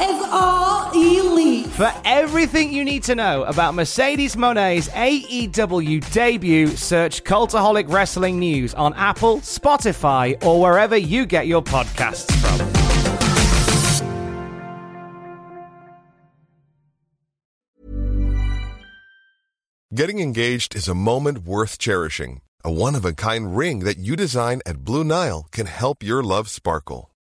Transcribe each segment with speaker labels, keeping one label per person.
Speaker 1: are elite.
Speaker 2: For everything you need to know about Mercedes Monet's AEW debut, search Cultaholic Wrestling News on Apple, Spotify, or wherever you get your podcasts from.
Speaker 3: Getting engaged is a moment worth cherishing. A one of a kind ring that you design at Blue Nile can help your love sparkle.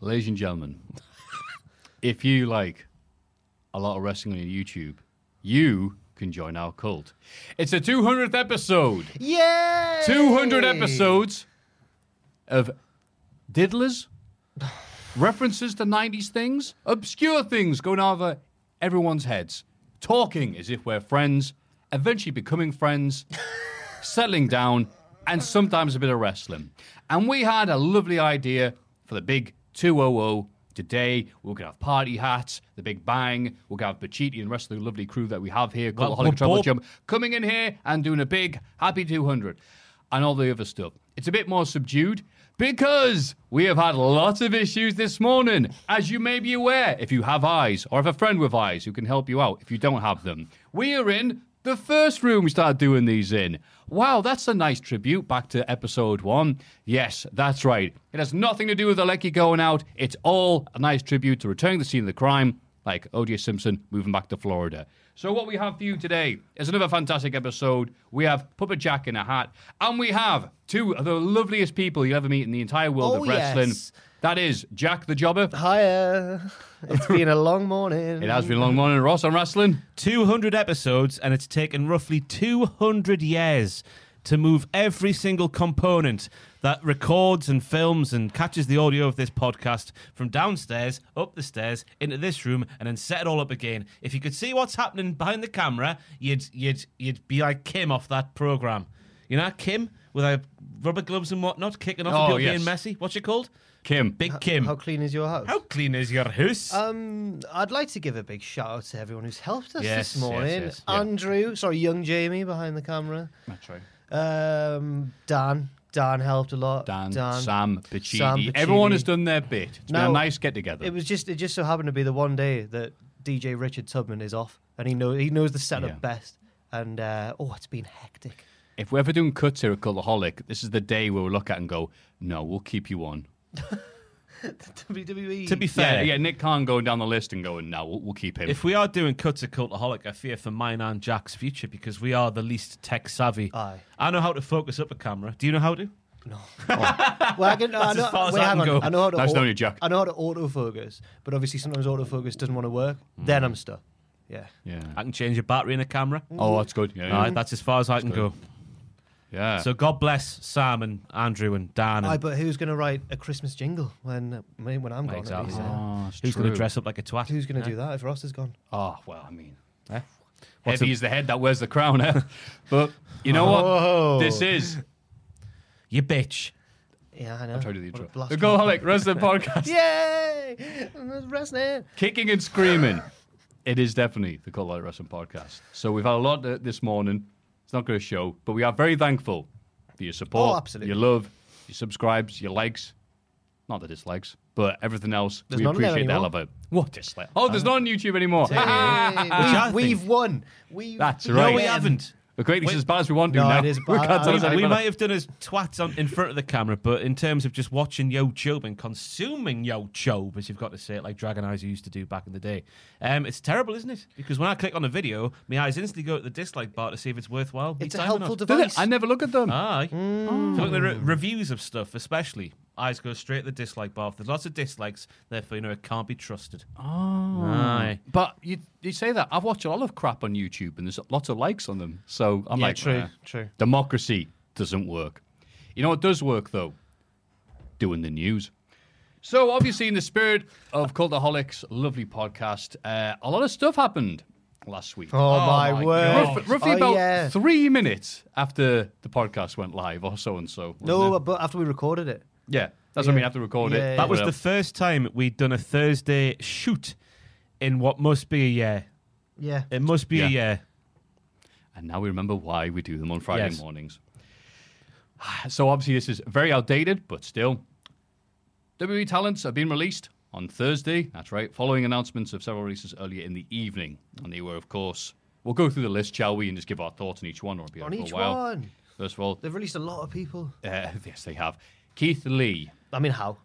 Speaker 4: Ladies and gentlemen, if you like a lot of wrestling on your YouTube, you can join our cult. It's the 200th episode.
Speaker 2: Yay!
Speaker 4: 200 episodes of diddlers, references to 90s things, obscure things going over everyone's heads, talking as if we're friends, eventually becoming friends, settling down, and sometimes a bit of wrestling. And we had a lovely idea for the big 200. Today, we're going to have party hats, the big bang. We're going to have Pachiti and the rest of the lovely crew that we have here, called the Hollywood Travel
Speaker 5: Bob-
Speaker 4: Jump coming in here and doing a big happy 200 and all the other stuff. It's a bit more subdued because we have had lots of issues this morning, as you may be aware, if you have eyes or if a friend with eyes who can help you out if you don't have them. We are in the first room we started doing these in. Wow, that's a nice tribute back to episode one. Yes, that's right. It has nothing to do with Alecki going out. It's all a nice tribute to returning to the scene of the crime, like O.J. Simpson moving back to Florida. So what we have for you today is another fantastic episode. We have Puppet Jack in a hat, and we have two of the loveliest people you'll ever meet in the entire world
Speaker 6: Oh,
Speaker 4: of wrestling.
Speaker 6: yes.
Speaker 4: That is Jack the Jobber.
Speaker 6: Hiya. It's been a long morning.
Speaker 4: It has been a long morning, Ross, on wrestling.
Speaker 7: 200 episodes, and it's taken roughly 200 years to move every single component that records and films and catches the audio of this podcast from downstairs, up the stairs, into this room, and then set it all up again. If you could see what's happening behind the camera, you'd you'd you'd be like Kim off that program. You know Kim with her rubber gloves and whatnot, kicking off
Speaker 4: Oh,
Speaker 7: and people
Speaker 4: yes.
Speaker 7: being messy. What's she called?
Speaker 4: Kim.
Speaker 7: Big Kim. How,
Speaker 6: How clean is your house?
Speaker 7: clean is your house?
Speaker 6: Um, I'd like to give a big shout out to everyone who's helped us
Speaker 7: Yes,
Speaker 6: this morning.
Speaker 7: yes, yes. Yeah.
Speaker 6: Andrew, sorry, young Jamie behind the camera.
Speaker 4: That's right.
Speaker 6: Um, Dan, Dan helped a lot.
Speaker 4: Dan, Sam, Pachini.
Speaker 6: Sam Pacini.
Speaker 4: Everyone has done their bit. It's been
Speaker 6: Now,
Speaker 4: a nice get together.
Speaker 6: It was just it just so happened to be the one day that DJ Richard Tubman is off, and he knows he knows the setup
Speaker 4: Yeah.
Speaker 6: best. And uh, oh, it's been hectic.
Speaker 4: If we're ever doing cuts here at Cultaholic, this is the day where we'll look at it and go, no, we'll keep you on.
Speaker 6: WWE.
Speaker 7: to be
Speaker 4: Yeah,
Speaker 7: fair,
Speaker 4: yeah, Nick Khan going down the list and going, no, we'll, we'll keep him.
Speaker 7: If we are doing cuts of Cultaholic, I fear for mine and Jack's future because we are the least tech savvy.
Speaker 6: Aye.
Speaker 7: I know how to focus up a camera. Do you know how to?
Speaker 6: Oh. Well, I, can, no, I know,
Speaker 7: as far as
Speaker 6: wait,
Speaker 7: I
Speaker 6: hang
Speaker 7: can
Speaker 6: on.
Speaker 7: go.
Speaker 6: I know how to
Speaker 4: Nice
Speaker 6: au-
Speaker 4: knowing you, Jack.
Speaker 6: I know how to autofocus, but obviously sometimes autofocus doesn't want to work.
Speaker 4: Hmm.
Speaker 6: Then I'm stuck. Yeah.
Speaker 4: yeah.
Speaker 7: I can change a battery in a camera.
Speaker 6: Mm.
Speaker 4: Oh, that's good. Yeah, yeah.
Speaker 7: Aye, that's as far as I can go.
Speaker 4: yeah.
Speaker 7: So God bless Sam and Andrew and Dan.
Speaker 6: Aye,
Speaker 7: And
Speaker 6: but who's going to write a Christmas jingle when when I'm gone? at
Speaker 7: Exactly.
Speaker 6: least, eh?
Speaker 4: Oh, it's
Speaker 7: who's going to
Speaker 4: true.
Speaker 7: dress up like a twat?
Speaker 6: Who's going to do that if Ross is gone?
Speaker 4: Oh, well, I mean,
Speaker 7: Eh? What's
Speaker 4: heavy
Speaker 7: a-
Speaker 4: is the head that wears the crown, eh? But you know
Speaker 6: Oh.
Speaker 4: what? This is.
Speaker 7: You bitch.
Speaker 6: Yeah, I know.
Speaker 4: I'll try to do the intro.
Speaker 6: What a
Speaker 4: The
Speaker 6: blast.
Speaker 4: Goholic Wrestling Podcast.
Speaker 6: Yay! I'm wrestling.
Speaker 4: Kicking and screaming. It is definitely the Goholic Wrestling Podcast. So we've had a lot uh, this morning. It's not going to show, but we are very thankful for your support,
Speaker 6: Oh, absolutely.
Speaker 4: your love, your subscribes, your likes. Not the dislikes, but everything else.
Speaker 6: There's
Speaker 4: we
Speaker 6: none there
Speaker 4: appreciate the hell of
Speaker 6: anymore. Uh,
Speaker 4: it. What dislike? Oh, there's not on YouTube anymore.
Speaker 6: Yay.
Speaker 7: think-
Speaker 6: We've, we've won. We've
Speaker 4: That's
Speaker 7: No,
Speaker 4: right.
Speaker 7: we haven't.
Speaker 4: We're creating this
Speaker 7: Wait.
Speaker 4: as bad as we want to
Speaker 6: No,
Speaker 4: now.
Speaker 6: it is
Speaker 4: we
Speaker 6: bad.
Speaker 4: can't tell
Speaker 6: We-
Speaker 4: us
Speaker 7: We
Speaker 4: anything.
Speaker 7: might have done as twats on, in front of the camera, but in terms of just watching YouTube and consuming YouTube, as you've got to say it, like Dragon Eyes used to do back in the day, um, it's terrible, isn't it? Because when I click on a video, my eyes instantly go to the dislike bar to see if it's worthwhile. each
Speaker 6: It's a
Speaker 7: time or not.
Speaker 6: helpful Mm.
Speaker 4: Did it?
Speaker 6: device.
Speaker 4: I never look at them.
Speaker 7: Aye. If you Look at the re- reviews of stuff, especially. Eyes go straight to the dislike bar. If there's lots of dislikes, therefore you know it can't be trusted. Aye.
Speaker 4: But you, you say that I've watched a lot of crap on YouTube, and there's lots of likes on them. So I'm
Speaker 7: Yeah,
Speaker 4: like,
Speaker 7: true,
Speaker 4: "Nah."
Speaker 7: true.
Speaker 4: Democracy doesn't work. You know what does work though? Doing the news. So, obviously, in the spirit of Cultaholics' lovely podcast, uh, a lot of stuff happened last week.
Speaker 6: Oh, my, word!
Speaker 4: Rough- roughly
Speaker 6: Oh,
Speaker 4: about
Speaker 6: yeah.
Speaker 4: three minutes after the podcast went live, or so and so.
Speaker 6: No, but after we recorded it,
Speaker 4: yeah, that's what I mean. I have to record
Speaker 6: Yeah,
Speaker 4: it.
Speaker 7: That was
Speaker 4: Whatever.
Speaker 7: the first time we'd done a Thursday shoot in what must be a year.
Speaker 6: yeah.
Speaker 7: It must be
Speaker 4: Yeah.
Speaker 7: a year.
Speaker 4: And now we remember why we do them on Friday
Speaker 7: Yes.
Speaker 4: mornings. So obviously this is very outdated, but still. WWE talents have been released on Thursday. That's right. Following announcements of several releases earlier in the evening, and they were, of course, we'll go through the list, shall we, and just give our thoughts on each one, or be
Speaker 6: On
Speaker 4: on for
Speaker 6: each
Speaker 4: a while.
Speaker 6: one.
Speaker 4: First of all,
Speaker 6: They've released a lot of people.
Speaker 4: uh, yes, they have Keith Lee.
Speaker 6: I mean, how?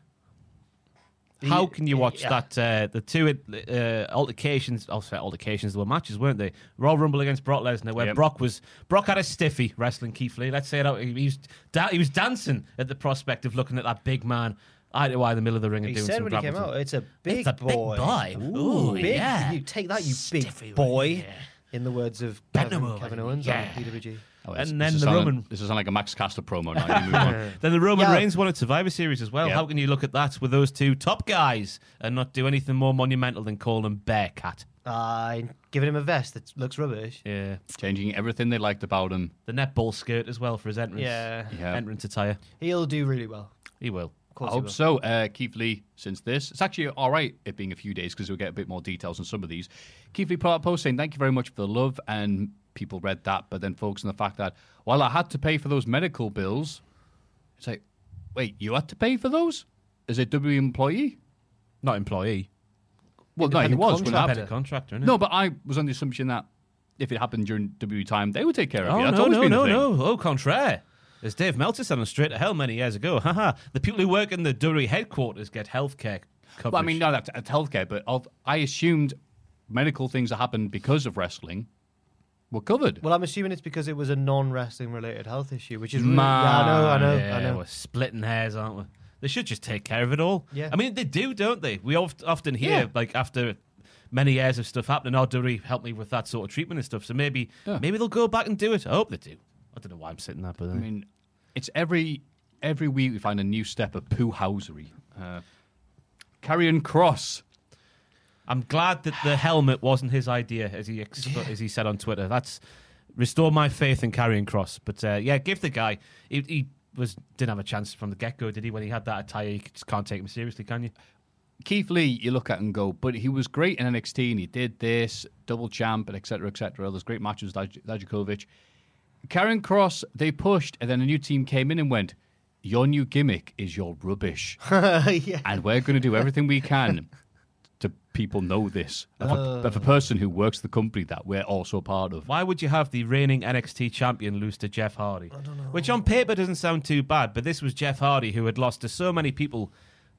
Speaker 7: How can you watch
Speaker 6: yeah.
Speaker 7: that? Uh, the two uh, altercations, I'll say altercations, they were matches, weren't they? Royal Rumble against Brock Lesnar, where
Speaker 4: Yep.
Speaker 7: Brock was Brock had a stiffy wrestling Keith Lee. Let's say it out. He, he was da- he was dancing at the prospect of looking at that big man eye to eye in the middle of the ring and
Speaker 6: He
Speaker 7: doing
Speaker 6: said
Speaker 7: some
Speaker 6: when he came
Speaker 7: grappling.
Speaker 6: out, it's a big
Speaker 7: It's a big
Speaker 6: boy.
Speaker 7: boy. Ooh,
Speaker 6: big.
Speaker 7: yeah.
Speaker 6: You take that, you
Speaker 7: Stiffy
Speaker 6: big
Speaker 7: one,
Speaker 6: boy.
Speaker 7: yeah.
Speaker 6: In the words of Kevin,
Speaker 7: Benham,
Speaker 6: Kevin Owens
Speaker 7: yeah.
Speaker 6: on PWG.
Speaker 4: Oh,
Speaker 7: And
Speaker 4: this-
Speaker 7: then
Speaker 4: this is
Speaker 7: the
Speaker 4: sounding-
Speaker 7: Roman-
Speaker 4: This is like a Max Caster promo now. You move on.
Speaker 7: Then the Roman
Speaker 6: Yeah.
Speaker 7: Reigns won at Survivor Series as well.
Speaker 4: Yeah.
Speaker 7: How can you look at that with those two top guys and not do anything more monumental than call them Bearcat?
Speaker 6: Uh, giving him a vest that looks rubbish.
Speaker 7: Yeah.
Speaker 4: Changing everything they liked about him.
Speaker 7: The netball skirt as well for his entrance.
Speaker 6: Yeah.
Speaker 4: Yeah.
Speaker 7: Entrance attire.
Speaker 6: He'll do really well.
Speaker 7: He will.
Speaker 6: Of course
Speaker 4: I
Speaker 6: he
Speaker 4: hope
Speaker 6: will.
Speaker 4: so. Uh, Keith Lee, since this, it's actually all right it being a few days because we'll get a bit more details on some of these. Keith Lee put out a post saying, Thank you very much for the love. And people read that, but then focused on the fact that while I had to pay for those medical bills, it's like, Wait, you had to pay for those? As a W employee?
Speaker 7: Not employee.
Speaker 4: Well, no, he
Speaker 6: Independent
Speaker 4: was. when it
Speaker 6: contractor.
Speaker 4: happened.
Speaker 7: Independent contractor, innit?
Speaker 4: No, but I was on the assumption that if it happened during W time, they would take care of
Speaker 7: Oh,
Speaker 4: you. That's
Speaker 7: no,
Speaker 4: always
Speaker 7: no,
Speaker 4: been a
Speaker 7: no,
Speaker 4: thing.
Speaker 7: no. Au contraire. As Dave Meltzer said on Straight to Hell many years ago, haha, the people who work in the Dury headquarters get healthcare coverage.
Speaker 4: Well, I mean, no, that's, that's healthcare, but of- I assumed medical things that happened because of wrestling were covered.
Speaker 6: Well, I'm assuming it's because it was a non-wrestling related health issue, which is really,
Speaker 4: Man,
Speaker 6: yeah, I know, I know,
Speaker 7: yeah,
Speaker 6: I know.
Speaker 7: We're splitting hairs, aren't we? They should just take care of it all.
Speaker 6: Yeah.
Speaker 7: I mean, they do, don't they? We oft, often hear,
Speaker 4: Yeah.
Speaker 7: like, after many years of stuff happening, oh, Dury help me with that sort of treatment and stuff. So maybe maybe they'll go back and do it. I hope they do. I don't know why I'm sitting there, but uh,
Speaker 4: I mean, it's every every week we find a new step of poo housery. Uh, Carrion Cross.
Speaker 7: I'm glad that the helmet wasn't his idea, as he ex- as he said on Twitter. That's restore my faith in carrying cross. But uh, yeah, give the guy. He, he was didn't have a chance from the get go, did he? When he had that attire, you just can't take him seriously, can you?
Speaker 4: Keith Lee, you look at and go, but he was great in NXT and he did this, double champ, and et cetera, et cetera. There's great matches with Daj- Dijakovic. Karen Cross, they pushed, and then a new team came in and went, Your new gimmick is your rubbish.
Speaker 6: yeah.
Speaker 4: and we're going to do everything we can to people know this. Of a, of a person who works the company that we're also part of.
Speaker 7: Why would you have the reigning NXT champion lose to Jeff Hardy? I don't know. Which on paper doesn't sound too bad, but this was Jeff Hardy who had lost to so many people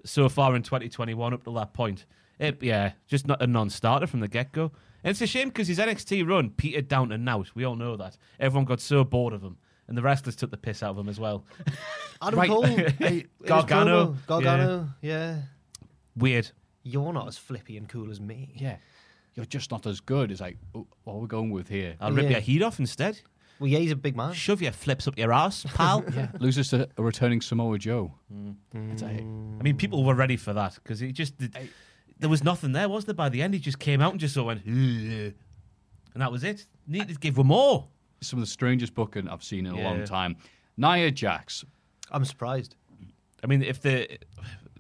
Speaker 7: so far in 2021 up to that point. It, yeah, just not a non-starter from the get-go. And it's a shame because his NXT run petered down and out. We all know that. Everyone got so bored of him. And the wrestlers took the piss out of him as well.
Speaker 6: Adam
Speaker 4: Right.
Speaker 6: Cole, it was
Speaker 7: Gargano,
Speaker 6: promo. Gargano, yeah.
Speaker 7: Weird.
Speaker 6: You're not as flippy and cool as me.
Speaker 4: yeah, you're just not as good. It's like, oh, what are we going with here?
Speaker 7: I'll rip
Speaker 6: Yeah.
Speaker 7: your heat off instead.
Speaker 6: Well, yeah, he's a big man.
Speaker 7: Shove your flips up your ass, pal.
Speaker 4: Loses to a returning Samoa Joe. It's like,
Speaker 7: I mean, people were ready for that because he just did, there was nothing there, was there? By the end, he just came out and just sort of went, "Ugh," and that was it. Need to give them more.
Speaker 4: some of the strangest booking I've seen in a long
Speaker 7: Yeah.
Speaker 4: time. Nia Jax.
Speaker 6: I'm surprised.
Speaker 7: I mean, if the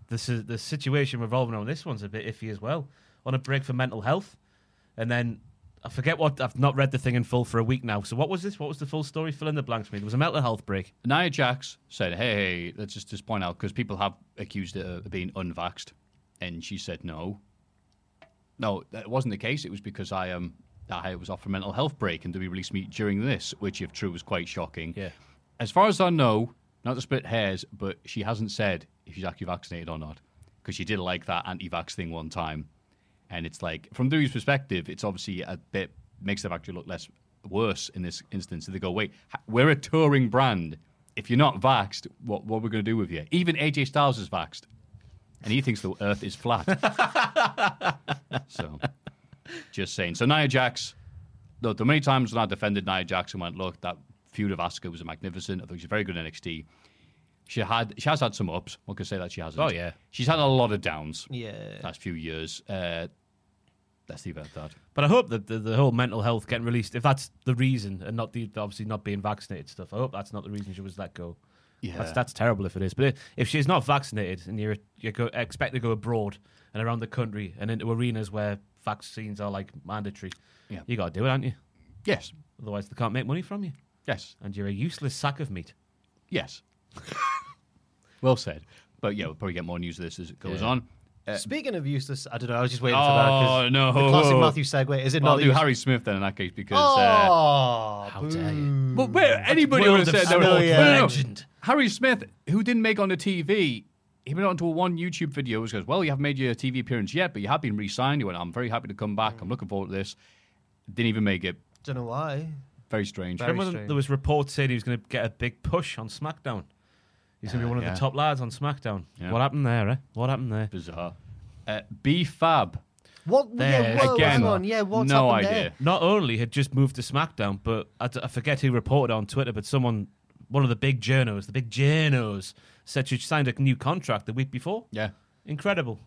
Speaker 7: the si- the situation revolving on this one's a bit iffy as well. On a break for mental health, and then I forget what I've not read the thing in full for a week now. So what was this? What was the full story? Fill in the blanks. for Me. There was a mental health break.
Speaker 4: Nia Jax said, hey, hey, let's just, just point out because people have accused her of being unvaxxed. And she said, no. No, that wasn't the case. It was because I um, I was off for mental health break and we released me during this, which, if true, was quite shocking.
Speaker 7: Yeah.
Speaker 4: As far as I know, not to split hairs, but she hasn't said if she's actually vaccinated or not because she did like that anti-vax thing one time, and it's like from Dewey's perspective, it's obviously a bit makes them actually look less worse in this instance. So they go, wait, h- we're a touring brand. If you're not vaxxed, what what are we going to do with you? Even AJ Styles is vaxxed, and he thinks the Earth is flat. so, just saying. So Nia Jax, the, the many times when I defended Nia Jax and went, look, that feud of Asuka was magnificent. I think she's very good in NXT. She had she has had some ups. One could say that she hasn't.
Speaker 7: Oh, yeah.
Speaker 4: she's had a lot of downs.
Speaker 6: Yeah.
Speaker 4: last few years. Uh, let's leave it at that.
Speaker 7: But I hope that the, the whole mental health getting released, if that's the reason, and not the obviously not being vaccinated stuff. I hope that's not the reason she was let go.
Speaker 4: Yeah.
Speaker 7: that's, that's terrible if it is. But i- if she's not vaccinated and you're you go, expect to go abroad and around the country and into arenas where vaccines are like mandatory,
Speaker 4: Yeah.
Speaker 7: you got to do it, aren't you?
Speaker 4: Yes,
Speaker 7: Otherwise, they can't make money from you,
Speaker 4: yes,
Speaker 7: and you're a useless sack of meat.
Speaker 4: yes. well said. But yeah, we'll probably get more news of this as it goes
Speaker 7: Yeah.
Speaker 4: on.
Speaker 6: Speaking of useless, I don't know. I was just waiting for that. 'cause
Speaker 4: Uh, Oh no!
Speaker 6: The classic Matthew segue. Is it
Speaker 4: Well,
Speaker 6: not?
Speaker 4: I'll do Harry Smith then in that case because. Uh,
Speaker 6: Oh,
Speaker 7: How dare you?
Speaker 4: but where anybody would
Speaker 7: World
Speaker 4: have
Speaker 7: of
Speaker 4: said that?
Speaker 6: sport
Speaker 7: legend.
Speaker 4: Harry Smith, who didn't make on the TV, he went onto a one YouTube video which goes, "Well, you haven't made your TV appearance yet, but you have been re-signed. You went, I'm very happy to come back. I'm looking forward to this. Didn't even make it.
Speaker 6: don't know why.
Speaker 4: Very strange.
Speaker 6: Very
Speaker 7: Remember
Speaker 6: strange.
Speaker 7: there was reports saying he was going to get a big push on SmackDown. He's going to be one of
Speaker 4: Uh, yeah.
Speaker 7: the top lads on SmackDown.
Speaker 4: Yeah.
Speaker 7: What happened there? Eh? What happened there?
Speaker 4: Bizarre. Uh, B Fab.
Speaker 6: What?
Speaker 7: There,
Speaker 6: yeah, whoa,
Speaker 4: again,
Speaker 6: hang on. Yeah, what's
Speaker 4: no
Speaker 6: happened
Speaker 4: idea.
Speaker 6: there?
Speaker 7: not only had just moved to SmackDown, but I, d- I forget who reported on Twitter, but someone, one of the big journos, the big journos, said she signed a new contract the week before.
Speaker 4: Yeah.
Speaker 7: Incredible.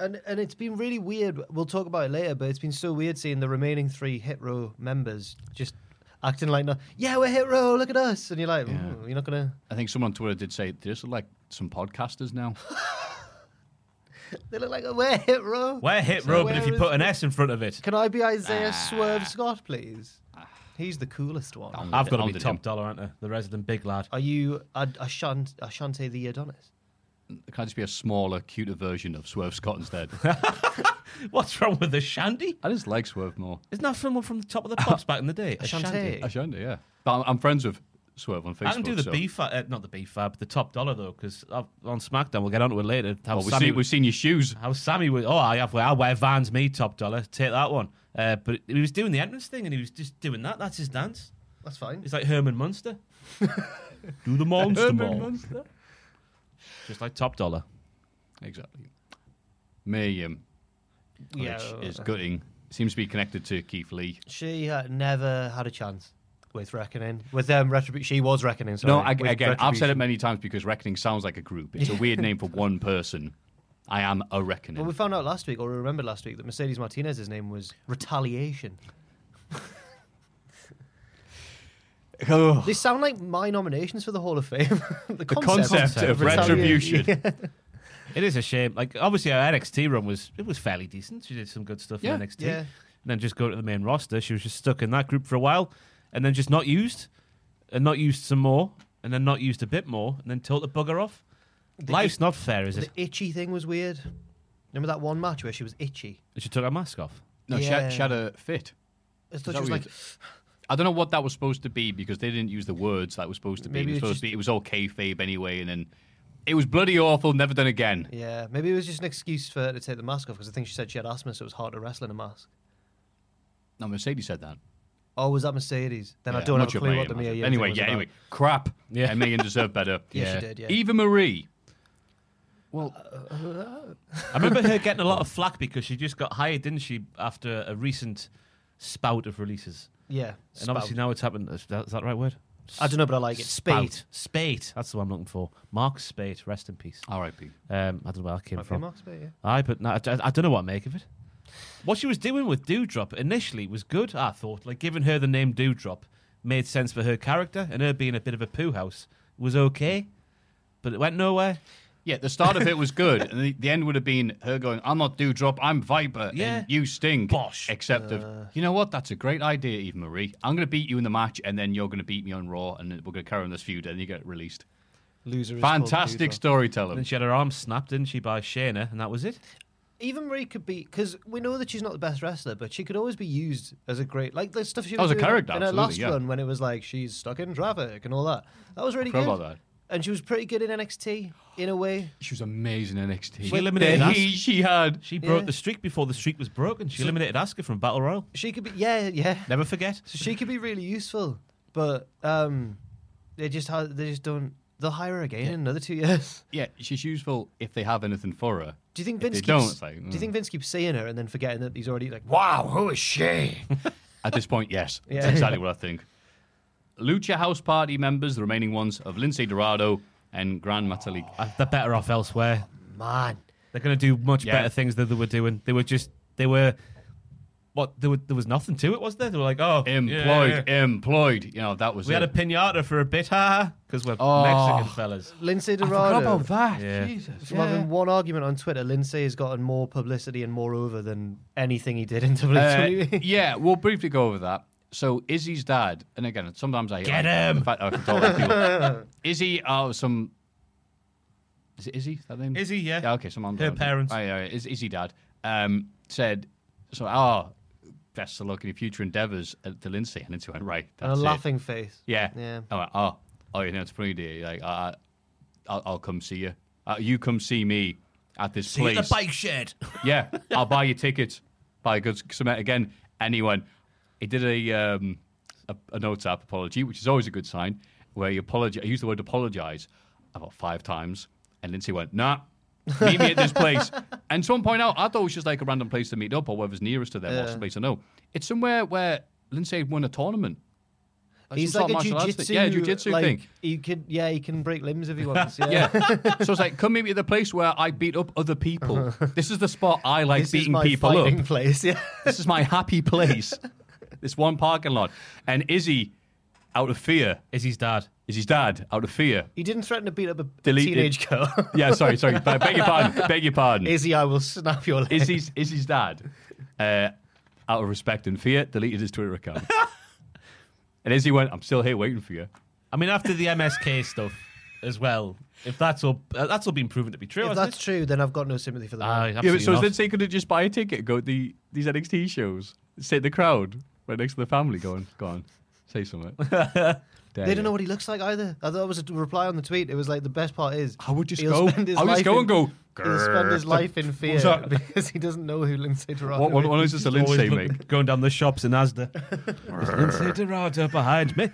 Speaker 6: And and it's been really weird. We'll talk about it later, but it's been so weird seeing the remaining three Hit Row members just acting like, no, yeah, we're Hit Row. Look at us. And you're like, "Mm, you're not gonna.
Speaker 4: I think someone on Twitter did say there's like some podcasters now.
Speaker 6: They look like we're Hit Row.
Speaker 7: Where hit row, but
Speaker 6: where
Speaker 7: if you
Speaker 6: is
Speaker 7: put an S in front of it,
Speaker 6: Can I be
Speaker 4: Ah.
Speaker 6: Isaiah Swerve Scott, please? He's the coolest one.
Speaker 4: Oh.
Speaker 7: I've got to be
Speaker 4: Hounded
Speaker 7: top
Speaker 4: him.
Speaker 7: dollar, aren't I? The resident big lad.
Speaker 6: Are you Ad- Ashant- Ashante the Adonis?
Speaker 4: Can I just be a smaller, cuter version of Swerve Scott instead?
Speaker 7: What's wrong with the Shandy?
Speaker 4: I just like Swerve more.
Speaker 7: Isn't that someone from the top of the pops back in the day? A
Speaker 6: Ashante.
Speaker 4: I shouldn't, yeah. But I'm, I'm friends with Swerve on Facebook.
Speaker 7: I can do the
Speaker 4: so.
Speaker 7: B fab, uh, not the B fab, the top dollar though, because on SmackDown we'll get onto it later. How
Speaker 4: Oh, we've,
Speaker 7: Sammy-
Speaker 4: seen, we've seen your shoes.
Speaker 7: How Sammy was? Oh, I have. I wear Vans, me top dollar. Take that one. Uh, but he was doing the entrance thing, and he was just doing that. That's his dance.
Speaker 6: That's fine.
Speaker 7: It's like Herman Munster. Do the monster
Speaker 4: Herman
Speaker 7: mall,
Speaker 4: Munster.
Speaker 7: just like top dollar.
Speaker 4: Exactly. Mayhem, which
Speaker 6: Yeah. uh,
Speaker 4: is gutting. Seems to be connected to Keith Lee.
Speaker 6: She uh, never had a chance with Reckoning. With them, retribution. She was Reckoning. Sorry.
Speaker 4: no, I,
Speaker 6: With
Speaker 4: again, I've said it
Speaker 6: Retribution.
Speaker 4: many times because Reckoning sounds like a group. It's a weird name for one person. I am a Reckoning.
Speaker 6: Well, we found out last week, or we remembered last week, that Mercedes Martinez's name was Retaliation. They sound like my nominations for the Hall of Fame. the,
Speaker 4: the concept of retribution.
Speaker 7: It is a shame. Like obviously our NXT run was it was fairly decent. She did some good stuff
Speaker 4: Yeah.
Speaker 7: in NXT.
Speaker 6: Yeah.
Speaker 7: And then just go to the main roster. She was just stuck in that group for a while, and then just not used, and not used some more, and then not used a bit more, and then told to bugger off. Life's not fair, is
Speaker 6: The
Speaker 7: it?
Speaker 6: itchy thing was weird. Remember that one match where she was itchy?
Speaker 7: She took her mask off.
Speaker 4: No, she,
Speaker 6: Yeah.
Speaker 4: had, she had a fit.
Speaker 6: I
Speaker 4: that
Speaker 6: thought she was
Speaker 4: what
Speaker 6: like,
Speaker 4: you- I don't know what that was supposed to be because they didn't use the words that was supposed to be. It
Speaker 6: Maybe
Speaker 4: was,
Speaker 6: it was
Speaker 4: supposed to be. It was all kayfabe anyway, and then it was bloody awful. Never done again.
Speaker 6: yeah, maybe it was just an excuse for her to take the mask off because I think she said she had asthma, so it was hard to wrestle in a mask.
Speaker 4: No, Mercedes said that.
Speaker 6: Oh, was that Mercedes? Then I
Speaker 4: Yeah, I'm
Speaker 6: don't have
Speaker 4: not
Speaker 6: a
Speaker 4: sure
Speaker 6: clue
Speaker 4: if
Speaker 6: what the
Speaker 4: Megan was-
Speaker 6: Mia Yim thing
Speaker 4: Anyway,
Speaker 6: was
Speaker 4: yeah.
Speaker 6: about.
Speaker 4: Anyway, crap.
Speaker 7: Yeah.
Speaker 4: Yeah, and Megan deserved better.
Speaker 6: Yeah, she did, yeah.
Speaker 4: Eva Marie.
Speaker 7: I remember her getting a lot of flack because she just got hired, didn't she, after a recent spout of releases.
Speaker 6: Yeah,
Speaker 7: And obviously
Speaker 6: spout.
Speaker 7: now it's happened. Is that, is that the right word?
Speaker 6: I don't know, but I like it.
Speaker 7: Spout.
Speaker 6: Spate.
Speaker 7: Spate. That's the one I'm looking for. Mark Spate. Rest in peace.
Speaker 4: R.I.P.
Speaker 7: Um, I don't know where that came
Speaker 6: Might be a
Speaker 7: from.
Speaker 6: mark spate, yeah.
Speaker 7: Aye, but no, I, I don't know what to make of it. What she was doing with Dewdrop initially was good, I thought. Like giving her the name Dewdrop made sense for her character, and her being a bit of a poo house was okay, but it went nowhere.
Speaker 4: Yeah, the start of it was good, and the, the end would have been her going, "I'm not Dewdrop, I'm Viper,
Speaker 7: Yeah.
Speaker 4: and you stink."
Speaker 7: Bosh.
Speaker 4: Except of, you know what? That's a great idea, Eva Marie. I'm going to beat you in the match, and then you're going to beat me on Raw, and then we're going to carry on this feud, and you get released.
Speaker 6: Loser. is called
Speaker 4: Fantastic
Speaker 6: loser.
Speaker 4: storytelling.
Speaker 7: And then she had her arm snapped, didn't she, by Shayna, and that was it.
Speaker 6: Even Marie could be because we know that she's not the best wrestler, but she could always be used as a great like the stuff she
Speaker 4: That
Speaker 6: was,
Speaker 4: was a
Speaker 6: doing
Speaker 4: character,
Speaker 6: in her
Speaker 4: absolutely,
Speaker 6: last
Speaker 4: yeah.
Speaker 6: run when it was like she's stuck in traffic and all that. That was really
Speaker 4: forgot
Speaker 6: good.
Speaker 4: about that.
Speaker 6: And she was pretty good in NXT in a way.
Speaker 4: She was amazing in NXT.
Speaker 7: She eliminated us.
Speaker 4: He, she had.
Speaker 7: She broke
Speaker 6: Yeah.
Speaker 7: the streak before the streak was broken. She eliminated Asuka from Battle Royal.
Speaker 6: She could be yeah yeah.
Speaker 7: Never forget.
Speaker 6: So she could be really useful, but um, they just ha- they just don't. They'll hire her again in another two years.
Speaker 4: Yeah, she's useful if they have anything for her.
Speaker 6: Do you think
Speaker 4: If
Speaker 6: Vince
Speaker 4: they
Speaker 6: keeps?
Speaker 4: don't, it's like, mm.
Speaker 6: Do you think Vince keeps seeing her and then forgetting that he's already like
Speaker 4: Wow, who is she? At this point, yes. That's
Speaker 6: Yeah.
Speaker 4: exactly what I think. Lucha House Party members, the remaining ones of Lindsay Dorado and Grand Metalik.
Speaker 7: Uh, They're better off elsewhere.
Speaker 6: Man.
Speaker 7: They're going to do much
Speaker 4: Yeah.
Speaker 7: better things than they were doing. They were just they were what there, were, there was nothing to it, was there? They were like, oh, yeah,
Speaker 4: Employed,
Speaker 7: yeah.
Speaker 4: employed. You know, that was
Speaker 7: We
Speaker 4: it.
Speaker 7: had a pinata for a bit, ha, because we're
Speaker 4: Oh.
Speaker 7: Mexican fellas.
Speaker 6: Lindsay Dorado.
Speaker 4: that.
Speaker 7: Yeah.
Speaker 4: Jesus.
Speaker 6: From having one argument on Twitter, Lindsay has gotten more publicity and more over than anything he did in E. WWE.
Speaker 4: Uh, yeah, we'll briefly go over that. So Izzy's dad, and again, sometimes I
Speaker 7: Get
Speaker 4: I-
Speaker 7: him!
Speaker 4: In fact, I can talk to people. Izzy, oh, some. Is it Izzy? Is that the name?
Speaker 7: Izzy, yeah.
Speaker 4: Yeah, okay. Someone.
Speaker 7: Her parents.
Speaker 4: Oh, yeah, yeah, Iz- Izzy dad um, said, "So, ah, best of luck in your future endeavors at the Lindsay." And into went right.
Speaker 6: and
Speaker 4: That's
Speaker 6: a
Speaker 4: it.
Speaker 6: laughing face.
Speaker 4: Yeah.
Speaker 6: Yeah.
Speaker 4: I went, oh, oh, you know, it's funny, dear. Like, I, I- I'll, I'll come see you. Uh, you come see me at this place.
Speaker 7: shed.
Speaker 4: Yeah, I'll buy your tickets. Buy a good cement again. Anyone. He did a um, a, a notes app apology, which is always a good sign, where you apologize. I used the word apologize about five times, and Lindsay went, nah. meet me at this place. And someone point out, I thought it was just like a random place to meet up or whatever's nearest to them, or
Speaker 6: Yeah.
Speaker 4: some place I know. It's somewhere where Lindsay had won a tournament. Like
Speaker 6: He's
Speaker 4: some
Speaker 6: like a
Speaker 4: sort of martial arts
Speaker 6: jujitsu.
Speaker 4: thing. Yeah, jiu-jitsu
Speaker 6: like,
Speaker 4: thing.
Speaker 6: He could, yeah, he can break limbs if he wants. Yeah.
Speaker 4: Yeah. so it's like, come meet me at the place where I beat up other people. This is the spot I like
Speaker 6: This is
Speaker 4: beating
Speaker 6: my
Speaker 4: people up.
Speaker 6: fighting place. Yeah.
Speaker 4: this is my happy place. this one parking lot. And Izzy, out of fear,
Speaker 7: Is his dad?
Speaker 4: is his dad, out of fear.
Speaker 6: He didn't threaten to beat up a
Speaker 4: Delete it.
Speaker 6: teenage girl.
Speaker 4: Yeah, sorry, sorry. I beg your pardon. Beg your pardon.
Speaker 6: Izzy, I will snap your leg.
Speaker 4: Izzy's, Izzy's dad, uh, out of respect and fear, deleted his Twitter account. and Izzy went, I'm still here waiting for you.
Speaker 7: I mean, after the MSK stuff as well. If that's all, uh, that's all been proven to be true.
Speaker 6: if
Speaker 7: hasn't
Speaker 6: that's true, then I've got no sympathy for the
Speaker 7: it?
Speaker 6: man.
Speaker 7: Aye,
Speaker 4: Ah, Yeah, but
Speaker 7: absolutely
Speaker 4: so
Speaker 7: not.
Speaker 4: Lindsay could have just buy a ticket, go to the, these NXT shows, sit in the crowd right next to the family going, go on, say something.
Speaker 6: They don't know what he looks like either. I thought it was a reply on the tweet. It was like the best part is
Speaker 4: I would just
Speaker 6: he'll
Speaker 4: go. I
Speaker 6: spend his
Speaker 4: would just
Speaker 6: life
Speaker 4: go
Speaker 6: in-
Speaker 4: and go.
Speaker 6: He'll spend his
Speaker 4: "Grrr."
Speaker 6: life in fear
Speaker 4: that?
Speaker 6: because he doesn't know who Lindsay Dorado
Speaker 4: What, what,
Speaker 6: is.
Speaker 4: what is this a
Speaker 7: Always
Speaker 4: Lindsay,
Speaker 7: look-
Speaker 4: mate?
Speaker 7: Going down the shops in Asda. Is Lindsay Dorado behind me.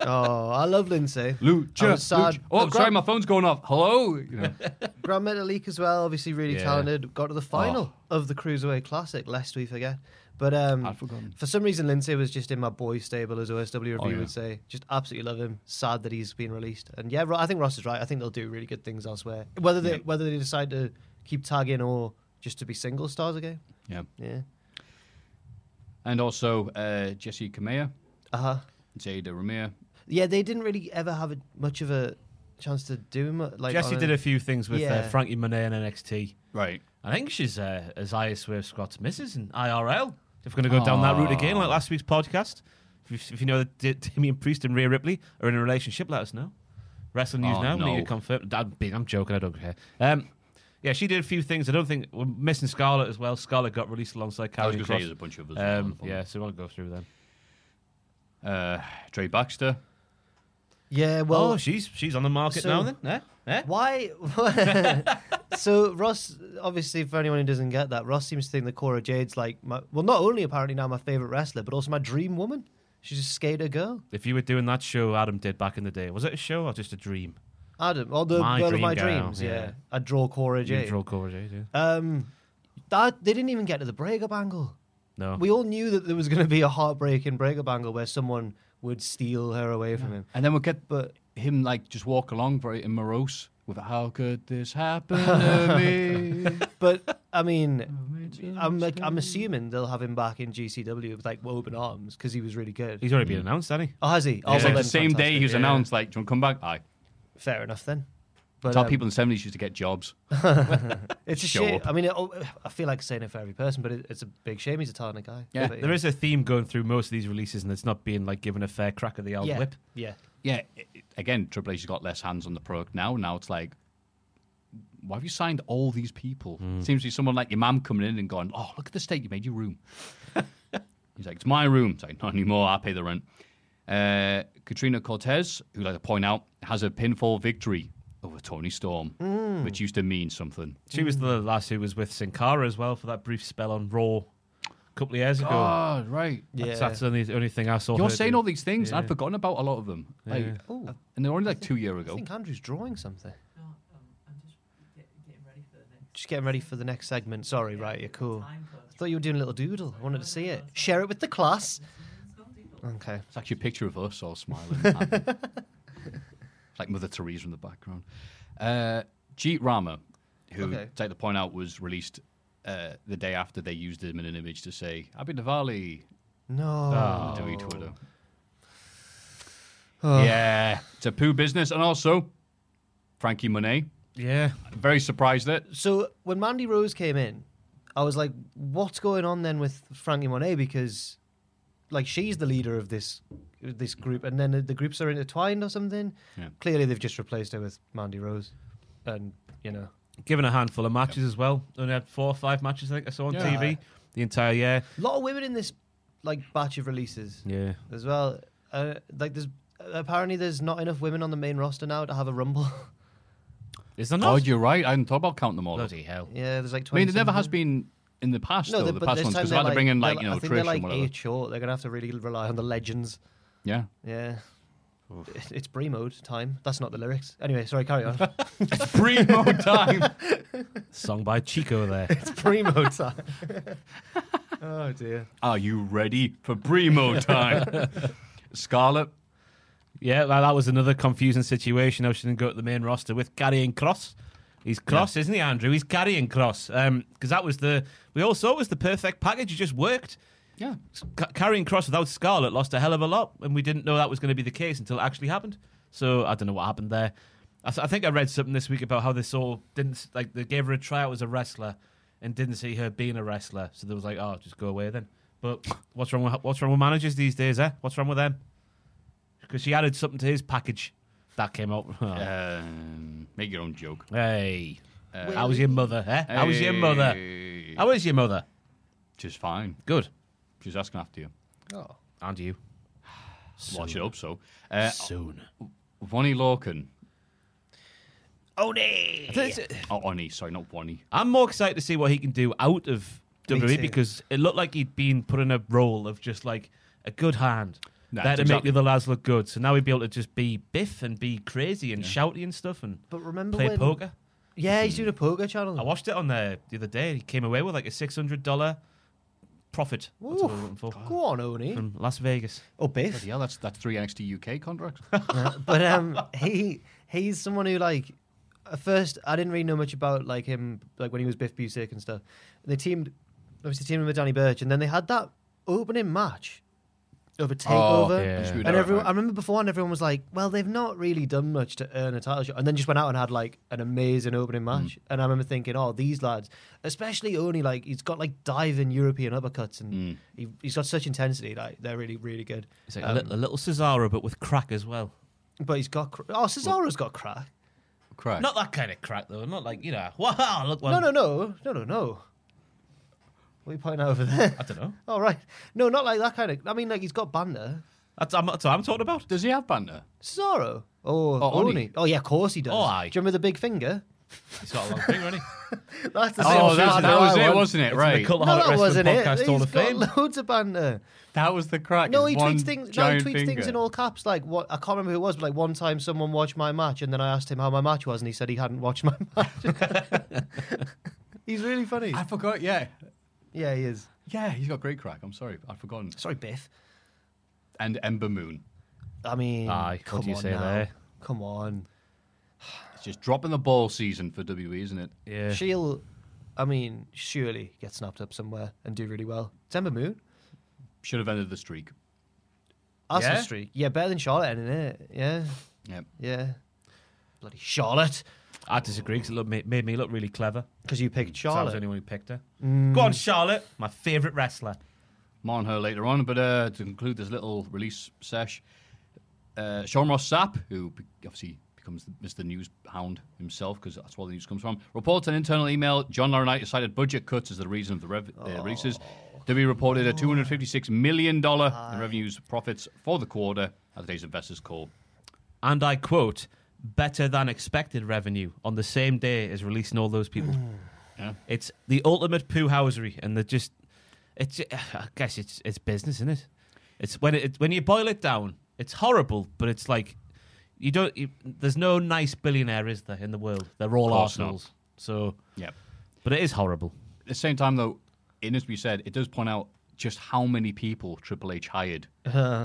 Speaker 6: Oh, I love Lindsay.
Speaker 4: Lucha.
Speaker 6: I was sad.
Speaker 4: Lucha. Oh,
Speaker 6: But
Speaker 4: sorry,
Speaker 6: Grant-
Speaker 4: my phone's going off. Hello. You know.
Speaker 6: Grand Metalik as well, obviously really
Speaker 7: Yeah.
Speaker 6: talented. Got to
Speaker 4: Oh.
Speaker 6: the final of the Cruiserweight Classic, lest we forget. But um,
Speaker 4: I'd forgotten. Oh,
Speaker 6: for some reason, Lindsay was just in my boy stable, as OSW review
Speaker 4: yeah.
Speaker 6: would say. Just absolutely love him. Sad that he's been released. And yeah, Ro- I think Ross is right. I think they'll do really good things elsewhere. Whether they whether they decide to keep tagging or just to be single stars again.
Speaker 4: yeah.
Speaker 6: Yeah.
Speaker 4: And also uh, Jesse Kamea,
Speaker 6: Uh huh.
Speaker 4: Jada Ramir.
Speaker 6: Yeah, they didn't really ever have a, much of a chance to do mu- like
Speaker 7: Jesse
Speaker 6: on
Speaker 7: did a few things with uh,
Speaker 6: Yeah.
Speaker 7: Frankie Monet and NXT.
Speaker 4: Right.
Speaker 7: I think she's uh, Isaiah Swerve Scott's missus in IRL. If we're going to go down that route again, like last week's podcast, if, you- if you know that D- Damian Priest and Rhea Ripley are in a relationship, let us know. Wrestling news
Speaker 4: Oh,
Speaker 7: now. We
Speaker 4: no.
Speaker 7: need to confirm. I'm, being, I'm joking. I don't care. Um, yeah, she did a few things. I don't think we're missing Scarlett as well. Scarlett got released alongside
Speaker 4: I was
Speaker 7: Carrie
Speaker 4: going to say
Speaker 7: Cross.
Speaker 4: there's a bunch of us.
Speaker 7: Um, yeah, so we won't go through them.
Speaker 4: Uh, Trey Baxter.
Speaker 6: Yeah, well,
Speaker 7: Well, oh, she's she's on the market
Speaker 6: so-
Speaker 7: now. Then, eh? Eh?
Speaker 6: Why? so Ross, obviously, for anyone who doesn't get that, Ross seems to think that Cora Jade's like, my, well, not only apparently now my favorite wrestler, but also my dream woman. She's a skater girl.
Speaker 7: If you were doing that show Adam did back in the day, was it a show or just a dream?
Speaker 6: Adam, or the
Speaker 7: My
Speaker 6: girl of
Speaker 7: dream
Speaker 6: my
Speaker 7: girl,
Speaker 6: dreams. Yeah.
Speaker 7: yeah.
Speaker 6: I draw Cora
Speaker 7: You
Speaker 6: Jade.
Speaker 7: draw Cora Jade, yeah. Uh,
Speaker 6: Um, that they didn't even get to the breakup angle.
Speaker 7: No.
Speaker 6: We all knew that there was going to be a heartbreaking breakup angle where someone would steal her away from him.
Speaker 4: And then we'll get
Speaker 6: But
Speaker 4: him, like, just walk along very morose with, how could this happen to me?
Speaker 6: But I mean, I'm like, I'm assuming they'll have him back in GCW with like open arms because he was really good.
Speaker 7: He's already been announced, hasn't he?
Speaker 6: oh, has he? Oh,
Speaker 4: It's
Speaker 6: well,
Speaker 4: like the
Speaker 6: then,
Speaker 4: same day he
Speaker 6: fantastic.
Speaker 4: was announced, like, do you want to come back? Aye.
Speaker 6: Fair enough then. But
Speaker 4: That's how
Speaker 6: um,
Speaker 4: people in the 70s used to get jobs.
Speaker 6: it's a
Speaker 4: show
Speaker 6: shame.
Speaker 4: up.
Speaker 6: I mean, it, oh, I feel like saying it for every person, but it, it's a big shame he's a talented guy.
Speaker 4: Yeah,
Speaker 6: But,
Speaker 7: There is a theme going through most of these releases, and it's not being like given a fair crack of the old
Speaker 6: yeah,
Speaker 7: whip.
Speaker 6: Yeah,
Speaker 4: yeah, it- it- again, Triple H's got less hands on the product now. Now it's like, why have you signed all these people? Seems to be someone like your mum coming in and going, oh, look at the state you made your room. He's like, it's my room. It's like, not anymore. I pay the rent. Uh, Katrina Cortez, who, like to point out, has a pinfall victory over Tony Storm, which used to mean something.
Speaker 7: She was the last who was with Sin Cara as well for that brief spell on Raw a couple of years ago.
Speaker 4: God, Ah, right.
Speaker 6: yeah.
Speaker 7: That's, that's the only, the only thing I saw.
Speaker 4: You're
Speaker 7: her
Speaker 4: saying
Speaker 7: do.
Speaker 4: all these things. I'd forgotten about a lot of them. Like, oh,
Speaker 6: Ooh.
Speaker 4: and they were only like two year
Speaker 6: I
Speaker 4: ago.
Speaker 6: think Andrew's drawing something. Just getting ready for the next segment. Sorry, right, you're cool. I thought you were doing a little doodle. I wanted to see it. Share it with the class. Okay.
Speaker 4: It's actually a picture of us all smiling. happy. like Mother Teresa in the background. Uh, Jeet Rama, who,
Speaker 6: Okay.
Speaker 4: take the point out, was released uh, the day after they used him in an image to say, Happy Diwali
Speaker 6: No. Oh.
Speaker 4: on the WWE Twitter. Yeah, it's a poo business. And also, Frankie Monet,
Speaker 7: Yeah.
Speaker 4: very surprised that
Speaker 6: So when Mandy Rose came in, I was like, "What's going on then with Frankie Monet?" Because, like, she's the leader of this this group, and then the groups are intertwined or something.
Speaker 4: Yeah.
Speaker 6: Clearly, they've just replaced her with Mandy Rose, and you know,
Speaker 7: Given a handful of matches as well. Only had four or five matches, I think I saw on
Speaker 4: Yeah.
Speaker 7: TV the entire year.
Speaker 6: a lot of women in this like batch of releases
Speaker 7: Yeah.
Speaker 6: as well. Uh, like, there's apparently there's not enough women on the main roster now to have a rumble.
Speaker 7: Is there
Speaker 4: Oh,
Speaker 7: not?
Speaker 4: you're right. I hadn't thought about counting them all. up.
Speaker 7: hell.
Speaker 6: yeah, there's like
Speaker 4: I
Speaker 6: 20
Speaker 4: mean, there never has
Speaker 6: something.
Speaker 4: been in the past, though,
Speaker 6: they-
Speaker 4: the
Speaker 6: but
Speaker 4: past
Speaker 6: this
Speaker 4: ones,
Speaker 6: time
Speaker 4: because they
Speaker 6: they're
Speaker 4: had to bring in,
Speaker 6: they're
Speaker 4: like, you know,
Speaker 6: I think they're
Speaker 4: Trish
Speaker 6: like
Speaker 4: and whatever.
Speaker 6: eight short. They're gonna have to really rely on the legends.
Speaker 4: Yeah.
Speaker 6: Yeah. It- It's Brie mode time. That's not the lyrics. Anyway, sorry, carry on.
Speaker 4: Free mode time.
Speaker 7: Song by Chico there.
Speaker 6: it's Brie mode time. oh dear.
Speaker 4: Are you ready for Bremo time? Scarlet.
Speaker 7: yeah, well, that was another confusing situation. How she didn't go to the main roster with carrying Cross. He's cross, isn't he, Andrew? He's carrying cross. Because that was the. We all saw it was the perfect package. It just worked.
Speaker 4: Yeah.
Speaker 7: carrying cross without Scarlet lost a hell of a lot, and we didn't know that was going to be the case until it actually happened. So I don't know what happened there. I, th- I think I read something this week about how they saw didn't s- like they gave her a tryout as a wrestler and didn't see her being a wrestler, so they was like, oh, just go away then. But what's wrong with what's wrong with managers these days? Eh, what's wrong with them? Because she added something to his package that came out.
Speaker 4: Um, make your own joke.
Speaker 7: Hey, how was your mother? Eh? How was your mother?
Speaker 4: Hey.
Speaker 7: How was your mother?
Speaker 4: She's fine.
Speaker 7: Good.
Speaker 4: She's asking after you.
Speaker 7: And you?
Speaker 4: Watch it up, so. Uh,
Speaker 7: Soon.
Speaker 4: Vonnie Lorcan.
Speaker 7: I think it's-
Speaker 4: Oh, Oni, sorry, not Vonnie.
Speaker 7: I'm more excited to see what he can do out of
Speaker 6: Me
Speaker 7: WWE
Speaker 6: too.
Speaker 7: because it looked like he'd been put in a role of just like a good hand
Speaker 4: Nah,
Speaker 7: there to make
Speaker 4: exactly.
Speaker 7: the other lads look good. So now he'd be able to just be biff and be crazy and shouty and stuff and
Speaker 6: But remember
Speaker 7: play
Speaker 6: when-
Speaker 7: poker.
Speaker 6: Yeah, he's doing a poker channel.
Speaker 7: I watched it on there the other day. and He came away with like a six hundred dollar profit. That's what we're looking for. Hmm.
Speaker 6: Go on, Oni.
Speaker 7: From Las Vegas.
Speaker 6: Oh, Biff.
Speaker 4: Bloody hell, that's, that's three NXT UK contracts.
Speaker 6: but um, he he's someone who like at first I didn't really know much about like him like when he was Biff Busick and stuff. They teamed obviously teamed him with Danny Birch, and then they had that opening match of a takeover.
Speaker 4: yeah. Screwed
Speaker 6: And
Speaker 4: up,
Speaker 6: everyone,
Speaker 4: right?
Speaker 6: I remember before, and everyone was like, "Well, they've not really done much to earn a title shot," and then just went out and had like an amazing opening match. And I remember thinking, "Oh, these lads, especially only like he's got like diving European uppercuts, and he, he's got such intensity. Like they're really, really good. Um,
Speaker 7: It's like a, little, a little Cesaro but with crack as well.
Speaker 6: But he's got cr- oh, Cesaro's got crack.
Speaker 4: Correct.
Speaker 7: Not that kind of crack though. Not like you know. Wow, look one.
Speaker 4: Um,
Speaker 6: No, no, no, no, no, no. What are you pointing out over there?
Speaker 7: I don't know.
Speaker 6: All right, no, not like that kind of. I mean, like he's got banter.
Speaker 7: That's, I'm, that's what I'm talking about.
Speaker 4: Does he have banter?
Speaker 6: Cesaro. Oh,
Speaker 4: Oh, Oni.
Speaker 6: Oni. Oh, yeah, of course he does.
Speaker 7: Oh, aye.
Speaker 6: Do you remember the big finger?
Speaker 7: He's got a long finger, hasn't he?
Speaker 6: That's the same
Speaker 4: Oh,
Speaker 6: shoes
Speaker 4: that,
Speaker 6: as
Speaker 4: that
Speaker 6: I
Speaker 4: was it,
Speaker 6: want.
Speaker 4: wasn't it? Right.
Speaker 7: Cult
Speaker 6: No,
Speaker 7: Harlot
Speaker 6: that
Speaker 7: Wrestling
Speaker 6: wasn't it.
Speaker 7: Podcast
Speaker 6: He's
Speaker 7: Hall of
Speaker 6: got
Speaker 7: Fame.
Speaker 6: loads of banter.
Speaker 4: That was the crack.
Speaker 6: No,
Speaker 4: is
Speaker 6: he
Speaker 4: one
Speaker 6: tweets things. No, he
Speaker 4: giant
Speaker 6: tweets things
Speaker 4: finger.
Speaker 6: in all caps. Like what? I can't remember who it was, but like one time someone watched my match, and then I asked him how my match was, and he said he hadn't watched my match. He's really funny.
Speaker 4: I forgot, yeah.
Speaker 6: Yeah, he is.
Speaker 4: Yeah, he's got great crack. I'm sorry. I've forgotten.
Speaker 6: Sorry, Biff.
Speaker 4: And Ember Moon.
Speaker 6: I mean,
Speaker 7: Aye, what
Speaker 6: come
Speaker 7: do you
Speaker 6: on
Speaker 7: say
Speaker 6: now.
Speaker 7: there?
Speaker 6: Come on.
Speaker 4: It's just dropping the ball season for WWE, isn't it?
Speaker 7: Yeah.
Speaker 6: She'll, I mean, surely get snapped up somewhere and do really well. It's Ember Moon.
Speaker 4: Should have ended the streak.
Speaker 6: That's
Speaker 7: Yeah?
Speaker 6: the streak. Yeah, better than Charlotte, isn't it? Yeah,
Speaker 4: Yep.
Speaker 6: yeah. Bloody Charlotte.
Speaker 7: I disagree because it looked, made, made me look really clever.
Speaker 6: Because you picked
Speaker 7: So I was
Speaker 6: Charlotte.
Speaker 7: the only one who picked her. Go on, Charlotte, my favourite wrestler.
Speaker 4: More on her later on. But uh, to conclude this little release sesh, uh, Sean Ross Sapp, who be- obviously becomes the, Mr. News Hound himself, because that's where the news comes from, reports an internal email John Laurinaitis cited budget cuts as the reason of the rev- uh, releases. WWE reported a $256 million in revenues profits for the quarter at today's investors call.
Speaker 7: And I quote, better than expected revenue on the same day as releasing all those people.
Speaker 4: Yeah.
Speaker 7: It's the ultimate poo housery, and they're just, it's, I guess it's it's business, isn't it? It's when it, it's when you boil it down, it's horrible, but it's like, you don't, you, there's no nice billionaire, is there, in the world? They're all
Speaker 4: Course not.
Speaker 7: arsenals. So,
Speaker 4: Yep.
Speaker 7: but it is horrible.
Speaker 4: At the same time, though, it needs to be said, it does point out just how many people Triple H hired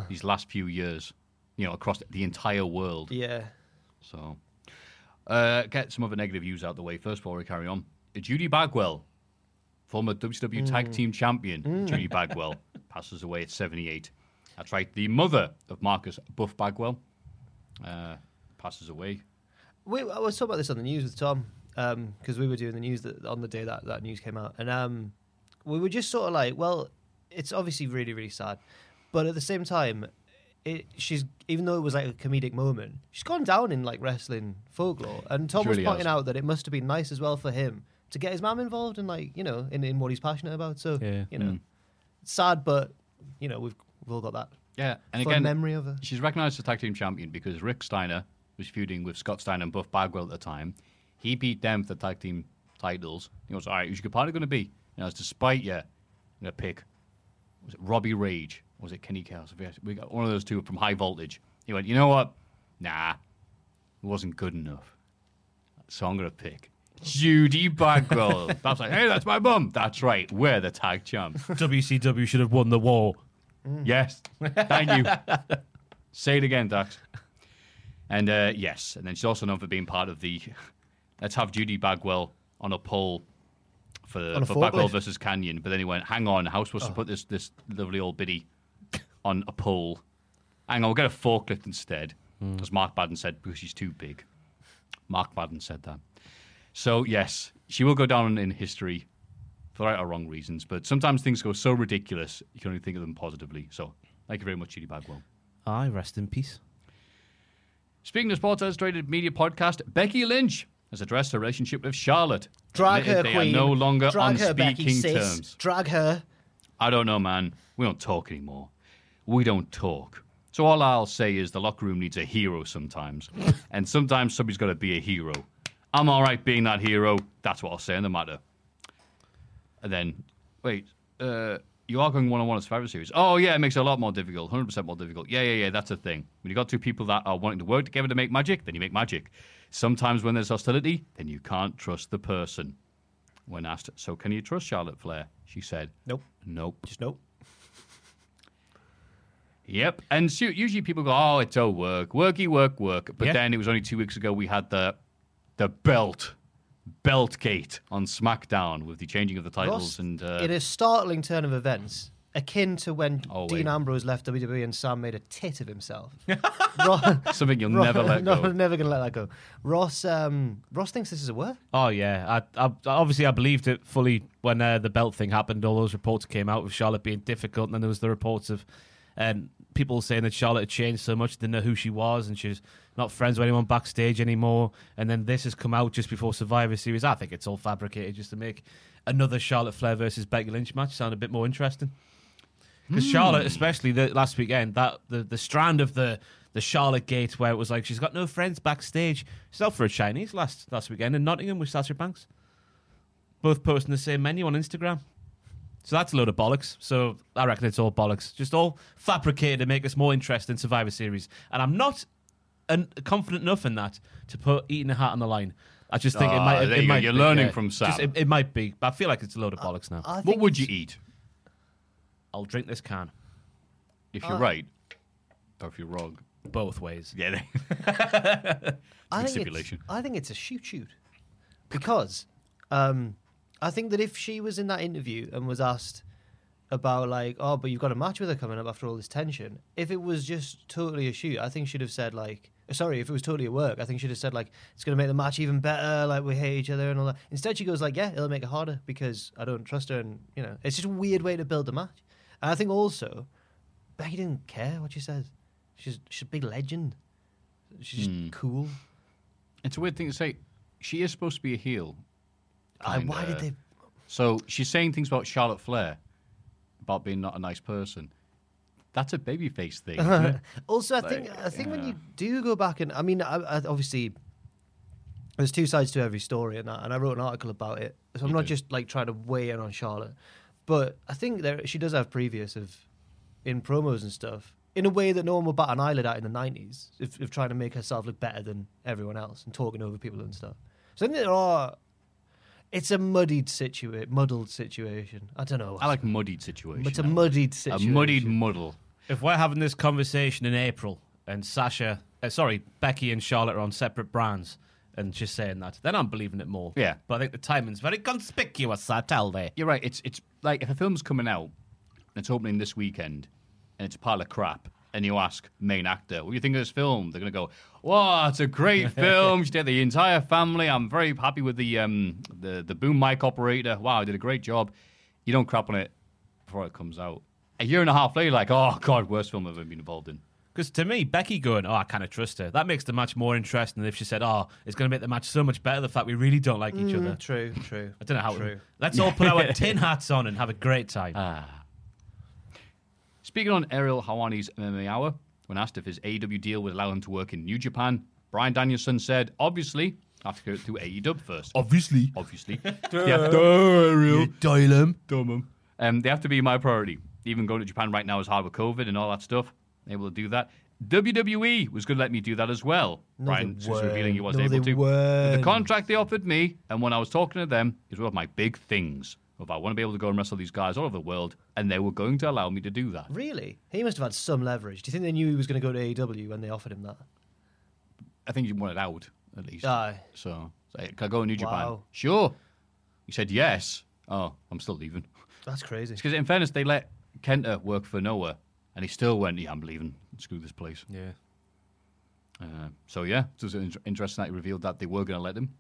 Speaker 4: these last few years, you know, across the entire world.
Speaker 6: yeah.
Speaker 4: So, uh, get some other negative views out the way first before we carry on. Judy Bagwell, former WCW Tag Team Champion, Judy Bagwell, passes away at 78. That's right, the mother of Marcus Buff Bagwell uh, passes away.
Speaker 6: We, I was talking about this on the news with Tom because we were doing the news that, on the day that that news came out, and um, we were just sort of like, well, it's obviously really really sad, but at the same time, it she's even though it was like a comedic moment, she's gone down in like wrestling folklore, and Tom
Speaker 4: She
Speaker 6: was
Speaker 4: really
Speaker 6: pointing
Speaker 4: has.
Speaker 6: out that it must have been nice as well for him to get his mum involved and like you know in, in what he's passionate about. So
Speaker 7: Yeah.
Speaker 6: you know,
Speaker 4: Mm.
Speaker 6: it's sad, but you know we've we've all got that
Speaker 4: Yeah, and
Speaker 6: fun
Speaker 4: again,
Speaker 6: memory of her.
Speaker 4: She's recognised as tag team champion because Rick Steiner was feuding with Scott Steiner and Buff Bagwell at the time. He beat them for the tag team titles. He was all right. Who's your partner going to be? And I was despite you. I'm going to pick. Was it Robbie Rage? Or was it Kenny Chaos? We got one of those two from High Voltage. He went, you know what? Nah, it wasn't good enough. So I'm going to pick Judy Bagwell. That's like, hey, that's my mum. That's right. We're the tag champ.
Speaker 7: WCW should have won the war.
Speaker 6: Mm.
Speaker 4: Yes. Thank you. Say it again, Dax. And uh, yes, and then she's also known for being part of the. Let's have Judy Bagwell on a poll for,
Speaker 6: a
Speaker 4: for Bagwell
Speaker 6: forklift? Oh.
Speaker 4: versus Canyon. But then he went, "Hang on, how supposed to put this this lovely old biddy on a pole? Hang on, we'll get a forklift instead."
Speaker 6: Hmm.
Speaker 4: As Mark Baden said, because she's too big. Mark Baden said that. So yes, she will go down in history for right or wrong reasons. But sometimes things go so ridiculous, you can only think of them positively. So thank you very much, Judy Bagwell.
Speaker 7: I rest in peace.
Speaker 4: Speaking of Sports Illustrated Media Podcast, Becky Lynch has addressed her relationship with Charlotte.
Speaker 6: Drag
Speaker 4: admitted
Speaker 6: her,
Speaker 4: they
Speaker 6: queen.
Speaker 4: are no longer
Speaker 6: Drag
Speaker 4: on
Speaker 6: her, Becky,
Speaker 4: speaking
Speaker 6: sis.
Speaker 4: terms.
Speaker 6: Drag her.
Speaker 4: I don't know, man. We don't talk anymore. We don't talk. So all I'll say is the locker room needs a hero sometimes, and sometimes somebody's got to be a hero. I'm all right being that hero. That's what I'll say in the matter. And then, wait, uh, you are going one on one at Survivor Series. Oh yeah, it makes it a lot more difficult, hundred percent more difficult. Yeah, yeah, yeah. That's a thing. When you got two people that are wanting to work together to make magic, then you make magic. Sometimes when there's hostility, then you can't trust the person. When asked, so can you trust Charlotte Flair? She said,
Speaker 6: Nope.
Speaker 4: Nope.
Speaker 6: Just nope.
Speaker 4: Yep. And so usually people go, oh, it's all work, worky, work, work. But
Speaker 7: Yeah.
Speaker 4: then it was only two weeks ago we had the the belt, belt gate on SmackDown with the changing of the titles
Speaker 6: Ross,
Speaker 4: and uh,
Speaker 6: in a startling turn of events, akin to when
Speaker 4: Oh,
Speaker 6: Dean
Speaker 4: wait.
Speaker 6: Ambrose left WWE and Sam made a tit of himself. Ross,
Speaker 4: something you'll never let
Speaker 6: no,
Speaker 4: go.
Speaker 6: I'm never gonna let that go. Ross, um, Ross thinks this is a work.
Speaker 7: Oh yeah, I, I obviously I believed it fully when uh, the belt thing happened. All those reports came out of Charlotte being difficult, and then there was the reports of um, people saying that Charlotte had changed so much they didn't know who she was, and she's not friends with anyone backstage anymore. And then this has come out just before Survivor Series. I think it's all fabricated just to make another Charlotte Flair versus Becky Lynch match sound a bit more interesting. Because
Speaker 4: Hmm.
Speaker 7: Charlotte, especially the last weekend, that the, the strand of the the Charlotte Gate where it was like she's got no friends backstage. She's out for a Chinese last last weekend in Nottingham with Sasha Banks. Both posting the same menu on Instagram. So that's a load of bollocks. So I reckon it's all bollocks. Just all fabricated to make us more interested in Survivor Series. And I'm not an, confident enough in that to put eating a hat on the line. I just think it
Speaker 4: Ah,
Speaker 7: might. it
Speaker 4: there you go.
Speaker 7: might
Speaker 4: You're
Speaker 7: be,
Speaker 4: learning
Speaker 7: yeah.
Speaker 4: from
Speaker 7: Just-
Speaker 4: Sam.
Speaker 7: it, it might be, but I feel like it's a load of bollocks now.
Speaker 6: I
Speaker 4: What
Speaker 6: think
Speaker 4: would you
Speaker 6: it's-
Speaker 4: eat I'll drink this can. if
Speaker 6: Uh.
Speaker 4: you're right or if you're wrong?
Speaker 7: both ways?
Speaker 4: Yeah,
Speaker 6: I
Speaker 4: Good
Speaker 6: think
Speaker 4: stipulation.
Speaker 6: It's, I think it's a shoot shoot because um, I think that if she was in that interview and was asked about like, oh, but you've got a match with her coming up after all this tension. If it was just totally a shoot, I think she'd have said like, sorry, if it was totally a work, I think she'd have said like, it's gonna make the match even better. Like we hate each other and all that. Instead, she goes like, yeah, it'll make it harder because I don't trust her, and you know, it's just a weird way to build the match. And I think also, Becky didn't care what she said. She's she's a big legend. She's just cool.
Speaker 4: it's a weird thing to say. She is supposed to be a heel.
Speaker 6: I, why did
Speaker 4: kinda.
Speaker 6: they?
Speaker 4: So she's saying things about Charlotte Flair, about being not a nice person. That's a babyface thing. isn't it?
Speaker 6: Also, I think I think when you do go back and I mean, I, I, obviously, there's two sides to every story, and that, and I wrote an article about it. So I'm not just like trying to weigh in on Charlotte, but I think there she does have previous of in promos and stuff in a way that no one would bat an eyelid at in the 90s of, of trying to make herself look better than everyone else and talking over people and stuff. So I think there are. It's a muddied situation, muddled situation. I don't know.
Speaker 4: I like muddied situations.
Speaker 6: it's a muddied
Speaker 4: a
Speaker 6: situation.
Speaker 4: muddied muddle.
Speaker 7: If we're having this conversation in April and Sasha uh, sorry, Becky and Charlotte are on separate brands, and just saying that, then I'm believing it more.
Speaker 4: Yeah.
Speaker 7: But I think the timing's very conspicuous, I tell thee.
Speaker 4: You're right. It's it's like if a film's coming out and it's opening this weekend and it's a pile of crap, and you ask main actor, "What do you think of this film?" They're gonna go, "Wow, it's a great film. She did the entire family. I'm very happy with the um the the boom mic operator. Wow, I did a great job." You don't crap on it before it comes out. A year and a half later, like, oh god, worst film I've ever been involved in.
Speaker 7: Because to me, Becky going, oh, I kind of trust her. That makes the match more interesting than if she said, oh, it's going to make the match so much better the fact we really don't like each other.
Speaker 6: True, true.
Speaker 7: I don't know how.
Speaker 6: Mm. True.
Speaker 7: Let's all put our tin hats on and have a great time.
Speaker 4: Ah. Speaking on Ariel Hawani's MMA Hour, when asked if his AEW deal would allow him to work in New Japan, Brian Danielson said, obviously, I have to go through AEW first. Obviously. Obviously. yeah. Ariel.
Speaker 7: Dylan.
Speaker 4: Um, they have to be my priority. Even going to Japan right now is hard with COVID and all that stuff. Able to do that. WWE was going to let me do that as well. Brian
Speaker 6: they
Speaker 4: was revealing he
Speaker 6: weren't.
Speaker 4: wasn't
Speaker 6: No,
Speaker 4: able
Speaker 6: they
Speaker 4: to. But
Speaker 6: weren't.
Speaker 4: the contract they offered me, and when I was talking to them, is one of my big things. If I want to be able to go and wrestle these guys all over the world, and they were going to allow me to do that.
Speaker 6: Really? He must have had some leverage. Do you think they knew he was going to go to AEW when they offered him that?
Speaker 4: I think you wanted out at least.
Speaker 6: Aye.
Speaker 4: So, say, can I go to New Japan?
Speaker 6: Wow.
Speaker 4: Sure. He said yes. Oh, I'm still leaving.
Speaker 6: That's crazy.
Speaker 4: Because in fairness, they let Kenta work for Noah, and he still went, "Yeah, I'm leaving. Screw this place."
Speaker 7: Yeah.
Speaker 4: Uh, so yeah, it was in- interesting that he revealed that they were going to let him.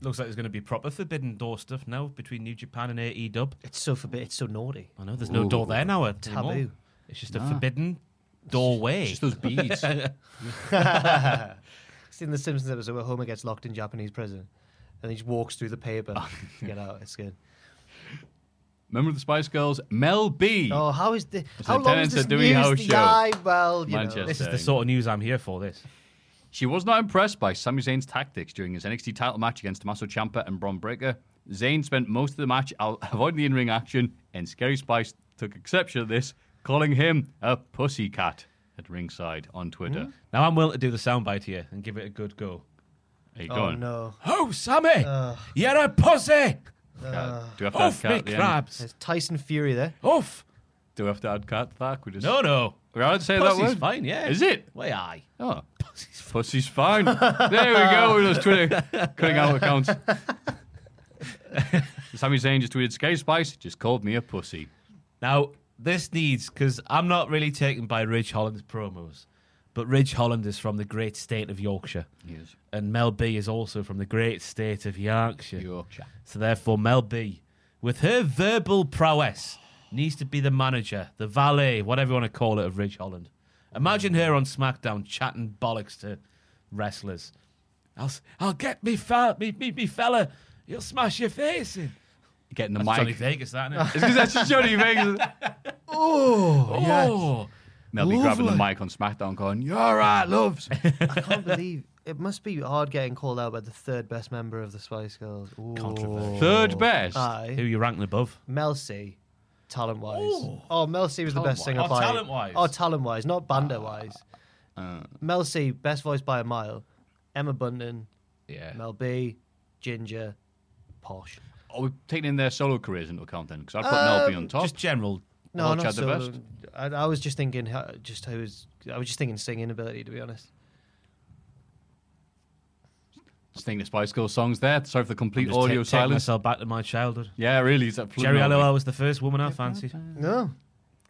Speaker 7: Looks like there's going to be proper forbidden door stuff now between New Japan and AE Dub.
Speaker 6: It's so forbidden. It's so naughty.
Speaker 7: I know there's no door there now. uh, anymore.
Speaker 6: Taboo.
Speaker 7: It's just a forbidden doorway.
Speaker 4: Just those beads.
Speaker 6: It's in the Simpsons episode where Homer gets locked in Japanese prison, and he just walks through the paper to get out. It's good.
Speaker 4: Remember the Spice Girls? Mel B.
Speaker 6: Oh, how is the how
Speaker 4: the
Speaker 6: long is
Speaker 4: tenants
Speaker 6: this
Speaker 4: are doing
Speaker 6: news?
Speaker 4: house
Speaker 6: the
Speaker 4: show.
Speaker 6: eye? Well, you know.
Speaker 4: Manchester.
Speaker 7: this is the
Speaker 4: Dang.
Speaker 7: sort of news I'm here for. This.
Speaker 4: She was not impressed by Sami Zayn's tactics during his NXT title match against Tommaso Ciampa and Braun Breaker. Zayn spent most of the match out avoiding the in-ring action, and Scary Spice took exception to this, calling him a pussycat at ringside on Twitter.
Speaker 6: Hmm?
Speaker 7: Now I'm willing to do the soundbite here and give it a good go.
Speaker 4: There you go.
Speaker 6: Oh
Speaker 4: on.
Speaker 6: no,
Speaker 7: Oh, Sammy, you're a pussy.
Speaker 6: Uh,
Speaker 4: Cat. Do we have to add
Speaker 7: Off
Speaker 4: cat
Speaker 7: me
Speaker 4: at the end?
Speaker 7: crabs.
Speaker 6: there's Tyson Fury there.
Speaker 7: Off.
Speaker 4: Do we have to add cat back? We just
Speaker 7: No, no.
Speaker 4: We're allowed to say that
Speaker 7: Pussy's
Speaker 4: word.
Speaker 7: fine. Yeah.
Speaker 4: Is it?
Speaker 7: Why aye.
Speaker 4: Oh, pussy's fine. there we go. With those Twitter cutting out accounts. Sammy Zayn just tweeted, "Scary Spice just called me a pussy."
Speaker 7: Now, this needs, because I'm not really taken by Ridge Holland's promos, but Ridge Holland is from the great state of Yorkshire.
Speaker 4: Yes,
Speaker 7: And Mel B is also from the great state of Yorkshire.
Speaker 4: Yorkshire.
Speaker 7: So, therefore, Mel B, with her verbal prowess, needs to be the manager, the valet, whatever you want to call it, of Ridge Holland. Imagine her on SmackDown chatting bollocks to wrestlers. I'll, s- I'll get me, fa- me, me, me fella. You'll smash your face in.
Speaker 4: Getting the
Speaker 7: That's Johnny
Speaker 4: mic.
Speaker 7: Vegas, that isn't it?
Speaker 4: It's 'cause that's Johnny Vegas.
Speaker 7: Oh,
Speaker 4: They'll be grabbing the mic on SmackDown, going, "You're right, loves."
Speaker 6: I can't believe it must be hard getting called out by the third best member of the Spice Girls. Ooh.
Speaker 7: Controversial.
Speaker 4: Third best.
Speaker 7: Who
Speaker 6: Aye,
Speaker 7: you ranking above?
Speaker 6: Mel C, talent wise. Oh, Mel C was the
Speaker 7: Talent-wise.
Speaker 6: best singer
Speaker 7: Oh,
Speaker 6: by.
Speaker 7: talent-wise.
Speaker 6: Oh, talent wise, not banda wise. Mel C, best voice by a mile. Emma Bunton,
Speaker 7: Yeah.
Speaker 6: Mel B, Ginger, Posh.
Speaker 4: Are we taking Oh, in their solo careers into account then? Because I've got Mel B on top.
Speaker 7: Uh, Just general.
Speaker 6: No,
Speaker 4: Watch
Speaker 6: not
Speaker 4: out the
Speaker 6: so.
Speaker 4: best.
Speaker 6: I, I was just thinking, how, just who was I was just thinking singing ability to be honest.
Speaker 4: Just thinking of Spice Girls songs there. Sorry for the complete
Speaker 7: Just
Speaker 4: audio
Speaker 7: ta- taking
Speaker 4: silence.
Speaker 7: myself back to my childhood.
Speaker 4: Yeah, really. Is that
Speaker 7: Jerry
Speaker 4: flew me
Speaker 7: Halliwell
Speaker 4: away.
Speaker 7: was the first woman I fancied.
Speaker 6: No,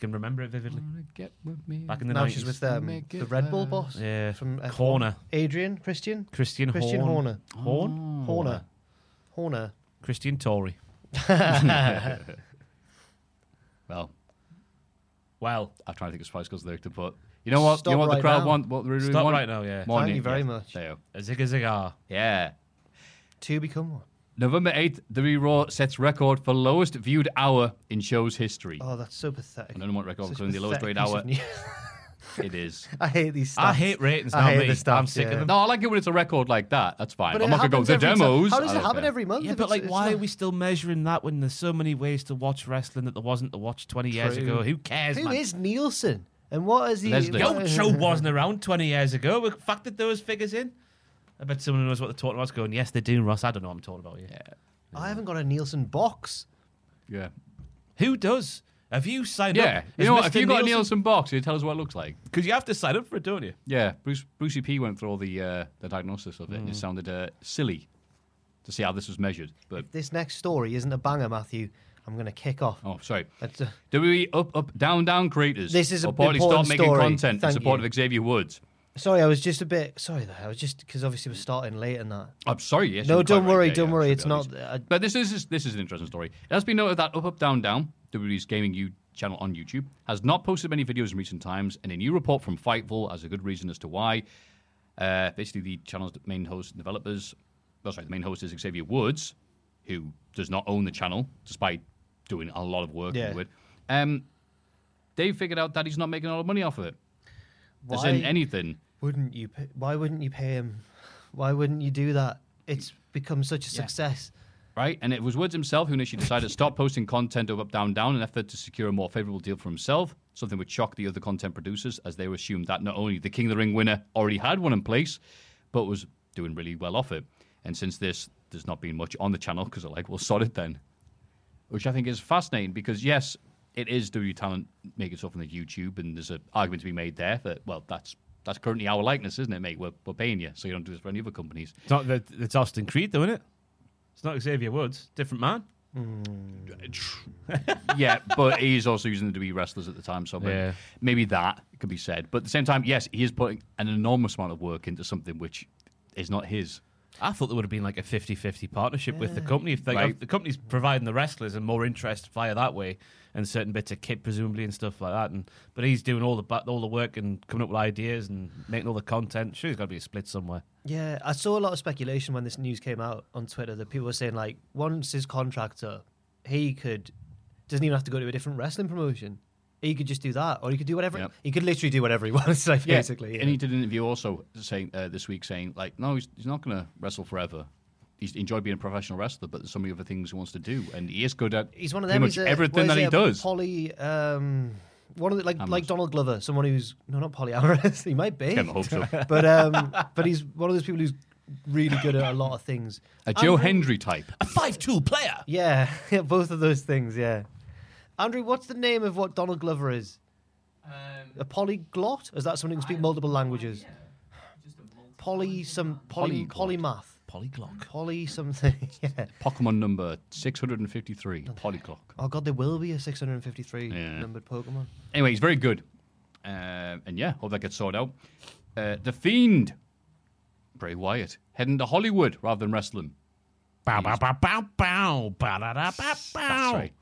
Speaker 7: Can remember it vividly.
Speaker 4: Get with me.
Speaker 7: Back in the
Speaker 6: now
Speaker 7: 90s.
Speaker 6: she's with um, the Red Bull boss.
Speaker 7: yeah.
Speaker 6: from F1.
Speaker 7: Horner.
Speaker 6: Adrian Christian
Speaker 7: Christian,
Speaker 6: Christian
Speaker 7: Horn.
Speaker 6: Horner. Ah.
Speaker 7: Horn?
Speaker 6: Horner. Horner.
Speaker 7: Christian Tory.
Speaker 4: Well,
Speaker 7: Well,
Speaker 4: I'm trying to think of Spice Girls lyric to put. You know what?
Speaker 6: Stop
Speaker 4: you know what the
Speaker 6: right
Speaker 4: crowd
Speaker 6: now.
Speaker 4: want? What they really
Speaker 7: stop
Speaker 4: want?
Speaker 7: right now, yeah.
Speaker 4: Morning.
Speaker 6: Thank you very
Speaker 4: Yeah.
Speaker 6: much.
Speaker 4: There you go.
Speaker 7: A zigga zigga.
Speaker 4: Yeah.
Speaker 6: To become one.
Speaker 4: November 8th, The Raw sets record for lowest viewed hour in show's history.
Speaker 6: Oh, that's so pathetic.
Speaker 4: I don't know what record
Speaker 6: Such
Speaker 4: was in the lowest
Speaker 6: pathetic
Speaker 4: rated
Speaker 6: piece of
Speaker 4: hour.
Speaker 6: news.
Speaker 4: It is.
Speaker 6: I hate these. Stats.
Speaker 7: I hate ratings
Speaker 6: I
Speaker 7: now,
Speaker 6: hate
Speaker 7: mate.
Speaker 6: the stats,
Speaker 7: I'm sick
Speaker 6: yeah.
Speaker 7: of them.
Speaker 4: No, I like it when it's a record like that. That's fine.
Speaker 6: But
Speaker 4: I'm
Speaker 6: it
Speaker 4: not going to go,
Speaker 6: happens
Speaker 4: the
Speaker 6: every time.
Speaker 4: demos.
Speaker 6: How does
Speaker 4: I
Speaker 6: it
Speaker 4: don't
Speaker 6: happen
Speaker 4: care.
Speaker 6: every month?
Speaker 7: Yeah,
Speaker 6: if
Speaker 7: but
Speaker 6: it's-
Speaker 7: like,
Speaker 6: it's
Speaker 7: why
Speaker 6: not-
Speaker 7: are we still measuring that when there's so many ways to watch wrestling that there wasn't to watch 20 years
Speaker 6: True.
Speaker 7: ago? Who cares,
Speaker 6: Who
Speaker 7: man?
Speaker 6: is Nielsen? And what is he?
Speaker 4: Leslie.
Speaker 7: The
Speaker 4: Yeah.
Speaker 7: old show wasn't around 20 years ago. We factored those figures in. I bet someone knows what they're talking about. It's Going, yes, they do, Ross. I don't know what I'm talking about. Yeah.
Speaker 6: I haven't got a Nielsen box.
Speaker 4: Yeah.
Speaker 7: Who does? Have you signed
Speaker 4: Yeah.
Speaker 7: up?
Speaker 4: You know what? If you got a Nielsen box, it tell us what it looks like.
Speaker 7: because you have to sign up for it, don't you?
Speaker 4: Yeah. Bruce Brucey P went through all the uh, the diagnosis of it,
Speaker 6: Hmm.
Speaker 4: and it sounded uh, silly to see how this was measured. But
Speaker 6: This next story isn't a banger, Matthew. I'm going to kick off.
Speaker 4: oh, sorry.
Speaker 6: That's, uh,
Speaker 4: WWE up up down down creators.
Speaker 6: This is a
Speaker 4: reportedly
Speaker 6: important
Speaker 4: stopped making
Speaker 6: story.
Speaker 4: content
Speaker 6: Thank
Speaker 4: in support
Speaker 6: you.
Speaker 4: of Xavier Woods.
Speaker 6: sorry, I was just a bit sorry there. I was just because obviously we're starting late and that.
Speaker 4: I'm sorry. Yes,
Speaker 6: No,
Speaker 4: you're quite
Speaker 6: don't
Speaker 4: right.
Speaker 6: worry,
Speaker 4: Yeah,
Speaker 6: don't
Speaker 4: yeah,
Speaker 6: worry,
Speaker 4: should
Speaker 6: it's
Speaker 4: be
Speaker 6: not- uh,
Speaker 4: obvious.
Speaker 6: I-
Speaker 4: But this is this is an interesting story. It has been noted that Up Up Down Down, WWE's gaming you channel on YouTube, has not posted many videos in recent times, and a new report from Fightful has a good reason as to why. Uh, basically, the channel's main host and developers, oh, sorry, the main host is Xavier Woods, who does not own the channel despite doing a lot of work
Speaker 6: Yeah.
Speaker 4: into it. Um, they figured out that he's not making a lot of money off of it. As in
Speaker 6: Why?
Speaker 4: anything.
Speaker 6: Wouldn't you? Pay, why wouldn't you pay him? Why wouldn't you do that? It's become such a success.
Speaker 4: right? And it was Woods himself who initially decided to stop posting content of Up Down Down in an effort to secure a more favorable deal for himself, something which shocked the other content producers as they were assumed that not only the King of the Ring winner already had one in place, but was doing really well off it. And since this, there's not been much on the channel because they're like, well, sod it then. Which I think is fascinating because, yes, it is WWE talent making stuff on the YouTube, and there's an argument to be made there that, well, that's that's currently our likeness, isn't it, mate? We're, we're paying you, so you don't do this for any other companies.
Speaker 7: It's not that it's Austin Creed, though, isn't it? It's not Xavier Woods, different man.
Speaker 4: yeah, but he's also using the WWE wrestlers at the time, so maybe,
Speaker 7: Yeah.
Speaker 4: maybe that could be said. But at the same time, yes, he is putting an enormous amount of work into something which is not his.
Speaker 7: I thought there would have been like a 50-50 partnership with the company. If they,
Speaker 4: Right.
Speaker 7: if the company's providing the wrestlers and more interest via that way, and certain bits of kit presumably and stuff like that. And but he's doing all the ba- all the work and coming up with ideas and making all the content. Sure, there's got to be a split somewhere.
Speaker 6: Yeah, I saw a lot of speculation when this news came out on Twitter that people were saying like, once his contractor, he could doesn't even have to go to a different wrestling promotion. He could just do that, or he could do whatever.
Speaker 4: Yep.
Speaker 6: He could literally do whatever he wants. Like, Basically,
Speaker 4: And
Speaker 6: yeah.
Speaker 4: he did an interview also saying uh, this week saying like, no, he's, he's not going to wrestle forever. He's enjoyed being a professional wrestler, but there's so many other things he wants to do, and he is good at
Speaker 6: he's one of
Speaker 4: pretty
Speaker 6: them.
Speaker 4: much
Speaker 6: he's a- what
Speaker 4: everything
Speaker 6: is
Speaker 4: that
Speaker 6: it,
Speaker 4: he
Speaker 6: a
Speaker 4: does.
Speaker 6: Poly, um, one of the, like
Speaker 4: Amorous.
Speaker 6: like Donald Glover, someone who's no, not polyamorous. he might be,
Speaker 4: Kind of hope so.
Speaker 6: but um, but he's one of those people who's really good at a lot of things.
Speaker 4: A Joe
Speaker 6: Andrew-
Speaker 4: Hendry type.
Speaker 7: A five-tool player.
Speaker 6: Yeah, yeah, both of those things. Yeah, Andrew, what's the name of what Donald Glover is? a polyglot? Is that someone who can speak multiple languages? Poly some poly polymath.
Speaker 7: Polyglock.
Speaker 6: Poly something. Yeah.
Speaker 4: Pokemon number 653, Polyclock.
Speaker 6: Oh god, there will be a 653
Speaker 4: Yeah.
Speaker 6: numbered Pokemon.
Speaker 4: Anyway, he's very good. Um, and yeah, hope that gets sorted out. Uh, the Fiend, Bray Wyatt, heading to Hollywood rather than wrestling.
Speaker 7: Bow bow bow bow bow bow da da bow
Speaker 4: That's
Speaker 7: bow.
Speaker 4: right.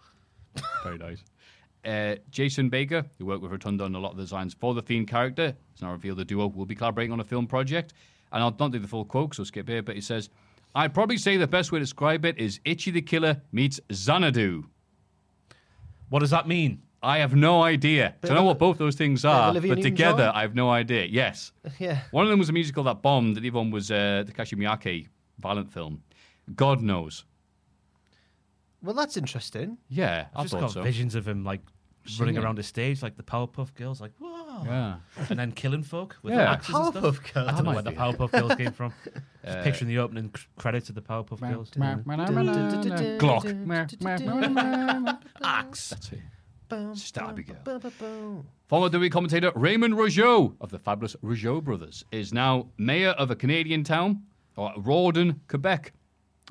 Speaker 4: very nice. Uh, Jason Baker, who worked with Rotunda on a lot of the designs for the Fiend character, has now revealed the duo will be collaborating on a film project. And I'll not do the full quote, so skip here, but he says, I'd probably say the best way to describe it is Itchy the Killer meets Xanadu.
Speaker 7: What does that mean?
Speaker 4: I have no idea.
Speaker 6: Bit
Speaker 4: Don't know
Speaker 6: of-
Speaker 4: what both those things
Speaker 6: of
Speaker 4: are,
Speaker 6: Olivia
Speaker 4: but together,
Speaker 6: Newton-John?
Speaker 4: I have no idea. Yes.
Speaker 6: Yeah.
Speaker 4: One of them was a musical that bombed, and the other one was uh, the Takashi Miyake violent film. God knows.
Speaker 6: Well, that's interesting.
Speaker 4: Yeah, I
Speaker 7: Just
Speaker 4: thought
Speaker 7: got
Speaker 4: so.
Speaker 7: visions of him like running
Speaker 4: Singing.
Speaker 7: around a stage like the Powerpuff Girls, like whoa,
Speaker 4: Yeah.
Speaker 7: and then killing folk with
Speaker 4: Yeah.
Speaker 7: axes and stuff.
Speaker 6: Powerpuff Girls.
Speaker 7: I don't know where the
Speaker 4: Might
Speaker 7: Powerpuff Girls came from. Just
Speaker 6: Uh,
Speaker 7: picturing the opening c- credits of the Powerpuff Girls. Mm.
Speaker 4: Glock.
Speaker 7: Axe.
Speaker 4: That's it.
Speaker 6: Boom,
Speaker 4: Stab
Speaker 6: boom,
Speaker 4: girl.
Speaker 6: boom, boom, boom.
Speaker 4: Former WWE commentator Raymond Rougeau of the fabulous Rougeau Brothers is now mayor of a Canadian town, or Rawdon, Quebec.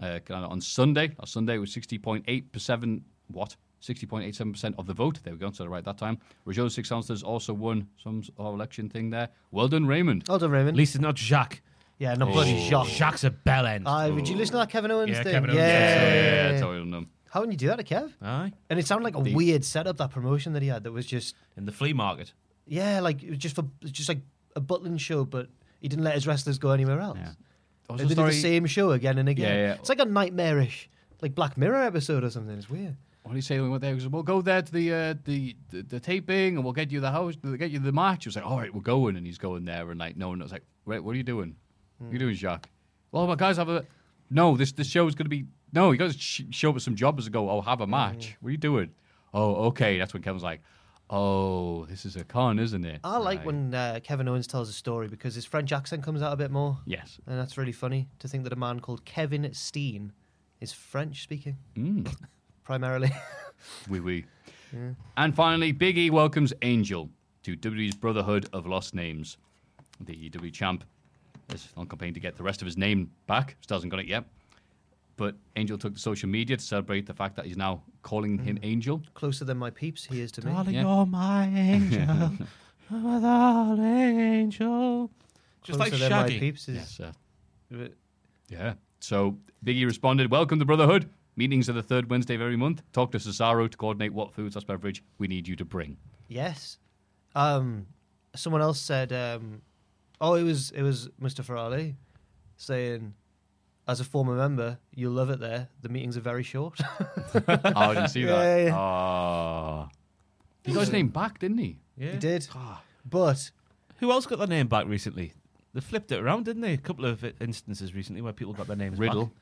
Speaker 4: Uh, Canada on Sunday, last Sunday was 60.87 what? 60.87% of the vote. There we go, so right that time. Rougeau's six ounces also won some sort of election thing there. Well done, Raymond.
Speaker 6: Well done, Raymond.
Speaker 7: At least it's not Jacques.
Speaker 6: yeah, no bloody shot.
Speaker 7: Jacques a bell end.
Speaker 6: Aye, would you listen to that Kevin Owens
Speaker 7: Yeah,
Speaker 6: thing?
Speaker 7: Kevin Owens,
Speaker 6: yeah.
Speaker 4: Yeah, that's how you'll know.
Speaker 6: How can you do that to Kev?
Speaker 7: Aye.
Speaker 6: And it sounded like a weird setup that promotion that he had. That was just
Speaker 7: In the flea market.
Speaker 6: yeah, like it was just for just like a Butland show, but he didn't let his wrestlers go anywhere else.
Speaker 4: Also
Speaker 6: They did the
Speaker 4: sorry-
Speaker 6: same show again and again.
Speaker 4: Yeah, yeah.
Speaker 6: It's like a nightmarish, like Black Mirror episode or something. It's weird.
Speaker 4: What do you say when we went there? He said, "We'll go there to the uh, the, the the taping, and we'll get you the house, we'll get you the match." He was like, "All right, we're going," and he's going there, and like, no one was like, "Wait, what are you doing? What are
Speaker 6: Hmm.
Speaker 4: you doing, Jacques?" Well, my guys have a no. This this show is going to be no. You got to sh- show up with some jobbers and go. Oh, have a
Speaker 6: Hmm.
Speaker 4: match. What are you doing? Oh, okay. That's when Kevin's like, "Oh, this is a con, isn't it?"
Speaker 6: I like
Speaker 4: Right.
Speaker 6: when uh, Kevin Owens tells a story because his French accent comes out a bit more,
Speaker 4: yes.
Speaker 6: and that's really funny to think that a man called Kevin Steen is French speaking
Speaker 4: Mm.
Speaker 6: primarily.
Speaker 4: Wee wee. And finally, Big E welcomes Angel to WWE's Brotherhood of Lost Names. The WWE champ is on campaign to get the rest of his name back. Still hasn't got it yet. But Angel took to social media to celebrate the fact that he's now calling him
Speaker 6: Mm.
Speaker 4: Angel.
Speaker 6: Closer than my peeps, he is to me.
Speaker 7: Darling,
Speaker 4: Yeah.
Speaker 7: you're my angel. I'm a darling angel. Just like
Speaker 6: Closer than Oh, my
Speaker 7: Shaggy.
Speaker 6: peeps is.
Speaker 4: So,
Speaker 6: But
Speaker 4: uh, yeah. So Big E responded, Welcome to Brotherhood. Meetings are the third Wednesday of every month. Talk to Cesaro to coordinate what foods or beverage we need you to bring.
Speaker 6: Yes. Um, someone else said, um, "Oh, it was it was Mustafa Ali saying." As a former member, you'll love it there. The meetings are very short.
Speaker 4: oh, I didn't see that.
Speaker 6: Yeah, yeah.
Speaker 4: Ah. He got his name back, didn't he?
Speaker 7: Yeah.
Speaker 6: He did. But
Speaker 7: Who else got their name back recently? They flipped it around, didn't they? A couple of i- instances recently where people got their names
Speaker 4: Riddle.
Speaker 7: back.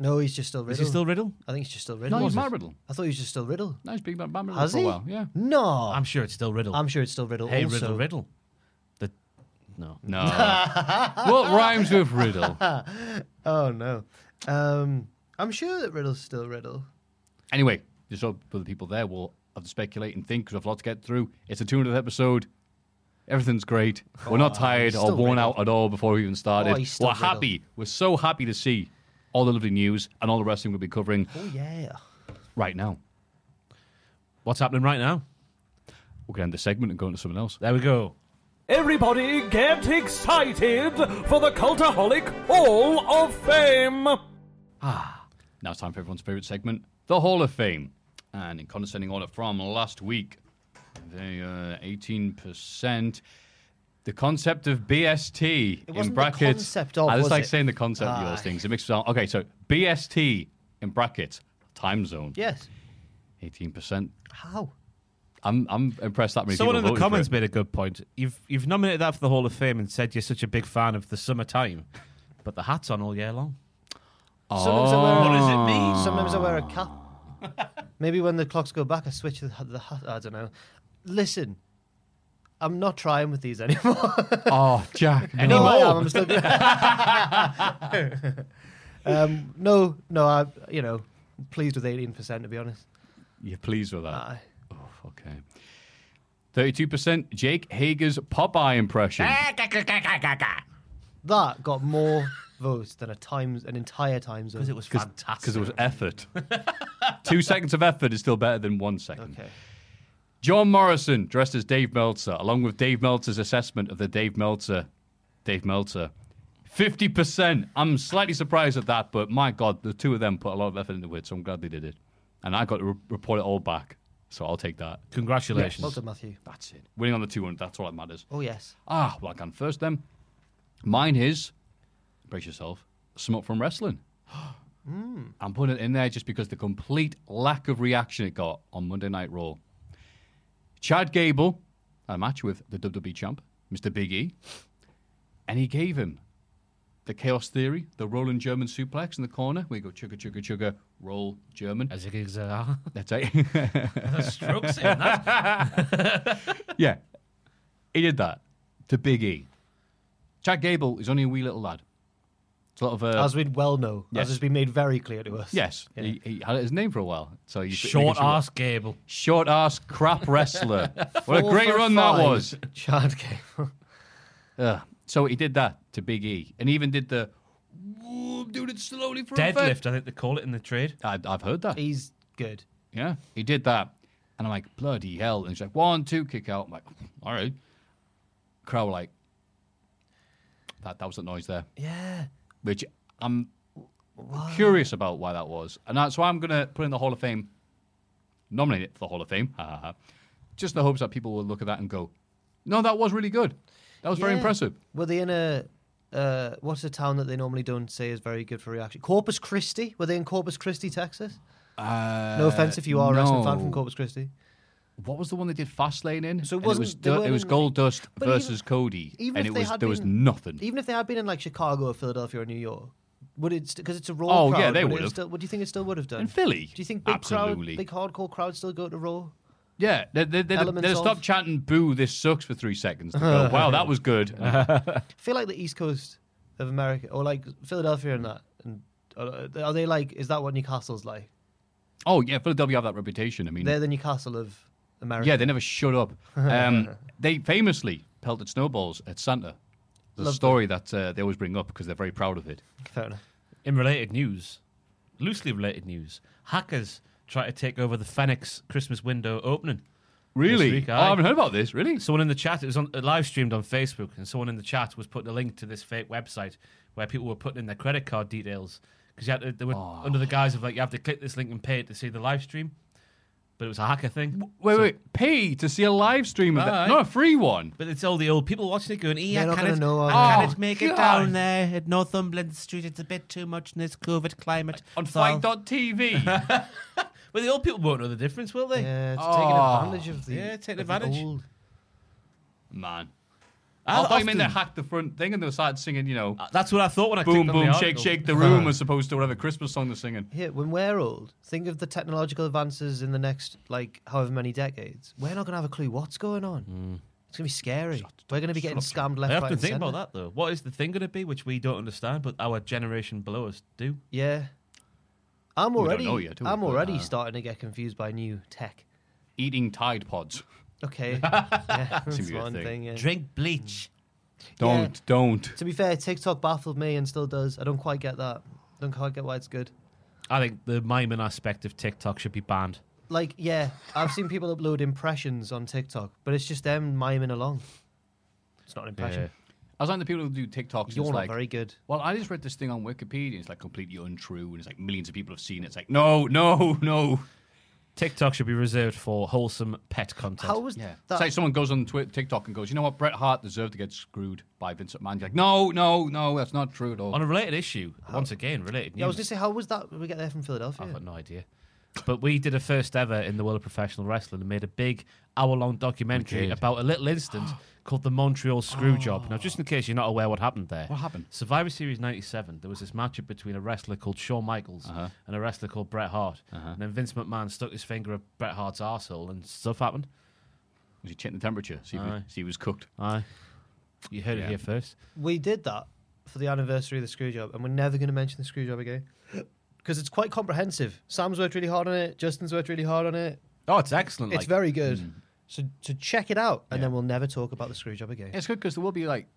Speaker 6: no, he's just still Riddle.
Speaker 7: Is he still Riddle?
Speaker 6: I think he's just still Riddle.
Speaker 4: No, he's Matt Riddle.
Speaker 6: I thought he was just still Riddle.
Speaker 4: No, he's been Matt Riddle
Speaker 6: Has
Speaker 4: for
Speaker 6: he?
Speaker 4: a while. Yeah.
Speaker 6: No,
Speaker 7: I'm
Speaker 6: I'm,
Speaker 7: sure it's still Riddle.
Speaker 6: sure it's still Riddle.
Speaker 7: hey,
Speaker 6: also.
Speaker 7: Riddle, Riddle. The no.
Speaker 4: No. what rhymes with Riddle?
Speaker 6: Oh no, um, I'm sure that Riddle's still Riddle.
Speaker 4: Anyway, just so for the people there will have to speculate and think because I've a lot to get through. It's a 200th episode. Everything's great. We're not tired
Speaker 6: Oh, he's
Speaker 4: or
Speaker 6: still
Speaker 4: worn
Speaker 6: Riddle.
Speaker 4: out at all before we even started.
Speaker 6: Oh, he's still
Speaker 4: We're
Speaker 6: Riddle.
Speaker 4: happy. We're so happy to see all the lovely news and all the wrestling we'll be covering
Speaker 6: Oh yeah.
Speaker 4: right now.
Speaker 7: What's happening right now?
Speaker 4: We're going to end the segment and go into something else.
Speaker 7: There we go.
Speaker 8: Everybody get excited for the Cultaholic Hall of Fame!
Speaker 4: Now it's time for everyone's favourite segment, the Hall of Fame. And in condescending order from last week, the uh, 18%. The concept of BST in
Speaker 6: wasn't the
Speaker 4: brackets.
Speaker 6: concept of,
Speaker 4: I just
Speaker 6: was
Speaker 4: like
Speaker 6: it?
Speaker 4: saying the concept of
Speaker 6: Ah.
Speaker 4: yours things. It makes it sound okay. So BST in brackets time zone.
Speaker 6: Yes.
Speaker 4: eighteen percent.
Speaker 6: How?
Speaker 4: I'm I'm impressed that many
Speaker 7: Someone in
Speaker 4: people voted
Speaker 7: the
Speaker 4: for
Speaker 7: comments
Speaker 4: it.
Speaker 7: made a good point. You've you've nominated that for the Hall of Fame and said you're such a big fan of the summertime, but the hat's on all year long.
Speaker 6: Sometimes I
Speaker 4: Oh.
Speaker 6: wear.
Speaker 7: What does it mean?
Speaker 6: Sometimes I wear a cap. Maybe when the clocks go back, I switch the, the hat. I don't know. Listen, I'm not trying with these anymore.
Speaker 4: Oh, Jack.
Speaker 6: no,
Speaker 4: no.
Speaker 6: I am. I'm still good. um, no, no, I, you know, pleased with 18%, to be honest.
Speaker 4: You're pleased with that?
Speaker 6: Aye.
Speaker 4: Oh, okay. Thirty-two percent. Jake Hager's Popeye impression.
Speaker 6: That got more votes than a times an entire time zone.
Speaker 7: Because it was fantastic.
Speaker 4: Because it was effort. Two seconds of effort is still better than one second.
Speaker 6: Okay.
Speaker 4: John Morrison dressed as Dave Meltzer, along with Dave Meltzer's assessment of the Dave Meltzer. Dave Meltzer. 50%. I'm slightly surprised at that, but my God, the two of them put a lot of effort into it, so I'm glad they did it. And I got to re- report it all back, so I'll take that.
Speaker 7: Congratulations.
Speaker 6: Well done, Matthew.
Speaker 4: That's it. Winning on the 200, that's all that matters.
Speaker 6: Oh, yes.
Speaker 4: Ah, well, I can first then. Mine is, brace yourself, Smut from Wrestling. I'm putting it in there just because the complete lack of reaction it got on Monday Night Raw. Chad Gable had a match with the WWE champ, Mr. Big E, and he gave him the Chaos Theory, the rolling German suplex in the corner. We go chugga, chugga, chugga, roll German.
Speaker 7: As it is, uh,
Speaker 4: That's it.
Speaker 7: strokes in that.
Speaker 4: Yeah. He did that to Big E. Chad Gable is only a wee little lad. Sort of a.
Speaker 6: As we well know,
Speaker 4: Uh, yes.
Speaker 6: as has been made very clear to us.
Speaker 4: yes. He, he had his name for a while. So you
Speaker 7: Short ass Gable.
Speaker 4: Short ass crap wrestler. what a
Speaker 6: Four
Speaker 4: great
Speaker 6: for
Speaker 4: run that
Speaker 6: five.
Speaker 4: was.
Speaker 6: Chad Gable.
Speaker 4: Ugh. So he did that to Big E. And he even did the. "Ooh, I'm doing it slowly for effect."
Speaker 7: Deadlift, I think they call it in the trade.
Speaker 4: I, I've heard that.
Speaker 6: He's good.
Speaker 4: Yeah, he did that. And I'm like, bloody hell. And she's like, one, two, kick out. I'm like, all right. Crow, like, that, that was the noise there.
Speaker 6: Yeah.
Speaker 4: which I'm curious about why that was. And that's why I'm going to put in the Hall of Fame, nominate it for the Hall of Fame, ha, ha, ha. just in the hopes that people will look at that and go, no, that was really good. That was very
Speaker 6: Yeah.
Speaker 4: impressive.
Speaker 6: Were they in a uh, what's a town that they normally don't say is very good for reaction? Corpus Christi. Were they in Corpus Christi, Texas?
Speaker 4: Uh,
Speaker 6: No offense if you are a wrestling fan from
Speaker 4: no.
Speaker 6: Corpus Christi.
Speaker 4: What was the one they did Fastlane in?
Speaker 6: So it
Speaker 4: And
Speaker 6: wasn't-
Speaker 4: was,
Speaker 6: they
Speaker 4: du- it
Speaker 6: weren't
Speaker 4: was
Speaker 6: in-
Speaker 4: Gold Dust
Speaker 6: but even-
Speaker 4: versus Cody,
Speaker 6: even
Speaker 4: and
Speaker 6: if
Speaker 4: it
Speaker 6: they
Speaker 4: was
Speaker 6: had
Speaker 4: there was
Speaker 6: been-
Speaker 4: nothing.
Speaker 6: Even if they had been in like Chicago or Philadelphia or New York, would it because it's a Raw?
Speaker 4: Oh,
Speaker 6: crowd,
Speaker 4: yeah, they
Speaker 6: would it
Speaker 4: would've.
Speaker 6: Still, what do you think it still would have done?
Speaker 4: In Philly?
Speaker 6: Do you think big
Speaker 4: Absolutely.
Speaker 6: crowd, big hardcore crowd, still go to Raw?
Speaker 4: yeah, they, they, they, they,
Speaker 6: Elements
Speaker 4: they
Speaker 6: of-
Speaker 4: stopped chanting "Boo, this sucks" for three seconds. They go, wow, that was good.
Speaker 6: I feel like the East Coast of America or like Philadelphia and that, and uh, are they like? Is that what Newcastle's like?
Speaker 4: Oh yeah, Philadelphia have that reputation. I mean,
Speaker 6: They're the Newcastle of America.
Speaker 4: yeah, they never shut up. Um, they famously pelted snowballs at Santa. The
Speaker 6: Love
Speaker 4: story that uh, they always bring up because they're very proud of it.
Speaker 6: Fair enough.
Speaker 7: In related news, loosely related news, hackers try to take over the Phoenix Christmas window opening.
Speaker 4: Really?
Speaker 7: week,
Speaker 4: oh,
Speaker 7: aye.
Speaker 4: I haven't heard about this. Really?
Speaker 7: Someone in the chat, it was on, uh, live streamed on Facebook, and someone in the chat was putting a link to this fake website where people were putting in their credit card details because you had to, they were under the guise of like you have to click this link and pay it to see the live stream, but it was a hacker thing.
Speaker 4: Wait, wait. Pay to see a live stream of
Speaker 7: Aye.
Speaker 4: that, not a free one.
Speaker 7: But it's all the old people watching it going, "Eh,
Speaker 6: They're
Speaker 7: I
Speaker 6: not gonna
Speaker 7: can't,
Speaker 6: know,
Speaker 7: I
Speaker 6: are
Speaker 4: they?"
Speaker 7: can't
Speaker 4: Oh,
Speaker 7: make
Speaker 4: God.
Speaker 7: it down there at Northumberland Street. It's a bit too much in this COVID climate."
Speaker 4: On
Speaker 7: So I'll-
Speaker 4: fight.tv.
Speaker 7: Well, the old people won't know the difference, will they?
Speaker 6: Yeah, it's
Speaker 4: Oh.
Speaker 6: taking advantage of the.
Speaker 7: Ah. Yeah, taking
Speaker 6: of the
Speaker 7: advantage.
Speaker 6: old-
Speaker 4: Man. I
Speaker 7: I'll
Speaker 4: thought you meant they
Speaker 7: often-
Speaker 4: hacked the front thing and they started singing, you know,
Speaker 7: That's what I thought when I
Speaker 4: boom,
Speaker 7: clicked on the
Speaker 4: boom, shake,
Speaker 7: article.
Speaker 4: shake the room was supposed to whatever Christmas song they're singing.
Speaker 6: Here, when we're old, think of the technological advances in the next, like, however many decades. We're not going to have a clue what's going on.
Speaker 4: Mm.
Speaker 6: It's going to be scary. We're going to be getting scammed left,
Speaker 7: I
Speaker 6: right,
Speaker 7: often
Speaker 6: and
Speaker 7: think
Speaker 6: centre.
Speaker 7: about that though. What is the thing going to be which we don't understand, but our generation below us do?
Speaker 6: Yeah. I'm
Speaker 4: don't
Speaker 6: already,
Speaker 4: know yet, do we?
Speaker 6: I'm
Speaker 4: But,
Speaker 6: already
Speaker 4: uh,
Speaker 6: starting to get confused by new tech.
Speaker 4: Eating Tide Pods.
Speaker 6: Okay. yeah, that's
Speaker 4: Seems to be a
Speaker 6: one
Speaker 4: thing.
Speaker 6: thing. yeah.
Speaker 7: Drink bleach.
Speaker 4: Don't,
Speaker 6: Yeah.
Speaker 4: don't.
Speaker 6: To be fair, TikTok baffled me and still does. I don't quite get that. Don't quite get why it's good.
Speaker 7: I think the miming aspect of TikTok should be banned.
Speaker 6: Like, yeah, I've seen people upload impressions on TikTok, but it's just them miming along. It's not an impression.
Speaker 4: I was like the people who do TikToks.
Speaker 6: You're
Speaker 4: it's
Speaker 6: not
Speaker 4: like,
Speaker 6: very good.
Speaker 4: Well, I just read this thing on Wikipedia. and It's like completely untrue, and it's like millions of people have seen it. It's like, no, no, no.
Speaker 7: TikTok should be reserved for wholesome pet content.
Speaker 6: How was
Speaker 4: Yeah.
Speaker 6: that?
Speaker 4: It's like someone goes on Twitter, TikTok and goes, you know what, Bret Hart deserved to get screwed by Vincent Mann. You're like, no, no, no, that's not true at all.
Speaker 7: On a related issue, once again, related news.
Speaker 6: yeah, I was going to say, how was that? when We get there from
Speaker 7: I've
Speaker 6: Philadelphia.
Speaker 7: got no idea. But we did a first ever in the world of professional wrestling and made a big hour long documentary
Speaker 4: did.
Speaker 7: about a little incident called the Montreal Screwjob. Job. Now,
Speaker 6: Oh.
Speaker 7: just in case you're not aware what happened there,
Speaker 4: What happened?
Speaker 7: Survivor Series 97, there was this matchup between a wrestler called Shawn Michaels
Speaker 6: Uh-huh.
Speaker 7: and a wrestler called Bret Hart. And then Vince McMahon stuck his finger up Bret Hart's arsehole and stuff happened.
Speaker 4: was he checking the temperature? See if he,
Speaker 7: Aye.
Speaker 4: see if he was cooked.
Speaker 7: Aye. You heard
Speaker 4: Yeah.
Speaker 7: it here first.
Speaker 6: We did that for the anniversary of the screw job, and we're never going to mention the screw job again because it's quite comprehensive. Sam's worked really hard on it. Justin's worked really hard on it.
Speaker 7: Oh, it's excellent.
Speaker 6: It's very good. So, so check it out, and then we'll never talk about the screw job again.
Speaker 4: It's good because there will be like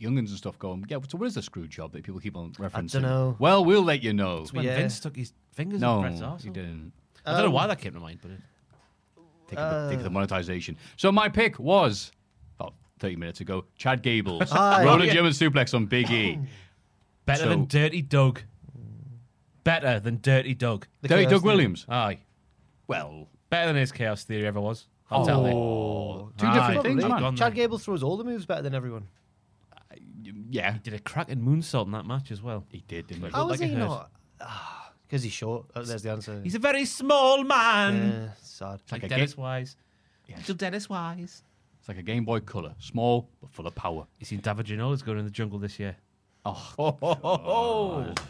Speaker 4: youngins and stuff going, yeah, so what is the screw job that people keep on referencing?
Speaker 6: dunno.
Speaker 4: Well, we'll let you know.
Speaker 7: When
Speaker 6: Yeah.
Speaker 7: Vince stuck his fingers
Speaker 4: No,
Speaker 7: up Bret's arsehole.
Speaker 4: he didn't.
Speaker 7: I don't know why that came to mind, but it,
Speaker 4: Think of, the, think of the
Speaker 6: Uh.
Speaker 4: monetization. So my pick was about 30 minutes ago. Chad Gables
Speaker 6: Aye.
Speaker 4: rolled a German suplex on Big E.
Speaker 7: better
Speaker 4: So-
Speaker 7: than Dirty Doug. Better than Dirty Doug.
Speaker 6: The
Speaker 4: Dirty
Speaker 6: chaos
Speaker 4: Doug
Speaker 6: theory.
Speaker 4: Williams.
Speaker 7: Aye.
Speaker 4: Well,
Speaker 7: Better than his chaos theory ever was. I'll tell
Speaker 4: Oh.
Speaker 7: you.
Speaker 4: two
Speaker 7: Aye.
Speaker 4: different
Speaker 6: Probably.
Speaker 4: things,
Speaker 7: I've
Speaker 4: man.
Speaker 7: gone
Speaker 6: Chad
Speaker 7: there.
Speaker 6: Gable throws all the moves better than everyone.
Speaker 4: Yeah,
Speaker 7: Did a cracking moonsault in that match as well.
Speaker 4: he did, didn't he?
Speaker 6: How
Speaker 7: looked
Speaker 6: is
Speaker 7: like
Speaker 6: he
Speaker 7: a herd.
Speaker 6: not? Because he's short. Oh, there's the answer.
Speaker 7: He's a very small man.
Speaker 4: Mm.
Speaker 6: Yeah, sad.
Speaker 4: like
Speaker 7: Like,
Speaker 4: a
Speaker 7: Dennis
Speaker 4: gate-
Speaker 7: Wise. Little Dennis Wise.
Speaker 4: It's like a Game Boy Color, small but full of power.
Speaker 7: You seen David Ginola's going in the jungle this year.
Speaker 4: Oh,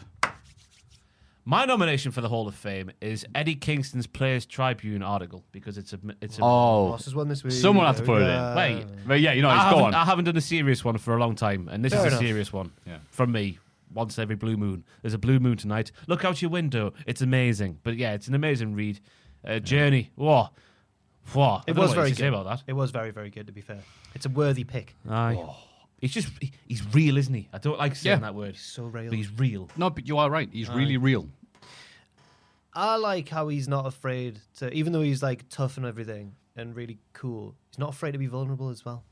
Speaker 7: My nomination for the Hall of Fame is Eddie Kingston's Players Tribune article because it's a it's a
Speaker 4: oh.
Speaker 6: Ross has won this week.
Speaker 4: someone had to put it
Speaker 6: Yeah.
Speaker 4: in.
Speaker 7: wait.
Speaker 4: But yeah, you know,
Speaker 7: I
Speaker 4: it's
Speaker 7: haven't,
Speaker 4: gone.
Speaker 7: I haven't done a serious one for a long time, and this
Speaker 6: Fair
Speaker 7: is
Speaker 6: enough.
Speaker 7: a serious one
Speaker 4: Yeah.
Speaker 7: from me. Once every blue moon, there's a blue moon tonight. Look out your window; it's amazing. But yeah, it's an amazing read. Uh, Journey, whoa, whoa. I
Speaker 6: It
Speaker 7: don't know
Speaker 6: was
Speaker 7: what
Speaker 6: very
Speaker 7: else to
Speaker 6: good.
Speaker 7: say about that.
Speaker 6: It was very, very good, to be fair. It's a worthy pick.
Speaker 7: Aye. He's just he- he's real, isn't he? I don't like saying
Speaker 4: Yeah.
Speaker 7: that word,
Speaker 6: So real.
Speaker 7: but he's real.
Speaker 4: No, but you are right. He's really real.
Speaker 6: I like how he's not afraid to, even though he's like tough and everything and really cool, he's not afraid to be vulnerable as well.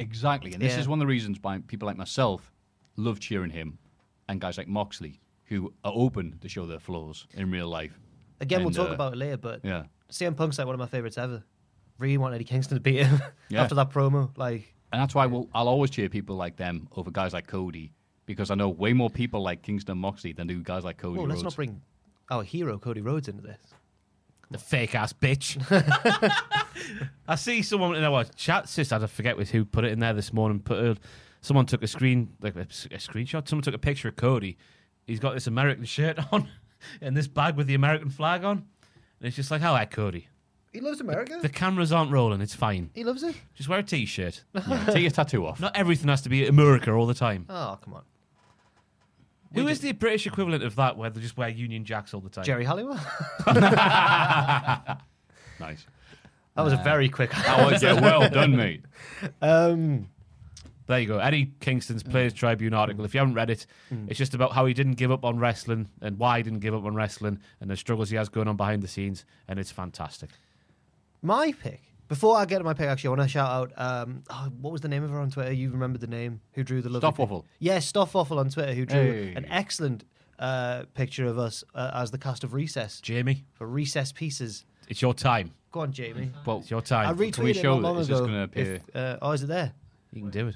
Speaker 4: Exactly. And this
Speaker 6: Yeah.
Speaker 4: is one of the reasons why people like myself love cheering him and guys like Moxley who are open to show their flaws in real life.
Speaker 6: Again,
Speaker 4: And,
Speaker 6: we'll talk
Speaker 4: uh,
Speaker 6: about it later, but
Speaker 4: Yeah.
Speaker 6: CM Punk's like one of my favorites ever. Really want Eddie Kingston to beat him
Speaker 4: Yeah.
Speaker 6: after that promo. Like,
Speaker 4: And that's why we'll, I'll always cheer people like them over guys like Cody because I know way more people like Kingston and Moxley than do guys like Cody
Speaker 6: whoa, oh, let's
Speaker 4: Rhodes.
Speaker 6: not bring our hero Cody Rhodes into this.
Speaker 7: The fake ass bitch. I see someone in our chat system. I forget with who put it in there this morning. Put a, someone took a screen like a, s- a screenshot. Someone took a picture of Cody. He's got this American shirt on and this bag with the American flag on, and it's just like, "All right, Cody.
Speaker 6: He loves America.
Speaker 7: The cameras aren't rolling. It's fine.
Speaker 6: he loves it.
Speaker 7: Just wear a t-shirt.
Speaker 4: Yeah, take your tattoo off.
Speaker 7: Not everything has to be America all the time."
Speaker 6: Oh, come on.
Speaker 7: Who is the British equivalent of that, where they just wear Union Jacks all the time?
Speaker 6: Jerry Halliwell?
Speaker 4: Nice.
Speaker 6: That was a very quick.
Speaker 4: That was yeah, well done, mate.
Speaker 6: um,
Speaker 7: There you go. Eddie Kingston's Players Tribune article. If you haven't read it, it's just about how he didn't give up on wrestling and why he didn't give up on wrestling and the struggles he has going on behind the scenes. And it's fantastic.
Speaker 6: my pick. Before I get to my pick, actually, I want to shout out. Um, oh, what was the name of her on Twitter? You remembered the name? Who drew the lovely? pic-
Speaker 4: Stoffwaffle.
Speaker 6: Yeah, Stoffwaffle on Twitter, who drew
Speaker 4: Hey.
Speaker 6: an excellent uh, picture of us uh, as the cast of Recess
Speaker 7: Jamie,
Speaker 6: for Recess pieces.
Speaker 7: it's your time.
Speaker 6: Go on, Jamie.
Speaker 4: Well,
Speaker 7: It's your time.
Speaker 6: I retweeted
Speaker 4: we show
Speaker 6: it not long
Speaker 4: that? It's
Speaker 6: ago.
Speaker 4: just gonna appear.
Speaker 6: If, uh, oh, is it there?
Speaker 7: you can do it.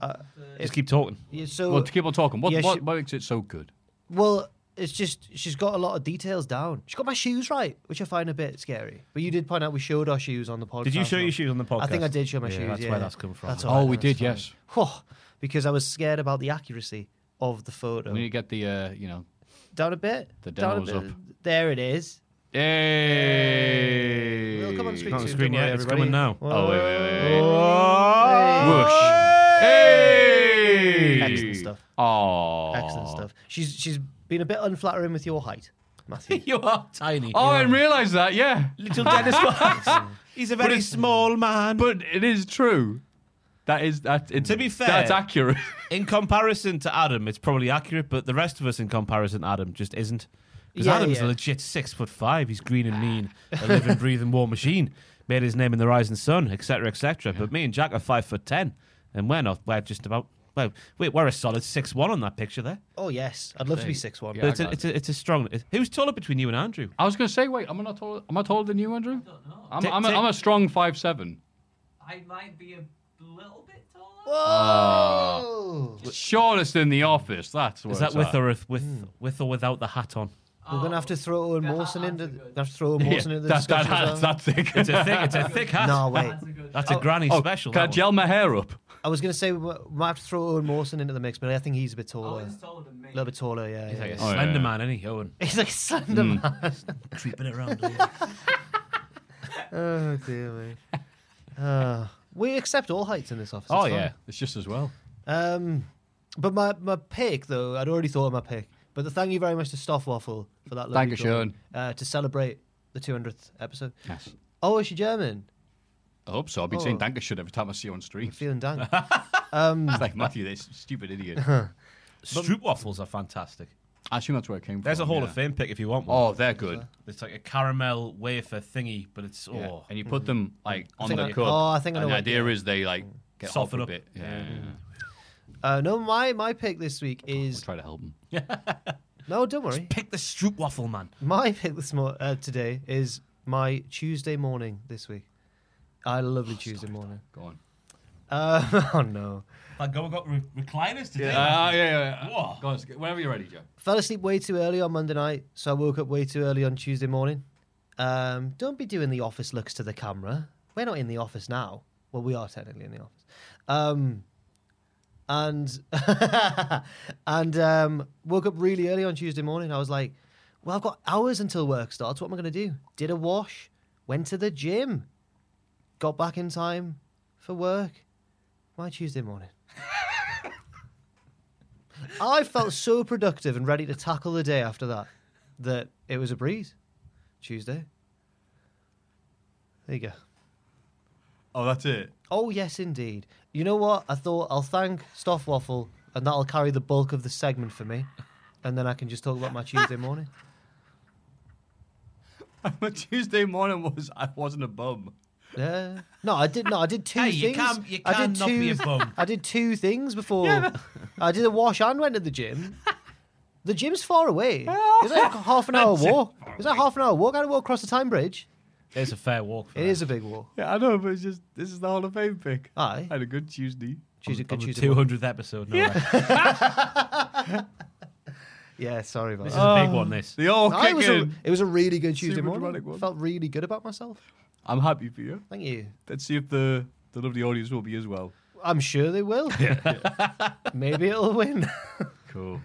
Speaker 6: Uh,
Speaker 7: Just keep talking.
Speaker 6: Yeah, so
Speaker 4: well, to keep on talking, what,
Speaker 6: Yeah,
Speaker 4: what,
Speaker 6: she-
Speaker 4: what makes it so good?
Speaker 6: Well, it's just she's got a lot of details down. She got my shoes right, which I find a bit scary. But you did point out we showed our shoes on the podcast.
Speaker 7: Did you show your shoes on the podcast?
Speaker 6: I think I did show my
Speaker 7: Yeah,
Speaker 6: shoes.
Speaker 7: That's
Speaker 6: yeah.
Speaker 7: where that's come from.
Speaker 6: That's all
Speaker 4: Oh,
Speaker 6: right,
Speaker 4: we
Speaker 6: that's
Speaker 4: did,
Speaker 6: fine.
Speaker 4: yes.
Speaker 6: Whew, because I was scared about the accuracy of the photo.
Speaker 4: We need to get the, uh, you know,
Speaker 6: Down a bit.
Speaker 4: The
Speaker 6: down a
Speaker 4: demos
Speaker 6: bit.
Speaker 4: up.
Speaker 6: There it is.
Speaker 4: hey,
Speaker 6: It'll come on screen
Speaker 7: Not on
Speaker 6: soon,
Speaker 7: screen
Speaker 6: don't worry,
Speaker 7: yet, it's
Speaker 6: everybody.
Speaker 7: coming now.
Speaker 4: Oh wait, wait, wait, wait.
Speaker 6: Oh.
Speaker 4: Whoosh. Hey.
Speaker 6: Excellent stuff.
Speaker 4: Oh,
Speaker 6: Excellent stuff. She's she's been a bit unflattering with your height, Matthew.
Speaker 7: you are tiny.
Speaker 4: Oh, I didn't realize that. Yeah,
Speaker 7: little Dennis Wise. He's a very small man. But
Speaker 4: but it is true. That is that. It,
Speaker 7: To be fair-
Speaker 4: that's accurate.
Speaker 7: in comparison to Adam, it's probably accurate, but the rest of us in comparison to Adam just isn't. Because
Speaker 6: Yeah,
Speaker 7: Adam's a
Speaker 6: yeah.
Speaker 7: legit six foot five. He's green and mean, a living, breathing war machine. Made his name in the rising sun, etc., etc. But me and Jack are five foot ten, and we're not. We're just about. Well, wait, we're a solid six one on that picture there.
Speaker 6: Oh yes, I'd love to be six one.
Speaker 7: But it's, a, it's, a, it's a strong. It's, who's taller between you and Andrew?
Speaker 4: I was gonna say, wait, am I not taller? Am I taller than you, Andrew? I'm,
Speaker 7: Take-
Speaker 4: I'm, a,
Speaker 7: take-
Speaker 4: I'm a strong five seven.
Speaker 9: I might be a little bit taller.
Speaker 4: Shortest in the office. That's what
Speaker 7: Is that
Speaker 4: it's
Speaker 7: with
Speaker 4: at.
Speaker 7: or with,
Speaker 4: Hmm.
Speaker 7: with or without the hat on?
Speaker 6: We're gonna have to throw Owen Mawson into. Gonna have to throw Owen
Speaker 4: Yeah,
Speaker 6: Mawson into the
Speaker 4: that, that,
Speaker 6: discussion as
Speaker 4: that,
Speaker 6: well.
Speaker 4: that thing.
Speaker 7: It's a thick. It's a thick hat.
Speaker 6: No, wait.
Speaker 7: That's a granny
Speaker 4: Oh,
Speaker 7: special.
Speaker 4: Can I
Speaker 7: that
Speaker 4: gel my hair up?
Speaker 6: I was going to say we might have to throw Owen Mawson into the mix, but I think he's a bit
Speaker 1: Oh,
Speaker 6: taller.
Speaker 9: Owen's taller than me.
Speaker 6: a little
Speaker 1: Uh,
Speaker 6: bit taller, yeah.
Speaker 7: one.
Speaker 6: yeah, yeah.
Speaker 4: Oh, yeah,
Speaker 7: Slender
Speaker 4: yeah.
Speaker 7: man, any Owen.
Speaker 6: He's like a
Speaker 4: Hmm.
Speaker 6: slender man.
Speaker 7: creeping around.
Speaker 6: Oh, dear me. Uh, we accept all heights in this office.
Speaker 4: Oh
Speaker 6: it's
Speaker 4: yeah, it's just as well.
Speaker 6: fine. Um, but my, my pick, though, I'd already thought of my pick. But the thank you very much to Stoffwaffle for that. lovely
Speaker 4: Dankeschön.
Speaker 6: drawing, Uh, to celebrate the 200th episode.
Speaker 4: Yes.
Speaker 6: Oh, is she German?
Speaker 4: I hope so. I've been
Speaker 6: Oh.
Speaker 4: saying Dankeschön every time I see you on
Speaker 6: I'm
Speaker 4: stream.
Speaker 6: feeling down.
Speaker 4: It's like Matthew, this stupid idiot.
Speaker 7: Stroop waffles are fantastic.
Speaker 4: I assume that's where it came
Speaker 7: There's
Speaker 4: from.
Speaker 7: a Hall
Speaker 4: Oh, yeah.
Speaker 7: of Fame pick if you want one.
Speaker 4: Oh, they're good.
Speaker 7: It's like a caramel wafer thingy, but it's
Speaker 4: Yeah.
Speaker 7: oh,
Speaker 4: And you put them like on
Speaker 6: think
Speaker 4: the
Speaker 6: I-
Speaker 4: cup.
Speaker 6: oh, I think I know
Speaker 4: and the
Speaker 6: what-
Speaker 4: idea is they like get
Speaker 7: Soften
Speaker 4: hot
Speaker 7: up.
Speaker 4: a bit. Yeah, yeah, yeah.
Speaker 6: uh, no, my, my pick this week is.
Speaker 4: try to help them.
Speaker 6: No, don't worry.
Speaker 7: pick the Stroop waffle man.
Speaker 6: My pick this mor- uh, today is my Tuesday morning this week. I had a
Speaker 4: Oh,
Speaker 6: lovely Tuesday morning.
Speaker 4: Go on.
Speaker 6: Uh, oh no.
Speaker 7: Like
Speaker 6: Like,
Speaker 7: go got re- recliners today.
Speaker 4: Uh, yeah, yeah.
Speaker 7: Whoa.
Speaker 4: Go on, whenever you're ready, Joe.
Speaker 6: Fell asleep way too early on Monday night, so I woke up way too early on Tuesday morning. Um, don't be doing the office looks to the camera. We're not in the office now. Well, we are technically in the office. Um, and and um, woke up really early on Tuesday morning. I was like, well, I've got hours until work starts. What am I going to do? Did a wash, went to the gym, got back in time for work. My Tuesday morning. I felt so productive and ready to tackle the day after that that it was a breeze. Tuesday. There you go.
Speaker 4: Oh, that's it.
Speaker 6: Oh yes, indeed. You know what? I thought I'll thank Stoff Waffle, and that'll carry the bulk of the segment for me, and then I can just talk about my Tuesday morning.
Speaker 4: My Tuesday morning was I wasn't a bum.
Speaker 6: Yeah. No, I did. No, I did two
Speaker 7: Hey,
Speaker 6: things.
Speaker 7: you can- you
Speaker 6: I
Speaker 7: can
Speaker 6: did
Speaker 7: not
Speaker 6: two,
Speaker 7: be a bum.
Speaker 6: I did two things before. I did a wash and went to the gym. The gym's far away. It's like a half an hour walk. It's like half an hour walk. I had to walk across the time bridge.
Speaker 7: It's a fair walk. For
Speaker 6: It is a big walk.
Speaker 4: Yeah, I know, but it's just this is the Hall of Fame pick.
Speaker 6: Aye.
Speaker 4: I had a good Tuesday.
Speaker 6: Tuesday, good Tuesday.
Speaker 7: two
Speaker 6: morning.
Speaker 7: hundredth episode. No less.
Speaker 6: Yeah, sorry about
Speaker 7: This
Speaker 6: that.
Speaker 7: is
Speaker 4: Oh.
Speaker 7: a big one. This.
Speaker 4: The all
Speaker 6: No,
Speaker 4: kicking.
Speaker 6: it, was a, it was a really good Tuesday
Speaker 4: Super
Speaker 6: morning.
Speaker 4: dramatic one.
Speaker 6: Felt really good about myself.
Speaker 4: I'm happy for you.
Speaker 6: Thank you.
Speaker 4: Let's see if the the lovely audience will be as well.
Speaker 6: I'm sure they will. Maybe it'll win.
Speaker 4: Cool.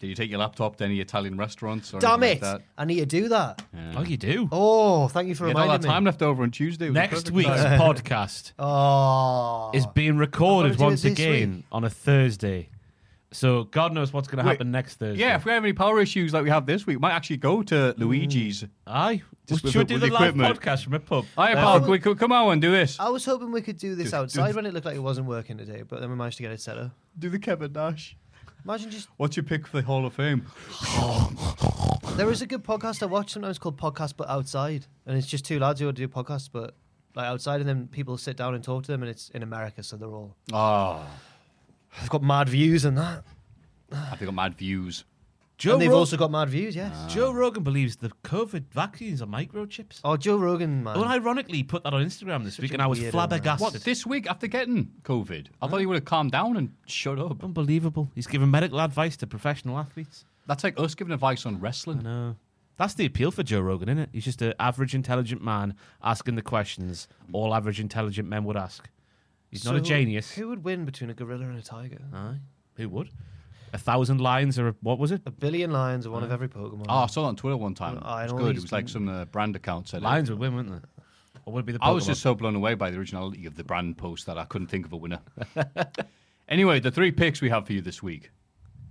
Speaker 4: Did you take your laptop to any Italian restaurants or
Speaker 6: Damn
Speaker 4: anything
Speaker 6: it!
Speaker 4: like that?
Speaker 6: I need to do that.
Speaker 7: Oh, you do.
Speaker 6: Oh, thank you for
Speaker 4: You had all that
Speaker 6: reminding
Speaker 4: time
Speaker 6: me.
Speaker 4: left over on Tuesday. It was the
Speaker 7: Next
Speaker 4: perfect
Speaker 7: week's
Speaker 4: time.
Speaker 7: podcast
Speaker 6: Oh,
Speaker 7: is being
Speaker 6: I'm
Speaker 7: recorded
Speaker 6: gonna do
Speaker 7: once
Speaker 6: it this
Speaker 7: again on a Thursday. So God knows what's going to happen next Thursday.
Speaker 4: Yeah, if we have any power issues like we have this week, we might actually go to Luigi's.
Speaker 7: Aye.
Speaker 4: Just
Speaker 7: we
Speaker 4: with
Speaker 7: should
Speaker 4: the-
Speaker 7: do
Speaker 4: with
Speaker 7: the
Speaker 4: the
Speaker 7: live
Speaker 4: equipment. Oh,
Speaker 7: podcast from a pub.
Speaker 4: All right, pal, can we co- come on and do this.
Speaker 6: I was hoping we could do this outside when it looked like it wasn't working today, but then we managed to get it set up.
Speaker 4: Do the Kevin Nash.
Speaker 6: Imagine just
Speaker 4: What's your pick for the Hall of Fame?
Speaker 6: there is a good podcast I watch sometimes called Podcast But Outside, and it's just two lads who do podcasts but like outside, and then people sit down and talk to them, and it's in America, so they're all
Speaker 4: Ah,
Speaker 6: they've got mad views and that,
Speaker 4: I've got mad views.
Speaker 7: Joe,
Speaker 6: and they've
Speaker 7: Rog-
Speaker 6: also got mad views, yes.
Speaker 7: Joe Rogan believes the COVID vaccines are microchips.
Speaker 6: Oh, Joe Rogan, man.
Speaker 7: Well, ironically, he put that on Instagram this week,
Speaker 6: a
Speaker 7: and I was
Speaker 6: weirdo, man.
Speaker 7: flabbergasted.
Speaker 4: What, this week after getting COVID? I thought you would have calmed down and shut up.
Speaker 7: Unbelievable. He's giving medical advice to professional athletes.
Speaker 4: That's like us giving advice on
Speaker 7: I
Speaker 4: wrestling.
Speaker 7: know. That's the appeal for Joe Rogan, isn't it? He's just an average intelligent man asking the questions all average intelligent men would ask. He's not a
Speaker 6: So,
Speaker 7: genius.
Speaker 6: Who would win between a gorilla and a tiger?
Speaker 7: Aye. Who would? A thousand lions or a, what was it?
Speaker 6: A billion lions are one of every Pokemon.
Speaker 4: Oh, I saw that on Twitter one time.
Speaker 6: I
Speaker 4: it
Speaker 6: know
Speaker 4: was good.
Speaker 6: he's
Speaker 4: It was like
Speaker 6: been-
Speaker 4: some uh, brand account said it.
Speaker 7: Lions would win, wouldn't they? Or would it be the Pokemon?
Speaker 4: I was just so blown away by the originality of the brand post that I couldn't think of a winner. anyway, the three picks we have for you this week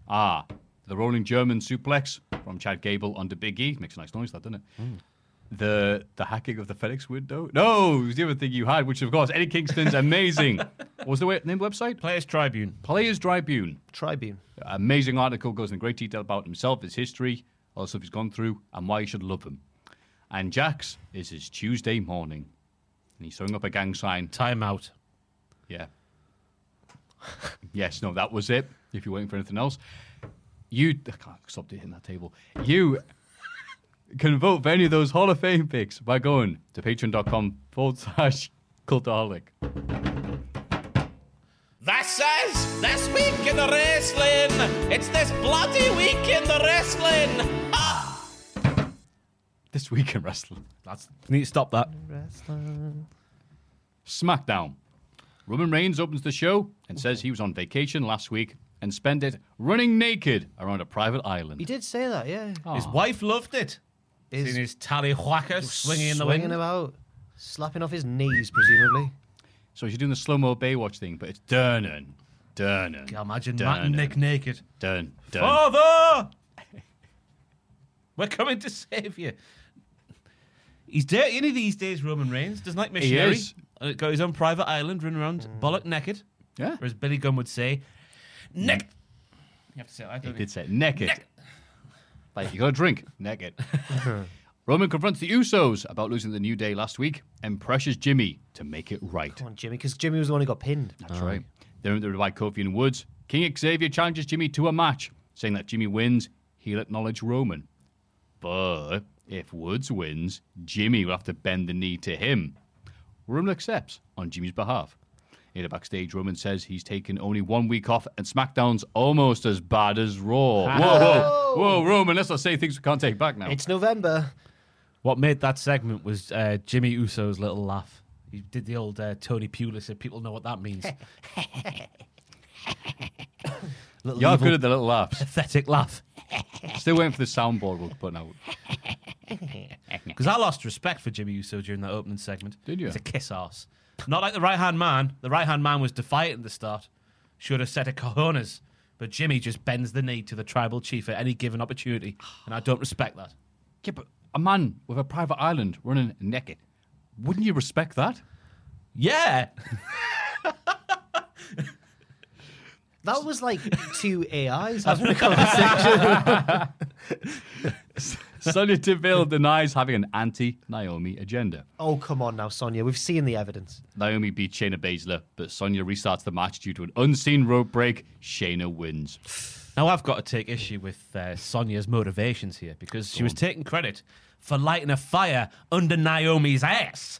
Speaker 4: are the rolling German suplex from Chad Gable under Big E. Makes a nice noise, that doesn't it?
Speaker 7: Hmm.
Speaker 4: The the hacking of the FedEx window. No, it was the other thing you had, which of course Eddie Kingston's amazing. what was the we- name of the website?
Speaker 7: Players Tribune.
Speaker 4: Players Tribune.
Speaker 6: Tribune.
Speaker 4: Amazing article goes in great detail about himself, his history, all the stuff he's gone through, and why you should love him. And Jack's is his Tuesday morning. And he's throwing up a gang sign.
Speaker 7: Time out.
Speaker 4: Yeah. yes, no, that was it. If you're waiting for anything else, you I can't stop hitting that table. You can vote for any of those Hall of Fame picks by going to patreon.com forward slash cultaholic.
Speaker 10: That's us! This week in the wrestling! It's this bloody week in the wrestling!
Speaker 4: This week in wrestling.
Speaker 7: That's need to stop that.
Speaker 4: SmackDown. Roman Reigns opens the show and says he was on vacation last week and spent it running naked around a private
Speaker 6: He
Speaker 4: island.
Speaker 6: did say that, yeah.
Speaker 7: His wife loved it.
Speaker 6: He's
Speaker 7: Seeing his tally whacker swinging in the
Speaker 6: swinging
Speaker 7: wind.
Speaker 6: about, slapping off his knees, presumably.
Speaker 4: So she's doing the slow mo Baywatch thing, but it's Dernan. Dernan.
Speaker 7: Yeah, imagine Matt
Speaker 4: Dun,
Speaker 7: and Nick
Speaker 4: dun.
Speaker 7: naked.
Speaker 4: Dern. Dern.
Speaker 7: Father! We're coming to save you. He's dirty any these days, Roman Reigns. Doesn't like missionary.
Speaker 4: is.
Speaker 7: Uh, Got his own private island, running around bollock naked.
Speaker 4: Yeah.
Speaker 7: Or as Billy Gunn would say, Nick. You have to say it like
Speaker 4: He
Speaker 7: that.
Speaker 4: did say naked. Like you got a drink, naked. Roman confronts the Usos about losing the New Day last week and pressures Jimmy to make it right.
Speaker 6: Come on, Jimmy, because Jimmy was the one who got pinned.
Speaker 4: That's right. They're interrupted by Kofi and Woods. King Xavier challenges Jimmy to a match, saying that Jimmy wins, he'll acknowledge Roman. But if Woods wins, Jimmy will have to bend the knee to him. Roman accepts on Jimmy's behalf. Later backstage, Roman says he's taken only one week off, and SmackDown's almost as bad as Raw. Whoa, whoa, whoa, Roman! Let's not say things we can't take back now.
Speaker 6: It's November.
Speaker 7: What made that segment was uh, Jimmy Uso's little laugh. He did the old uh, Tony Pulis. People know what that means. little
Speaker 4: You're
Speaker 7: evil,
Speaker 4: good at the little laughs.
Speaker 7: pathetic laugh.
Speaker 4: Still waiting for the soundboard we'll put out.
Speaker 7: Because I lost respect for Jimmy Uso during that opening segment.
Speaker 4: Did you?
Speaker 7: He's a kiss ass. Not like the right hand man. The right hand man was defiant at the start. Should have set a cojones. But Jimmy just bends the knee to the tribal chief at any given opportunity. And I don't respect that.
Speaker 4: Yeah, but a man with a private island running naked, wouldn't you respect that?
Speaker 7: Yeah.
Speaker 6: That was like two AIs having a conversation.
Speaker 4: Sonya Deville denies having an anti Naomi agenda.
Speaker 6: oh, come on now, Sonia. We've seen the evidence.
Speaker 4: Naomi beats Shayna Baszler, but Sonya restarts the match due to an unseen rope break. Shayna wins.
Speaker 7: Now I've got to take issue with uh, Sonia's motivations here because she was taking credit for lighting a fire under Naomi's ass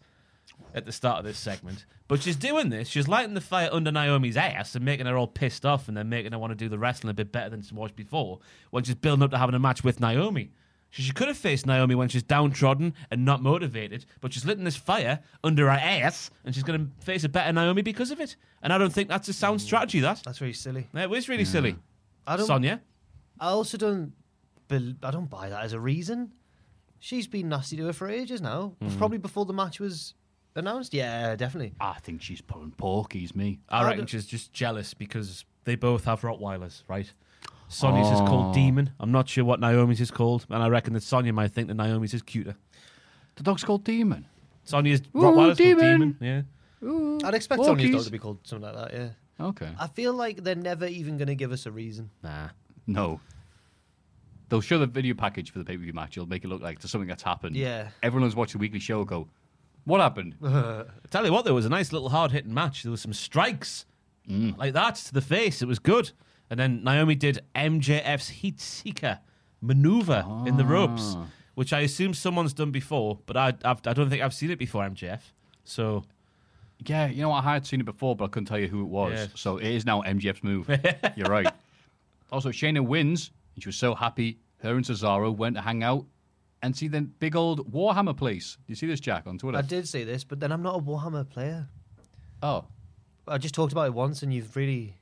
Speaker 7: at the start of this segment. But she's doing this. She's lighting the fire under Naomi's ass and making her all pissed off and then making her want to do the wrestling a bit better than she was before when she's building up to having a match with Naomi. She, she could have faced Naomi when she's downtrodden and not motivated, but she's lit this fire under her ass and she's going to face a better Naomi because of it. And I don't think that's a sound strategy, that.
Speaker 6: That's really silly.
Speaker 7: That was really silly.
Speaker 6: I don't.
Speaker 7: Sonia?
Speaker 6: I also don't. Bel I don't buy that as a reason. She's been nasty to her for ages now.
Speaker 4: Hmm.
Speaker 6: Probably before the match was announced. Yeah, definitely.
Speaker 4: I think she's pulling porkies, me.
Speaker 7: I
Speaker 6: I
Speaker 7: reckon
Speaker 6: don't-
Speaker 7: she's just jealous because They both have Rottweilers, right? Sonia's is called Demon. I'm not sure what Naomi's is called, and I reckon that Sonia might think that Naomi's is cuter.
Speaker 4: The dog's called Demon.
Speaker 7: Sonia's Rottweiler's called
Speaker 4: Demon.
Speaker 7: Demon. Yeah.
Speaker 6: I'd expect Sonia's dog
Speaker 4: Walkies.
Speaker 6: to be called something like that, yeah.
Speaker 4: Okay.
Speaker 6: I feel like they're never even going to give us a reason.
Speaker 4: Nah. No. They'll show the video package for the pay per view match. It'll make it look like there's something that's happened.
Speaker 6: Yeah.
Speaker 4: Everyone who's watching the weekly show will go, What happened?
Speaker 7: Tell you what, there was a nice little hard hitting match. There was some strikes like that to the face. It was good. And then Naomi did MJF's heat seeker maneuver in the ropes, which I assume someone's done before, but I, I've, I don't think I've seen it before, MJF. So
Speaker 4: yeah, you know, what? I had seen it before, but I couldn't tell you who it was.
Speaker 7: Yeah.
Speaker 4: So it is now MGF's move. You're right. Also, Shayna wins, and she was so happy. Her and Cesaro went to hang out and see the big old Warhammer place. Do you see this, Jack, on Twitter?
Speaker 6: I did say this, but then I'm not a Warhammer player.
Speaker 4: Oh.
Speaker 6: I just talked about it once, and you've really.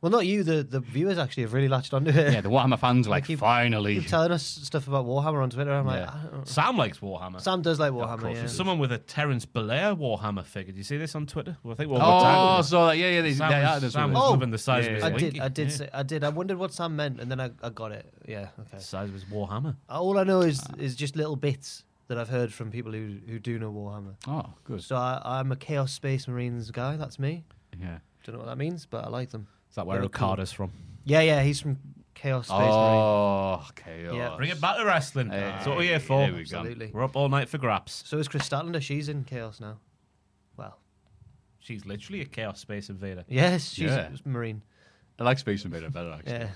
Speaker 6: Well, not you, the, the viewers actually have really latched onto it.
Speaker 4: Yeah, the Warhammer fans are
Speaker 6: They
Speaker 4: like,
Speaker 6: keep-
Speaker 4: finally.
Speaker 6: Keep telling us stuff about Warhammer on Twitter. I'm like,
Speaker 4: Yeah.
Speaker 6: I don't know.
Speaker 7: Sam likes Warhammer.
Speaker 6: Sam does like Warhammer.
Speaker 4: course,
Speaker 6: yeah.
Speaker 7: There's someone with a Terence Belair Warhammer figure. Do you see this on Twitter? Well, I think we'll
Speaker 4: oh, I saw that. Yeah, yeah. They,
Speaker 7: Sam
Speaker 4: yeah,
Speaker 7: was,
Speaker 4: that's
Speaker 7: Sam
Speaker 4: what it
Speaker 7: was
Speaker 4: is.
Speaker 7: loving the size of
Speaker 4: yeah,
Speaker 7: his
Speaker 6: I
Speaker 7: winky.
Speaker 6: did, I did,
Speaker 7: Yeah.
Speaker 6: say, I did. I wondered what Sam meant, and then I, I got it. Yeah, okay.
Speaker 7: The size of his Warhammer.
Speaker 6: All I know is is just little bits that I've heard from people who, who do know Warhammer.
Speaker 4: Oh, good.
Speaker 6: So I, I'm a Chaos Space Marines guy. That's me.
Speaker 4: Yeah.
Speaker 6: Don't know what that means, but I like them.
Speaker 4: Is that
Speaker 7: Where
Speaker 4: where
Speaker 7: Okada's from.
Speaker 6: Yeah, yeah. He's from Chaos Space Marine.
Speaker 4: Oh, chaos.
Speaker 6: Yeah.
Speaker 7: Bring it back to wrestling.
Speaker 4: Hey,
Speaker 7: That's what we're here for.
Speaker 4: there we go.
Speaker 6: Absolutely.
Speaker 7: We're up all night for graps.
Speaker 6: So is Chris Statlander. She's in Chaos now. Well,
Speaker 7: She's literally a Chaos Space Invader.
Speaker 6: yes, she's
Speaker 4: Yeah.
Speaker 6: a Marine.
Speaker 4: I like Space Invader better, actually.
Speaker 6: Yeah.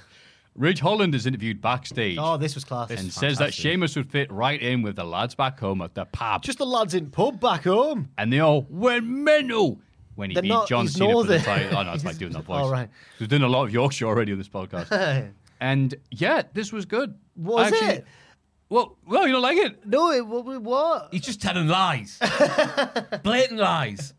Speaker 4: Ridge Holland is interviewed backstage
Speaker 6: Oh, this was class.
Speaker 4: and says that Sheamus would fit right in with the lads back home at the pub.
Speaker 6: just the lads in pub back home.
Speaker 4: and they all went mental when he
Speaker 6: They're
Speaker 4: beat
Speaker 6: not-
Speaker 4: John
Speaker 6: he's
Speaker 4: Cena for the
Speaker 6: northern.
Speaker 4: title. I know, it's like doing that voice.
Speaker 6: All right.
Speaker 4: We've done a lot of Yorkshire already on this podcast. and yeah, this was good.
Speaker 6: Was
Speaker 4: Actually-
Speaker 6: it?
Speaker 4: Well, well, you don't like it?
Speaker 6: No, it, what? what?
Speaker 7: He's just telling lies. Blatant lies.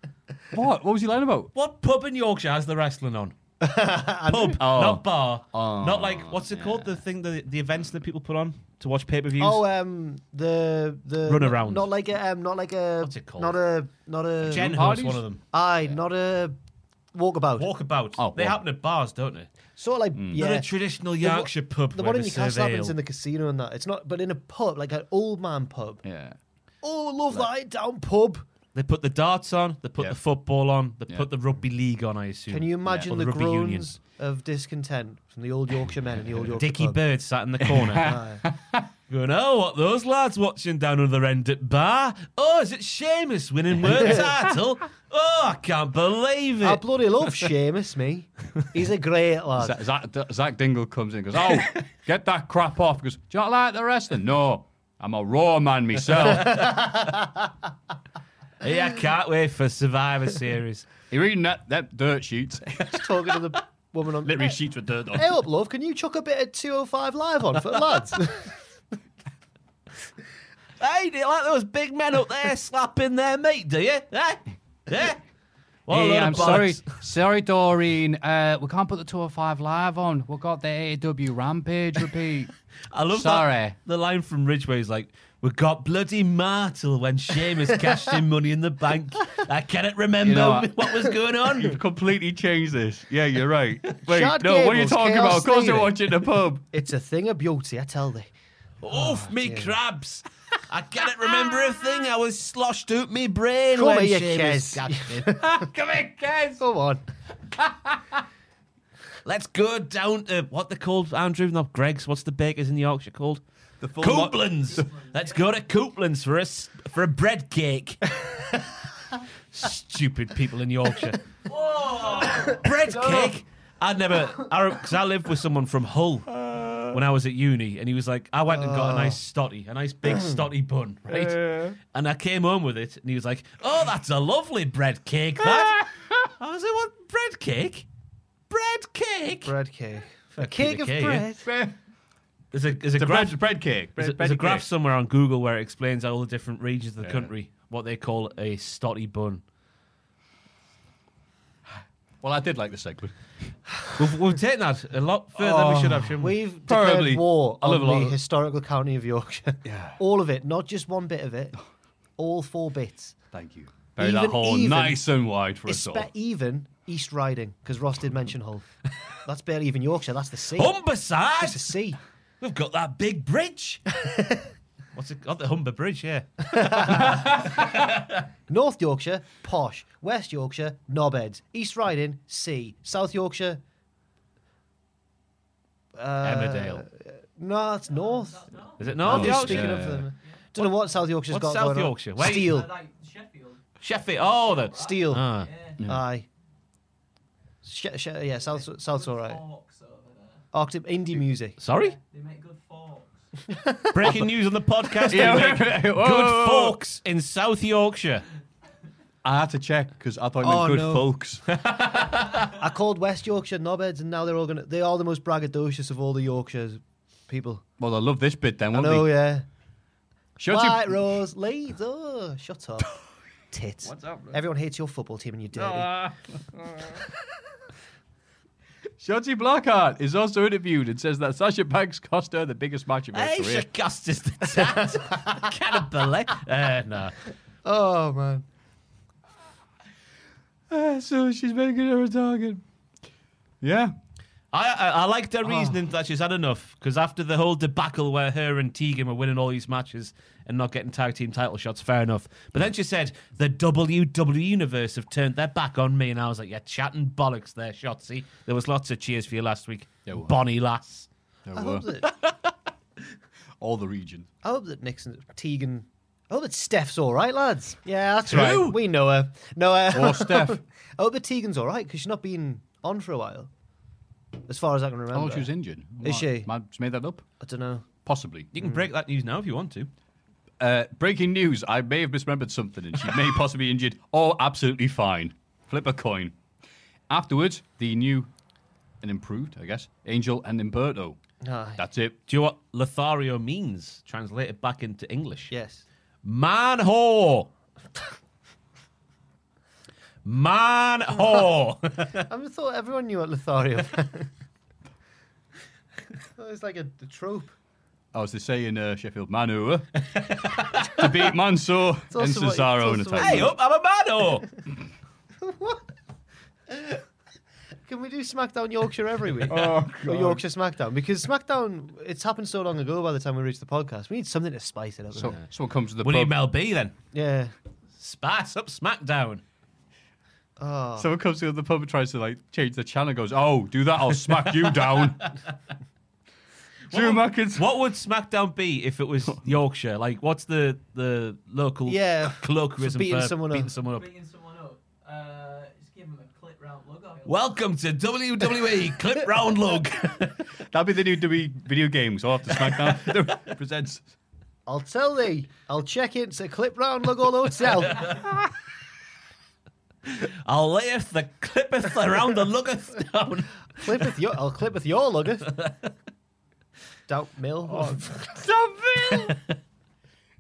Speaker 4: What? What was he lying about?
Speaker 7: What pub in Yorkshire has the wrestling on? pub,
Speaker 4: Oh.
Speaker 7: not bar. not like, what's it called? The thing, the, the events that people put on to watch pay per views?
Speaker 6: Oh, um, the the
Speaker 7: Run around.
Speaker 6: Not like a, um, not like a.
Speaker 7: What's it called?
Speaker 6: Not a, not a.
Speaker 7: Jen Ho's
Speaker 4: Hardy's?
Speaker 7: one of them.
Speaker 6: Aye, not a walkabout.
Speaker 7: Walkabout.
Speaker 4: Oh,
Speaker 7: they
Speaker 4: walk-
Speaker 7: happen at bars, don't they?
Speaker 6: sort of like
Speaker 4: Mm.
Speaker 6: yeah.
Speaker 7: They're a traditional
Speaker 6: The wa-
Speaker 7: Yorkshire pub.
Speaker 6: The
Speaker 7: where
Speaker 6: one in
Speaker 7: they
Speaker 6: Newcastle
Speaker 7: serve
Speaker 6: happens
Speaker 7: ale.
Speaker 6: in the casino and that. It's not, but in a pub, like an old man pub.
Speaker 4: Yeah.
Speaker 6: Oh, love that down pub.
Speaker 7: They put the darts on. They put
Speaker 4: Yeah.
Speaker 7: the football on. They
Speaker 4: Yeah.
Speaker 7: put the rugby league on. I assume.
Speaker 6: Can you
Speaker 7: Or
Speaker 6: imagine the
Speaker 7: rugby
Speaker 6: groans
Speaker 7: union.
Speaker 6: of discontent from the old Yorkshire men in the old Yorkshire
Speaker 7: Dickie
Speaker 6: pub?
Speaker 7: Bird sat in the corner. Going, oh, what those lads watching down other end at bar? Oh, is it Seamus winning world title? Oh, I can't believe
Speaker 6: I
Speaker 7: it.
Speaker 6: bloody love Seamus, me. He's a great lad.
Speaker 4: Zach, Zach, Zach Dingle comes in and goes, Oh, get that crap off. He goes, Do you not like the wrestling? No, I'm a raw man myself.
Speaker 7: Hey, I can't wait for Survivor Series.
Speaker 4: You're reading that, that dirt sheets.
Speaker 6: Just talking to the woman on.
Speaker 4: Literally sheets with dirt on.
Speaker 6: Hey up, love. Can you chuck a bit of 205 live on for the lads?
Speaker 7: hey, do you like those big men up there slapping their meat, do you? Eh? Eh? What a
Speaker 4: Hey,
Speaker 7: load of
Speaker 4: I'm sorry.
Speaker 7: bollocks.
Speaker 4: Sorry, Doreen. Uh, we can't put the 205 live on. We've got
Speaker 11: E
Speaker 4: the AW Rampage repeat.
Speaker 7: I love
Speaker 4: Sorry.
Speaker 7: that. The line from Ridgeway is like, "We got bloody Martel when Seamus cashed in Money in the Bank. I cannot remember
Speaker 4: You know what?
Speaker 7: what? was going on."
Speaker 4: Completely changed this. Yeah, you're right. Wait,
Speaker 6: Shad
Speaker 4: no, what are you
Speaker 6: Gables,
Speaker 4: talking
Speaker 6: Chaos
Speaker 4: about? Of course, you're
Speaker 6: Theory.
Speaker 4: watching the pub.
Speaker 6: it's a thing of beauty, I tell thee.
Speaker 7: Oof, me crabs! I cannot remember a thing. I was sloshed out me brain
Speaker 6: Come
Speaker 7: when
Speaker 6: here,
Speaker 7: Seamus
Speaker 6: Kes.
Speaker 7: cashed in. Come here, Kes.
Speaker 6: Come on.
Speaker 7: Let's go down to what they called Andrew, not Greg's. What's the bakers in Yorkshire called? The Couplands. Let's go to Couplands for a s- for a bread cake. Stupid people in Yorkshire. bread cake. I'd never, because I, lived with someone from Hull when I was at uni, and he was like, I went and got a nice stotty, a nice big stotty bun, right? And I came home with it, and he was like, Oh, that's a lovely bread cake, that. I was like, What? Bread cake? Bread cake?
Speaker 6: Bread cake. A
Speaker 7: Fuck
Speaker 6: cake
Speaker 7: you,
Speaker 6: of
Speaker 7: the cake, yeah.
Speaker 6: bread.
Speaker 7: There's a, there's a
Speaker 4: The
Speaker 7: graph,
Speaker 4: bread, bread cake.
Speaker 7: there's a,
Speaker 4: Bread,
Speaker 7: there's a
Speaker 4: bread
Speaker 7: graph
Speaker 4: cake.
Speaker 7: somewhere on Google where it explains all the different regions of the country what they call a stotty bun.
Speaker 4: Well, I did like the segment.
Speaker 7: We've, we've taken that a lot further than we should have, shouldn't we?
Speaker 6: We've
Speaker 4: Probably.
Speaker 6: declared war
Speaker 4: I love a
Speaker 6: on
Speaker 4: lot
Speaker 6: the
Speaker 4: of-
Speaker 6: historical county of Yorkshire. All of it, not just one bit of it. All four bits.
Speaker 4: Thank you. Bury that
Speaker 6: Even-
Speaker 4: hole
Speaker 6: even-
Speaker 4: nice and wide for us all.
Speaker 6: Espe- even East Riding, because Ross did mention Hull. That's barely even Yorkshire. That's the sea. That's the
Speaker 7: Humberside!
Speaker 6: sea.
Speaker 7: We've got that big bridge. What's it called? The Humber Bridge, yeah.
Speaker 6: North Yorkshire, posh. West Yorkshire, knobheads. East Riding, sea. South Yorkshire,
Speaker 11: Emmerdale.
Speaker 6: no, that's north.
Speaker 7: Is it North
Speaker 6: I'm just
Speaker 7: Yorkshire?
Speaker 6: speaking of them. Don't know what South Yorkshire's
Speaker 7: What's
Speaker 6: got
Speaker 7: South
Speaker 6: going on.
Speaker 7: Yorkshire? Wait.
Speaker 1: Uh,
Speaker 6: Steel.
Speaker 1: like Sheffield.
Speaker 7: Sheffield. Oh, the.
Speaker 6: Steel.
Speaker 7: Ah.
Speaker 6: Aye. Sh- sh- yeah, South, South's all right.
Speaker 1: Forks over there.
Speaker 6: Arctic indie music.
Speaker 7: Sorry?
Speaker 1: They make good forks.
Speaker 7: Breaking news on the podcast.
Speaker 11: Yeah,
Speaker 7: they make
Speaker 11: wait, wait, whoa, whoa,
Speaker 7: good
Speaker 11: whoa.
Speaker 7: forks in South Yorkshire.
Speaker 11: I had to check because I thought it
Speaker 6: Oh,
Speaker 11: meant good
Speaker 6: no.
Speaker 11: folks.
Speaker 6: I called West Yorkshire knobheads, and now they're all gonna. They are the most braggadocious of all the Yorkshire people.
Speaker 11: well, I love this bit then,
Speaker 6: I
Speaker 11: won't
Speaker 6: know,
Speaker 11: they?
Speaker 6: yeah.
Speaker 11: Shut
Speaker 6: White
Speaker 11: up.
Speaker 6: Rose Leeds. Oh, shut up. Tits. What's up, Ah. Everyone hates your football team and you're dirty.
Speaker 11: Shotty Blackheart is also interviewed and says that Sasha Banks cost her the biggest match of her
Speaker 7: Hey,
Speaker 11: career.
Speaker 7: Shakastas the Tat. Cannibal, eh? Uh, no.
Speaker 6: oh, man.
Speaker 11: Uh, so she's making her a target. Yeah.
Speaker 7: I, I, I liked her reasoning that she's had enough because after the whole debacle where her and Tegan were winning all these matches and not getting tag team title shots, fair enough. But then she said the WWE universe have turned their back on me, and I was like, "You're chatting bollocks there, Shotzi." There was lots of cheers for you last week,
Speaker 11: There were.
Speaker 7: Bonnie lass.
Speaker 11: There
Speaker 6: I
Speaker 11: were.
Speaker 6: hope, that, I
Speaker 11: All the region.
Speaker 6: hope that Nixon, Tegan. I hope that Steph's all right, lads. Yeah, that's right. We know her. No, uh,
Speaker 11: Or Steph.
Speaker 6: I hope that Tegan's all right because she's not been on for a while, as far as I can remember.
Speaker 11: Oh, she was injured.
Speaker 6: Is she?
Speaker 11: Man, she made that up?
Speaker 6: I don't know.
Speaker 11: Possibly.
Speaker 7: You can break that news now if you want to.
Speaker 11: Uh, breaking news. I may have misremembered something and she may possibly be injured or absolutely fine. Flip a coin. Afterwards, the new and improved, I guess, Angel and Umberto.
Speaker 6: Aye.
Speaker 11: That's it.
Speaker 7: Do you know what Lothario means? Translated back into English.
Speaker 6: Yes.
Speaker 7: Man whore. Man whore.
Speaker 6: I just thought everyone knew what Lothario meant. That was like a, a trope.
Speaker 11: As they say in uh, Sheffield, Manu to beat Mansour and
Speaker 6: also what-
Speaker 11: Cesaro in a
Speaker 6: it's also what-
Speaker 11: title.
Speaker 7: hey, up, I'm a man whore.
Speaker 6: what? Can we do SmackDown Yorkshire every week? oh, or Yorkshire SmackDown? Because SmackDown, it's happened so long ago by the time we reach the podcast. We need something to spice it up.
Speaker 11: So,
Speaker 6: So,
Speaker 11: Oh, someone comes to the
Speaker 7: We'll
Speaker 11: pub.
Speaker 7: email B then.
Speaker 6: yeah.
Speaker 7: Spice up SmackDown.
Speaker 6: Oh,
Speaker 11: Someone comes to the pub and tries to like change the channel. and Goes, oh, do that, I'll smack you down. Drew McIntyre.
Speaker 7: What would SmackDown be if it was Yorkshire? Like, what's the the local
Speaker 6: Yeah,
Speaker 7: colloquialism
Speaker 6: for beating
Speaker 7: for
Speaker 6: someone up.
Speaker 7: beating someone up?
Speaker 1: Beating someone up. Uh, just give them a clip round lug oil.
Speaker 7: Welcome to WWE Clip Round Lug.
Speaker 11: That'll be the new WWE video games. I'll have to SmackDown presents.
Speaker 6: I'll tell thee. I'll check in. It's a clip round look all hotel.
Speaker 7: I'll layeth the clippeth around the luggeth down.
Speaker 6: clip with your. I'll clip with your luggeth. Doubt mill.
Speaker 7: Oh,
Speaker 11: Something.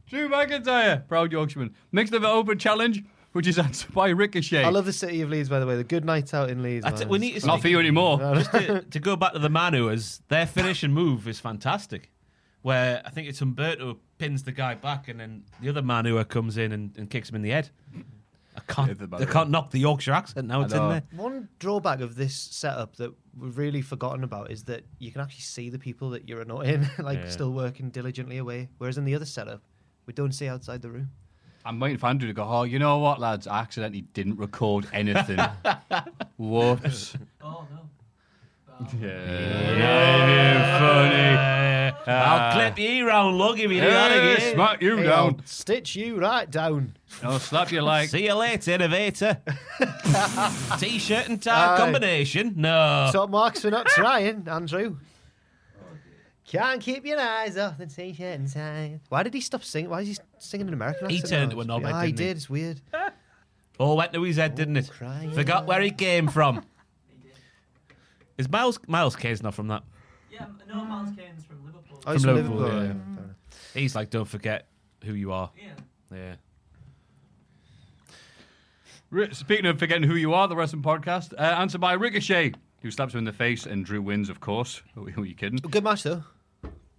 Speaker 11: Drew McIntyre, proud Yorkshireman, makes the open challenge, which is answered by Ricochet.
Speaker 6: I love the city of Leeds, by the way. The good nights out in Leeds.
Speaker 7: That's
Speaker 6: man.
Speaker 7: it. We need to
Speaker 11: Not for you anymore.
Speaker 7: just to, to go back to the Manuas, their finish and move is fantastic. Where I think it's Humberto pins the guy back, and then the other Manua comes in and, and kicks him in the head. I
Speaker 11: Yeah,
Speaker 7: can't.
Speaker 11: the
Speaker 7: I
Speaker 11: Manua.
Speaker 7: can't knock the Yorkshire accent. Now it's in
Speaker 11: know.
Speaker 7: there.
Speaker 6: One drawback of this setup that we've really forgotten about is that you can actually see the people that you're annoying, like
Speaker 7: Yeah.
Speaker 6: still working diligently away. Whereas in the other setup, we don't see outside the room.
Speaker 11: I'm waiting for Andrew to go, oh, you know what, lads? I accidentally didn't record anything. Whoops.
Speaker 1: Oh no.
Speaker 11: Yeah. Funny.
Speaker 7: Uh, I'll clip you round, lug if you do that
Speaker 11: Hey,
Speaker 7: again.
Speaker 11: smack you
Speaker 6: Hey, I'll
Speaker 11: down.
Speaker 6: stitch you right down.
Speaker 11: I'll slap you like.
Speaker 7: See you later, innovator. T-shirt and tie
Speaker 6: Aye.
Speaker 7: combination. No.
Speaker 6: Top marks for not trying, Andrew. Can't keep your eyes off the t-shirt and tie. Why did he stop singing? Why is he singing an American
Speaker 7: He
Speaker 6: accent?
Speaker 7: turned
Speaker 6: now?
Speaker 7: to a knobhead,
Speaker 6: Ah, he
Speaker 7: didn't he?
Speaker 6: did. It's weird.
Speaker 7: All went to his head, didn't
Speaker 11: Oh,
Speaker 7: it?
Speaker 6: crying
Speaker 7: Forgot where he came from. Is Miles Miles Kane's not from that?
Speaker 1: Yeah, no Miles Kane's from Liverpool.
Speaker 6: Oh, he's
Speaker 7: From
Speaker 6: from
Speaker 7: Liverpool,
Speaker 6: Liverpool.
Speaker 7: yeah.
Speaker 6: yeah, fair enough.
Speaker 7: He's like, don't forget who you are.
Speaker 1: Yeah.
Speaker 7: Yeah.
Speaker 11: Ri- Speaking of forgetting who you are, the wrestling podcast, uh, answered by Ricochet, who slaps him in the face and Drew wins, of course. Who who are you kidding?
Speaker 6: Good match though.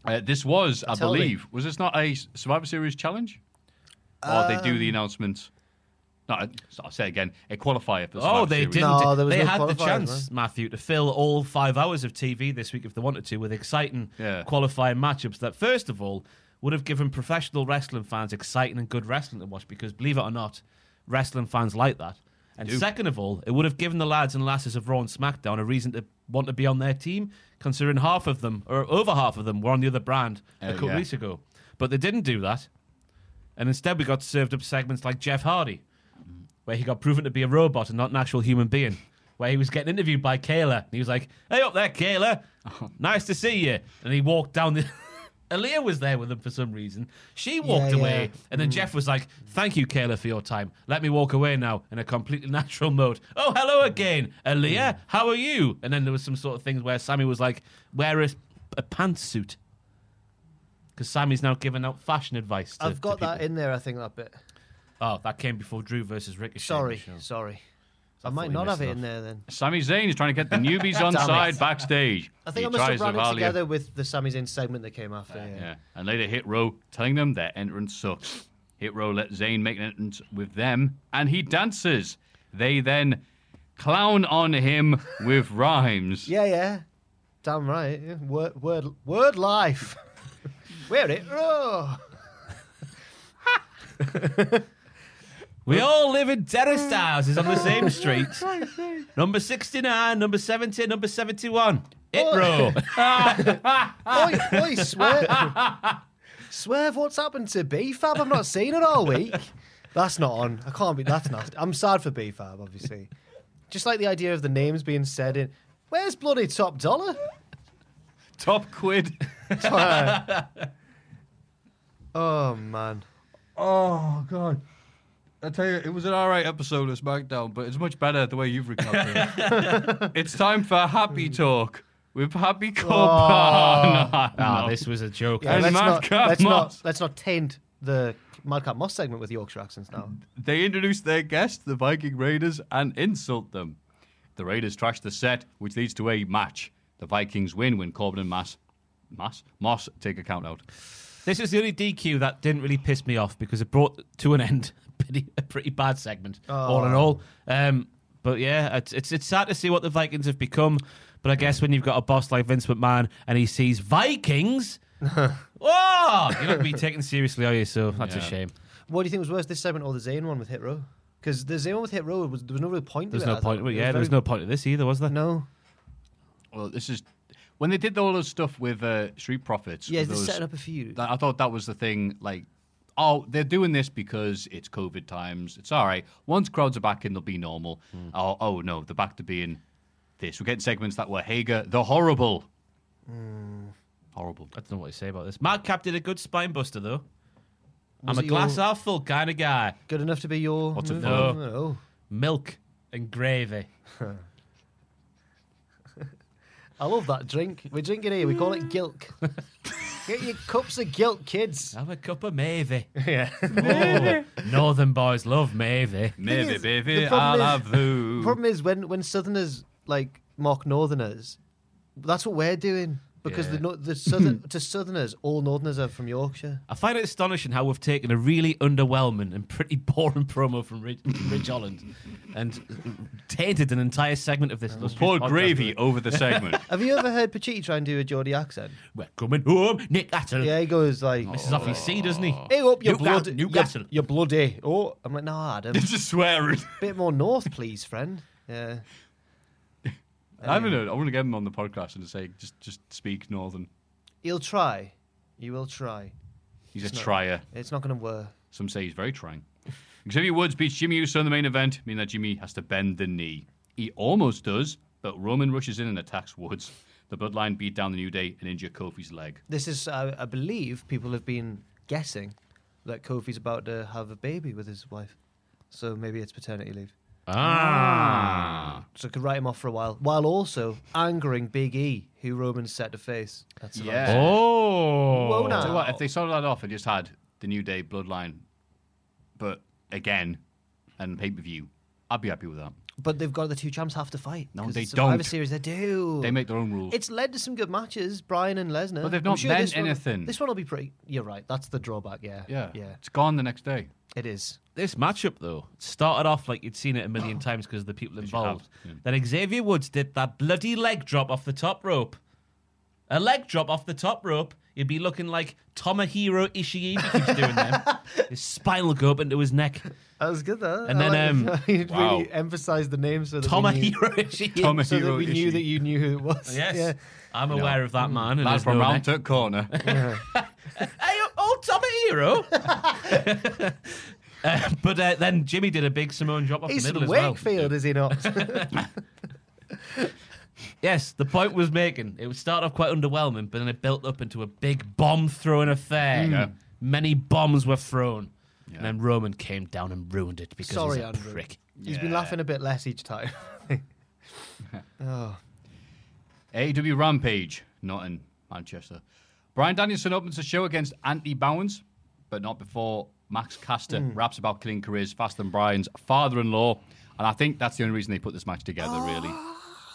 Speaker 11: Uh, this was, I
Speaker 6: Tell me. Um,
Speaker 11: believe, was this not a Survivor Series challenge? Or they do the announcements No, I- so I'll say again, a qualifier for
Speaker 7: Oh,
Speaker 11: Survivor
Speaker 7: they
Speaker 11: Series.
Speaker 7: didn't.
Speaker 6: No, there was
Speaker 7: they
Speaker 6: no
Speaker 7: had the
Speaker 6: qualifiers,
Speaker 7: chance, Matthew, to fill all five hours of TV this week if they wanted to with exciting
Speaker 11: Yeah.
Speaker 7: qualifying matchups that, first of all, would have given professional wrestling fans exciting and good wrestling to watch because, believe it or not, wrestling fans like that. And
Speaker 11: do.
Speaker 7: second of all, it would have given the lads and lasses of Raw and SmackDown a reason to want to be on their team, considering half of them, or over half of them, were on the other brand a
Speaker 11: Uh,
Speaker 7: couple
Speaker 11: yeah.
Speaker 7: weeks ago. But they didn't do that. And instead, we got served up segments like Jeff Hardy, where he got proven to be a robot and not an actual human being. Where he was getting interviewed by Kayla, and he was like, "Hey up there, Kayla,
Speaker 6: Oh.
Speaker 7: nice to see you." And he walked down the. Aaliyah was there with him for some reason. She walked
Speaker 6: Yeah, Mm.
Speaker 7: away,
Speaker 6: yeah.
Speaker 7: and then Jeff was like, "Thank you, Kayla, for your time. Let me walk away now in a completely natural mode." Oh, hello again,
Speaker 6: Mm.
Speaker 7: Aaliyah. How are you? And then there was some sort of things where Sammy was like, "Wear a, a pantsuit," because Sammy's now giving out fashion advice. To,
Speaker 6: I've got
Speaker 7: to
Speaker 6: that
Speaker 7: people.
Speaker 6: in there, I think, that bit.
Speaker 7: Oh, that came before Drew versus Ricochet.
Speaker 6: Sorry,
Speaker 7: Michelle.
Speaker 6: sorry.
Speaker 7: I
Speaker 6: I
Speaker 7: thought
Speaker 6: might
Speaker 7: we
Speaker 6: not
Speaker 7: missed
Speaker 6: have it
Speaker 7: enough.
Speaker 6: in there then.
Speaker 11: Sami Zayn is trying to get the newbies on
Speaker 6: Damn it.
Speaker 11: side backstage.
Speaker 6: I think
Speaker 11: he
Speaker 6: I must have
Speaker 11: tries
Speaker 6: run it
Speaker 11: Rivalia.
Speaker 6: together with the Sami Zayn segment that came after. yeah.
Speaker 11: Yeah, and later hit row telling them their entrance sucks. Hit row let Zayn make an entrance with them, and he dances. They then clown on him with rhymes.
Speaker 6: yeah, yeah. Damn right. yeah. Word, word, word life. Wear it Oh. raw.
Speaker 7: We all live in terraced houses on the same street. number 69, number 70, number 71. It
Speaker 6: Oh.
Speaker 7: row.
Speaker 6: Oi, oi, swear. Swerve, what's happened to B-Fab? I've not seen it all week. That's not on. I can't be. That's nasty. I'm sad for B-Fab, obviously. Just like the idea of the names being said in. Where's bloody top dollar?
Speaker 11: Top quid.
Speaker 6: Oh man.
Speaker 4: Oh god. I tell you, it was an alright episode of SmackDown, but it's much better the way you've recovered. it. it's time for
Speaker 7: Hmm.
Speaker 4: happy talk with Oh. Happy
Speaker 6: Oh.
Speaker 4: Corp.
Speaker 7: Ah, this was a joke.
Speaker 6: Yeah,
Speaker 11: And
Speaker 6: let's, not,
Speaker 11: Madcap
Speaker 6: let's, not,
Speaker 11: Moss.
Speaker 6: let's not taint the Madcap Moss segment with Yorkshire accents now.
Speaker 11: They introduce their guests, the Viking Raiders, and insult them. The Raiders trash the set, which leads to a match. The Vikings win when Corbin and Mass, Mass, Moss take a count out.
Speaker 7: This is the only DQ that didn't really piss me off because it brought to an end a pretty, a pretty bad segment, all in all. Um, but yeah, it's, it's it's sad to see what the Vikings have become. But I guess when you've got a boss like Vince McMahon and he sees Vikings, oh, you're not going to be taken seriously, are you? So that's a shame.
Speaker 6: What do you think was worse, this segment or the Zayn one with Hit Row? Because the Zayn one with Hit Row was there was no real point.
Speaker 7: There's
Speaker 6: to it,
Speaker 7: no
Speaker 6: I
Speaker 7: point.
Speaker 6: thought.
Speaker 7: Well,
Speaker 6: It
Speaker 7: yeah, there was
Speaker 6: very-
Speaker 7: no point to this either, was there?
Speaker 6: No.
Speaker 11: Well, this is when they did all this stuff with uh, Street Profits.
Speaker 6: Yeah,
Speaker 11: with
Speaker 6: they're
Speaker 11: those-
Speaker 6: setting up a feud.
Speaker 11: That, I thought that was the thing. Like, oh, they're doing this because it's COVID times. It's all right. Once crowds are back in, they'll be normal. Oh, oh no, they're back to being this. We're getting segments that were Hager, the horrible, horrible.
Speaker 7: I don't know what to say about this. Madcap did a good spine buster though.
Speaker 6: Was
Speaker 7: I'm
Speaker 6: it
Speaker 7: a glass
Speaker 6: your-
Speaker 7: half full kind of guy.
Speaker 6: Good enough to be your.
Speaker 7: What's it
Speaker 6: move? Oh,
Speaker 7: for?
Speaker 6: I don't know.
Speaker 7: Milk and gravy.
Speaker 6: I love that drink. We're drinking here. We call it gilk. Get your cups of gilk, kids.
Speaker 7: Have a cup of mavy.
Speaker 6: Yeah.
Speaker 7: Oh, Northern boys love mavy.
Speaker 11: Maybe,
Speaker 6: is,
Speaker 11: baby,
Speaker 6: the
Speaker 11: I
Speaker 6: problem
Speaker 11: love
Speaker 6: The
Speaker 11: you.
Speaker 6: problem is when when Southerners like mock Northerners, that's what we're doing because the
Speaker 7: Yeah.
Speaker 6: the the Southern to Southerners, all Northerners are from Yorkshire.
Speaker 7: I find it astonishing how we've taken a really underwhelming and pretty boring promo from Rich, Rich Holland and tainted an entire segment of
Speaker 6: Oh.
Speaker 7: this. illustrious
Speaker 11: Pour
Speaker 7: podcast
Speaker 11: gravy
Speaker 7: with-
Speaker 11: over the segment.
Speaker 6: Have you ever heard Pachitti try and do a Geordie accent?
Speaker 7: We're coming home, Nick Gattle.
Speaker 6: Yeah, he goes like,
Speaker 7: This is off his C, doesn't he?
Speaker 6: "Hey up, you
Speaker 7: Newca-
Speaker 6: bloody,
Speaker 7: Oh. Newcastle.
Speaker 6: you, you bloody." Oh, I'm like, "Nah, Adam,
Speaker 11: it's just swearing.
Speaker 6: bit more north, please, friend." Yeah.
Speaker 11: I don't know. I want to get him on the podcast and say, just, just speak northern.
Speaker 6: He'll try. You will try.
Speaker 11: He's a trier.
Speaker 6: It's not going to work.
Speaker 11: Some say he's very trying. Xavier Woods beats Jimmy Uso in the main event, meaning that Jimmy has to bend the knee. He almost does, but Roman rushes in and attacks Woods. The bloodline beat down the New Day and injure Kofi's leg.
Speaker 6: This is, I, I believe, people have been guessing that Kofi's about to have a baby with his wife. So maybe it's paternity leave. Ah. So could write him off for a while, while also angering Big E, who Roman's set to face. That's about it.
Speaker 7: Oh.
Speaker 6: Whoa, now.
Speaker 11: Tell you what, if they started that off and just had the New Day bloodline, but again, and pay per view, I'd be happy with that.
Speaker 6: But they've got the two champs have to fight.
Speaker 11: No,
Speaker 6: 'cause
Speaker 11: they
Speaker 6: it's Survivor
Speaker 11: don't.
Speaker 6: Series, they do.
Speaker 11: They make their own rules.
Speaker 6: It's led to some good matches, Bryan and Lesnar.
Speaker 11: But they've
Speaker 6: I'm
Speaker 11: not meant
Speaker 6: this one-
Speaker 11: anything.
Speaker 6: this one will be pretty. You're right. That's the drawback. Yeah.
Speaker 11: yeah.
Speaker 6: Yeah.
Speaker 11: It's gone the next day.
Speaker 6: It is.
Speaker 7: This matchup, though, started off like you'd seen it a million times because of the people
Speaker 11: you have,
Speaker 7: involved. Then Xavier Woods did that bloody leg drop off the top rope. A leg drop off the top rope, you'd be looking like Tomohiro Ishii if he keeps doing them. His spine will go up into his neck.
Speaker 6: That was good though.
Speaker 7: And
Speaker 6: I
Speaker 7: then, um,
Speaker 6: like- you
Speaker 11: wow.
Speaker 6: really emphasised the E. name so that we knew,
Speaker 7: Tomohiro Ishii.
Speaker 6: so that
Speaker 11: Tomohiro
Speaker 6: we knew
Speaker 11: Ishii.
Speaker 6: that you knew who it was.
Speaker 7: Yes,
Speaker 6: Yeah.
Speaker 7: I'm aware of that man. And
Speaker 4: That's
Speaker 7: his
Speaker 4: from
Speaker 7: no
Speaker 4: Round
Speaker 7: neck.
Speaker 4: Tuck Corner.
Speaker 7: Hey, old Tomohiro. uh, but uh, then Jimmy did a big Simone drop off
Speaker 6: He's
Speaker 7: the middle
Speaker 6: from
Speaker 7: as well.
Speaker 6: Wakefield, is he not?
Speaker 7: Yes, the point was making. It would start off quite underwhelming, but then it built up into a big bomb throwing affair.
Speaker 11: Yeah.
Speaker 7: Many bombs were thrown. And then Roman came down and ruined it because
Speaker 6: Sorry,
Speaker 7: he's a
Speaker 6: Andrew.
Speaker 7: prick.
Speaker 6: He's been laughing a bit less each time.
Speaker 11: AEW Rampage, not in Manchester. Brian Danielson opens the show against Anthony Bowens, but not before Max Caster
Speaker 6: Hmm.
Speaker 11: raps about killing careers faster than Brian's father in law. And I think that's the only reason they put this match together, really.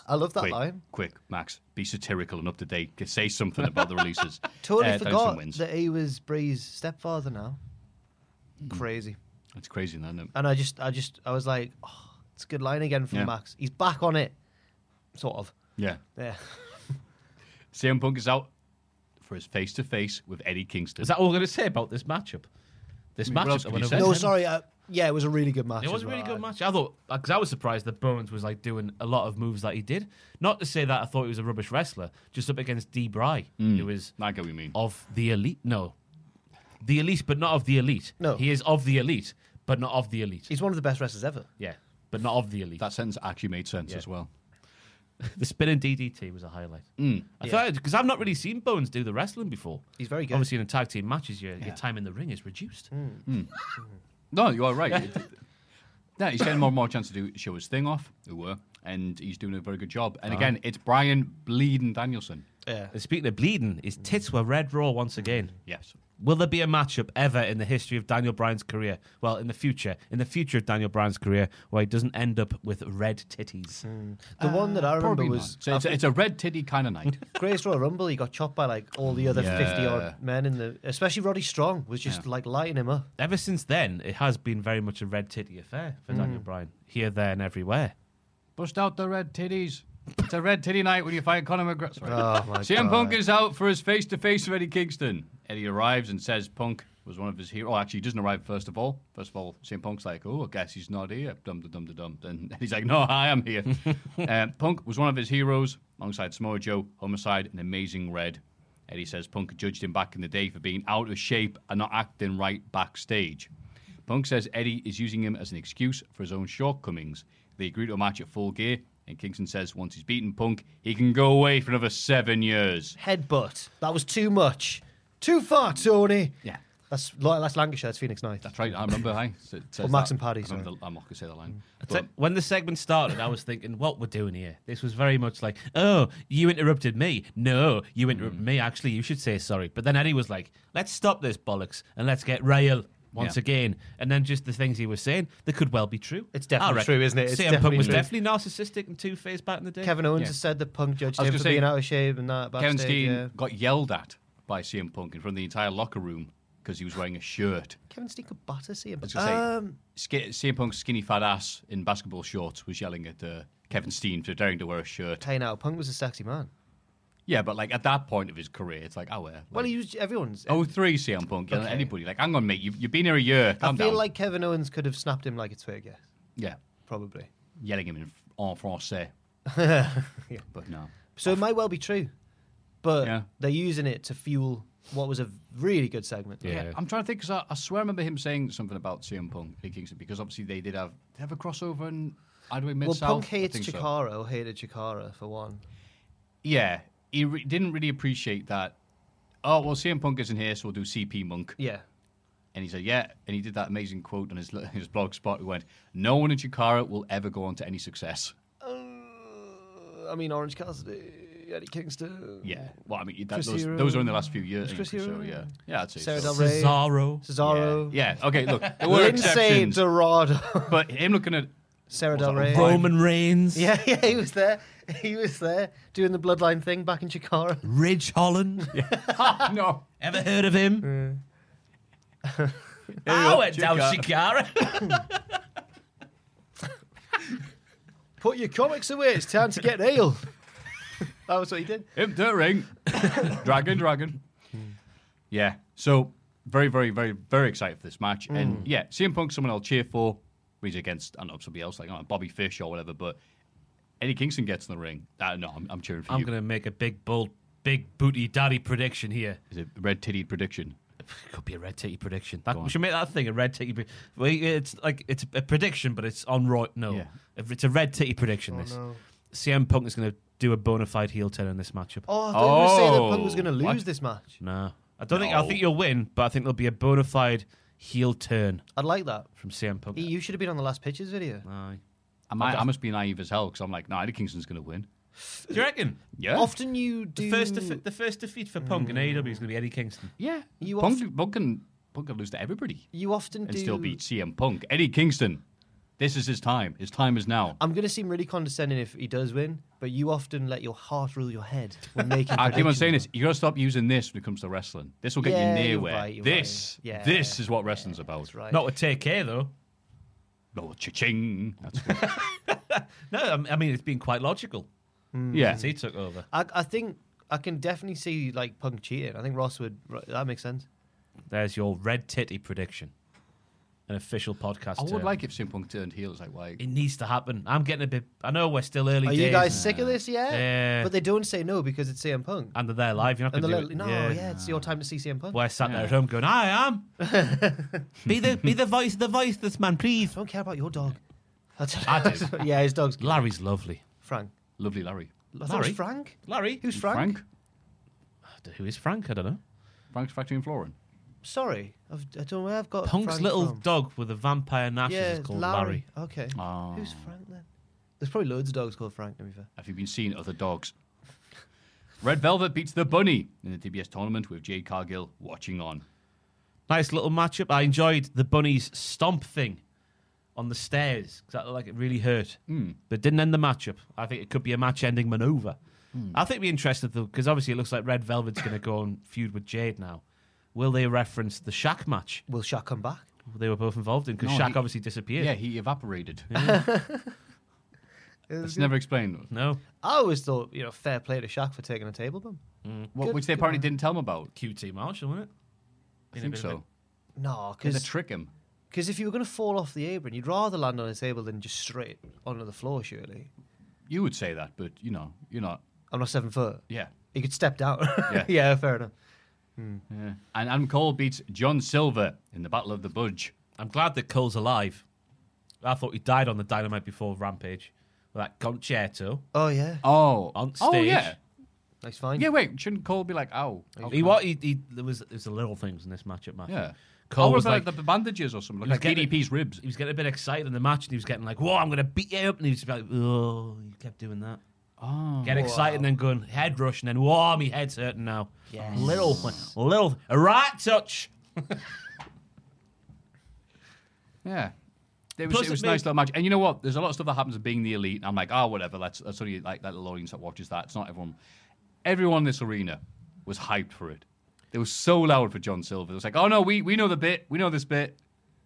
Speaker 6: I love that
Speaker 11: Quick,
Speaker 6: line.
Speaker 11: quick, Max, be satirical and up to date. Say something about the releases.
Speaker 6: Totally
Speaker 11: Uh, Danielson
Speaker 6: forgot
Speaker 11: wins.
Speaker 6: that he was Bree's stepfather now.
Speaker 7: Hmm.
Speaker 6: Crazy.
Speaker 11: It's crazy, isn't it?
Speaker 6: And I just, I just, I was like, oh, it's a good line again from
Speaker 11: Yeah.
Speaker 6: Max. He's back on it, sort of.
Speaker 11: Yeah.
Speaker 6: Yeah.
Speaker 11: CM Punk is out for his face to face with Eddie Kingston.
Speaker 7: Is that all we're going to say about this matchup? This
Speaker 11: mean, what else
Speaker 7: matchup.
Speaker 11: can
Speaker 7: that
Speaker 11: you
Speaker 7: went
Speaker 11: say?
Speaker 7: over
Speaker 6: No,
Speaker 7: the-
Speaker 6: sorry. Uh, yeah, it was a really good match.
Speaker 7: It was
Speaker 6: as
Speaker 7: a really
Speaker 6: well.
Speaker 7: good match. I thought, because I was surprised that Bones was like doing a lot of moves that he did. Not to say that I thought he was a rubbish wrestler, just up against D. Bry, who is
Speaker 11: I get what you mean.
Speaker 7: of the elite. No, the elite, but not of the elite.
Speaker 6: No.
Speaker 7: he is of the elite, but not of the elite.
Speaker 6: He's one of the best wrestlers ever.
Speaker 7: yeah, but not of the elite.
Speaker 11: That sentence actually made sense
Speaker 7: Yeah.
Speaker 11: as well.
Speaker 7: the spinning DDT was a highlight. I
Speaker 6: Mm. Yeah.
Speaker 7: thought because I've not really seen Bones do the wrestling before.
Speaker 6: He's very good. Mm.
Speaker 7: Obviously, in a tag team matches, your, your time in the ring is reduced.
Speaker 11: No, you are right. It- yeah, he's getting more and more chance to do show his thing off, who were, and he's doing a very good job. And again, it's Brian Bleeding Danielson.
Speaker 6: Yeah.
Speaker 7: And speaking of bleeding, his tits were red raw once again.
Speaker 6: Mm.
Speaker 11: Yes.
Speaker 7: Will there be a matchup ever in the history of Daniel Bryan's career? Well, in the future, in the future of Daniel Bryan's career, where he doesn't end up with red titties.
Speaker 6: The one
Speaker 7: Uh,
Speaker 6: that I remember
Speaker 11: Probably
Speaker 6: was
Speaker 11: not. So it's, a, it's a red titty kind of night.
Speaker 6: Grace Royal Rumble. He got chopped by like all the other fifty odd men in the, especially Roddy Strong was just like lighting him up.
Speaker 7: Ever since then, it has been very much a red titty affair
Speaker 6: Mm.
Speaker 7: for Daniel Bryan, here, there, and everywhere.
Speaker 11: Bust out the red titties. It's a red titty night when you fight Conor McGregor. Sorry.
Speaker 6: Oh my
Speaker 11: CM Punk is out for his face to face with Eddie Kingston. Eddie arrives and says Punk was one of his heroes. Oh, actually, he doesn't arrive first of all. First of all, CM Punk's like, oh, I guess he's not here. Dum dum dum dum dum. And he's like, no, I am here. um, Punk was one of his heroes alongside Samoa Joe, Homicide, and Amazing Red. Eddie says Punk judged him back in the day for being out of shape and not acting right backstage. Punk says Eddie is using him as an excuse for his own shortcomings. They agree to a match at full gear, and Kingston says once he's beaten Punk, he can go away for another seven years.
Speaker 6: Headbutt. That was too much. Too far, Tony.
Speaker 11: Yeah.
Speaker 6: That's that's Lancashire. It's Phoenix Knight.
Speaker 11: That's right, I remember. I said, says
Speaker 6: Max
Speaker 11: that.
Speaker 6: and Paddy,
Speaker 11: I remember
Speaker 6: sorry. Mm.
Speaker 11: the- I'm not going to say the line.
Speaker 7: It's like, when the segment started, I was thinking, what we're doing here? This was very much like, oh, you interrupted me. No, you
Speaker 6: Mm.
Speaker 7: interrupted me. Actually, you should say sorry. But then Eddie was like, let's stop this bollocks and let's get real once
Speaker 11: Yeah.
Speaker 7: again. And then just the things he was saying, they could well be true.
Speaker 6: It's
Speaker 7: I
Speaker 6: definitely
Speaker 7: reckon
Speaker 6: true, isn't it? It's
Speaker 7: CM Punk
Speaker 6: definitely
Speaker 7: was
Speaker 6: true.
Speaker 7: definitely narcissistic and two faced back in the day.
Speaker 6: Kevin Owens
Speaker 11: Yeah.
Speaker 6: has said that Punk judged
Speaker 11: I was
Speaker 6: him
Speaker 11: gonna
Speaker 6: for
Speaker 11: say,
Speaker 6: being out of shape and that
Speaker 11: Kevin
Speaker 6: backstage.
Speaker 11: Steen
Speaker 6: yeah.
Speaker 11: got yelled at by CM Punk in front of the entire locker room because he was wearing a shirt.
Speaker 6: Kevin Steen could batter Um, see him.
Speaker 11: I was going to say, Sk- CM Punk's skinny fat ass in basketball shorts was yelling at uh, Kevin Steen for daring to wear a shirt.
Speaker 6: tell you now, Punk was a sexy man.
Speaker 11: Yeah, but like at that point of his career, it's like, I wear.
Speaker 6: Well,
Speaker 11: like,
Speaker 6: he was everyone's.
Speaker 11: Oh, three CM Punk. yelling at
Speaker 6: Okay.
Speaker 11: Anybody like, hang on, mate. You, you've been here a year.
Speaker 6: I
Speaker 11: Calm
Speaker 6: feel
Speaker 11: down.
Speaker 6: like Kevin Owens could have snapped him like it's fake. Yes,
Speaker 11: yeah,
Speaker 6: probably.
Speaker 11: yelling him in en français. But no,
Speaker 6: So it might well be true, but
Speaker 11: Yeah.
Speaker 6: they're using it to fuel what was a really good segment.
Speaker 7: Yeah.
Speaker 11: I'm trying to think because I, I swear I remember him saying something about CM Punk, Eddie Kingston, because obviously they did have they have a crossover and Idway Mid
Speaker 6: Well,
Speaker 11: South.
Speaker 6: Punk
Speaker 11: I
Speaker 6: hates
Speaker 11: think so.
Speaker 6: Chikara, or hated Chikara for one.
Speaker 11: Yeah, he re- didn't really appreciate that. Oh well, CM Punk isn't here, so we'll do CP Monk.
Speaker 6: Yeah,
Speaker 11: And he said, yeah. And he did that amazing quote on his, his blog spot. He went, no one in Chikara will ever go on to any success.
Speaker 6: Uh, I mean Orange Cassidy, Eddie Kingston,
Speaker 11: Yeah. Well, I mean, that,
Speaker 6: Chris
Speaker 11: those,
Speaker 6: Hero.
Speaker 11: those are in the last few years.
Speaker 6: Is Chris
Speaker 11: so,
Speaker 6: Hero?
Speaker 11: yeah. Yeah, I'd say
Speaker 6: Sarah
Speaker 11: so.
Speaker 6: Del Rey,
Speaker 7: Cesaro.
Speaker 6: Cesaro,
Speaker 11: Yeah. yeah. Okay. Look, there were
Speaker 6: Lindsay
Speaker 11: exceptions,
Speaker 6: Dorado.
Speaker 11: but him looking at
Speaker 6: Sarah Del Rey.
Speaker 7: Roman Reigns,
Speaker 6: Yeah, yeah, he was there. He was there doing the bloodline thing back in Chikara.
Speaker 7: Ridge Holland.
Speaker 11: no.
Speaker 7: Ever heard of him? Ah,
Speaker 4: I
Speaker 12: went down Shikara.
Speaker 6: Put your comics away. It's time to get ale. that was what he did.
Speaker 11: Him to the ring. dragon, dragon. Yeah. So very, very, very, very excited for this match.
Speaker 6: Mm.
Speaker 11: And yeah, CM Punk, someone I'll cheer for. He's against, I don't know, somebody else, like I don't know, Bobby Fish or whatever. But Eddie Kingston gets in the ring. Uh, no, I'm, I'm cheering for
Speaker 7: I'm
Speaker 11: you.
Speaker 7: gonna make a big bold, big booty daddy prediction here.
Speaker 11: Is it red titty prediction?
Speaker 7: Could be a red titty prediction. That,
Speaker 11: Go on.
Speaker 7: we should make that thing a red titty. Pre- well, it's like it's a prediction, but it's on right. No,
Speaker 11: Yeah.
Speaker 7: If it's a red titty prediction. this CM Punk is going to do a bona fide heel turn in this matchup.
Speaker 6: Oh, I thought oh, saying that
Speaker 11: Oh,
Speaker 6: Punk was going to lose
Speaker 11: what?
Speaker 6: this match.
Speaker 7: No, I don't think. I think you'll win, but I think there'll be a bona fide heel turn
Speaker 6: I'd like that.
Speaker 7: from CM Punk.
Speaker 6: E, You should have been on the last pitches video.
Speaker 7: Aye.
Speaker 11: I, might, I must be naive as hell because I'm like, no, Eddie Kingston's going to win.
Speaker 7: Do you reckon?
Speaker 11: Yeah.
Speaker 6: Often you do.
Speaker 7: The first, defe- the first defeat for Punk in AEW is going to be Eddie Kingston.
Speaker 11: yeah.
Speaker 6: You
Speaker 11: Punk,
Speaker 6: oft-
Speaker 11: Punk, can, Punk can lose to everybody
Speaker 6: you often
Speaker 11: and
Speaker 6: do.
Speaker 11: still beat CM Punk. Eddie Kingston, this is his time. His time is now.
Speaker 6: I'm going to seem really condescending if he does win, but you often let your heart rule your head when making.
Speaker 11: I keep on
Speaker 6: predictions.
Speaker 11: saying this. You gotta stop using this when it comes to wrestling. This will get
Speaker 6: Yeah,
Speaker 11: you
Speaker 6: you're
Speaker 11: nowhere.
Speaker 6: right, you're
Speaker 11: this,
Speaker 6: right. Yeah,
Speaker 11: this is what wrestling's about.
Speaker 6: That's right.
Speaker 7: Not with TK though.
Speaker 11: Oh, cha-ching. That's good.
Speaker 7: No, I'm- I mean it's been quite logical
Speaker 6: Mm,
Speaker 11: yeah.
Speaker 7: since he took over.
Speaker 6: I, I think I can definitely see like Punk cheating. I think Ross would. That makes sense.
Speaker 7: There's your red titty prediction. An official podcast.
Speaker 11: I would
Speaker 7: term.
Speaker 11: like if Sim Punk turned heel. It's like, like
Speaker 7: It needs to happen. I'm getting a bit. I know we're still early
Speaker 6: Are
Speaker 7: days.
Speaker 6: you guys sick of this yet?
Speaker 7: Yeah.
Speaker 6: But they don't say no because it's CM Punk.
Speaker 7: and they're there live. You're not
Speaker 6: And
Speaker 7: going
Speaker 6: they're
Speaker 7: to do
Speaker 6: like,
Speaker 7: it.
Speaker 6: no, yeah. it's your time to see CM Punk.
Speaker 7: We're sat there at home going, I am. be the be the voice, the voice, this man, please.
Speaker 6: Don't care about your dog. That's
Speaker 7: I do.
Speaker 6: yeah, his dog's
Speaker 7: Larry's lovely.
Speaker 6: Frank.
Speaker 11: lovely Larry.
Speaker 6: I thought it was
Speaker 7: Larry?
Speaker 6: Frank.
Speaker 7: Larry,
Speaker 6: Who's Frank?
Speaker 11: Frank?
Speaker 7: who is Frank? I don't know.
Speaker 11: Frank's factory in Florin.
Speaker 6: Sorry, I've, I don't know where I've got
Speaker 7: Punk's
Speaker 6: Frank
Speaker 7: little
Speaker 6: from.
Speaker 7: dog with the vampire gnashes
Speaker 6: Yeah,
Speaker 7: is
Speaker 6: it's
Speaker 7: called
Speaker 6: Larry.
Speaker 7: Larry.
Speaker 6: Okay.
Speaker 11: Oh.
Speaker 6: Who's Frank then? There's probably loads of dogs called Frank. To be fair.
Speaker 11: Have you been seeing other dogs? Red Velvet beats the bunny in the TBS tournament with Jade Cargill watching on.
Speaker 7: Nice little matchup. I enjoyed the bunny's stomp thing on the stairs because that looked like it really hurt.
Speaker 11: Hmm.
Speaker 7: Mm. But it didn't end the matchup. I think it could be a match ending maneuver.
Speaker 11: Hmm.
Speaker 7: I think it'd be interesting though because obviously it looks like Red Velvet's going to go and feud with Jade now. Will they reference the Shaq match
Speaker 6: Will Shaq come back?
Speaker 7: they were both involved in? Because
Speaker 11: No,
Speaker 7: Shaq
Speaker 11: he-
Speaker 7: obviously disappeared.
Speaker 11: Yeah, he evaporated. It's never explained.
Speaker 7: No,
Speaker 6: I always thought you know fair play to Shaq for taking a table bump.
Speaker 11: What,
Speaker 6: Good-
Speaker 11: which they
Speaker 6: good
Speaker 11: apparently
Speaker 6: one.
Speaker 11: didn't tell him about.
Speaker 7: QT Marshall, wasn't it?
Speaker 11: I
Speaker 7: a
Speaker 11: think
Speaker 7: bit of
Speaker 11: so.
Speaker 6: No,
Speaker 11: Because they
Speaker 6: because
Speaker 11: trick him.
Speaker 6: if you were going to fall off the apron, you'd rather land on a table than just straight onto the floor. Surely,
Speaker 11: You would say that, but you know, you're not.
Speaker 6: I'm not seven foot.
Speaker 11: Yeah.
Speaker 6: You could step down.
Speaker 11: Yeah.
Speaker 6: yeah, fair enough.
Speaker 11: Yeah. And Adam Cole beats John Silver in the Battle of the Budge.
Speaker 7: I'm glad that Cole's alive. I thought he died on the dynamite before Rampage. With that concerto.
Speaker 6: Oh yeah,
Speaker 11: Oh,
Speaker 7: On
Speaker 11: Oh,
Speaker 7: stage.
Speaker 11: yeah.
Speaker 6: nice find.
Speaker 11: Yeah, wait. Shouldn't Cole be like, ow? ow,
Speaker 7: He
Speaker 11: ow.
Speaker 7: what? He, he there was there was the little things in this matchup, Matthew.
Speaker 11: Yeah.
Speaker 7: Cole
Speaker 11: oh,
Speaker 7: was
Speaker 11: was that
Speaker 7: like,
Speaker 11: like the bandages or something?
Speaker 7: was
Speaker 11: Like
Speaker 7: getting-
Speaker 11: DDP's ribs.
Speaker 7: he was getting a bit excited in the match, and he was getting like, "Whoa, I'm gonna beat you up," and he was like, "Oh," he kept doing that.
Speaker 11: Oh.
Speaker 7: Get excited and then going head rush, and then whoa, my head's hurting now.
Speaker 6: Yes.
Speaker 7: Little, little, a right touch.
Speaker 11: Yeah. It was,
Speaker 7: Plus
Speaker 11: it
Speaker 7: it
Speaker 11: was a
Speaker 7: made-
Speaker 11: nice little match. And you know what? There's a lot of stuff that happens in being the elite. And I'm like, oh, whatever. That's, that's only like that little audience that watches that. It's not everyone. Everyone in this arena was hyped for it. They were so loud for John Silver. It was like, oh, no, we, we know the bit. We know this bit.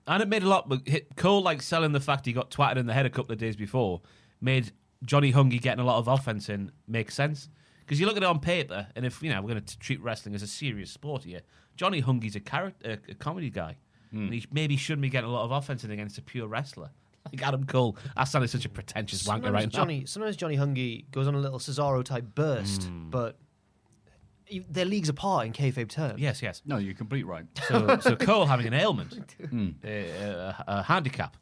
Speaker 7: And it made a lot. But hit- Cole like selling the fact he got twatted in the head a couple of days before made Johnny Hungy getting a lot of offense in make sense because you look at it on paper, and if you know we're going to treat wrestling as a serious sport here, Johnny Hungy's a character, a, a comedy guy, and he maybe shouldn't be getting a lot of offense in against a pure wrestler like Adam Cole. That sounded such a pretentious wanker
Speaker 6: Sometimes
Speaker 7: right
Speaker 6: Johnny, sometimes Johnny Hungy goes on a little Cesaro type burst, but you- they're leagues apart in kayfabe terms.
Speaker 7: now. Yes, yes.
Speaker 11: No, you're complete right.
Speaker 7: So, so Cole having an ailment, uh, a, a handicap,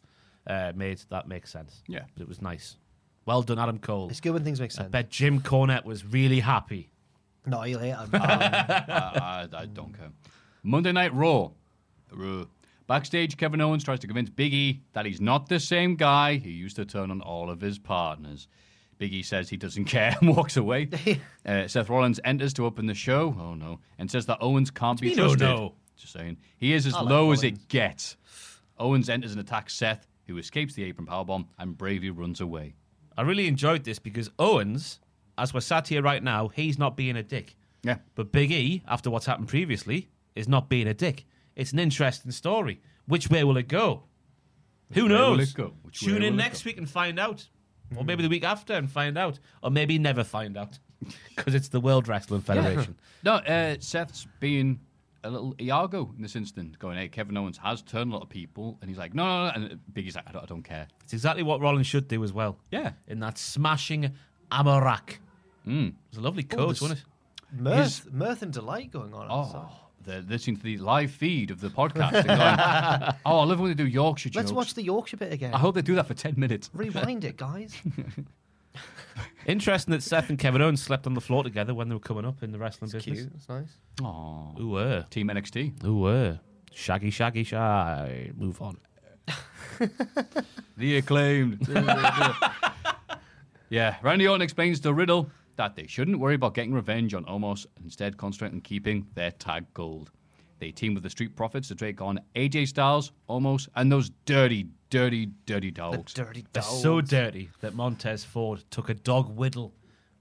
Speaker 7: uh, made that make sense.
Speaker 11: Yeah.
Speaker 7: but it was nice. Well done, Adam Cole.
Speaker 6: It's good when things make sense.
Speaker 7: Bet Jim Cornette was really happy.
Speaker 6: No, you'll hate him.
Speaker 11: I, I, I
Speaker 7: Mm.
Speaker 11: don't care. Monday Night Raw. Raw. Backstage, Kevin Owens tries to convince Big E that he's not the same guy who used to turn on all of his partners. Big E says he doesn't care and walks away. uh, Seth Rollins enters to open the show. Oh no. And says that Owens can't be
Speaker 7: mean, oh,
Speaker 11: trusted.
Speaker 7: no?
Speaker 11: Just saying. He is as low as it gets. Owens enters and attacks Seth, who who escapes the apron powerbomb and bravely runs away.
Speaker 7: I really enjoyed this because Owens, as we're sat here right now, he's not being a dick.
Speaker 11: Yeah.
Speaker 7: But Big E, after what's happened previously, is not being a dick. It's an interesting story. Which way will it go? Who
Speaker 11: way will
Speaker 7: knows?
Speaker 11: it go? Which
Speaker 7: Tune
Speaker 11: way
Speaker 7: in
Speaker 11: will it
Speaker 7: next
Speaker 11: go? Hmm.
Speaker 7: week and find out. Or maybe the week after and find out. Or maybe never find out. Because it's the World Wrestling Federation.
Speaker 11: No, uh, Seth's being a little Iago in this instance, going, hey, Kevin Owens has turned a lot of people. And he's like, no, no, no. And Biggie's like, I don't, I don't care.
Speaker 7: It's exactly what Rollins should do as well.
Speaker 11: Yeah.
Speaker 7: In that smashing Amarak.
Speaker 11: Hmm.
Speaker 7: It was a lovely coach, wasn't it?
Speaker 6: Mirth, mirth and delight going on.
Speaker 11: Oh,
Speaker 6: outside.
Speaker 11: they're listening to the live feed of the podcast. and going, oh, I love when they do Yorkshire jokes.
Speaker 6: Let's watch the Yorkshire bit again.
Speaker 11: I hope they do that for 10 minutes.
Speaker 6: Rewind it, guys.
Speaker 7: Interesting that Seth and Kevin Owens slept on the floor together when they were coming up in the wrestling business.
Speaker 6: Cute. That's nice.
Speaker 11: Aw.
Speaker 7: Who were?
Speaker 11: Team NXT.
Speaker 7: Who were? Shaggy, shaggy, shy. Move on.
Speaker 11: The acclaimed. yeah, Randy Orton explains to Riddle that they shouldn't worry about getting revenge on Omos, instead concentrate on keeping their tag gold. They team with the Street Profits to take on AJ Styles, Omos, and those dirty, dirty, dirty dogs.
Speaker 6: Dirty
Speaker 7: They're
Speaker 6: dog.
Speaker 7: so dirty that Montez Ford took a dog whittle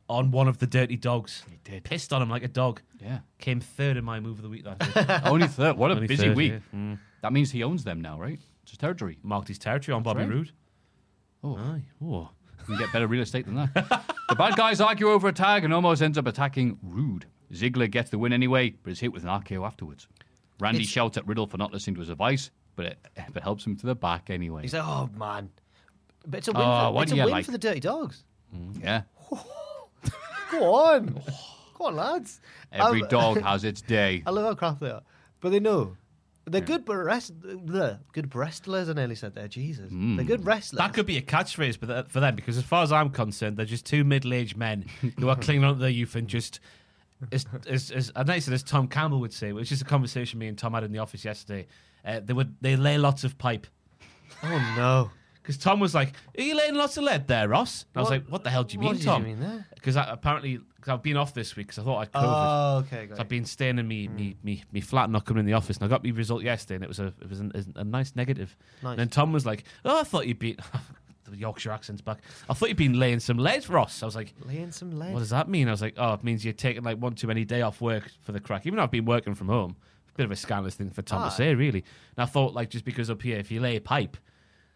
Speaker 7: on one of the dirty dogs. He
Speaker 11: did.
Speaker 7: Pissed on him like a dog.
Speaker 11: yeah.
Speaker 7: Came third in my move of the week that week.
Speaker 11: Only third. What a
Speaker 7: Only
Speaker 11: busy
Speaker 7: third,
Speaker 11: week.
Speaker 7: yeah.
Speaker 11: That means he owns them now, right? It's his territory.
Speaker 7: Marked his territory on Bobby
Speaker 11: right.
Speaker 7: Roode.
Speaker 11: Oh.
Speaker 7: Aye. Oh.
Speaker 11: You can get better real estate than that. the bad guys argue over a tag and almost ends up attacking Rude. Ziggler gets the win anyway, but is hit with an RKO afterwards. Randy
Speaker 6: It's-
Speaker 11: shouts at Riddle for not listening to his advice, but it, but helps him to the back anyway.
Speaker 6: He's like, oh man, but it's a win.
Speaker 11: Oh,
Speaker 6: for,
Speaker 11: what
Speaker 6: it's
Speaker 11: do
Speaker 6: a
Speaker 11: you
Speaker 6: win
Speaker 11: like?
Speaker 6: for the Dirty Dogs.
Speaker 11: yeah.
Speaker 6: Go on, go on, lads.
Speaker 11: Every
Speaker 6: Um,
Speaker 11: dog has its day.
Speaker 6: I love how craft they are, but they know they're good good rest, bleh, good wrestlers. I nearly said there. Jesus, they're good wrestlers.
Speaker 7: That could be a catchphrase for th- for them because, as far as I'm concerned, they're just two middle aged men who are clinging on to their youth and just. As, as, as, I noticed it as Tom Campbell would say, which is a conversation me and Tom had in the office yesterday. Uh, they would they lay lots of pipe
Speaker 6: Oh no,
Speaker 7: because Tom was like, "Are you laying lots of lead there, Ross?" And I was
Speaker 6: What-
Speaker 7: like, "What the hell do you
Speaker 6: what
Speaker 7: mean,
Speaker 6: did
Speaker 7: Tom?"
Speaker 6: you mean there?
Speaker 7: Because apparently, cause I've been off this week because I thought I'd COVID.
Speaker 6: Oh, okay, got
Speaker 7: So I've
Speaker 6: it.
Speaker 7: been staying in
Speaker 6: Hmm.
Speaker 7: me, me, me, me flat, and not coming in the office. And I got me result yesterday, and it was a, it was an, is- a nice negative.
Speaker 6: Nice.
Speaker 7: And then Tom was like, "Oh, I thought you'd been." the Yorkshire accent's back. I thought you'd been laying some lead, Ross. I was like,
Speaker 6: laying some lead.
Speaker 7: "What does that mean?" I was like, "Oh, it means you're taking like one too many day off work for the crack." Even though I've been working from home, bit of a scandalous thing for Tom
Speaker 6: Aye.
Speaker 7: to say, really. And I thought like just because up here, if you lay a pipe,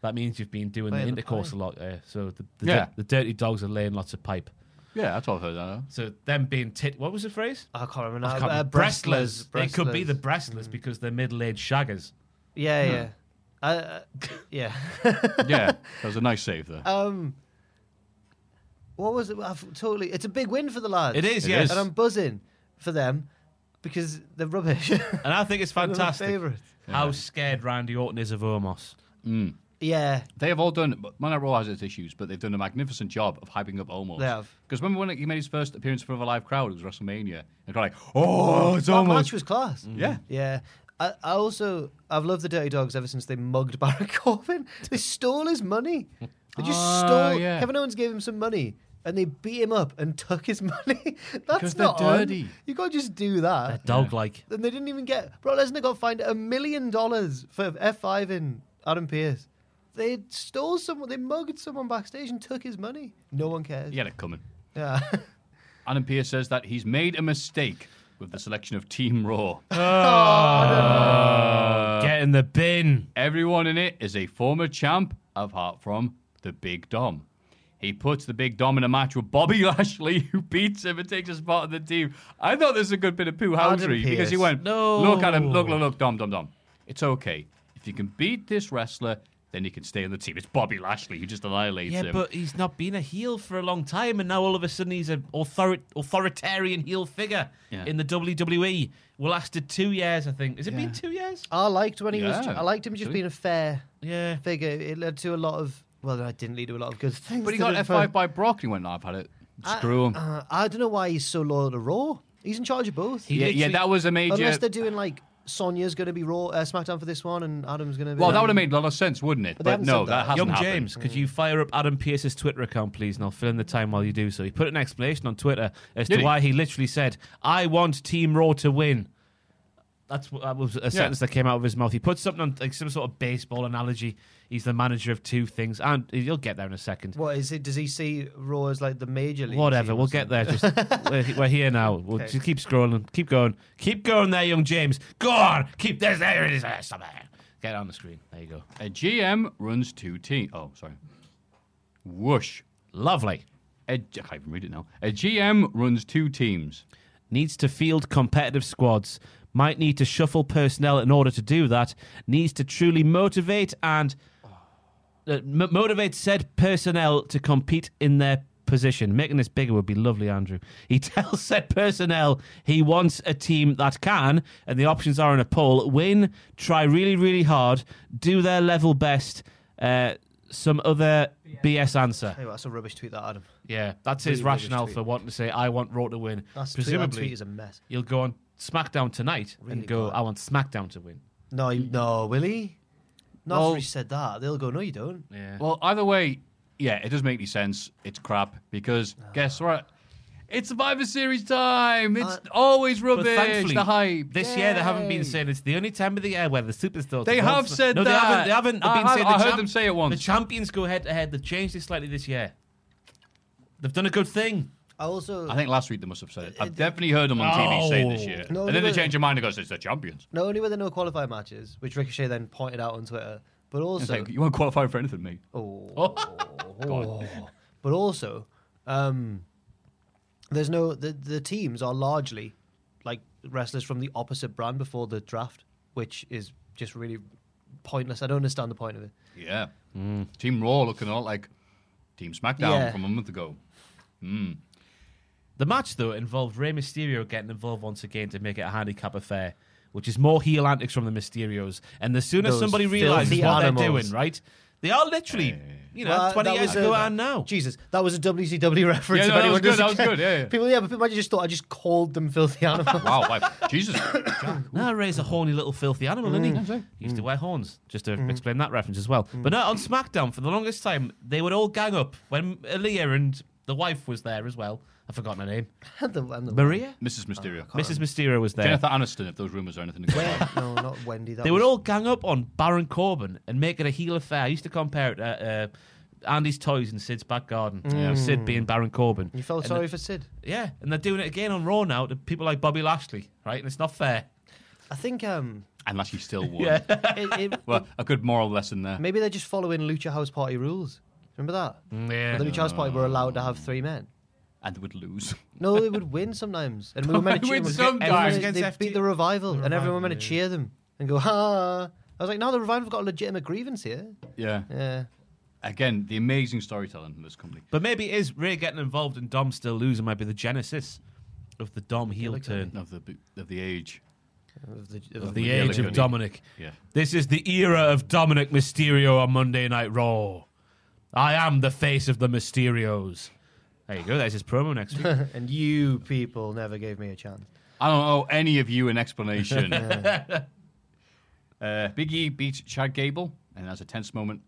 Speaker 7: that means you've been doing
Speaker 6: Laying
Speaker 7: the
Speaker 6: the
Speaker 7: intercourse
Speaker 6: pipe.
Speaker 7: a lot. Uh, so the the,
Speaker 11: Yeah.
Speaker 7: dir- the dirty dogs are laying lots of pipe.
Speaker 11: Yeah, that's what I've heard. uh,
Speaker 7: So them being tit. What was the phrase?
Speaker 6: I can't remember.
Speaker 7: I
Speaker 6: now.
Speaker 7: can't
Speaker 6: uh,
Speaker 7: remember. Brestlers.
Speaker 6: Brestlers.
Speaker 7: They could be
Speaker 6: Brestlers.
Speaker 7: the Brestlers because they're middle-aged shaggers.
Speaker 6: Yeah, yeah, uh, uh, yeah.
Speaker 11: Yeah, that was a nice save there.
Speaker 6: Um, what was it? I've totally. It's a big win for the lads.
Speaker 7: It is,
Speaker 11: It
Speaker 7: yes.
Speaker 11: is.
Speaker 6: and I'm buzzing for them because they're rubbish.
Speaker 7: And I think it's fantastic
Speaker 6: Favorites.
Speaker 7: how scared Randy Orton is of Omos.
Speaker 6: Yeah,
Speaker 11: They have all done, Monday Raw has its issues, but they've done a magnificent job of hyping up Omos.
Speaker 6: They have.
Speaker 11: Because remember when he made his first appearance in front of a live crowd, it was WrestleMania. And they're like, oh, it's
Speaker 6: that
Speaker 11: Omos.
Speaker 6: match was class.
Speaker 11: yeah.
Speaker 6: Yeah. I, I also I've loved the Dirty Dogs ever since they mugged Baron Corbin. They stole his money. They just
Speaker 11: Ah,
Speaker 6: stole.
Speaker 11: yeah.
Speaker 6: Kevin Owens gave him some money, and they beat him up and took his money. That's
Speaker 11: Because they're
Speaker 6: not on.
Speaker 11: dirty.
Speaker 6: You can't just do that.
Speaker 7: They're dog-like.
Speaker 6: And they didn't even get Brock Lesnar got fined a million dollars for F5 in Adam Pearce. They stole someone. They mugged someone backstage and took his money. No one cares.
Speaker 11: He had it coming.
Speaker 6: Yeah.
Speaker 11: Adam Pierce says that he's made a mistake with the selection of Team Raw.
Speaker 7: Get in the bin.
Speaker 11: Everyone in it is a former champ, apart from the Big Dom. He puts the Big Dom in a match with Bobby Lashley, who beats him and takes a spot on the team. I thought this was a good bit of poo
Speaker 6: Adam
Speaker 11: housery because he
Speaker 6: Pearce.
Speaker 11: went,
Speaker 7: No.
Speaker 11: Look at him, look, look, look, Dom, Dom, Dom. It's okay. If you can beat this wrestler, then you can stay on the team. It's Bobby Lashley who just annihilates
Speaker 7: Yeah,
Speaker 11: him.
Speaker 7: but he's not been a heel for a long time, and now all of a sudden he's an author- authoritarian heel figure
Speaker 11: Yeah.
Speaker 7: in the WWE. Well, lasted two years, I think. Has it been two years?
Speaker 6: I liked when he was.
Speaker 11: Yeah,
Speaker 6: I liked him just
Speaker 11: absolutely.
Speaker 6: being a fair
Speaker 7: Yeah.
Speaker 6: figure. It led to a lot of. Well, it didn't lead to a lot of good things.
Speaker 11: But he
Speaker 6: did
Speaker 11: got
Speaker 6: it?
Speaker 11: F5 by Brock and he went, "No, I've had it. Screw him.
Speaker 6: Uh, I don't know why he's so loyal to Raw. He's in charge of both.
Speaker 7: He
Speaker 11: yeah, yeah,
Speaker 7: literally-
Speaker 11: that was a major.
Speaker 6: Unless they're doing like Sonya's going to be Raw uh, SmackDown for this one, and Adam's going to be. Um,
Speaker 11: Well, Oh, that would have made a lot of sense, wouldn't it?
Speaker 6: But
Speaker 11: But,
Speaker 6: they haven't
Speaker 11: no,
Speaker 6: said
Speaker 11: that,
Speaker 6: that.
Speaker 11: hasn't
Speaker 7: Young
Speaker 11: happened.
Speaker 7: James, could you fire up Adam Pierce's Twitter account, please? And I'll fill in the time while you do so. He put an explanation on Twitter as
Speaker 11: Did
Speaker 7: to
Speaker 11: he?
Speaker 7: why he literally said, I want Team Raw to win. That's what that was a sentence that came out of his mouth. He put something on like some sort of baseball analogy. He's the manager of two things, and you'll get there in a second.
Speaker 6: What is it? Does he see Raw as like the major league?
Speaker 7: Whatever,
Speaker 6: team or
Speaker 7: we'll get there. Just we're, we're here now. We'll
Speaker 6: Okay.
Speaker 7: just keep scrolling, keep going, keep going there, young James. Go on, keep this. There it is. Ah, Stop there. Get it on the screen. There you go.
Speaker 11: A GM runs two teams. Oh, sorry. Whoosh.
Speaker 7: Lovely.
Speaker 11: A, G- I can't even read it now. A GM runs two teams.
Speaker 7: needs to field competitive squads, might need to shuffle personnel in order to do that, needs to truly motivate and uh, m- motivate said personnel to compete in their position. Making this bigger would be lovely, Andrew. He tells said personnel he wants a team that can, and the options are in a poll win, try really, really hard, do their level best, uh, some other BS answer.
Speaker 6: Hey, well, that's a rubbish tweet, that Adam.
Speaker 7: Yeah, that's his
Speaker 6: Really rubbish
Speaker 7: rationale
Speaker 6: tweet.
Speaker 7: for wanting to say, I want Raw to win.
Speaker 6: That's that tweet is a mess.
Speaker 7: You'll go on SmackDown tonight
Speaker 6: Really
Speaker 7: and go,
Speaker 6: bad.
Speaker 7: I want SmackDown to win.
Speaker 6: No, he- no, will he? Not
Speaker 4: Well-
Speaker 6: after he said that. They'll go, no, you don't.
Speaker 7: Yeah.
Speaker 4: Well, either way, yeah, it doesn't make any sense. It's crap because
Speaker 7: Ah.
Speaker 4: guess what? It's Survivor Series time. It's
Speaker 6: Uh,
Speaker 4: always
Speaker 7: But
Speaker 4: rubbish.
Speaker 7: thankfully,
Speaker 4: the hype.
Speaker 7: this year they haven't
Speaker 4: Yay.
Speaker 7: been saying it's the only time of the year where the superstars.
Speaker 4: They
Speaker 7: won.
Speaker 4: have said
Speaker 7: no,
Speaker 4: that.
Speaker 7: they haven't. They haven't. They've
Speaker 4: I
Speaker 7: been
Speaker 4: have-
Speaker 7: saying
Speaker 4: I
Speaker 7: the
Speaker 4: heard them say it once.
Speaker 7: The champions go head to head. They've changed it slightly this year. They've done a good thing.
Speaker 6: I also.
Speaker 4: I think last week they must have said it. I've definitely heard them on TV say it this year.
Speaker 6: No,
Speaker 4: and then they
Speaker 6: they-
Speaker 4: change their mind and goes, it's the champions.
Speaker 6: not only were there no qualifier matches, which Ricochet then pointed out on Twitter, but
Speaker 4: It's
Speaker 6: also.
Speaker 4: like, you won't qualify for anything, mate.
Speaker 6: Oh, Oh. but also, um, there's no the the teams are largely like wrestlers from the opposite brand before the draft, which is just really pointless. I don't understand the point of it.
Speaker 4: Yeah. Team Raw looking all like Team SmackDown
Speaker 6: Yeah.
Speaker 4: from a month ago.
Speaker 7: The match though involved Rey Mysterio getting involved once again to make it a handicap affair, which is more heel antics from the Mysterios. And the sooner
Speaker 6: Those
Speaker 7: somebody
Speaker 6: filthy
Speaker 7: realizes what they're
Speaker 6: animals.
Speaker 7: doing, right? They are literally, you know,
Speaker 6: Well,
Speaker 7: twenty
Speaker 6: that
Speaker 7: years
Speaker 6: was a-
Speaker 7: ago and now.
Speaker 6: Jesus, that was a WCW reference.
Speaker 4: Oh. Yeah, no, that was
Speaker 6: if anyone
Speaker 4: good,
Speaker 6: doesn't
Speaker 4: that was
Speaker 6: care.
Speaker 4: good, yeah, yeah.
Speaker 6: People, yeah, but people might have just thought I just called them filthy animals.
Speaker 4: Wow, like, Jesus.
Speaker 7: No, Ray's a horny little filthy animal, isn't he? He used to wear horns, just to explain that reference as well. But no, on SmackDown, for the longest time, they would all gang up when Aaliyah and the wife was there as well. I've forgotten her name.
Speaker 6: And the- and the-
Speaker 7: Maria?
Speaker 4: Mrs. Mysterio.
Speaker 7: Mrs. Mysterio was there.
Speaker 4: Jennifer Aniston, if those rumors are anything to go by.
Speaker 6: no, not Wendy. That
Speaker 7: They
Speaker 6: was,
Speaker 7: would all gang up on Baron Corbin and make it a heel affair. I used to compare it to uh, Andy's Toys in Sid's back garden. Sid being Baron Corbin.
Speaker 6: You felt
Speaker 7: And
Speaker 6: sorry
Speaker 7: the-
Speaker 6: for Sid.
Speaker 7: yeah, and they're doing it again on Raw now to people like Bobby Lashley, right? And it's not fair.
Speaker 6: I think um,
Speaker 4: Unless you still won.
Speaker 6: it, it,
Speaker 4: Well, a good moral lesson there.
Speaker 6: maybe they're just following Lucha House Party rules. Remember that?
Speaker 7: Yeah.
Speaker 6: The Lucha House Party were allowed to have three men.
Speaker 4: And would lose.
Speaker 6: No, they would win sometimes, and we were meant to cheer
Speaker 4: Win
Speaker 6: them.
Speaker 4: sometimes.
Speaker 6: They,
Speaker 7: Against
Speaker 6: beat
Speaker 7: FT.
Speaker 6: the revival, and everyone were meant to
Speaker 7: yeah.
Speaker 6: cheer them and go ha. I was like, no, the revival have got a legitimate grievance here.
Speaker 4: Yeah.
Speaker 6: Yeah,
Speaker 4: Again, the amazing storytelling in this company.
Speaker 7: But maybe it is Ray getting involved and Dom still losing might be the genesis of the Dom heel turn.
Speaker 4: Of the of the age.
Speaker 6: of the, of
Speaker 7: Of
Speaker 6: the-
Speaker 7: the age of
Speaker 4: Gilligan.
Speaker 7: Dominic.
Speaker 4: Yeah.
Speaker 7: This is the era of Dominic Mysterio on Monday Night Raw. I am the face of the Mysterios. There you go. There's his promo next week.
Speaker 6: and you people never gave me a chance.
Speaker 4: I don't owe any of you an explanation. uh, Big E beats Chad Gable, and that's a tense moment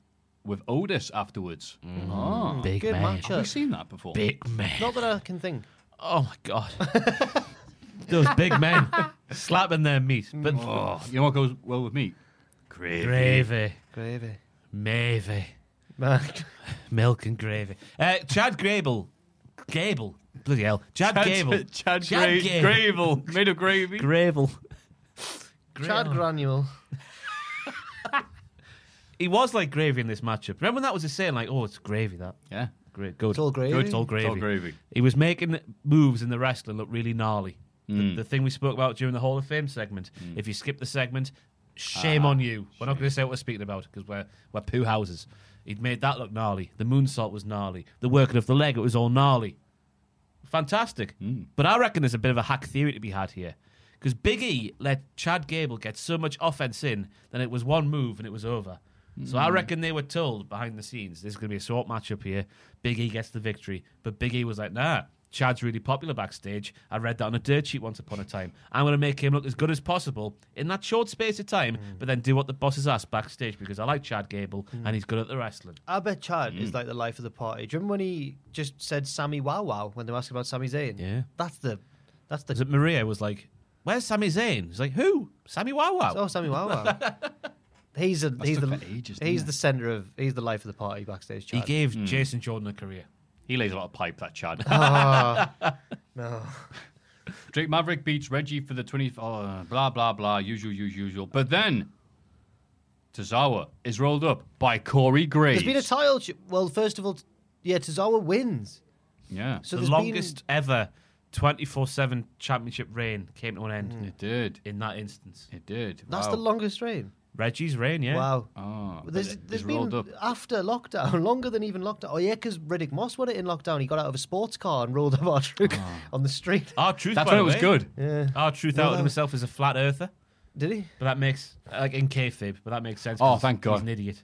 Speaker 4: with Otis afterwards. Oh.
Speaker 7: Big
Speaker 6: Good
Speaker 7: man.
Speaker 4: Have we
Speaker 6: matchup.
Speaker 4: seen that before?
Speaker 7: Big man.
Speaker 6: Not that I can think.
Speaker 7: Oh my god. Those big men slapping their meat. But
Speaker 4: Oh, you know what goes well with me? Gravy.
Speaker 7: gravy,
Speaker 6: Gravy.
Speaker 7: mavy,
Speaker 6: Mark.
Speaker 7: milk and gravy. Uh, Chad Grable, Gable, bloody hell. Chad, Gable,
Speaker 4: Chad,
Speaker 7: Chad
Speaker 4: Gra-
Speaker 7: Gable.
Speaker 4: Gravel. Made of gravy.
Speaker 7: Gravel.
Speaker 6: Chad Granule.
Speaker 7: He was like gravy in this matchup. Remember when that was a saying like, "Oh, it's gravy that."
Speaker 4: yeah.
Speaker 7: Great, good. It's
Speaker 6: all
Speaker 7: Good,
Speaker 6: gravy.
Speaker 7: it's all gravy.
Speaker 4: It's all gravy.
Speaker 7: He was making moves in the wrestling look really gnarly.
Speaker 4: Mm.
Speaker 7: The, the thing we spoke about during the Hall of Fame segment. If you skip the segment, shame
Speaker 4: Ah,
Speaker 7: on you. We're not going to say what we're speaking about because we're we're poo houses. He'd made that look gnarly. The moonsault was gnarly. The working of the leg, it was all gnarly. Fantastic. But I reckon there's a bit of a hack theory to be had here. Because Big E let Chad Gable get so much offense in that it was one move and it was over. So I reckon they were told behind the scenes this is going to be a short matchup here. Big E gets the victory. But Big E was like, nah, Chad's really popular backstage. I read that on a dirt sheet once upon a time. I'm going to make him look as good as possible in that short space of time, but then do what the boss has asked backstage because I like Chad Gable and he's good at the wrestling.
Speaker 6: I bet Chad is like the life of the party. Do you remember when he just said Sammy Wow Wow when they were asking about Sammy Zayn?
Speaker 7: Yeah.
Speaker 6: That's the. That's the.
Speaker 7: Is it Maria was like, Where's Sami Zayn? He's like, who? Sammy Wow Wow.
Speaker 6: Oh, Sammy Wow Wow. He's a, he's
Speaker 11: took
Speaker 6: the
Speaker 11: for ages, didn't
Speaker 6: he's
Speaker 11: it?
Speaker 6: the center of he's the life of the party backstage.
Speaker 7: he
Speaker 6: Chad.
Speaker 7: gave
Speaker 11: Hmm.
Speaker 7: Jason Jordan a career.
Speaker 11: He lays a lot of pipe, that Chad.
Speaker 6: Ah. no.
Speaker 11: Drake Maverick beats Reggie for the 20. Oh, blah, blah, blah. Usual, usual, usual. But then Tozawa is rolled up by Corey Graves.
Speaker 6: There's been a title. Ch- well, first of all, t- yeah, Tozawa wins.
Speaker 11: yeah,
Speaker 6: So
Speaker 7: the
Speaker 6: there's
Speaker 7: longest ever 24 7 championship reign came to an end
Speaker 6: Hmm.
Speaker 11: it did.
Speaker 7: in that instance.
Speaker 11: It did.
Speaker 6: Been, that's
Speaker 11: wow.
Speaker 6: the longest reign.
Speaker 7: Reggie's reign, yeah.
Speaker 6: Wow.
Speaker 11: Oh, but
Speaker 6: There's,
Speaker 11: it-
Speaker 6: there's
Speaker 11: it's rolled
Speaker 6: been
Speaker 11: up.
Speaker 6: after lockdown, longer than even lockdown. Oh yeah, because Riddick Moss won it in lockdown. He got out of a sports car and rolled up our truck on the street.
Speaker 7: Our truth.
Speaker 11: That's
Speaker 7: by
Speaker 11: when
Speaker 7: the
Speaker 11: it was
Speaker 7: way,
Speaker 11: good.
Speaker 6: Yeah,
Speaker 7: Our truth out of himself is a flat earther,
Speaker 6: did he?
Speaker 7: but that makes like in kayfabe, but that makes sense.
Speaker 11: Oh,
Speaker 7: 'cause
Speaker 11: thank God.
Speaker 7: He's an idiot.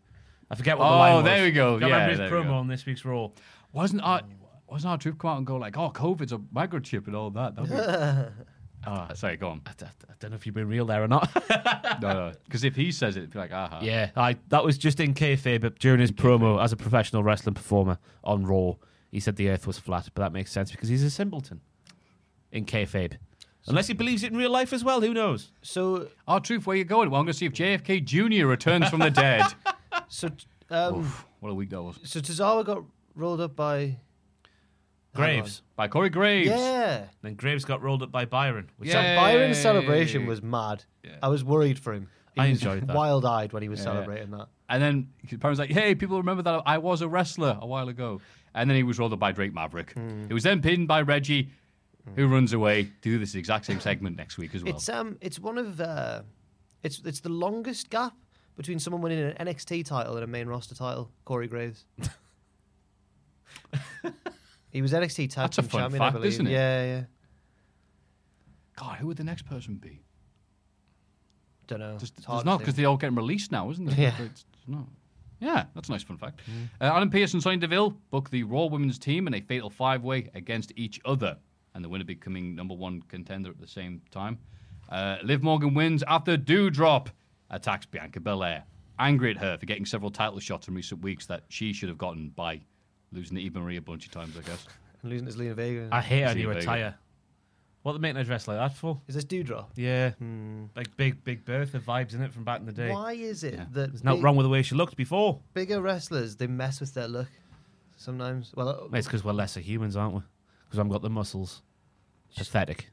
Speaker 7: I forget what the
Speaker 11: Oh,
Speaker 7: line was.
Speaker 11: there we go.
Speaker 7: Do you
Speaker 11: Yeah,
Speaker 7: remember his
Speaker 11: there we
Speaker 7: promo
Speaker 11: go.
Speaker 7: on this week's Raw.
Speaker 11: Wasn't our wasn't our troop come out and go like, oh, COVID's a microchip and all that? That'd Be... oh, sorry, go on.
Speaker 7: I, d- I don't know if you've been real there or not.
Speaker 11: No, no, because if he says it, it'd be like, "Ah, aha.
Speaker 7: yeah, I that was just in kayfabe during his promo as a professional wrestling performer on Raw. He said the Earth was flat, but that makes sense because he's a simpleton in kayfabe. Unless he believes it in real life as well, who knows?
Speaker 6: So
Speaker 11: Our truth, where you going? Well, I'm going to see if JFK Jr. returns from the dead.
Speaker 6: so um,
Speaker 11: Oof, what a week that was.
Speaker 6: so Tozawa got rolled up by
Speaker 7: Graves.
Speaker 11: By Corey Graves.
Speaker 6: Yeah.
Speaker 7: Then Graves got rolled up by Byron. Which
Speaker 11: Yeah.
Speaker 6: So Byron's
Speaker 11: Yay.
Speaker 6: celebration was mad. I was worried for him. He
Speaker 7: I
Speaker 6: was
Speaker 7: enjoyed that.
Speaker 6: Wild-eyed when he was celebrating that.
Speaker 11: And then his parents like, hey, people remember that I was a wrestler a while ago. And then he was rolled up by Drake Maverick. He was then pinned by Reggie, who runs away to do this exact same segment next week as well.
Speaker 6: It's um, it's one of uh, it's it's the longest gap between someone winning an NXT title and a main roster title. Corey Graves. he was NXT tag
Speaker 11: That's a
Speaker 6: team
Speaker 11: fun
Speaker 6: champion, I
Speaker 11: fact,
Speaker 6: believe.
Speaker 11: isn't it?
Speaker 6: Yeah, yeah.
Speaker 11: God, who would the next person be?
Speaker 6: Don't know.
Speaker 11: There's, there's not because they're all getting released now, isn't there?
Speaker 6: Yeah.
Speaker 11: It's- it's not. Yeah, that's a nice fun fact. Uh, Alan Pearce and Sonya Deville book the Raw Women's Team in a fatal five way against each other, and the winner becoming number one contender at the same time. Uh, Liv Morgan wins after Dewdrop attacks Bianca Belair, angry at her for getting several title shots in recent weeks that she should have gotten by losing to Eva Marie a bunch of times, I guess.
Speaker 6: losing to Zelina Vega.
Speaker 7: I hate her
Speaker 11: See
Speaker 7: new
Speaker 11: you later.
Speaker 7: attire. What they making her dress like that for?
Speaker 6: Is this Dewdrop?
Speaker 7: Yeah, like big, big Bertha vibes in it from back in the day.
Speaker 6: Why is it
Speaker 11: Yeah.
Speaker 6: that
Speaker 7: There's nothing wrong with the way she looked before.
Speaker 6: bigger wrestlers they mess with their look sometimes? Well, uh,
Speaker 7: It's because we're lesser humans, aren't we? Because I've got the muscles. Pathetic.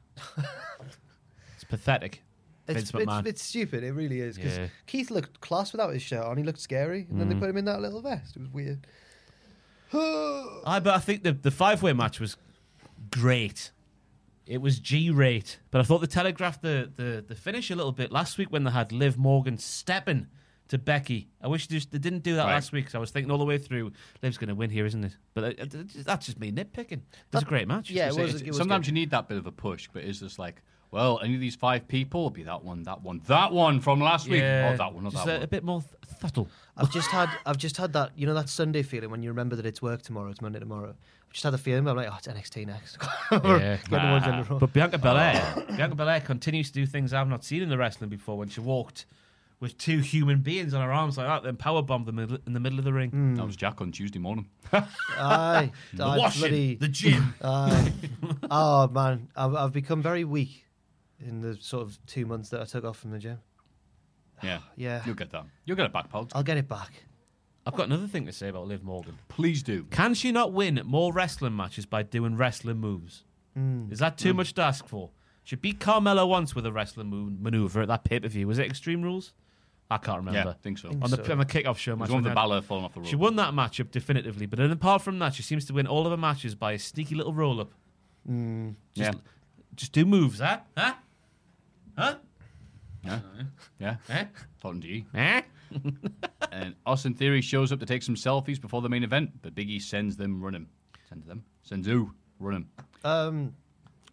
Speaker 7: it's pathetic.
Speaker 6: It's,
Speaker 7: Vince
Speaker 6: it's,
Speaker 7: McMahon.
Speaker 6: it's stupid. It really is. Because
Speaker 7: Yeah. Mm.
Speaker 6: Keith looked class without his shirt on. He looked scary. And then they put him in that little vest. It was weird.
Speaker 7: I but I think the the five way match was great. It was G rate, but I thought they telegraphed the, the the finish a little bit last week when they had Liv Morgan stepping to Becky. I wish they, just, they didn't do that
Speaker 11: Right.
Speaker 7: last week because I was thinking all the way through Liv's going to win here, isn't it? But uh, uh, that's just me nitpicking. It was a great match.
Speaker 6: Yeah, it
Speaker 11: So
Speaker 6: was.
Speaker 11: it's-
Speaker 6: It was
Speaker 11: sometimes
Speaker 6: good.
Speaker 11: you need that bit of a push, but it's just like, well, any of these five people will be that one, that one, that one from last week.
Speaker 7: Yeah,
Speaker 11: Oh, that one, not
Speaker 7: just
Speaker 11: that
Speaker 7: a,
Speaker 11: one.
Speaker 7: a bit more th- subtle.
Speaker 6: I've just had I've just had that you know that Sunday feeling when you remember that it's work tomorrow. It's Monday tomorrow. I've just had the feeling. where I'm like, oh, it's NXT next. yeah.
Speaker 7: But Bianca Belair, Bianca Belair continues to do things I've not seen in the wrestling before. When she walked with two human beings on her arms like that, then power bombed them in in the middle of the ring.
Speaker 11: That was Jack on Tuesday morning.
Speaker 6: Aye,
Speaker 7: The
Speaker 6: aye,
Speaker 7: washing,
Speaker 6: bloody-
Speaker 7: the gym.
Speaker 6: aye. oh man, I've, I've become very weak in the sort of two months that I took off from the gym.
Speaker 11: Yeah.
Speaker 6: Yeah.
Speaker 11: You'll get that. You'll get it back, pal.
Speaker 6: I'll get it back.
Speaker 7: I've got another thing to say about Liv Morgan.
Speaker 11: Please do.
Speaker 7: Can she not win more wrestling matches by doing wrestling moves?
Speaker 6: Hmm.
Speaker 7: Is that too much to ask for? She beat Carmella once with a wrestling move, maneuver at that pay per view. Was it Extreme Rules? I can't
Speaker 11: Yeah,
Speaker 7: remember.
Speaker 11: I think so. It
Speaker 6: Think
Speaker 7: on the
Speaker 6: so.
Speaker 7: on the kickoff show match,
Speaker 11: was one
Speaker 7: when
Speaker 11: of the
Speaker 7: they had-
Speaker 11: Balor falling off the rope.
Speaker 7: She won that matchup definitively, but then apart from that, she seems to win all of her matches by a sneaky little roll up.
Speaker 6: Hmm.
Speaker 11: Yeah.
Speaker 7: Just do moves, huh? Huh?
Speaker 11: Yeah.
Speaker 7: Eh?
Speaker 11: Talking to you.
Speaker 7: Eh?
Speaker 11: And Austin Theory shows up to take some selfies before the main event, but Biggie sends them running. Sends them. Sends who? Running.
Speaker 6: Um,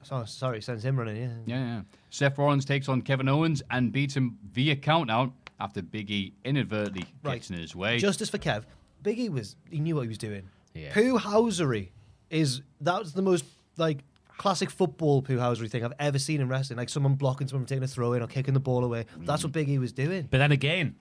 Speaker 6: so, sorry, sends him running. Yeah.
Speaker 11: Yeah, yeah. Seth Rollins takes on Kevin Owens and beats him via countout after Biggie inadvertently
Speaker 6: Right.
Speaker 11: gets in his way.
Speaker 6: Justice for Kev. Biggie was he knew what he was doing.
Speaker 7: Yeah.
Speaker 6: Pooh Housery is that's the most like classic football poo housery thing I've ever seen in wrestling. Like someone blocking
Speaker 11: Mm.
Speaker 6: someone from taking a throw in or kicking the ball away. That's what Biggie was doing.
Speaker 7: But then again,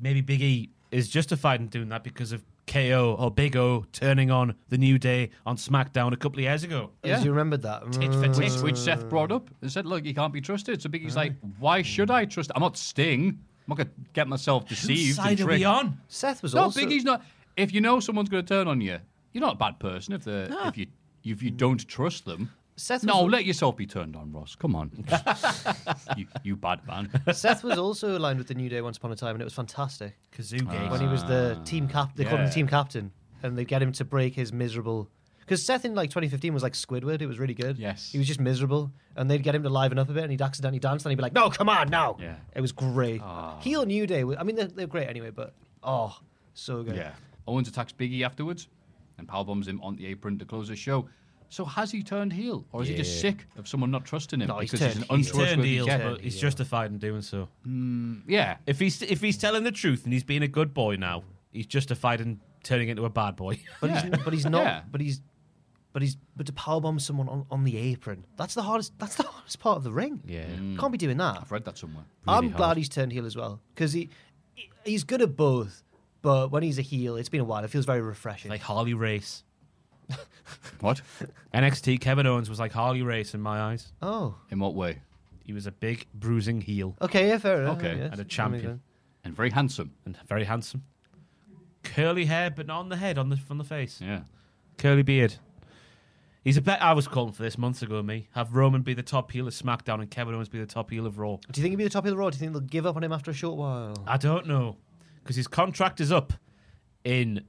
Speaker 7: maybe Big E is justified in doing that because of KO or Big O turning on the New Day on SmackDown a couple of years ago.
Speaker 6: As you remembered that. Mm.
Speaker 7: Tit for tit.
Speaker 11: Which,
Speaker 13: Uh,
Speaker 11: which Seth brought up and said, "Look, he can't be trusted." So Biggie's like, "Why should I trust? I'm not Sting. I'm not gonna get myself deceived."
Speaker 13: Whose
Speaker 11: and
Speaker 13: side are we
Speaker 11: tricked."
Speaker 13: on?
Speaker 6: Seth was
Speaker 11: No,
Speaker 6: also.
Speaker 11: Biggie's not. If you know someone's going to turn on you, you're not a bad person. If they, are if you, if you don't trust them,
Speaker 6: Seth
Speaker 11: no,
Speaker 6: was-
Speaker 11: let yourself be turned on, Ross. Come on, you, you bad man.
Speaker 6: Seth was also aligned with the New Day once upon a time, and it was fantastic.
Speaker 7: Kazoo
Speaker 11: Ah.
Speaker 7: Gate.
Speaker 6: when he was the team cap, they called him the team captain, and they get him to break his miserable. Because Seth in like 2015 was like Squidward, it was really good.
Speaker 11: Yes.
Speaker 6: he was just miserable, and they'd get him to liven up a bit, and he'd accidentally dance, and he'd be like, "No, come on, now!"
Speaker 11: Yeah.
Speaker 6: it was great.
Speaker 11: Ah.
Speaker 6: Heel New Day, were- I mean, they're, they're great anyway, but oh, so good.
Speaker 11: Yeah. Owens attacks Biggie afterwards and powerbombs him on the apron to close the show. So has he turned heel, or is he just sick of someone not trusting him
Speaker 6: No, Oh, he's
Speaker 11: because he's,
Speaker 6: turned-
Speaker 11: an
Speaker 7: He's turned
Speaker 11: untrustworthy
Speaker 7: heel,
Speaker 11: jet?
Speaker 7: but he's justified in doing so.
Speaker 11: Yeah,
Speaker 7: If he's if he's telling the truth and he's being a good boy now, he's justified in turning into a bad boy.
Speaker 6: but he's but he's not.
Speaker 11: Yeah.
Speaker 6: But he's but he's but to powerbomb someone on, on the apron. That's the hardest. That's the hardest part of the ring.
Speaker 7: Yeah.
Speaker 11: Mm.
Speaker 6: can't be doing that.
Speaker 11: I've read that somewhere.
Speaker 6: I'm glad he's turned heel as well because he, he- he's good at both. But when he's a heel, it's been a while. It feels very refreshing.
Speaker 7: Like Harley Race.
Speaker 11: What?
Speaker 7: NXT Kevin Owens was like Harley Race in my eyes.
Speaker 6: oh,
Speaker 11: In what way?
Speaker 7: He was a big bruising heel
Speaker 6: okay, yeah, fair enough.
Speaker 11: Okay,
Speaker 6: yes.
Speaker 7: and a champion
Speaker 11: And very handsome.
Speaker 7: and very handsome. Curly hair, but not on the head, on the from the face.
Speaker 11: Yeah.
Speaker 7: Curly beard. He's a bet I was calling for this months ago. Me have Roman be the top heel of SmackDown and Kevin Owens be the top heel of Raw.
Speaker 6: Do you think he'll be the top of the road? Do you think they'll give up on him after a short while?
Speaker 7: I don't know because his contract is up in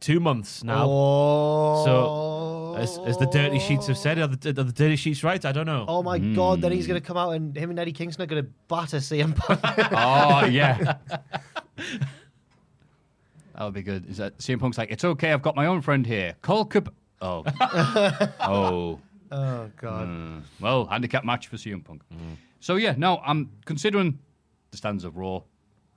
Speaker 7: two months now.
Speaker 6: Oh.
Speaker 7: So as, as the dirty sheets have said, are the, are the dirty sheets right? I don't know.
Speaker 6: Oh my god! Then
Speaker 7: Hmm.
Speaker 6: he's going to come out and him and Eddie Kingston are going to batter CM Punk.
Speaker 11: Oh yeah. that would be good. Is that CM Punk's like, it's okay, I've got my own friend here. Cole Cup Oh. oh. Hmm.
Speaker 6: oh god!
Speaker 11: Well, handicap match for CM Punk. So yeah, no, I'm considering the stands of Raw.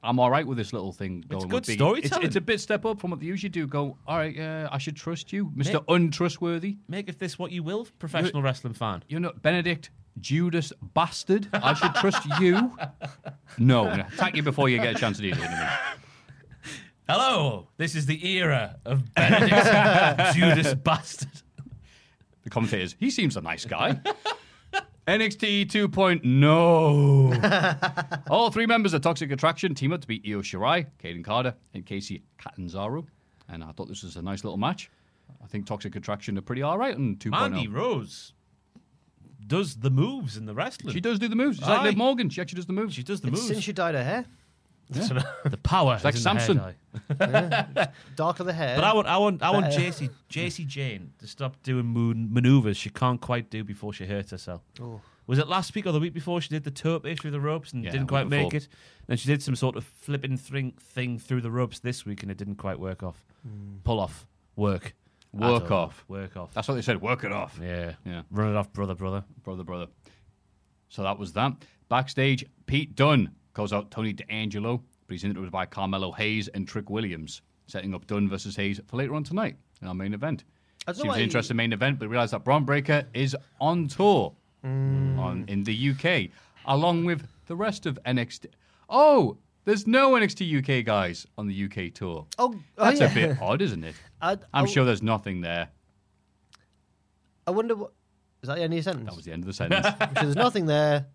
Speaker 11: I'm all right with this little thing going.
Speaker 7: good
Speaker 11: with Big E.
Speaker 7: storytelling.
Speaker 11: It's, it's a bit step up from what they usually do. Go, all right, uh, I should trust you, Mister Untrustworthy.
Speaker 7: Make of this what you will, professional wrestling fan.
Speaker 11: You're not Benedict Judas bastard. I should trust you. No, I'm gonna attack you before you get a chance to do it.
Speaker 7: Hello, this is the era of Benedict Judas Bastard.
Speaker 11: The commentators, he seems a nice guy. NXT 2.0. oh. All three members of Toxic Attraction team up to beat Io Shirai, Kaden Carter, and Casey Catanzaro. And I thought this was a nice little match. I think Toxic Attraction are pretty all right on oh. 2.0.
Speaker 7: Mandy Rose does the moves in the wrestling.
Speaker 11: she does do the moves. It's like
Speaker 7: Aye.
Speaker 11: Liv Morgan. She actually does the moves.
Speaker 7: She does the
Speaker 6: It's
Speaker 7: moves.
Speaker 6: since she dyed her hair,
Speaker 7: the power. It's
Speaker 11: like Samson.
Speaker 6: darker the hair.
Speaker 7: But I want, I want, I want
Speaker 6: Better.
Speaker 7: JC, JC Jane to stop doing moon maneuvers she can't quite do before she hurts herself. Was it last week or the week before she did the toe piece through the ropes and
Speaker 11: Yeah,
Speaker 7: didn't
Speaker 11: week
Speaker 7: quite make
Speaker 11: before.
Speaker 7: it? Then she did some sort of flipping thing, thing through the ropes this week and it didn't quite work off. Pull off, work, I
Speaker 11: Work
Speaker 7: don't know.
Speaker 11: off.
Speaker 7: work off.
Speaker 11: That's what they said. Work it off.
Speaker 7: yeah,
Speaker 11: Yeah.
Speaker 7: Run it off, brother, brother.
Speaker 11: brother, brother. So that was that. Backstage, Pete Dunne calls out Tony D'Angelo, but he's interrupted by Carmelo Hayes and Trick Williams, setting up Dunne versus Hayes for later on tonight in our main event.
Speaker 6: I don't know
Speaker 11: Seems
Speaker 6: why
Speaker 11: an
Speaker 6: he-
Speaker 11: interesting main event, but realised that Braun Breaker is on tour on, in the UK, along with the rest of NXT. Oh, there's no NXT UK guys on the UK tour.
Speaker 6: oh, oh,
Speaker 11: That's
Speaker 6: yeah.
Speaker 11: a bit odd, isn't it?
Speaker 6: I,
Speaker 11: I'm
Speaker 6: I-
Speaker 11: sure there's nothing there.
Speaker 6: I wonder what is that the end of your sentence?
Speaker 11: That was the end of the sentence
Speaker 6: I'm sure there's nothing there.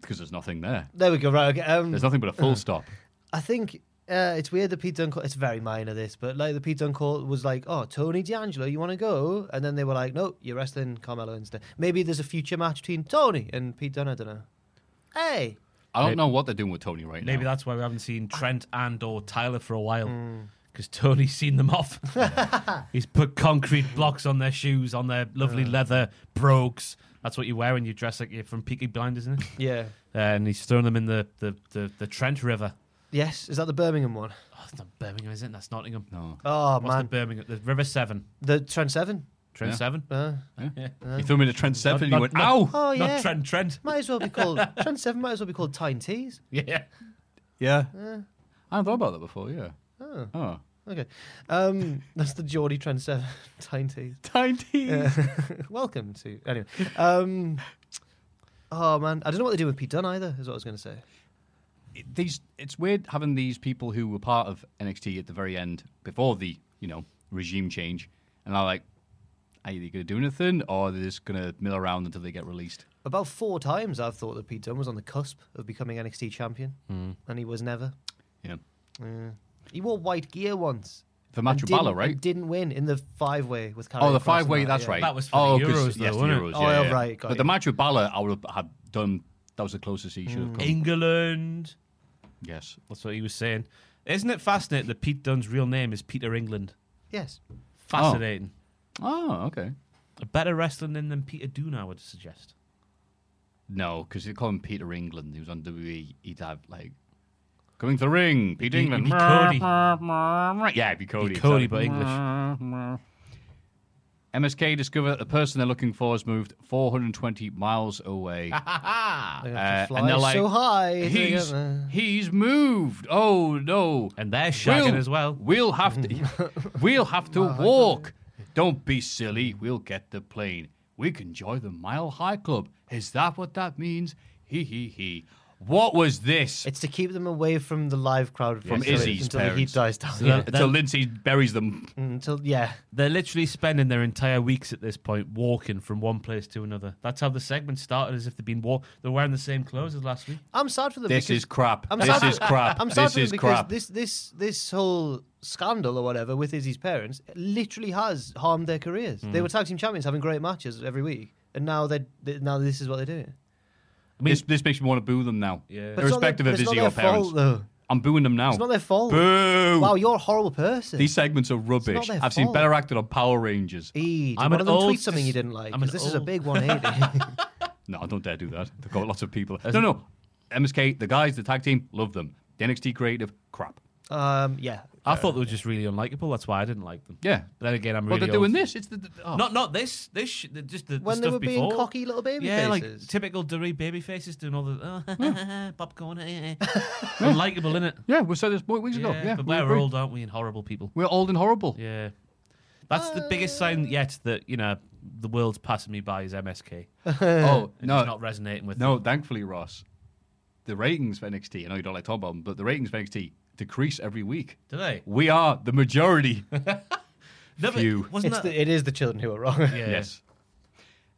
Speaker 11: because there's nothing there.
Speaker 6: There we go. Right. Okay. Um,
Speaker 11: There's nothing but a full stop.
Speaker 6: I think uh, it's weird that Pete Duncan. It's very minor this, but like the Pete Duncan was like, "Oh, Tony D'Angelo, you want to go?" And then they were like, "No, you're wrestling Carmelo instead." Maybe there's a future match between Tony and Pete Dunne. I don't know. Hey,
Speaker 11: I don't know what they're doing with Tony right
Speaker 7: Maybe
Speaker 11: now.
Speaker 7: that's why we haven't seen Trent and or Tyler for a while. Because Tony's seen them off. He's put concrete blocks on their shoes, on their lovely leather brogues. That's what you wear when you dress like you're from Peaky Blinders, isn't it? Uh,
Speaker 6: yeah,
Speaker 7: and he's thrown them in the, the, the, the Trent River.
Speaker 6: yes, is that the Birmingham one?
Speaker 7: Oh, it's not Birmingham, is it? That's Nottingham. No.
Speaker 6: Oh
Speaker 7: What's
Speaker 6: man,
Speaker 7: the Birmingham? The River Seven.
Speaker 6: the, Trent Seven.
Speaker 7: Trent
Speaker 11: Yeah.
Speaker 7: Seven?
Speaker 6: Uh,
Speaker 11: He threw me to Trent Seven and he
Speaker 7: not-
Speaker 11: went,
Speaker 7: not-
Speaker 11: ow!
Speaker 6: oh yeah,
Speaker 7: Not Trent Trent.
Speaker 6: might as well be called Trent Seven. Might as well be called Tyne Tees.
Speaker 7: Yeah.
Speaker 4: Yeah.
Speaker 11: I hadn't thought about that before, yeah. Oh.
Speaker 6: Okay, um, that's the Geordie Trent Seven Tyne Tees.
Speaker 11: Tiny.
Speaker 6: Welcome to anyway. Um, oh man, I don't know what they do with Pete Dunne either. Is what I was going to say.
Speaker 11: These, it's weird having these people who were part of NXT at the very end before the you know regime change, and are like, are they going to do anything or are they just going to mill around until they get released?
Speaker 6: About four times I've thought that Pete Dunne was on the cusp of becoming NXT champion, and he was never.
Speaker 11: Hmm. Yeah,
Speaker 6: He wore white gear once.
Speaker 11: for match
Speaker 6: and
Speaker 11: with
Speaker 6: didn't-
Speaker 11: Balor, right?
Speaker 6: and Didn't win in the five way with Karrion
Speaker 11: Oh, the
Speaker 6: Kross and
Speaker 11: five way.
Speaker 6: that,
Speaker 11: That's
Speaker 6: yeah.
Speaker 11: right.
Speaker 7: That was for the
Speaker 11: 'cause-
Speaker 7: Euros, though,
Speaker 11: yes, the
Speaker 7: wasn't it?
Speaker 11: Euros.
Speaker 6: Oh,
Speaker 11: yeah,
Speaker 6: yeah,
Speaker 11: yeah.
Speaker 6: right, got
Speaker 11: But
Speaker 6: you.
Speaker 11: the match with Balor, I would have had done. That was the closest he
Speaker 6: Hmm.
Speaker 11: should have come.
Speaker 7: England.
Speaker 11: Yes.
Speaker 7: That's what he was saying. Isn't it fascinating that Pete Dunne's real name is Peter England?
Speaker 6: Yes.
Speaker 7: Fascinating.
Speaker 11: Oh, okay.
Speaker 7: A better wrestling name than Peter Dune, I would suggest.
Speaker 11: No, because they call him Peter England. He was on WWE. He'd have like coming to the ring, Peter
Speaker 7: He'd be-
Speaker 11: England.
Speaker 7: he'd be Cody.
Speaker 11: Yeah, it'd be Cody.
Speaker 7: Be Cody, but
Speaker 11: exactly.
Speaker 7: English.
Speaker 11: MSK discovered the person they're looking for has moved 420 miles
Speaker 6: They
Speaker 11: away.
Speaker 6: have to
Speaker 11: Uh, and
Speaker 6: fly
Speaker 11: they're like,
Speaker 6: so high.
Speaker 11: he's
Speaker 6: Uh,
Speaker 11: he's moved. Oh no!
Speaker 7: And they're shagging
Speaker 11: We'll-
Speaker 7: as well.
Speaker 11: We'll have to we'll have to walk. Don't be silly. We'll get the plane. We can join the Mile High Club. Is that what that means? He he he. What was this?
Speaker 6: It's to keep them away from the live crowd
Speaker 11: From
Speaker 6: until,
Speaker 11: Izzy's
Speaker 6: until the
Speaker 11: parents.
Speaker 6: heat dies down.
Speaker 7: Yeah.
Speaker 11: Until Lindsay buries them.
Speaker 6: Until yeah,
Speaker 7: They're literally spending their entire weeks at this point walking from one place to another. That's how the segment started, as if they've been walk. They're wearing the same clothes as last week.
Speaker 6: I'm sad for them.
Speaker 11: This
Speaker 6: because-
Speaker 11: is crap.
Speaker 6: I'm
Speaker 11: this
Speaker 6: sad
Speaker 11: is
Speaker 6: for-
Speaker 11: crap.
Speaker 6: I'm sad
Speaker 11: this
Speaker 6: for them
Speaker 11: is
Speaker 6: because
Speaker 11: crap.
Speaker 6: this this this whole scandal or whatever with Izzy's parents literally has harmed their careers.
Speaker 11: Hmm.
Speaker 6: They were tag team champions, having great matches every week, and now they they- now this is what they're doing.
Speaker 11: this this makes me want to boo them now.
Speaker 7: Yeah.
Speaker 6: But it's not
Speaker 11: Irrespective
Speaker 6: their-
Speaker 11: of
Speaker 6: it's
Speaker 11: Izzy
Speaker 6: not
Speaker 11: or
Speaker 6: their fault,
Speaker 11: parents.
Speaker 6: though.
Speaker 11: I'm booing them now.
Speaker 6: It's not their fault.
Speaker 11: Boo!
Speaker 6: Wow, you're a horrible person.
Speaker 11: These segments are rubbish.
Speaker 6: their
Speaker 11: I've seen
Speaker 6: fault.
Speaker 11: better acted on Power Rangers.
Speaker 6: Eee, did
Speaker 7: I'm an
Speaker 6: one of them
Speaker 7: old
Speaker 6: tweet something
Speaker 7: dis-
Speaker 6: you didn't like.
Speaker 7: I'm an
Speaker 6: 'Cause this is a
Speaker 7: old-
Speaker 6: big 180.
Speaker 11: No, I don't dare do that. They've got lots of people. No, no. MSK, the guys, the tag team, love them. The NXT creative, crap.
Speaker 6: um, yeah,
Speaker 7: I thought they were just really unlikable. That's why I didn't like them.
Speaker 11: Yeah.
Speaker 7: But then again, I'm
Speaker 11: Well,
Speaker 7: really.
Speaker 11: they're
Speaker 7: old.
Speaker 11: doing this. It's the. the- oh.
Speaker 7: Not not this this sh- the- just the the
Speaker 6: when they
Speaker 7: stuff
Speaker 6: were being
Speaker 7: before.
Speaker 6: cocky little baby
Speaker 7: Yeah,
Speaker 6: faces.
Speaker 7: like typical Dory baby faces doing all the oh, popcorn, eh, eh. unlikable in it.
Speaker 11: Yeah, we said this more weeks ago. Yeah,
Speaker 7: but
Speaker 11: we
Speaker 7: we're
Speaker 11: agree.
Speaker 7: old, aren't we? And horrible people.
Speaker 11: We're old and horrible.
Speaker 7: Yeah, that's the biggest
Speaker 6: Uh.
Speaker 7: sign yet that you know the world's passing me by is MSK.
Speaker 11: Oh
Speaker 7: No,
Speaker 11: no,
Speaker 7: not resonating with.
Speaker 11: no. Thankfully, Ross, the ratings for NXT. I know you don't like talking about them, but the ratings for NXT decrease every week.
Speaker 7: do they?
Speaker 11: We are the majority.
Speaker 7: No, but
Speaker 11: Few.
Speaker 7: Wasn't
Speaker 6: it's
Speaker 7: that?
Speaker 6: the, it is the children who are wrong.
Speaker 7: yeah.
Speaker 11: Yes.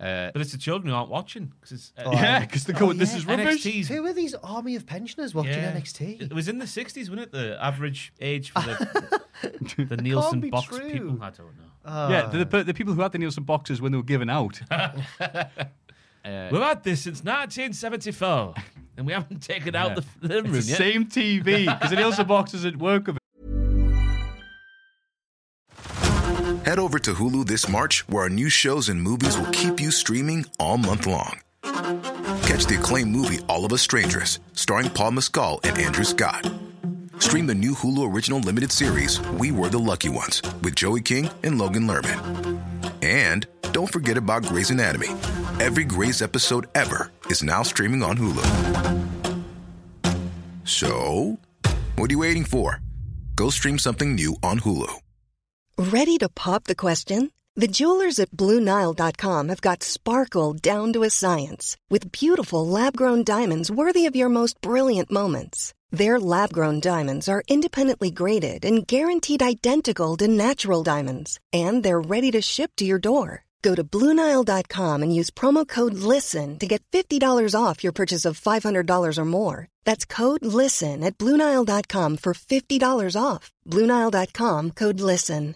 Speaker 11: Uh,
Speaker 7: but it's the children who aren't watching because it's uh,
Speaker 11: Oh, yeah, because the going. This is rubbish.
Speaker 7: NXT's
Speaker 6: Who are these army of pensioners watching
Speaker 7: Yeah.
Speaker 6: NXT?
Speaker 7: It was in the 60s, wasn't it? The average age for the, the Nielsen
Speaker 6: be
Speaker 7: box
Speaker 6: true. Uh,
Speaker 7: people. I don't know.
Speaker 11: yeah,
Speaker 7: Uh.
Speaker 11: the, the, the people who had the Nielsen boxes when they were given out.
Speaker 7: We've had this since 1974, and we haven't taken out the, the room
Speaker 11: It's the
Speaker 7: yet.
Speaker 11: same TV because the Nielsen boxes at work of
Speaker 13: Head over to Hulu this March, where our new shows and movies will keep you streaming all month long. Catch the acclaimed movie All of Us Strangers, starring Paul Mescal and Andrew Scott. Stream the new Hulu original limited series We Were the Lucky Ones with Joey King and Logan Lerman. And don't forget about Grey's Anatomy. Every Grey's episode ever is now streaming on Hulu. So, what are you waiting for? Go stream something new on Hulu.
Speaker 9: Ready to pop the question? The jewelers at BlueNile.com have got sparkle down to a science with beautiful lab grown diamonds worthy of your most brilliant moments. Their lab grown diamonds are independently graded and guaranteed identical to natural diamonds, and they're ready to ship to your door. Go to BlueNile.com and use promo code LISTEN to get $50 off your purchase of $500 or more. That's code LISTEN at BlueNile.com for $50 off. BlueNile.com code LISTEN.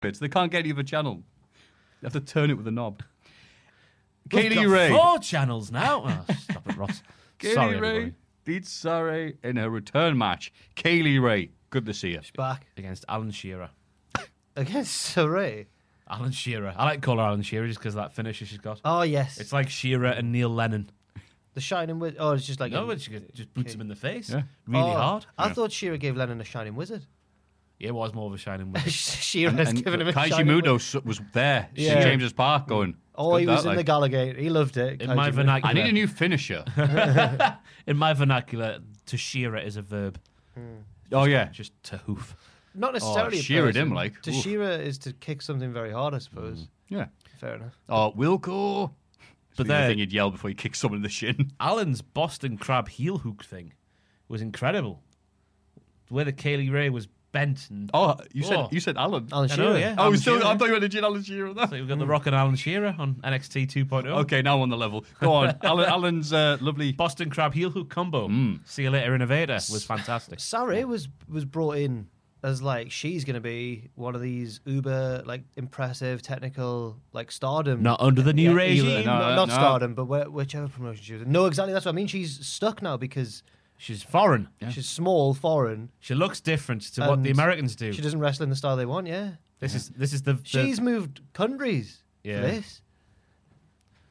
Speaker 11: bits. They can't get any other channel. You have to turn it with a knob.
Speaker 7: We've
Speaker 11: Kaylee
Speaker 7: got
Speaker 11: Ray.
Speaker 7: Four channels now. Oh, stop it, Ross.
Speaker 11: Kaylee
Speaker 7: Sorry,
Speaker 11: Ray
Speaker 7: everybody.
Speaker 11: beats Sarah in her return match. Kaylee Ray, good to see you.
Speaker 6: Back
Speaker 7: Against Alan Shearer.
Speaker 6: against Saray.
Speaker 7: Alan Shearer. I like to call her Alan Shearer just because of that finisher she's got.
Speaker 6: Oh yes,
Speaker 7: It's like Shearer and Neil Lennon.
Speaker 6: the shining wizard. Oh, it's just like
Speaker 7: No,
Speaker 6: a-
Speaker 7: but she could just boots him in the face.
Speaker 11: Yeah.
Speaker 7: Really
Speaker 6: Oh,
Speaker 7: hard.
Speaker 6: I thought Shira gave Lennon a shining wizard.
Speaker 7: Yeah, it was more of a shining wizard.
Speaker 6: Shira has given him a
Speaker 11: Kaiji
Speaker 6: shining
Speaker 11: Muto
Speaker 6: wizard.
Speaker 11: s- was there. St.
Speaker 6: Yeah.
Speaker 11: James's Park going.
Speaker 6: Oh,
Speaker 11: "Good
Speaker 6: he was
Speaker 11: that,
Speaker 6: in the
Speaker 11: like."
Speaker 6: Gallagher. He loved it.
Speaker 7: In
Speaker 6: Kaiji
Speaker 7: my
Speaker 6: Muto.
Speaker 7: vernacular,
Speaker 11: I need a new finisher.
Speaker 7: in my vernacular, to shear it is a verb,
Speaker 11: oh yeah,
Speaker 7: just to hoof.
Speaker 6: Not necessily.
Speaker 11: Oh,
Speaker 6: a
Speaker 11: Shearer
Speaker 6: person.
Speaker 11: him, like,
Speaker 6: to
Speaker 11: oof.
Speaker 7: Mm.
Speaker 6: Shira is to kick something very hard. I suppose.
Speaker 11: yeah.
Speaker 6: Fair enough.
Speaker 11: Oh Wilco, But the thing he'd yell before he kicked someone in the shin.
Speaker 7: Alan's Boston crab heel hook thing was incredible. The way that Kaylee Ray was bent and
Speaker 4: oh, you said you said Alan.
Speaker 7: Alan I know,
Speaker 4: Shearer.
Speaker 7: yeah.
Speaker 4: Oh,
Speaker 7: Alan
Speaker 4: so I
Speaker 7: Shearer.
Speaker 4: thought you were legit Alan Shearer. There.
Speaker 7: So we've got the Rock and Alan Shearer on NXT 2.0.
Speaker 4: Okay, now on the level. Go on, Alan. Alan
Speaker 7: Alan's uh, lovely Boston crab heel hook combo.
Speaker 11: Mm.
Speaker 7: See you later, innovator. Was fantastic.
Speaker 6: Sarah was was brought in as like she's going to be one of these uber like impressive technical like stardom.
Speaker 7: Not under the new regime.
Speaker 6: Elon-
Speaker 7: No,
Speaker 6: not not
Speaker 7: no.
Speaker 6: stardom, but where, whichever promotion she was in. No, exactly. That's what I mean. She's stuck now because
Speaker 7: she's foreign.
Speaker 6: She's small, foreign.
Speaker 7: She looks different to what
Speaker 6: and
Speaker 7: the Americans do.
Speaker 6: She doesn't wrestle in the style they want. Yeah,
Speaker 7: This is this is the, the
Speaker 6: she's moved countries.
Speaker 7: Yeah.
Speaker 6: For this.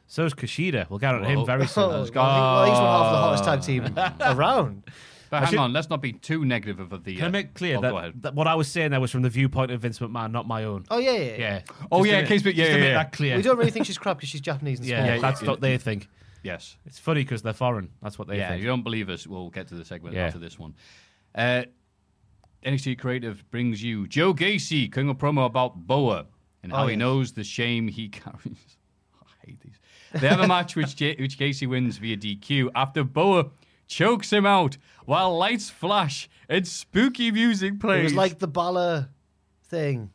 Speaker 7: So is Kushida. We'll get on him
Speaker 11: Whoa.
Speaker 7: very soon.
Speaker 6: Oh, well, he- well, he's one of the hottest tag team around.
Speaker 11: But
Speaker 7: I
Speaker 11: hang
Speaker 7: should-
Speaker 11: on, let's not be too negative of the.
Speaker 7: Can I
Speaker 11: uh,
Speaker 7: make clear
Speaker 11: oh, go ahead.
Speaker 7: that, that what I was saying there was from the viewpoint of Vince McMahon, not my own?
Speaker 6: Oh yeah, yeah. yeah.
Speaker 7: Yeah.
Speaker 11: Oh,
Speaker 7: Just to
Speaker 11: yeah,
Speaker 7: make-
Speaker 11: case- yeah,
Speaker 7: just to
Speaker 11: yeah,
Speaker 7: make
Speaker 11: yeah.
Speaker 7: that clear.
Speaker 6: We don't really think she's crap because she's Japanese and
Speaker 7: yeah,
Speaker 6: small.
Speaker 7: that's what they think.
Speaker 11: Yes.
Speaker 7: It's funny because they're foreign. That's what they
Speaker 11: yeah,
Speaker 7: think.
Speaker 11: you don't believe us. We'll get to the segment
Speaker 7: Yeah.
Speaker 11: after this one. Uh, NXT Creative brings you Joe Gacy cutting a promo about Boa and
Speaker 6: Oh,
Speaker 11: how he
Speaker 6: yes.
Speaker 11: knows the shame he carries. I hate these. They have a match which, J- which Gacy wins via DQ after Boa chokes him out while lights flash and spooky music plays.
Speaker 6: It was like the Bala thing.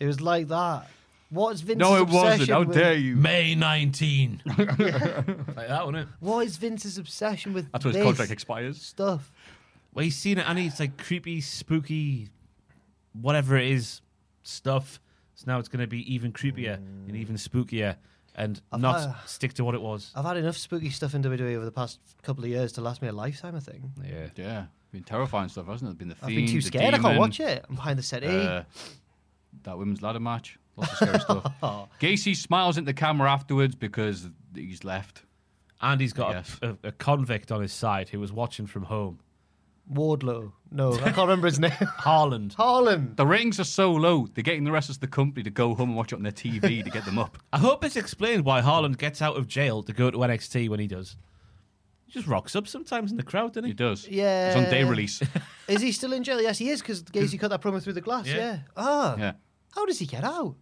Speaker 6: It was like that. What's Vince's
Speaker 11: no, it
Speaker 6: obsession
Speaker 11: wasn't. How
Speaker 6: with,
Speaker 11: dare you?
Speaker 7: May 19. like that one, it?
Speaker 6: What is Vince's obsession with
Speaker 4: That's when his
Speaker 6: this
Speaker 4: contract expires.
Speaker 6: stuff?
Speaker 7: Well, he's seen it and it's like creepy, spooky, whatever it is stuff. So now it's going to be even creepier and even spookier and
Speaker 6: I've
Speaker 7: not
Speaker 6: had-
Speaker 7: stick to what it was.
Speaker 6: I've had enough spooky stuff in WWE over the past couple of years to last me a lifetime. I think
Speaker 7: Yeah.
Speaker 11: Yeah, been terrifying stuff, hasn't it? Been the
Speaker 6: I've
Speaker 11: Fiend,
Speaker 6: been too
Speaker 11: the
Speaker 6: scared. I can't
Speaker 11: Demon,
Speaker 6: watch it. I'm behind the set. Eh,
Speaker 11: uh, that women's ladder match, lots of scary stuff. Gacy smiles at the camera afterwards because he's left.
Speaker 7: And he's got a-
Speaker 11: Yes.
Speaker 7: a, a convict on his side who was watching from home.
Speaker 6: Wardlow. No, I can't remember his name.
Speaker 7: Harland.
Speaker 6: Harlan.
Speaker 11: The ratings are so low, they're getting the rest of the company to go home and watch it on their TV to get them up.
Speaker 7: I hope this explains why Harland gets out of jail to go to NXT when he does. He just rocks up sometimes in the crowd, doesn't he?
Speaker 11: It does.
Speaker 6: Yeah.
Speaker 11: It's on day release.
Speaker 6: Is he still in jail? Yes, he is because Gacy cut that promo through the glass.
Speaker 7: Yeah.
Speaker 6: Yeah. Ah.
Speaker 11: yeah.
Speaker 6: How does he get out?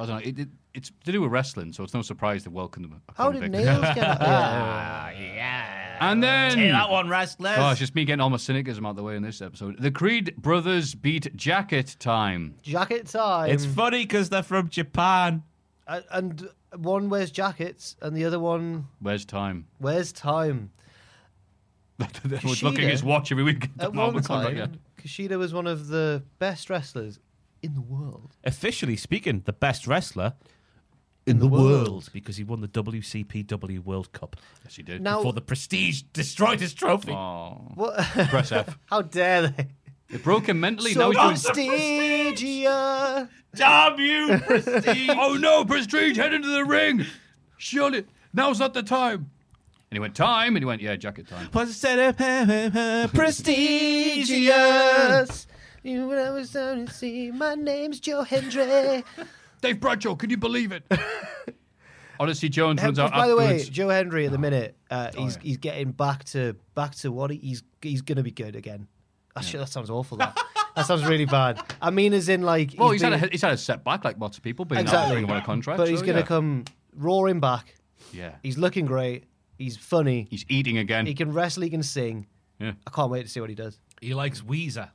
Speaker 11: I don't know. It, it, it's to do with wrestling, so it's no surprise they welcome them. a
Speaker 6: How did
Speaker 11: convict.
Speaker 6: Nails get out? Yeah.
Speaker 11: And then.
Speaker 7: Take that one, wrestlers.
Speaker 11: Gosh, it's me getting all my cynicism out the way in this episode. The Creed brothers beat Jacket Time.
Speaker 6: Jacket time.
Speaker 7: it's funny because they're from Japan.
Speaker 6: A- and one wears jackets and the other one
Speaker 11: Where's time?
Speaker 6: wears time.
Speaker 11: Everyone's looking at his
Speaker 6: Kushida,
Speaker 11: watch every week.
Speaker 6: At
Speaker 11: No,
Speaker 6: one
Speaker 11: it's not like
Speaker 6: time, Kushida was one of the best wrestlers in the world.
Speaker 7: Officially speaking, the best wrestler in,
Speaker 6: the world.
Speaker 7: because he won the WCPW World Cup
Speaker 11: that. Yes, he did.
Speaker 6: Now,
Speaker 7: before the Prestige destroyed his trophy.
Speaker 11: Oh.
Speaker 6: what?
Speaker 11: Press F.
Speaker 6: how dare they?
Speaker 11: It broke him mentally.
Speaker 6: So
Speaker 11: now he's doing.
Speaker 6: prestigia.
Speaker 7: Damn you, Prestige!
Speaker 11: oh no, Prestige, head into the ring. Shut it. Now's not the time. And he went, time? And he went, yeah, jacket time.
Speaker 7: Was set up, prestigious.
Speaker 6: Yes. You when I was down to see. My name's Joe Hendry.
Speaker 11: Dave Bradshaw, can you believe it? Odyssey Jones
Speaker 6: Hem-
Speaker 11: runs out
Speaker 6: by the way,
Speaker 11: afterwards. Oh,
Speaker 6: Joe Hendry at the minute, uh, he's he's getting back to back to what he, he's he's gonna be good again. Oh, shit, that sounds awful. That. that sounds really bad. I mean, as in like,
Speaker 11: well, he's,
Speaker 6: been-
Speaker 11: had a, he's had a setback like lots of people, but
Speaker 6: Exactly.
Speaker 11: now he's on a contract.
Speaker 6: but he's
Speaker 11: so,
Speaker 6: gonna
Speaker 11: yeah.
Speaker 6: come roaring back.
Speaker 11: Yeah.
Speaker 6: He's looking great. He's funny.
Speaker 11: He's eating again.
Speaker 6: He can wrestle. He can sing.
Speaker 11: Yeah.
Speaker 6: I can't wait to see what he does.
Speaker 7: He likes Weezer.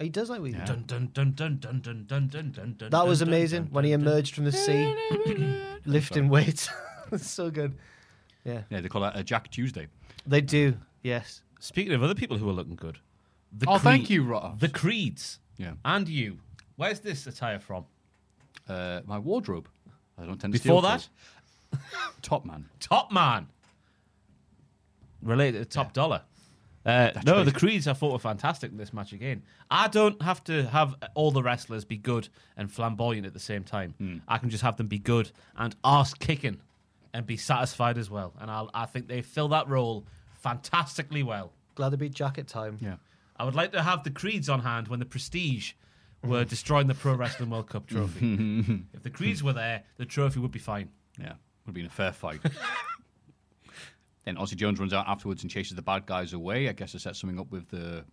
Speaker 6: He does like Weezer.
Speaker 7: Dun dun dun dun dun dun dun dun dun. dun,
Speaker 6: That was
Speaker 7: dun,
Speaker 6: amazing
Speaker 7: dun,
Speaker 6: when he
Speaker 7: dun, dun.
Speaker 6: emerged from the sea, lifting weights. That's so good.
Speaker 11: yeah, they call that a Jack Tuesday.
Speaker 6: They do. Yes.
Speaker 7: Speaking of other people who are looking good, the
Speaker 11: Oh,
Speaker 7: Creed-
Speaker 11: thank you, Ross.
Speaker 7: The Creeds.
Speaker 11: Yeah.
Speaker 7: And you. Where's this attire from?
Speaker 11: Uh, my wardrobe. I don't tend to
Speaker 7: Before
Speaker 11: steal
Speaker 7: that?
Speaker 11: things. Top man.
Speaker 7: Top Man. Related to Top Dollar. Uh, no,
Speaker 11: right.
Speaker 7: the Creeds I thought were fantastic in this match again. I don't have to have all the wrestlers be good and flamboyant at the same time.
Speaker 11: Hmm.
Speaker 7: I can just have them be good and arse kicking and be satisfied as well. And I'll, I think they fill that role fantastically well.
Speaker 6: Glad to be jacket time.
Speaker 11: Yeah.
Speaker 7: I would like to have the creeds on hand when the prestige were destroying the Pro Wrestling World Cup trophy. if the creeds were there, the trophy would be fine.
Speaker 11: Yeah, would have been a fair fight. then Ozzy Jones runs out afterwards and chases the bad guys away. I guess to set something up with the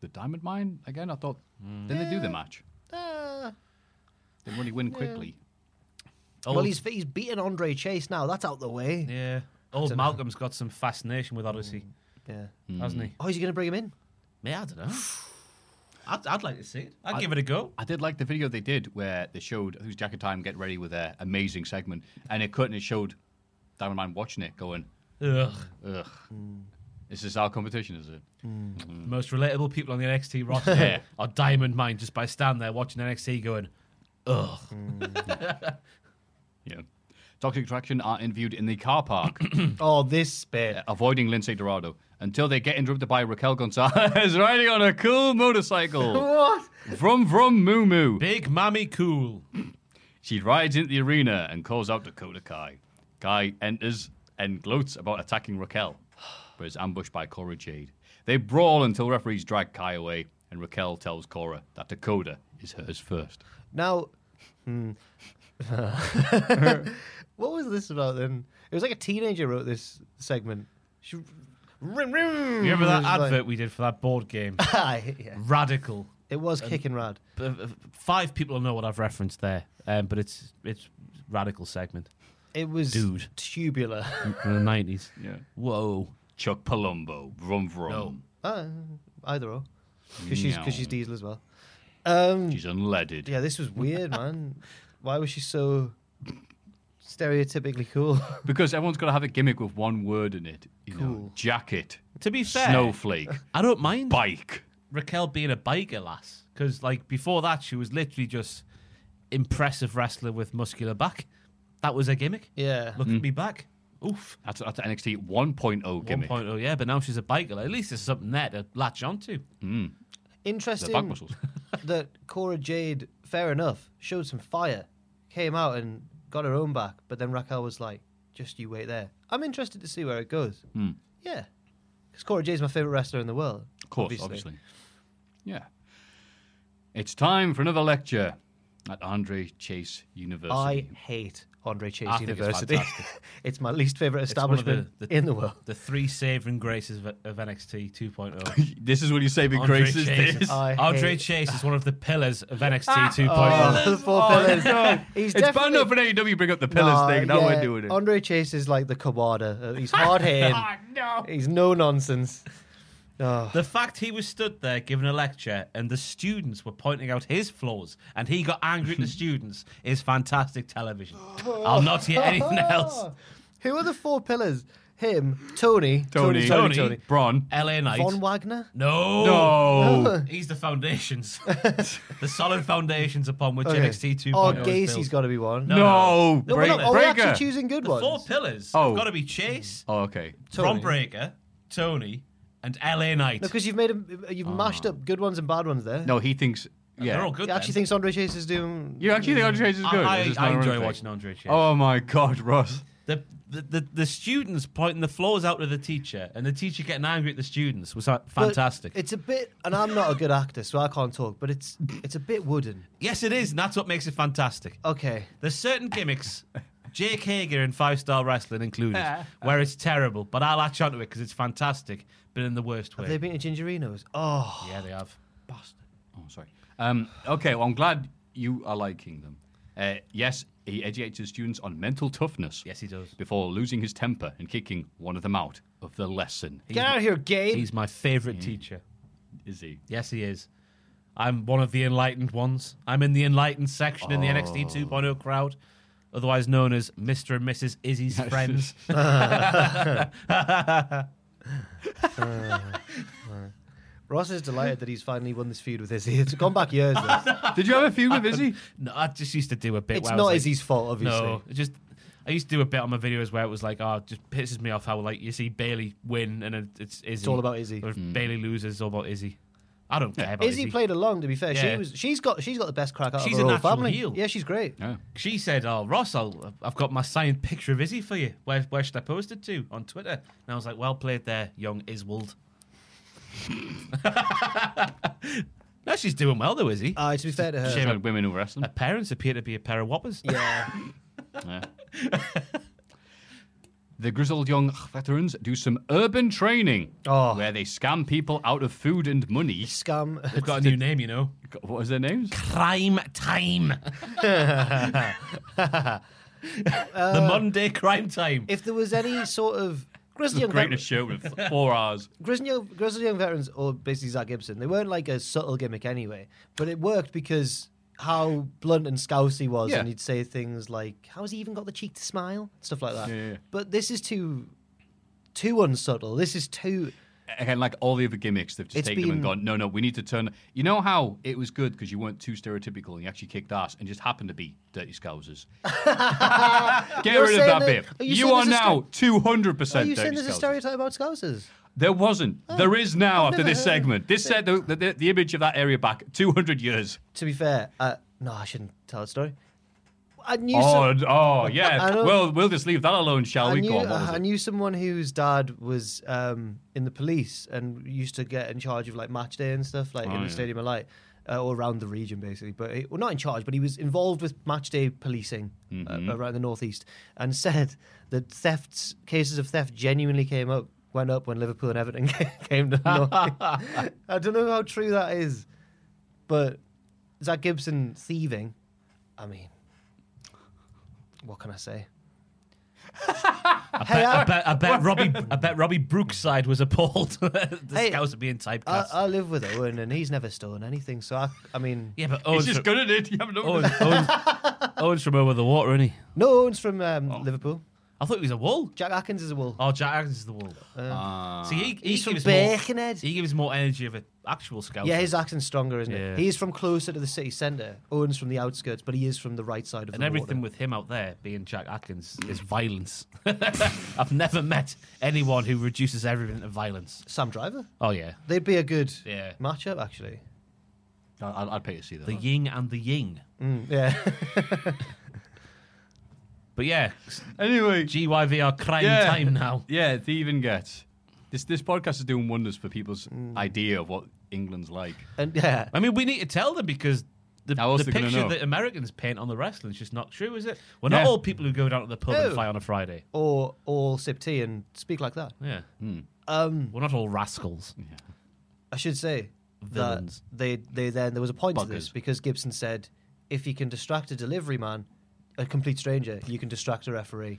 Speaker 11: the diamond mine again. I thought. Then they do the match. They really win quickly.
Speaker 6: Well,
Speaker 7: Old-
Speaker 6: he's he's beaten Andre Chase now. That's out the way.
Speaker 7: Yeah. Old Malcolm's got some fascination with Odyssey.
Speaker 6: Yeah.
Speaker 7: Hasn't he?
Speaker 6: Oh, is he going to bring him in?
Speaker 7: Mm. Yeah, I don't know. I'd, I'd like to see it. I'd
Speaker 11: I-
Speaker 7: give it a go.
Speaker 11: I did like the video they did where they showed who's Jack of Time get ready with their amazing segment, and it cut and it showed Diamond Man watching it, going,
Speaker 7: Ugh.
Speaker 11: "Ugh, this is our competition, is it?"
Speaker 7: The most relatable people on the NXT roster are Diamond Mine just by standing there watching NXT going, ugh.
Speaker 11: Yeah. Toxic Attraction are interviewed in the car park,
Speaker 6: Oh, this bit.
Speaker 11: avoiding Lindsay Dorado until they get interrupted by Raquel Gonzalez riding on a cool motorcycle.
Speaker 6: What?
Speaker 11: Vroom vroom moo moo.
Speaker 7: Big Mammy Cool.
Speaker 11: She rides into the arena and calls out Dakota Kai. Kai enters and gloats about attacking Raquel, but is ambushed by Cora Jade. They brawl until referees drag Kai away, and Raquel tells Cora that Dakota is hers first.
Speaker 6: Now, hmm. what was this about then? It was like a teenager wrote this segment. She, rim, rim,
Speaker 7: You remember that
Speaker 6: It was
Speaker 7: advert we did for that board game?
Speaker 6: Like, Aye, yeah.
Speaker 7: Radical.
Speaker 6: It was kicking rad.
Speaker 7: Uh, uh, Five people know what I've referenced there, um, but it's it's radical segment
Speaker 6: It was
Speaker 7: Dude.
Speaker 6: tubular.
Speaker 7: from the nineties.
Speaker 11: Yeah.
Speaker 7: Whoa.
Speaker 11: Chuck Palumbo, vroom vroom.
Speaker 6: Uh, either or, because she's
Speaker 11: Meow.
Speaker 6: because she's diesel as well. Um,
Speaker 11: She's unleaded.
Speaker 6: yeah, this was weird, man. Why was she so stereotypically cool?
Speaker 11: Because everyone's got to have a gimmick with one word in it. You know,
Speaker 6: Cool.
Speaker 11: jacket,
Speaker 7: To be fair,
Speaker 11: snowflake,
Speaker 7: I don't mind
Speaker 11: bike.
Speaker 7: Raquel being a biker lass because like before that she was literally just impressive wrestler with muscular back. That was her gimmick.
Speaker 6: yeah,
Speaker 7: Look
Speaker 11: Mm.
Speaker 7: at me back. Oof.
Speaker 11: That's, that's NXT 1.0 gimmick.
Speaker 7: 1.0, oh, yeah, but now she's a biker. Like, at least there's something there to latch onto.
Speaker 11: The back
Speaker 6: interesting
Speaker 11: muscles.
Speaker 6: that Cora Jade, fair enough, showed some fire, came out and got her own back, but then Raquel was like, "Just you wait there. I'm interested to see where it goes."
Speaker 7: Hmm.
Speaker 6: Yeah, because Cora Jade's my favorite wrestler in the world.
Speaker 11: Of course, obviously. Yeah. It's time for another lecture at Andre Chase
Speaker 6: I
Speaker 11: University.
Speaker 6: hate Andre Chase
Speaker 7: I think it's
Speaker 6: University. It's,
Speaker 7: fantastic.
Speaker 6: my least favorite
Speaker 7: It's one of
Speaker 6: establishment in the world.
Speaker 7: The three saving graces of, of NXT 2.0.
Speaker 11: This is what you saving
Speaker 7: oh. Andre
Speaker 11: grace is
Speaker 7: Chase.
Speaker 11: this.
Speaker 6: I
Speaker 7: Andre
Speaker 6: hate-
Speaker 7: Chase is one of the pillars of NXT 2.0.
Speaker 6: Oh, the four pillars. He's
Speaker 11: it's bad enough
Speaker 6: definitely-
Speaker 11: for AEW bring up the pillars
Speaker 6: Nah,
Speaker 11: thing. Now
Speaker 6: yeah,
Speaker 11: we're doing it. Ah,
Speaker 6: Andre Chase is like the Kawada. Uh, He's hard hitting.
Speaker 11: no.
Speaker 6: He's no nonsense. Oh,
Speaker 7: The fact he was stood there giving a lecture and the students were pointing out his flaws and he got angry at the students is fantastic television. I'll not hear anything else.
Speaker 6: who are the four pillars? Him, Tony, Tony,
Speaker 11: Tony,
Speaker 6: Tony, Tony,
Speaker 11: Braun.
Speaker 7: LA Knight.
Speaker 6: Von Wagner.
Speaker 7: no.
Speaker 11: No.
Speaker 7: He's the foundations. the solid foundations upon which
Speaker 6: Okay.
Speaker 7: NXT 2.0
Speaker 6: Oh,
Speaker 7: is
Speaker 6: Gacy's
Speaker 7: built.
Speaker 6: got to be one.
Speaker 11: No.
Speaker 6: no we're
Speaker 11: Break-
Speaker 6: not, are we
Speaker 11: breaker.
Speaker 6: actually choosing good
Speaker 7: The
Speaker 6: ones?
Speaker 7: four pillars
Speaker 11: Oh.
Speaker 7: have got to be Chase,
Speaker 11: Oh, okay.
Speaker 6: Mm.
Speaker 7: Bron Breaker, Tony, and LA Knight.
Speaker 6: No, because you've made 'em- you've mashed up good ones and bad ones there.
Speaker 11: Oh. No, he thinks. Yeah.
Speaker 7: They're all good.
Speaker 6: he actually
Speaker 7: then.
Speaker 6: thinks Andre Chase is doing.
Speaker 11: You actually think Andre Chase is good?
Speaker 7: I,
Speaker 11: It's just
Speaker 7: I, I
Speaker 11: not a
Speaker 7: enjoy
Speaker 11: running
Speaker 7: watching
Speaker 11: thing.
Speaker 7: Andre Chase.
Speaker 11: Oh my God, Ross.
Speaker 7: the, the, the, the students pointing the flaws out to the teacher and the teacher getting angry at the students was uh,
Speaker 6: But
Speaker 7: fantastic.
Speaker 6: It's a bit, and I'm not a good actor, so I can't talk. But it's it's a bit wooden.
Speaker 7: yes, it is, and that's what makes it fantastic.
Speaker 6: Okay.
Speaker 7: There's certain gimmicks, Jake Hager in Five Star Wrestling included, where it's terrible, but I'll latch onto it because it's fantastic, but in the worst way.
Speaker 6: Have they been to Gingerinos? Oh,
Speaker 7: yeah, they have.
Speaker 11: Oh, sorry. Um, okay, well, I'm glad you are liking them. Uh, yes, he educates his students on mental toughness.
Speaker 7: Yes, he does.
Speaker 11: Before losing his temper and kicking one of them out of the lesson.
Speaker 6: get out of here, Gabe.
Speaker 7: He's my favorite teacher.
Speaker 11: Is he?
Speaker 7: Yes, he is. I'm one of the enlightened ones. I'm in the enlightened section in the NXT 2.0 crowd, otherwise known as Mr. and Mrs. Izzy's friends.
Speaker 6: Ross is delighted that he's finally won this feud with Izzy. It's gone back years. this.
Speaker 11: Did you have a feud with Izzy?
Speaker 7: No, I just used to do a bit.
Speaker 6: it's
Speaker 7: where I
Speaker 6: not
Speaker 7: was like-
Speaker 6: Izzy's fault, obviously.
Speaker 7: No, it just I used to do a bit on my videos where it was like, oh, it just pisses me off how like you see Bailey win and it, it's Izzy. It's
Speaker 6: all about Izzy.
Speaker 7: Or if Bailey loses, it's all about Izzy. I don't care about
Speaker 6: Izzy,
Speaker 7: Izzy.
Speaker 6: played along. To be fair,
Speaker 7: Yeah.
Speaker 6: she was. She's got. She's got the best crack out
Speaker 7: She's
Speaker 6: of
Speaker 7: a
Speaker 6: her whole
Speaker 7: natural
Speaker 6: family.
Speaker 7: heel.
Speaker 6: Yeah, she's great.
Speaker 11: No.
Speaker 7: she said, "Oh, Ross, I'll, I've got my signed picture of Izzy for you. Where, where should I post it to on Twitter?" And I was like, "Well played there, young Iswold." no, she's doing well though, Izzy.
Speaker 6: Uh, to be fair to her,
Speaker 11: Shame on women Uh, who wrestle.
Speaker 7: her parents appear to be a pair of whoppers.
Speaker 6: yeah,
Speaker 11: Yeah. the grizzled young veterans do some urban training
Speaker 6: Oh.
Speaker 11: where they scam people out of food and money.
Speaker 6: scum.
Speaker 7: They've got a new name, you know.
Speaker 11: What was their names?
Speaker 7: Crime time. the modern day crime time.
Speaker 6: If there was any sort of Grizzly Young
Speaker 4: Greatest show with four hours.
Speaker 6: Grizzly, Young- Grizzly Young Veterans, or basically Zach Gibson, they weren't like a subtle gimmick anyway, but it worked because how blunt and scouse he was,
Speaker 4: Yeah.
Speaker 6: and he'd say things like, "How's he even got the cheek to smile?" stuff like that.
Speaker 4: Yeah, yeah, yeah.
Speaker 6: But this is too, too unsubtle. This is too.
Speaker 4: Again, like all the other gimmicks, they've just
Speaker 6: It's
Speaker 4: taken them and
Speaker 6: been-
Speaker 4: gone, no, no, we need to turn. You know how it was good because you weren't too stereotypical and you actually kicked ass and just happened to be Dirty Scousers. Get rid
Speaker 6: You're
Speaker 4: of
Speaker 6: saying
Speaker 4: that bit.
Speaker 6: that- are you
Speaker 4: You,
Speaker 6: saying
Speaker 4: are
Speaker 6: there's a
Speaker 4: now 200%
Speaker 6: Are you
Speaker 4: Dirty
Speaker 6: saying there's a
Speaker 4: Scousers.
Speaker 6: stereotype about scousers?
Speaker 4: There wasn't.
Speaker 6: Oh.
Speaker 4: there is now after
Speaker 6: never
Speaker 4: this
Speaker 6: heard of
Speaker 4: segment. This set the, the, the image of that area back 200 years.
Speaker 6: To be fair, uh, no, I shouldn't tell the story. I knew.
Speaker 4: Oh,
Speaker 6: some-
Speaker 4: oh,
Speaker 6: I
Speaker 4: yeah.
Speaker 6: don't-
Speaker 4: Well, we'll just leave that alone, shall
Speaker 6: I
Speaker 4: we?
Speaker 6: knew, uh,
Speaker 4: Go on, what was
Speaker 6: I
Speaker 4: it?
Speaker 6: knew someone whose dad was um, in the police and used to get in charge of like match day and stuff, like
Speaker 4: Oh,
Speaker 6: in the
Speaker 4: yeah.
Speaker 6: Stadium of Light, uh, or around the region basically. But he, well, not in charge, but he was involved with match day policing uh,
Speaker 4: Mm-hmm.
Speaker 6: around the northeast, and said that thefts cases of theft genuinely came up, went up when Liverpool and Everton came to. the north. I don't know how true that is, but Zach Gibson thieving. I mean, what can I say? hey, uh,
Speaker 7: I
Speaker 6: I-
Speaker 7: bet, I bet Robbie, I bet Robbie Brookside was appalled. that the
Speaker 6: Hey, uh,
Speaker 7: scouts are being typecast.
Speaker 6: I, I live with Owen, and he's never stolen anything. So I, I mean,
Speaker 7: yeah, but
Speaker 4: He's
Speaker 7: Owen's,
Speaker 4: just
Speaker 7: from,
Speaker 4: good at it. You haven't noticed.
Speaker 7: Owen's, Owen's, Owen's from over the water, isn't he?
Speaker 6: no Owen's from um, Liverpool.
Speaker 7: I thought he was a wool.
Speaker 6: Jack Atkins is a wolf.
Speaker 7: Oh, Jack Atkins is the wool. Ah. See, he, he
Speaker 6: Uh, he's from
Speaker 7: gives more,
Speaker 6: Birkenhead.
Speaker 7: he gives more energy of an actual scout.
Speaker 6: yeah, his accent's stronger, isn't
Speaker 7: Yeah.
Speaker 6: it? He's from closer to the city centre. Owen's from the outskirts, but he is from the right side of
Speaker 7: and
Speaker 6: the
Speaker 7: everything
Speaker 6: water.
Speaker 7: with him out there being Jack Atkins is violence. I've never met anyone who reduces everything to violence.
Speaker 6: Sam Driver.
Speaker 7: Oh yeah,
Speaker 6: They'd be a good
Speaker 7: Yeah.
Speaker 6: matchup, actually.
Speaker 4: I- I'd, I'd pay to see that.
Speaker 7: the yin and the ying.
Speaker 6: Mm, yeah,
Speaker 7: But yeah,
Speaker 11: Anyway,
Speaker 7: GYVR crime
Speaker 11: yeah,
Speaker 7: time now.
Speaker 11: Yeah, they even get this. This podcast is doing wonders for people's
Speaker 6: Mm.
Speaker 11: idea of what England's like.
Speaker 6: and yeah.
Speaker 7: I mean, we need to tell them because the,
Speaker 11: How else
Speaker 7: the
Speaker 11: they gonna
Speaker 7: picture
Speaker 11: know?
Speaker 7: that Americans paint on the wrestling is just not true, is it? We're not
Speaker 11: Yeah.
Speaker 7: all people who go down to the pub and
Speaker 6: No.
Speaker 7: fly on a Friday.
Speaker 6: Or all sip tea and speak like that.
Speaker 7: Yeah,
Speaker 11: Hmm.
Speaker 6: Um,
Speaker 7: we're not all rascals.
Speaker 6: I should say that
Speaker 7: Villains.
Speaker 6: they they then there was a point to this
Speaker 4: Buggers.
Speaker 6: because Gibson said if you can distract a delivery man, a complete stranger, you can distract a referee.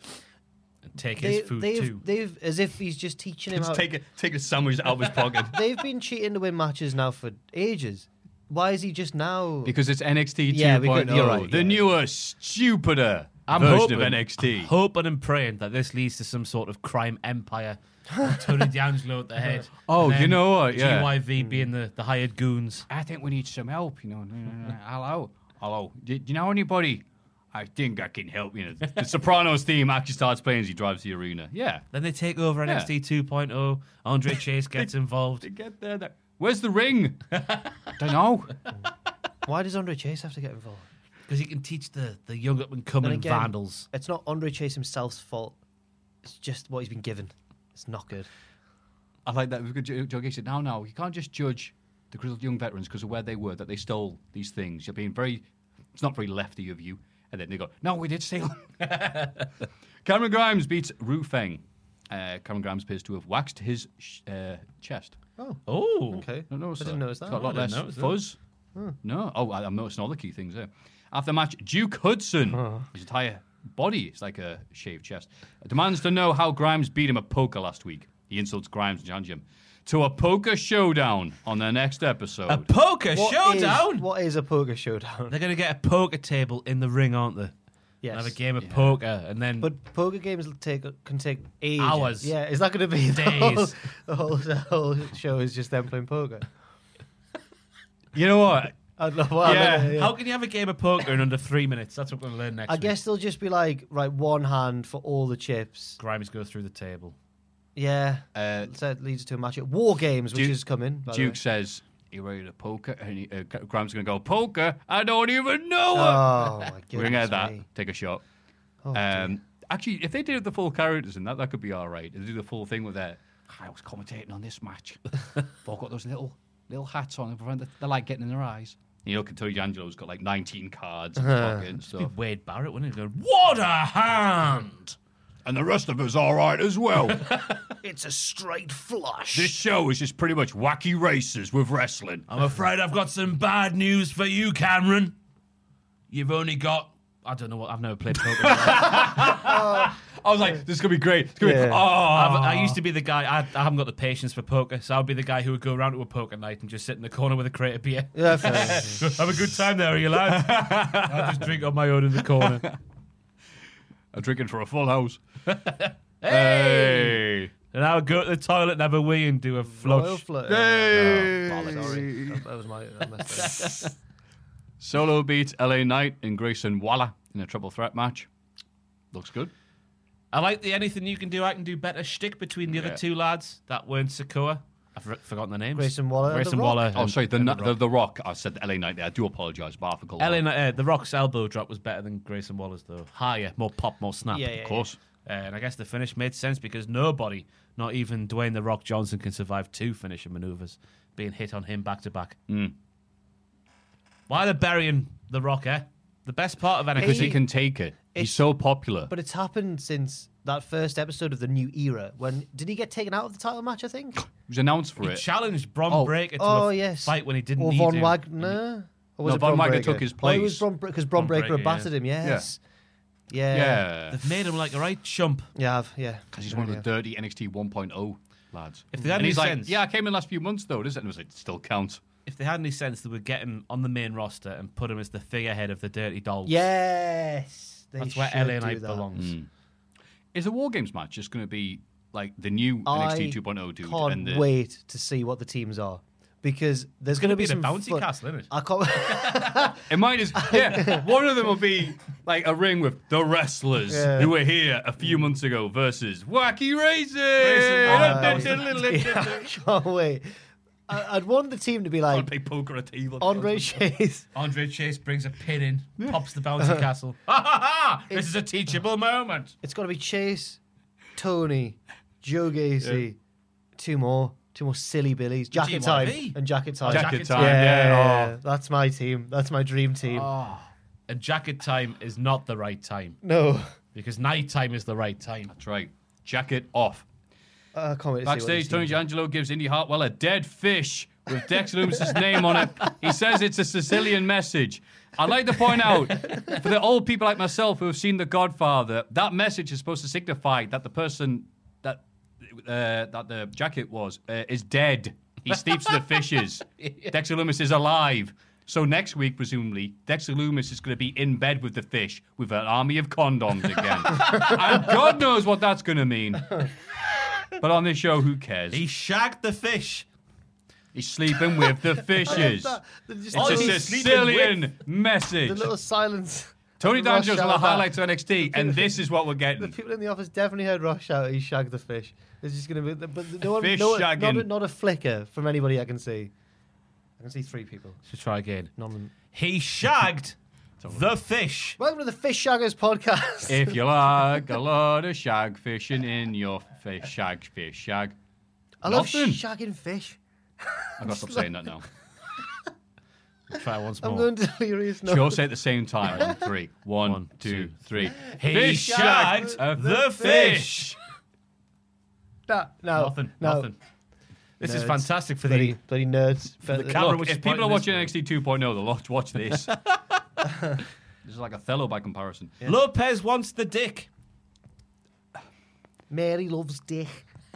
Speaker 7: And take
Speaker 6: They,
Speaker 7: his food
Speaker 6: they've,
Speaker 7: too.
Speaker 6: they've as if he's just teaching him
Speaker 4: Just
Speaker 6: how.
Speaker 4: take a, take a sandwich out of his pocket.
Speaker 6: they've been cheating to win matches now for ages. Why is he just now?
Speaker 11: Because it's NXT 2.0,
Speaker 6: Yeah, because-
Speaker 4: oh.
Speaker 6: you're right,
Speaker 11: the
Speaker 6: yeah.
Speaker 11: newer, stupider
Speaker 7: I'm
Speaker 11: version
Speaker 7: hoping,
Speaker 11: of NXT.
Speaker 7: I'm hoping and praying that this leads to some sort of crime empire. with Tony D'Angelo at the head.
Speaker 11: Oh,
Speaker 7: and
Speaker 11: you
Speaker 7: then
Speaker 11: know what, yeah.
Speaker 7: GYV being the, the hired goons.
Speaker 11: I think we need some help, you know. Hello, hello. Do, do you know anybody?
Speaker 4: I think I can help. You know, the, the Sopranos theme actually starts playing as he drives the arena. Yeah,
Speaker 7: Then they take over
Speaker 4: Yeah.
Speaker 7: NXT 2.0. oh. Andre Chase gets involved.
Speaker 4: to get there. there- Where's the ring? Don't know.
Speaker 6: Why does Andre Chase have to get involved?
Speaker 7: Because you can teach the, the young up and
Speaker 6: And
Speaker 7: coming
Speaker 6: again,
Speaker 7: vandals.
Speaker 6: It's not Andre Chase himself's fault. It's just what he's been given. It's not good.
Speaker 11: I like that. Because Joe Joe Gay said, no, no, you can't just judge the grizzled young veterans because of where they were, that they stole these things. You're being very, it's not very lefty of you. And then they go, no, we did steal. Cameron Grimes beats Ru Feng. Uh, Cameron Grimes appears to have waxed his sh- uh, chest.
Speaker 7: Oh,
Speaker 6: Okay,
Speaker 11: I
Speaker 6: I didn't notice that.
Speaker 11: It's got a lot
Speaker 7: I
Speaker 11: less
Speaker 7: didn't notice that.
Speaker 11: fuzz. No. Oh, I, I'm noticing all the key things there. After the match, Duke Hudson, his entire body is like a shaved chest, demands to know how Grimes beat him at poker last week. He insults Grimes and challenges him to a poker showdown on their next episode.
Speaker 7: A poker
Speaker 6: What is-
Speaker 7: showdown.
Speaker 6: what is a poker showdown?
Speaker 7: They're going to get a poker table in the ring, aren't they?
Speaker 6: Yes.
Speaker 7: And have a game of poker, and then
Speaker 6: But poker games will take can take ages.
Speaker 7: Hours.
Speaker 6: Yeah, is that going to be the whole,
Speaker 7: Days.
Speaker 6: the whole the whole show is just them playing poker.
Speaker 11: you know what?
Speaker 6: I'd love. Well, yeah. yeah.
Speaker 7: how can you have a game of poker in under three minutes? That's what we're going to learn next.
Speaker 6: I
Speaker 7: week.
Speaker 6: guess they'll just be like, right, one hand for all the chips.
Speaker 7: Grimes goes through the table.
Speaker 6: Yeah,
Speaker 11: Uh,
Speaker 6: so that leads to a match at War Games, which
Speaker 11: Duke-
Speaker 6: is coming. By the
Speaker 11: Duke
Speaker 6: way.
Speaker 11: says, "You ready to poker?" And he, uh, Grimes is gonna go poker. I don't even know. it."
Speaker 6: Oh my goodness.
Speaker 11: We're gonna get that.
Speaker 6: me.
Speaker 11: Take a shot. um, actually, if they did the full characters in that, that could be all right. They do the full thing with that. I was commentating on this match. They've all got those little little hats on. and prevent the, the light getting in their eyes. You know, Tony Angelo's got like 19 cards in his pocket and stuff.
Speaker 7: Wade Barrett, wouldn't it? Go, what a hand!
Speaker 11: And the rest of us all right as well.
Speaker 6: It's a straight flush.
Speaker 11: this show is just pretty much wacky races with wrestling.
Speaker 7: I'm afraid I've got some bad news for you, Cameron. You've only got I don't know what I've never played Pokemon.
Speaker 14: I was like, this is gonna be great. It's
Speaker 7: gonna
Speaker 14: Yeah.
Speaker 7: be, oh, I've- I used to be the guy. I, I haven't got the patience for poker, so I'd be the guy who would go around to a poker night and just sit in the corner with a crate of beer.
Speaker 6: Yeah, fair enough.
Speaker 7: Have a good time there, are you lads? I just drink on my own in the corner.
Speaker 11: I'm drinking for a full house.
Speaker 7: hey! And I would go to the toilet and have a wee and do a flush.
Speaker 6: Royal flush.
Speaker 7: Hey!
Speaker 6: Oh, bollocks. Sorry. That- that was my- that messed up.
Speaker 11: Solo beat LA Knight and Grayson Waller in a triple threat match. Looks good.
Speaker 7: I like the anything you can do, I can do better shtick between the
Speaker 11: Yeah.
Speaker 7: other two lads that weren't Sokoa. I've re- forgotten the names.
Speaker 6: Grayson Waller and
Speaker 7: Grayson
Speaker 6: The Rock.
Speaker 7: Waller.
Speaker 11: Oh,
Speaker 7: and-
Speaker 11: sorry, the,
Speaker 7: and
Speaker 11: Na- the, the Rock. I said LA Knight there. I do apologise, Bar, for calling
Speaker 7: Ellen, uh, the Rock's elbow drop was better than Grayson Waller's, though. Higher, more pop, more snap.
Speaker 6: Yeah, yeah, Of course.
Speaker 7: Uh, and I guess the finish made sense because nobody, not even Dwayne the Rock Johnson, can survive two finishing maneuvers being hit on him back to back.
Speaker 11: Mm.
Speaker 7: Why they're burying the Rock, eh? The best part of anything
Speaker 11: Because he can take it. He's
Speaker 6: It's-
Speaker 11: so popular.
Speaker 6: But it's happened since that first episode of the new era. When did he get taken out of the title match? I think.
Speaker 11: He was announced for
Speaker 7: He
Speaker 11: it.
Speaker 7: challenged Bron
Speaker 11: Oh.
Speaker 7: Breaker to
Speaker 6: oh
Speaker 7: a f-
Speaker 6: yes,
Speaker 7: fight when he didn't
Speaker 6: or
Speaker 7: need
Speaker 6: Von
Speaker 7: to.
Speaker 6: Wagner. Or
Speaker 11: No,
Speaker 6: it
Speaker 11: Von
Speaker 6: Bron
Speaker 11: Wagner
Speaker 6: Breaker?
Speaker 11: took his
Speaker 6: Oh, it was
Speaker 11: place.
Speaker 6: Bron because Bron,
Speaker 7: Bron
Speaker 6: Breaker,
Speaker 7: Breaker,
Speaker 6: had battered
Speaker 7: yeah.
Speaker 6: him. Yes. Yeah.
Speaker 11: Yeah.
Speaker 7: They've made him like a right chump.
Speaker 6: Yeah, I've, yeah.
Speaker 11: Because he's one of the dirty NXT 1.0 lads.
Speaker 7: If they had
Speaker 11: and
Speaker 7: any
Speaker 11: he's like,
Speaker 7: sense-
Speaker 11: yeah, I came in last few months though, does it? And it was like, still counts.
Speaker 7: If they had any sense, they would get him on the main roster and put him as the figurehead of the Dirty Dolls.
Speaker 6: Yes. They
Speaker 7: That's where
Speaker 6: should
Speaker 7: LA
Speaker 6: do
Speaker 7: Knight
Speaker 6: that.
Speaker 7: belongs.
Speaker 11: Is a War Games match just going to be like the new
Speaker 6: I
Speaker 11: NXT 2.0 dude?
Speaker 6: can't
Speaker 11: and the,
Speaker 6: wait to see what the teams are because there's going to be
Speaker 7: the
Speaker 6: some
Speaker 7: bouncy
Speaker 6: fun-
Speaker 7: castle, isn't it?
Speaker 6: I can't.
Speaker 11: It might as yeah. one of them will be like a ring with the wrestlers
Speaker 6: Yeah.
Speaker 11: who were here a few months ago versus Wacky
Speaker 6: uh,
Speaker 11: Racing.
Speaker 6: Yeah, I can't wait. I, I'd want the team to be
Speaker 11: I'll
Speaker 6: like
Speaker 11: play poker at evil.
Speaker 6: Andre Chase.
Speaker 7: Andre Chase brings a pin in, pops the bouncy castle. Ha ha ha! This is a teachable moment.
Speaker 6: It's got to be Chase, Tony, Joe Gacy, two more, two more silly billies,
Speaker 7: GYV.
Speaker 6: Jacket Time and Jacket Time.
Speaker 11: Jacket
Speaker 7: Jacket
Speaker 11: time.
Speaker 7: Time,
Speaker 11: Yeah.
Speaker 6: Yeah, that's my team. That's my dream team.
Speaker 7: And jacket time is not the right time
Speaker 6: No,
Speaker 7: because night time is the right time.
Speaker 11: That's right. Jacket off.
Speaker 6: uh, I can't wait to see what
Speaker 11: Backstage,
Speaker 6: these teams
Speaker 11: Tony D'Angelo gives Indy Hartwell a dead fish with Dex Loomis' name on it. He says it's a Sicilian message. I'd like to point out, for the old people like myself who have seen The Godfather, that message is supposed to signify that the person that uh, that the jacket was uh, is dead. He sleeps with the fishes. Dexter Loomis is alive. So next week, presumably, Dexter Loomis is going to be in bed with the fish with an army of condoms again. and God knows what that's going to mean. But on this show, who cares?
Speaker 7: He shagged the fish.
Speaker 11: He's sleeping with the fishes.
Speaker 6: that- They're just
Speaker 11: It's
Speaker 6: all
Speaker 11: a
Speaker 6: these-
Speaker 11: Sicilian
Speaker 6: the
Speaker 11: message.
Speaker 6: little silence.
Speaker 11: Tony
Speaker 6: Rush
Speaker 11: D'Angelo's on
Speaker 6: hour
Speaker 11: the
Speaker 6: back.
Speaker 11: highlights of NXT, and this is what we're
Speaker 7: Mm.
Speaker 6: The
Speaker 11: getting.
Speaker 6: people in the office definitely heard Rush out. He shagged the fish. There's just going to be, but no one,
Speaker 11: Fish
Speaker 6: no, one- not, a,
Speaker 11: shagging.
Speaker 6: not a flicker from anybody I can see. I can see three people.
Speaker 7: So try again.
Speaker 6: None of them.
Speaker 7: He shagged the fish.
Speaker 6: Welcome to the Fish Shaggers podcast.
Speaker 11: If you like a lot of shag fishing in your fish, shag, fish, shag.
Speaker 6: I love
Speaker 11: nothing.
Speaker 6: shagging fish.
Speaker 11: I've got to stop saying that now.
Speaker 7: Try once
Speaker 6: I'm
Speaker 7: more.
Speaker 6: going delirious now.
Speaker 11: Should we all say it at the same time? On three. One,
Speaker 7: One,
Speaker 11: two,
Speaker 7: two,
Speaker 11: three.
Speaker 7: He
Speaker 11: Fish
Speaker 7: shagged
Speaker 11: shag of
Speaker 7: the fish.
Speaker 6: No, no,
Speaker 7: Nothing.
Speaker 6: no.
Speaker 7: Nothing. This is
Speaker 6: Nerds.
Speaker 7: fantastic for
Speaker 6: Bloody,
Speaker 7: the.
Speaker 6: bloody
Speaker 7: the
Speaker 6: nerds. But- uh,
Speaker 7: camera
Speaker 11: Look,
Speaker 7: was
Speaker 11: if people
Speaker 7: pointing
Speaker 11: are watching
Speaker 7: this
Speaker 11: NXT 2.0, oh, they'll lot- watch this. this is like Othello by comparison.
Speaker 7: Lopez wants the dick.
Speaker 6: Mary loves dick.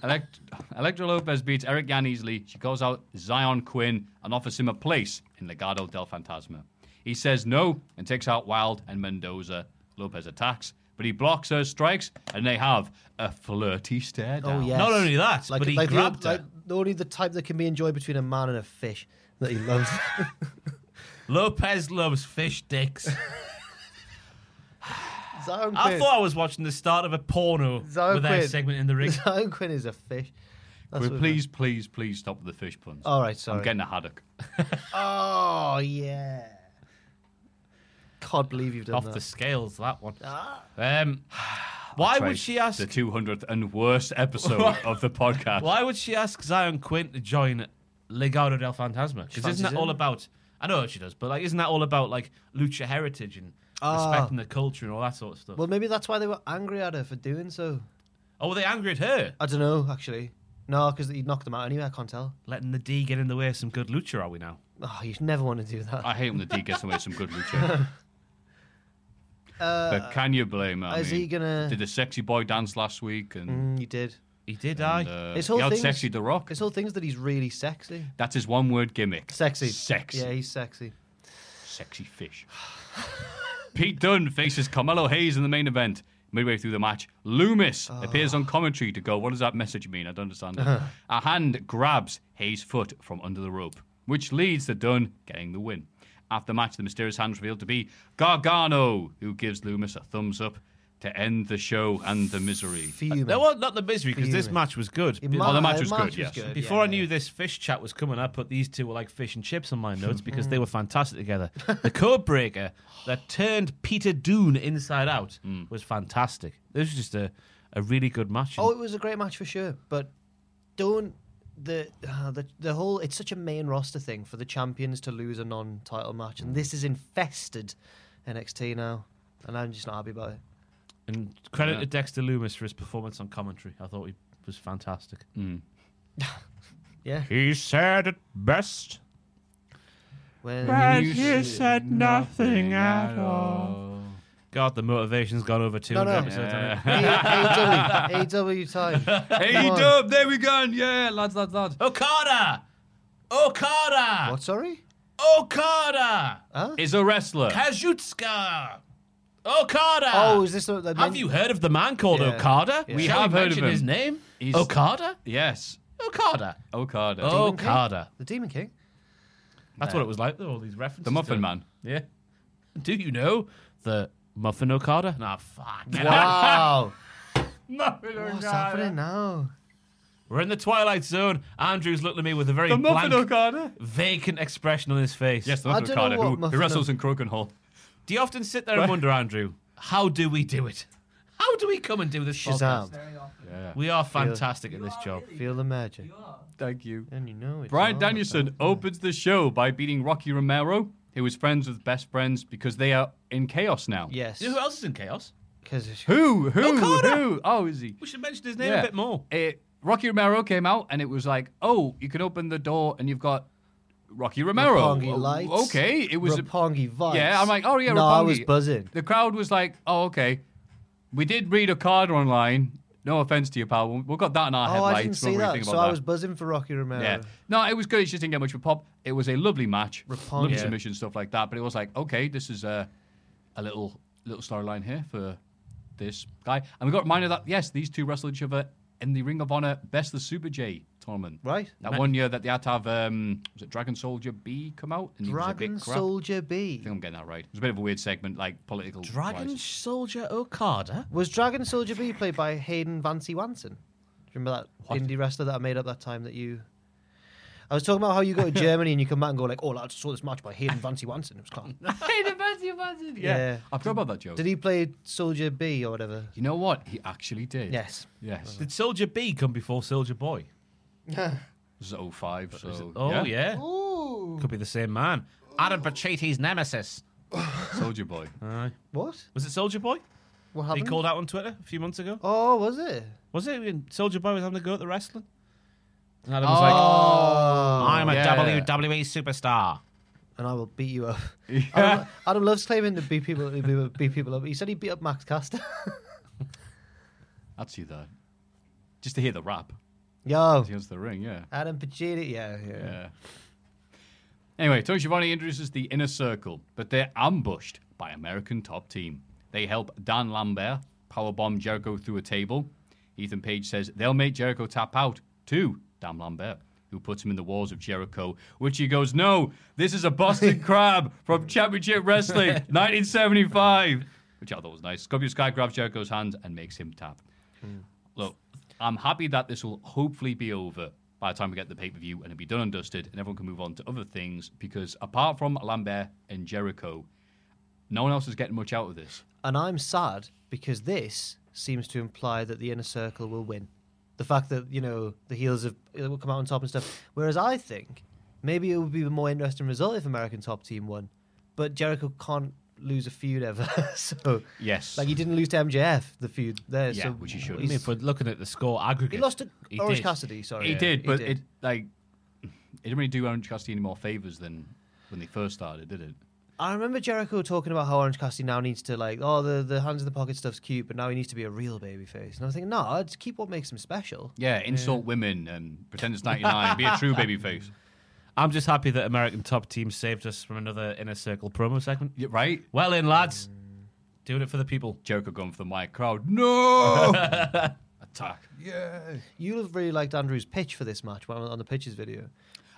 Speaker 11: Elect- Electra Lopez beats Eric Yan easily. She calls out Zion Quinn and offers him a place in Legado del Fantasma. He says no and takes out Wild and Mendoza. Lopez attacks, but he blocks her strikes, and they have a flirty stare down.
Speaker 6: Oh yes.
Speaker 7: Not only that, but he
Speaker 6: the-
Speaker 7: grabbed her.
Speaker 6: like the only the type that can be enjoyed between a man and a fish that he loves.
Speaker 7: Lopez loves fish dicks.
Speaker 6: Zion
Speaker 7: I
Speaker 6: Quinn.
Speaker 7: thought I was watching the start of a porno
Speaker 6: Zion
Speaker 7: with their
Speaker 6: Quinn.
Speaker 7: segment in the ring.
Speaker 6: Zion Quinn is a fish. That's
Speaker 11: Will
Speaker 6: what-
Speaker 11: please, please, please stop with the fish puns.
Speaker 6: All right, sorry.
Speaker 11: I'm getting a haddock.
Speaker 6: Oh yeah. Can't believe you've done
Speaker 7: Off
Speaker 6: that.
Speaker 7: the scales, that one. Um, why
Speaker 11: Right,
Speaker 7: would she ask?
Speaker 11: the 200th and worst episode of the podcast?
Speaker 7: Why would she ask Zion Quinn to join Legado del Fantasma? Because
Speaker 6: fancies
Speaker 7: isn't that all
Speaker 6: him.
Speaker 7: about? I know she does, but like, isn't that all about like lucha heritage and
Speaker 6: Ah.
Speaker 7: respecting the culture and all that sort of stuff?
Speaker 6: Well, maybe that's why they were angry at her for doing so.
Speaker 7: oh, were they angry at her,
Speaker 6: I don't know, actually. No, because he knocked them out anyway. I can't tell.
Speaker 7: letting the D get in the way of some good lucha? Are we now?
Speaker 6: Oh, you never want to do that.
Speaker 11: I hate when the D gets away with some good lucha.
Speaker 6: Uh,
Speaker 11: but can you blame her? I
Speaker 6: is
Speaker 11: mean,
Speaker 6: he gonna-
Speaker 11: Did a sexy boy dance last week? And
Speaker 6: Mm, he did.
Speaker 7: He did.
Speaker 11: and,
Speaker 6: It's
Speaker 11: uh,
Speaker 6: his
Speaker 11: he
Speaker 6: whole thing.
Speaker 11: sexy the rock.
Speaker 6: His whole thing is that he's really sexy.
Speaker 11: That's his one-word gimmick.
Speaker 6: Sexy.
Speaker 11: Sexy. Uh,
Speaker 6: Yeah, he's sexy.
Speaker 11: Sexy fish. Pete Dunne faces Carmelo Hayes in the main event. Midway through the match, Loomis
Speaker 6: Ah.
Speaker 11: appears on commentary to go, What does that message mean? I don't understand it.
Speaker 6: Uh-huh.
Speaker 11: A hand grabs Hayes' foot from under the rope, which leads to Dunne getting the win. After the match, the mysterious hand is revealed to be Gargano, who gives Loomis a thumbs up to end the show and the misery.
Speaker 6: Fuming.
Speaker 7: No, well, not the misery because this
Speaker 6: Fuming.
Speaker 7: match was good.
Speaker 6: He
Speaker 7: Be-
Speaker 6: ma-
Speaker 11: the match was good, yes.
Speaker 7: Before I knew this fish chat was coming, I put these two were like fish and chips on my notes because
Speaker 6: Mm.
Speaker 7: they were fantastic together. The code breaker that turned Peter Dune inside out was fantastic. This was just a, a really good match.
Speaker 6: Mm. Oh, it was a great match for sure, but don't the uh, the the whole it's such a main roster thing for the champions to lose a non-title match, and this is infested NXT now, and I'm just not happy about it.
Speaker 7: and credit
Speaker 11: Yeah.
Speaker 7: to Dexter Loomis for his performance on commentary. I thought he was fantastic.
Speaker 6: Yeah,
Speaker 7: He said it best.
Speaker 6: when
Speaker 7: you said nothing at all. God, the motivation's gone over 200
Speaker 6: no.
Speaker 7: episodes. hasn't it?
Speaker 6: A- AW time.
Speaker 4: Hey,
Speaker 6: Come on.
Speaker 4: Dub, there we go. Yeah, lads, lads, lads.
Speaker 7: Okada! Okada!
Speaker 6: What? Sorry.
Speaker 7: Okada!
Speaker 11: Is a wrestler.
Speaker 7: Kazuchika! Okada!
Speaker 6: Oh, is this the, the
Speaker 7: Ah. Have
Speaker 6: men-
Speaker 7: you heard of the man called
Speaker 6: Yeah.
Speaker 7: Okada?
Speaker 6: Yeah.
Speaker 11: We
Speaker 7: Shall
Speaker 11: have heard of
Speaker 7: mention
Speaker 11: him.
Speaker 7: his name?
Speaker 11: He's- Oh,
Speaker 7: Okada?
Speaker 11: Yes.
Speaker 7: Okada.
Speaker 11: Okada.
Speaker 6: Demon King?
Speaker 7: Okada.
Speaker 6: the Demon King?
Speaker 7: That's what it was like, though, all these references.
Speaker 11: The
Speaker 7: to
Speaker 11: Muffin
Speaker 7: him.
Speaker 11: Man.
Speaker 7: Yeah. Do you know the Muffin Okada? Nah, fuck.
Speaker 6: Wow,
Speaker 7: Muffin
Speaker 6: Oh, what's happening now?
Speaker 7: We're in the Twilight Zone. Andrew's looking at me with a very
Speaker 11: The Muffin
Speaker 7: blank,
Speaker 11: Okada.
Speaker 7: vacant expression on his face.
Speaker 11: Yes, the
Speaker 6: I
Speaker 11: Muffin
Speaker 6: don't know
Speaker 11: Okada,
Speaker 6: what
Speaker 11: who,
Speaker 6: Muffin
Speaker 11: who wrestles in Crokinhole.
Speaker 7: Do you often sit there and wonder, Andrew, how do we do it? How do we come and do this
Speaker 6: Shazam!
Speaker 7: podcast? We are fantastic at
Speaker 1: You
Speaker 7: this
Speaker 1: are
Speaker 7: job.
Speaker 1: really-
Speaker 6: Feel the magic,
Speaker 1: You are.
Speaker 4: Thank you.
Speaker 6: and you know it.
Speaker 11: Brian Danielson opens the show by beating Rocky Romero, who is friends with best friends because they are in chaos now.
Speaker 6: Yes,
Speaker 7: You know who else is in chaos?
Speaker 6: because
Speaker 11: Who? Who?
Speaker 7: Okada!
Speaker 11: Who? Oh, is he?
Speaker 7: We should mention his name
Speaker 11: Yeah.
Speaker 7: a bit more.
Speaker 11: It, Rocky Romero came out and it was like, oh, you can open the door and you've got Rocky Romero.
Speaker 6: Roppongi
Speaker 11: Oh,
Speaker 6: lights.
Speaker 11: Okay, it was. a-
Speaker 6: Rapongi Vice.
Speaker 11: yeah, I'm like, oh yeah,
Speaker 6: no, I
Speaker 11: Roppongi.
Speaker 6: was buzzing.
Speaker 11: The crowd was like, oh okay. We did read a card online. No offense to you, pal. We've got that in our
Speaker 6: Oh,
Speaker 11: headlights.
Speaker 6: I didn't
Speaker 11: What
Speaker 6: see
Speaker 11: do you
Speaker 6: that,
Speaker 11: think
Speaker 6: so
Speaker 11: about
Speaker 6: I was buzzing for Rocky Romero.
Speaker 11: Yeah. No, it was good. It just didn't get much of a pop. It was a lovely match.
Speaker 6: Rapunzel.
Speaker 11: Lovely
Speaker 6: Yeah.
Speaker 11: submission, stuff like that. But it was like, okay, this is a, a little little storyline here for this guy. And we got reminded that, yes, these two wrestled each other in the Ring of Honor Best of the Super J tournament.
Speaker 6: Right.
Speaker 11: That one year that they had to have, um, was it Dragon Soldier B come out? And he was a bit
Speaker 6: Dragon
Speaker 11: crap.
Speaker 6: Soldier
Speaker 11: I
Speaker 6: B.
Speaker 11: think I'm getting that right. It was a bit of a weird segment, like political.
Speaker 7: Dragon
Speaker 11: wise.
Speaker 7: Soldier Okada?
Speaker 6: Was Dragon Soldier B played by Hayden Vancy Wanson? Do you remember that indie wrestler that I made up that time that you. I was talking about how you go to Germany and you come back and go like, "Oh, I just saw this match by Hayden Vancy Wanson. It was class."
Speaker 11: Yeah.
Speaker 6: Yeah.
Speaker 11: I forgot about that joke.
Speaker 6: Did he play Soldier B or whatever?
Speaker 11: you know what? He actually did.
Speaker 6: Yes.
Speaker 11: Yes.
Speaker 7: Did Soldier B come before Soldier Boy?
Speaker 11: This is 05, so.
Speaker 7: Oh, yeah.
Speaker 6: Ooh.
Speaker 7: Could be the same man. Adam Pachiti's nemesis.
Speaker 11: Soldier Boy.
Speaker 6: What?
Speaker 7: Was it Soldier Boy?
Speaker 6: What
Speaker 7: He
Speaker 6: happened?
Speaker 7: called out on Twitter a few months ago.
Speaker 6: oh, was it?
Speaker 7: Was it when Soldier Boy was having a go at the wrestling? And Adam was like, I'm a
Speaker 11: Yeah.
Speaker 7: WWE superstar.
Speaker 6: and I will beat you up. Adam, Adam loves claiming to beat people, beat beat people up. He said he beat up Max Caster.
Speaker 11: I'd see that. Just to hear the rap
Speaker 6: Yo,
Speaker 11: against the ring, yeah.
Speaker 6: Adam Pacini. Yeah, yeah.
Speaker 11: Yeah. Anyway, Tony Giovanni introduces the inner circle, but they're ambushed by American top team. They help Dan Lambert powerbomb Jericho through a table. Ethan Page says they'll make Jericho tap out to Dan Lambert, who puts him in the walls of Jericho, which he goes, No, this is a Boston Crab from Championship Wrestling 1975, which I thought was nice. Scorpio Sky grabs Jericho's hand and makes him tap. Look, I'm happy that this will hopefully be over by the time we get the pay per view and it'll be done and dusted, and everyone can move on to other things. Because apart from Lambert and Jericho, no one else is getting much out of this.
Speaker 6: And I'm sad because this seems to imply that the inner circle will win. The fact that you know the heels have it will come out on top and stuff. Whereas I think maybe it would be a more interesting result if American Top Team won, but Jericho can't lose a feud ever. so
Speaker 11: Yes,
Speaker 6: like he didn't lose to MJF the feud there.
Speaker 11: Yeah,
Speaker 6: so
Speaker 11: which he should.
Speaker 7: I mean, if we're looking at the score aggregate,
Speaker 6: He lost to
Speaker 7: He
Speaker 6: Orange
Speaker 7: did.
Speaker 6: Cassidy. Sorry,
Speaker 11: he did, but
Speaker 6: He
Speaker 11: it like it didn't really do Orange Cassidy any more favors than when they first started, did it?
Speaker 6: I remember Jericho talking about how Orange Cassidy now needs to like, oh, the, the hands in the pocket stuff's cute, but now he needs to be a real baby face. And I was thinking, no, just keep what makes him special.
Speaker 11: Yeah, insult women and pretend it's 99. Be a true babyface.
Speaker 7: I'm just happy that American Top Team saved us from another Inner Circle promo segment.
Speaker 11: Yeah, right?
Speaker 7: Well in, lads. Doing it for the people.
Speaker 11: Joker gone for the mic. Crowd, no! Attack.
Speaker 6: You'll have really liked Andrew's pitch for this match when- on the pitches video.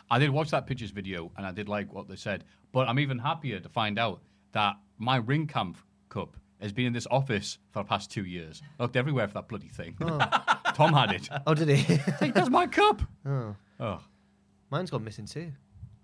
Speaker 11: I did watch that pictures video and I did like what they said, but I'm even happier to find out that my ring camp cup has been in this office for the past two years. Looked everywhere for that bloody thing. Tom had it.
Speaker 6: Oh, did he?
Speaker 11: Like, that's my cup. Oh.
Speaker 6: Mine's gone missing too.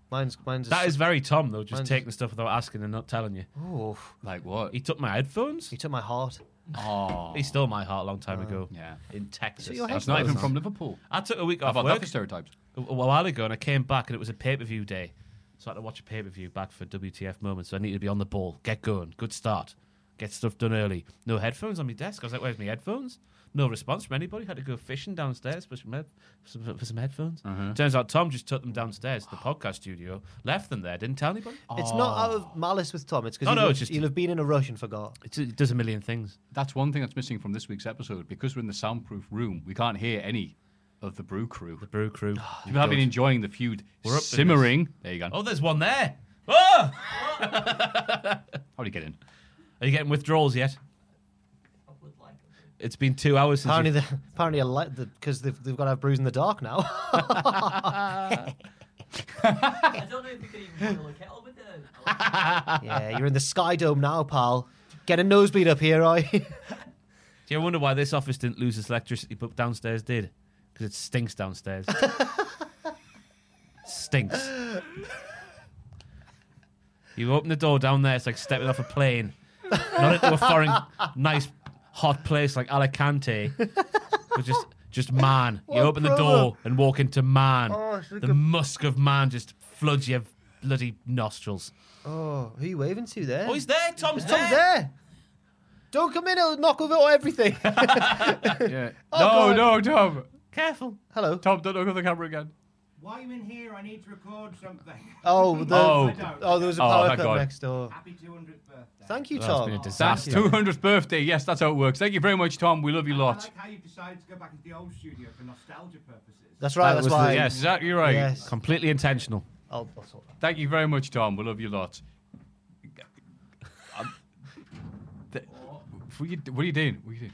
Speaker 6: Mine's mine's.
Speaker 7: That is very Tom, though, just
Speaker 6: Mine's-
Speaker 7: taking stuff without asking and not telling you.
Speaker 6: Oh,
Speaker 11: Like what?
Speaker 7: He took my headphones.
Speaker 6: you took my heart.
Speaker 11: Oh.
Speaker 7: He stole my heart a long time ago.
Speaker 11: Yeah.
Speaker 7: In Texas.
Speaker 6: So your
Speaker 11: That's
Speaker 6: headphones-
Speaker 11: not even from Liverpool.
Speaker 7: I took a week
Speaker 11: How
Speaker 7: off
Speaker 11: about that
Speaker 7: work
Speaker 11: for stereotypes?
Speaker 7: a a while ago and I came back and it was a pay per view day. So I had to watch a pay per view back for WTF moment. So I needed to be on the ball, get going, good start, get stuff done early. No headphones on my desk. I was like, where's my headphones? No response from anybody. Had to go fishing downstairs for some, head- some- for some headphones. Turns out Tom just took them downstairs to the podcast studio, left them there, didn't tell anybody.
Speaker 6: It's not out of malice with Tom. It's
Speaker 7: Oh. No,
Speaker 6: because
Speaker 7: no, it's just-
Speaker 6: he'll have been in a rush and forgot.
Speaker 7: It's- It does a million things.
Speaker 11: That's one thing that's missing from this week's episode. Because we're in the soundproof room, we can't hear any of the brew crew.
Speaker 7: The brew crew.
Speaker 11: People have been enjoying the feud
Speaker 7: We're up in
Speaker 11: simmering. There you go.
Speaker 7: oh, there's one there. Oh!
Speaker 11: How do you get in?
Speaker 7: Are you getting withdrawals yet?
Speaker 1: I would like it.
Speaker 7: It's been two hours since.
Speaker 6: Apparently,
Speaker 7: you-
Speaker 6: the, apparently, because they've they've got to have brews in the dark now.
Speaker 1: I don't know if you can even boil a kettle with it. I like
Speaker 6: yeah, you're in the Sky Dome now, pal. Get a nosebleed up here, I.
Speaker 7: Do you ever wonder why this office didn't lose its electricity, but downstairs did? Because it stinks downstairs. stinks. You open the door down there, it's like stepping off a plane. Not into a foreign, nice, hot place like Alicante, but just just man. You open the door and walk into man. the musk of man just floods your bloody nostrils.
Speaker 6: oh, who are you waving to there?
Speaker 7: Oh, he's there. Tom's
Speaker 6: Tom's there. Don't come in, I'll knock over everything.
Speaker 11: Yeah.
Speaker 4: no,
Speaker 6: Oh,
Speaker 4: no, Tom.
Speaker 7: Careful.
Speaker 6: Hello.
Speaker 4: Tom, don't look at the camera again.
Speaker 15: Why are you in here? I need to record something.
Speaker 6: Oh, the,
Speaker 11: Oh.
Speaker 6: oh.
Speaker 15: I don't.
Speaker 6: there was a
Speaker 11: Oh,
Speaker 6: power
Speaker 11: thank
Speaker 6: cut
Speaker 11: God.
Speaker 6: next door.
Speaker 15: Happy 200th birthday.
Speaker 6: Thank you,
Speaker 7: That's been
Speaker 6: Tom.
Speaker 7: a
Speaker 11: That's
Speaker 7: disaster.
Speaker 11: 200th birthday. Yes, that's how it works. Thank you very much, Tom. We love you
Speaker 15: I
Speaker 11: lots.
Speaker 15: like how you've decided to go back into the old studio for nostalgia purposes.
Speaker 6: That's right.
Speaker 7: That
Speaker 6: That's
Speaker 7: was the-
Speaker 6: why.
Speaker 7: yes.
Speaker 11: Exactly right.
Speaker 6: Yes. Oh,
Speaker 7: Completely intentional.
Speaker 6: I'll, I'll sort that.
Speaker 11: Thank you very much, Tom. We love you lots. Um, th- what, are you, what are you doing? What are you doing?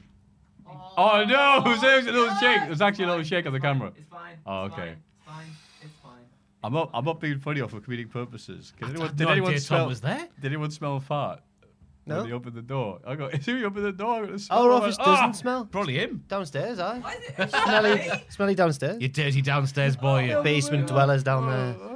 Speaker 11: Oh, no! It was, it was a little shake. It was actually a little shake on the camera.
Speaker 1: it. It's fine. It's
Speaker 11: Oh,
Speaker 1: fine,
Speaker 11: okay.
Speaker 1: It's fine. It's fine.
Speaker 11: I'm not, I'm not being funny or for comedic purposes. Can anyone,
Speaker 7: had
Speaker 11: did
Speaker 7: no
Speaker 11: anyone
Speaker 7: idea Tom
Speaker 11: smell,
Speaker 7: was there.
Speaker 11: Did anyone smell a fart?
Speaker 6: No.
Speaker 11: When he opened the door. I go, is he opened the door? I got a smell.
Speaker 6: Our
Speaker 11: I went,
Speaker 6: office
Speaker 11: "Ah!"
Speaker 6: doesn't smell.
Speaker 7: Probably him.
Speaker 6: Downstairs, I.
Speaker 1: Why is it? It's
Speaker 6: Smelly, smelly downstairs.
Speaker 7: You dirty downstairs boy. you.
Speaker 6: Basement dwellers down there.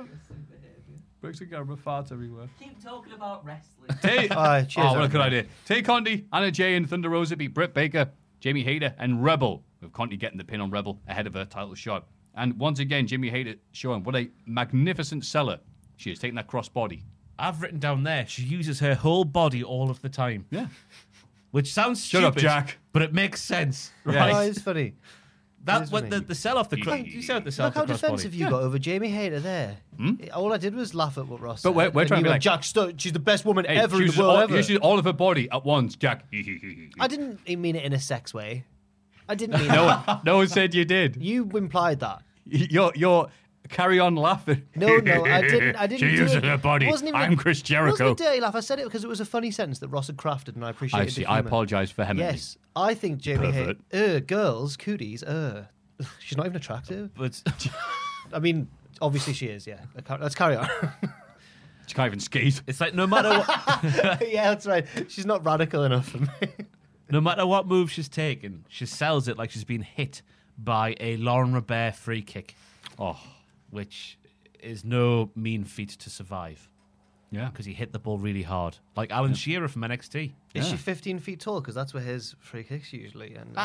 Speaker 11: Breaks the camera, farts everywhere.
Speaker 1: Keep talking about wrestling.
Speaker 11: Hey,
Speaker 6: Aye, cheers,
Speaker 11: oh, what a good
Speaker 6: everyone.
Speaker 11: idea. Tay Conti, Anna Jay, and Thunder Rosa beat Britt Baker, Jamie Hayter, and Rebel. With Conti getting the pin on Rebel ahead of her title shot. And once again, Jimmy Hayter showing what a magnificent seller she is, taking that crossbody.
Speaker 7: I've written down there. She uses her whole body all of the time.
Speaker 11: Yeah.
Speaker 7: Which sounds
Speaker 11: Shut up,
Speaker 7: stupid,
Speaker 11: Jack.
Speaker 7: but it makes sense.
Speaker 6: Oh,
Speaker 7: Right.
Speaker 6: it's funny.
Speaker 7: That
Speaker 6: is
Speaker 7: what the,
Speaker 6: funny.
Speaker 7: the sell off the cro- you said the sell
Speaker 6: Look
Speaker 7: off
Speaker 6: how
Speaker 7: the
Speaker 6: defensive
Speaker 7: crossbody.
Speaker 6: you got over Jamie Hayter there. All I did was laugh at what Ross said.
Speaker 11: Hmm? But we're- we're
Speaker 6: and
Speaker 11: trying
Speaker 6: you
Speaker 11: to be
Speaker 6: went,
Speaker 11: like-
Speaker 6: Jack Stone, she's the best woman
Speaker 11: Hey,
Speaker 6: ever in
Speaker 11: uses
Speaker 6: the world
Speaker 11: all,
Speaker 6: ever.
Speaker 11: uses all of her body at once, Jack.
Speaker 6: I didn't mean it in a sex way. I didn't mean
Speaker 11: no,
Speaker 6: that.
Speaker 11: one, no one said you did.
Speaker 6: You implied that.
Speaker 11: You're, you're carry on laughing.
Speaker 6: No, no, I didn't. I didn't.
Speaker 11: She
Speaker 6: do
Speaker 11: uses
Speaker 6: it.
Speaker 11: her body.
Speaker 6: It wasn't even
Speaker 11: I'm
Speaker 6: a-
Speaker 11: Chris
Speaker 6: It
Speaker 11: Jericho.
Speaker 6: wasn't a dirty laugh. I said it because it was a funny sentence that Ross had crafted, and I appreciated.
Speaker 11: I see.
Speaker 6: The
Speaker 11: I
Speaker 6: humour.
Speaker 11: apologise for him.
Speaker 6: Yes, I think Jamie Hayter.
Speaker 11: Pervert.
Speaker 6: Uh, girls, cooties. Uh, she's not even attractive.
Speaker 7: But
Speaker 6: I mean, obviously she is. Yeah. Let's carry on.
Speaker 11: She can't even skate.
Speaker 7: it's like no matter what,
Speaker 6: yeah, that's right. She's not radical enough for me.
Speaker 7: no matter what move she's taken, she sells it like she's been hit by a Lauren Robert free kick. Oh, which is no mean feat to survive
Speaker 11: Yeah.
Speaker 7: because he hit the ball really hard, like Alan Shearer from NXT.
Speaker 6: Is she 15 feet tall? Because that's where his free kicks usually uh, end.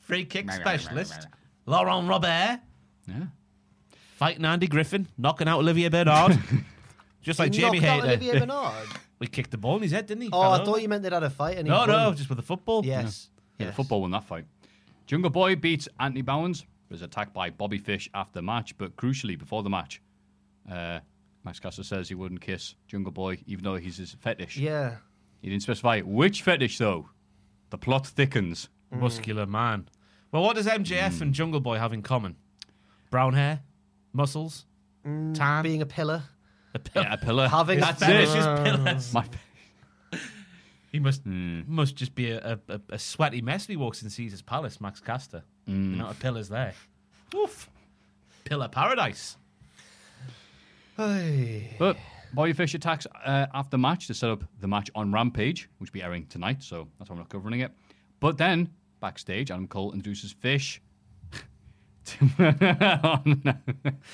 Speaker 7: free kick specialist, Laurent Robert.
Speaker 11: Yeah.
Speaker 7: Fighting Andy Griffin, knocking out Olivier Bernard. Just like
Speaker 6: He
Speaker 7: Oh, Jamie
Speaker 6: knocked out Olivier
Speaker 7: Hayter.
Speaker 6: Bernard.
Speaker 7: we kicked the ball in his head, didn't he?
Speaker 6: Oh, I thought you meant they'd had a fight. And he
Speaker 7: No, no,
Speaker 6: won.
Speaker 7: just with the football.
Speaker 6: Yes.
Speaker 11: Yeah, the
Speaker 6: yes.
Speaker 11: football won that fight. Jungle Boy beats Anthony Bowens, was attacked by Bobby Fish after the match, but crucially before the match, uh, Max Caster says he wouldn't kiss Jungle Boy, even though he's his fetish.
Speaker 6: Yeah.
Speaker 11: He didn't specify which fetish, though. The plot thickens.
Speaker 6: Mm.
Speaker 7: Muscular man. Well, what does MJF and Jungle Boy have in common? Brown hair, muscles, tan.
Speaker 6: Being a pillar.
Speaker 7: A pillar.
Speaker 11: Yeah, a pillar.
Speaker 6: Having
Speaker 7: That's
Speaker 6: a
Speaker 7: it.
Speaker 6: pillar.
Speaker 7: Pillars.
Speaker 11: My-
Speaker 7: He must must just be a, a, a sweaty mess when he walks in Caesar's Palace, Max Caster.
Speaker 11: Mm.
Speaker 7: Not a pillar's there. Oof. Pillar paradise.
Speaker 11: But Boy Fish attacks uh, after match to set up the match on Rampage, which will be airing tonight, so that's why I'm not covering it. But then, backstage, Adam Cole introduces Fish. to-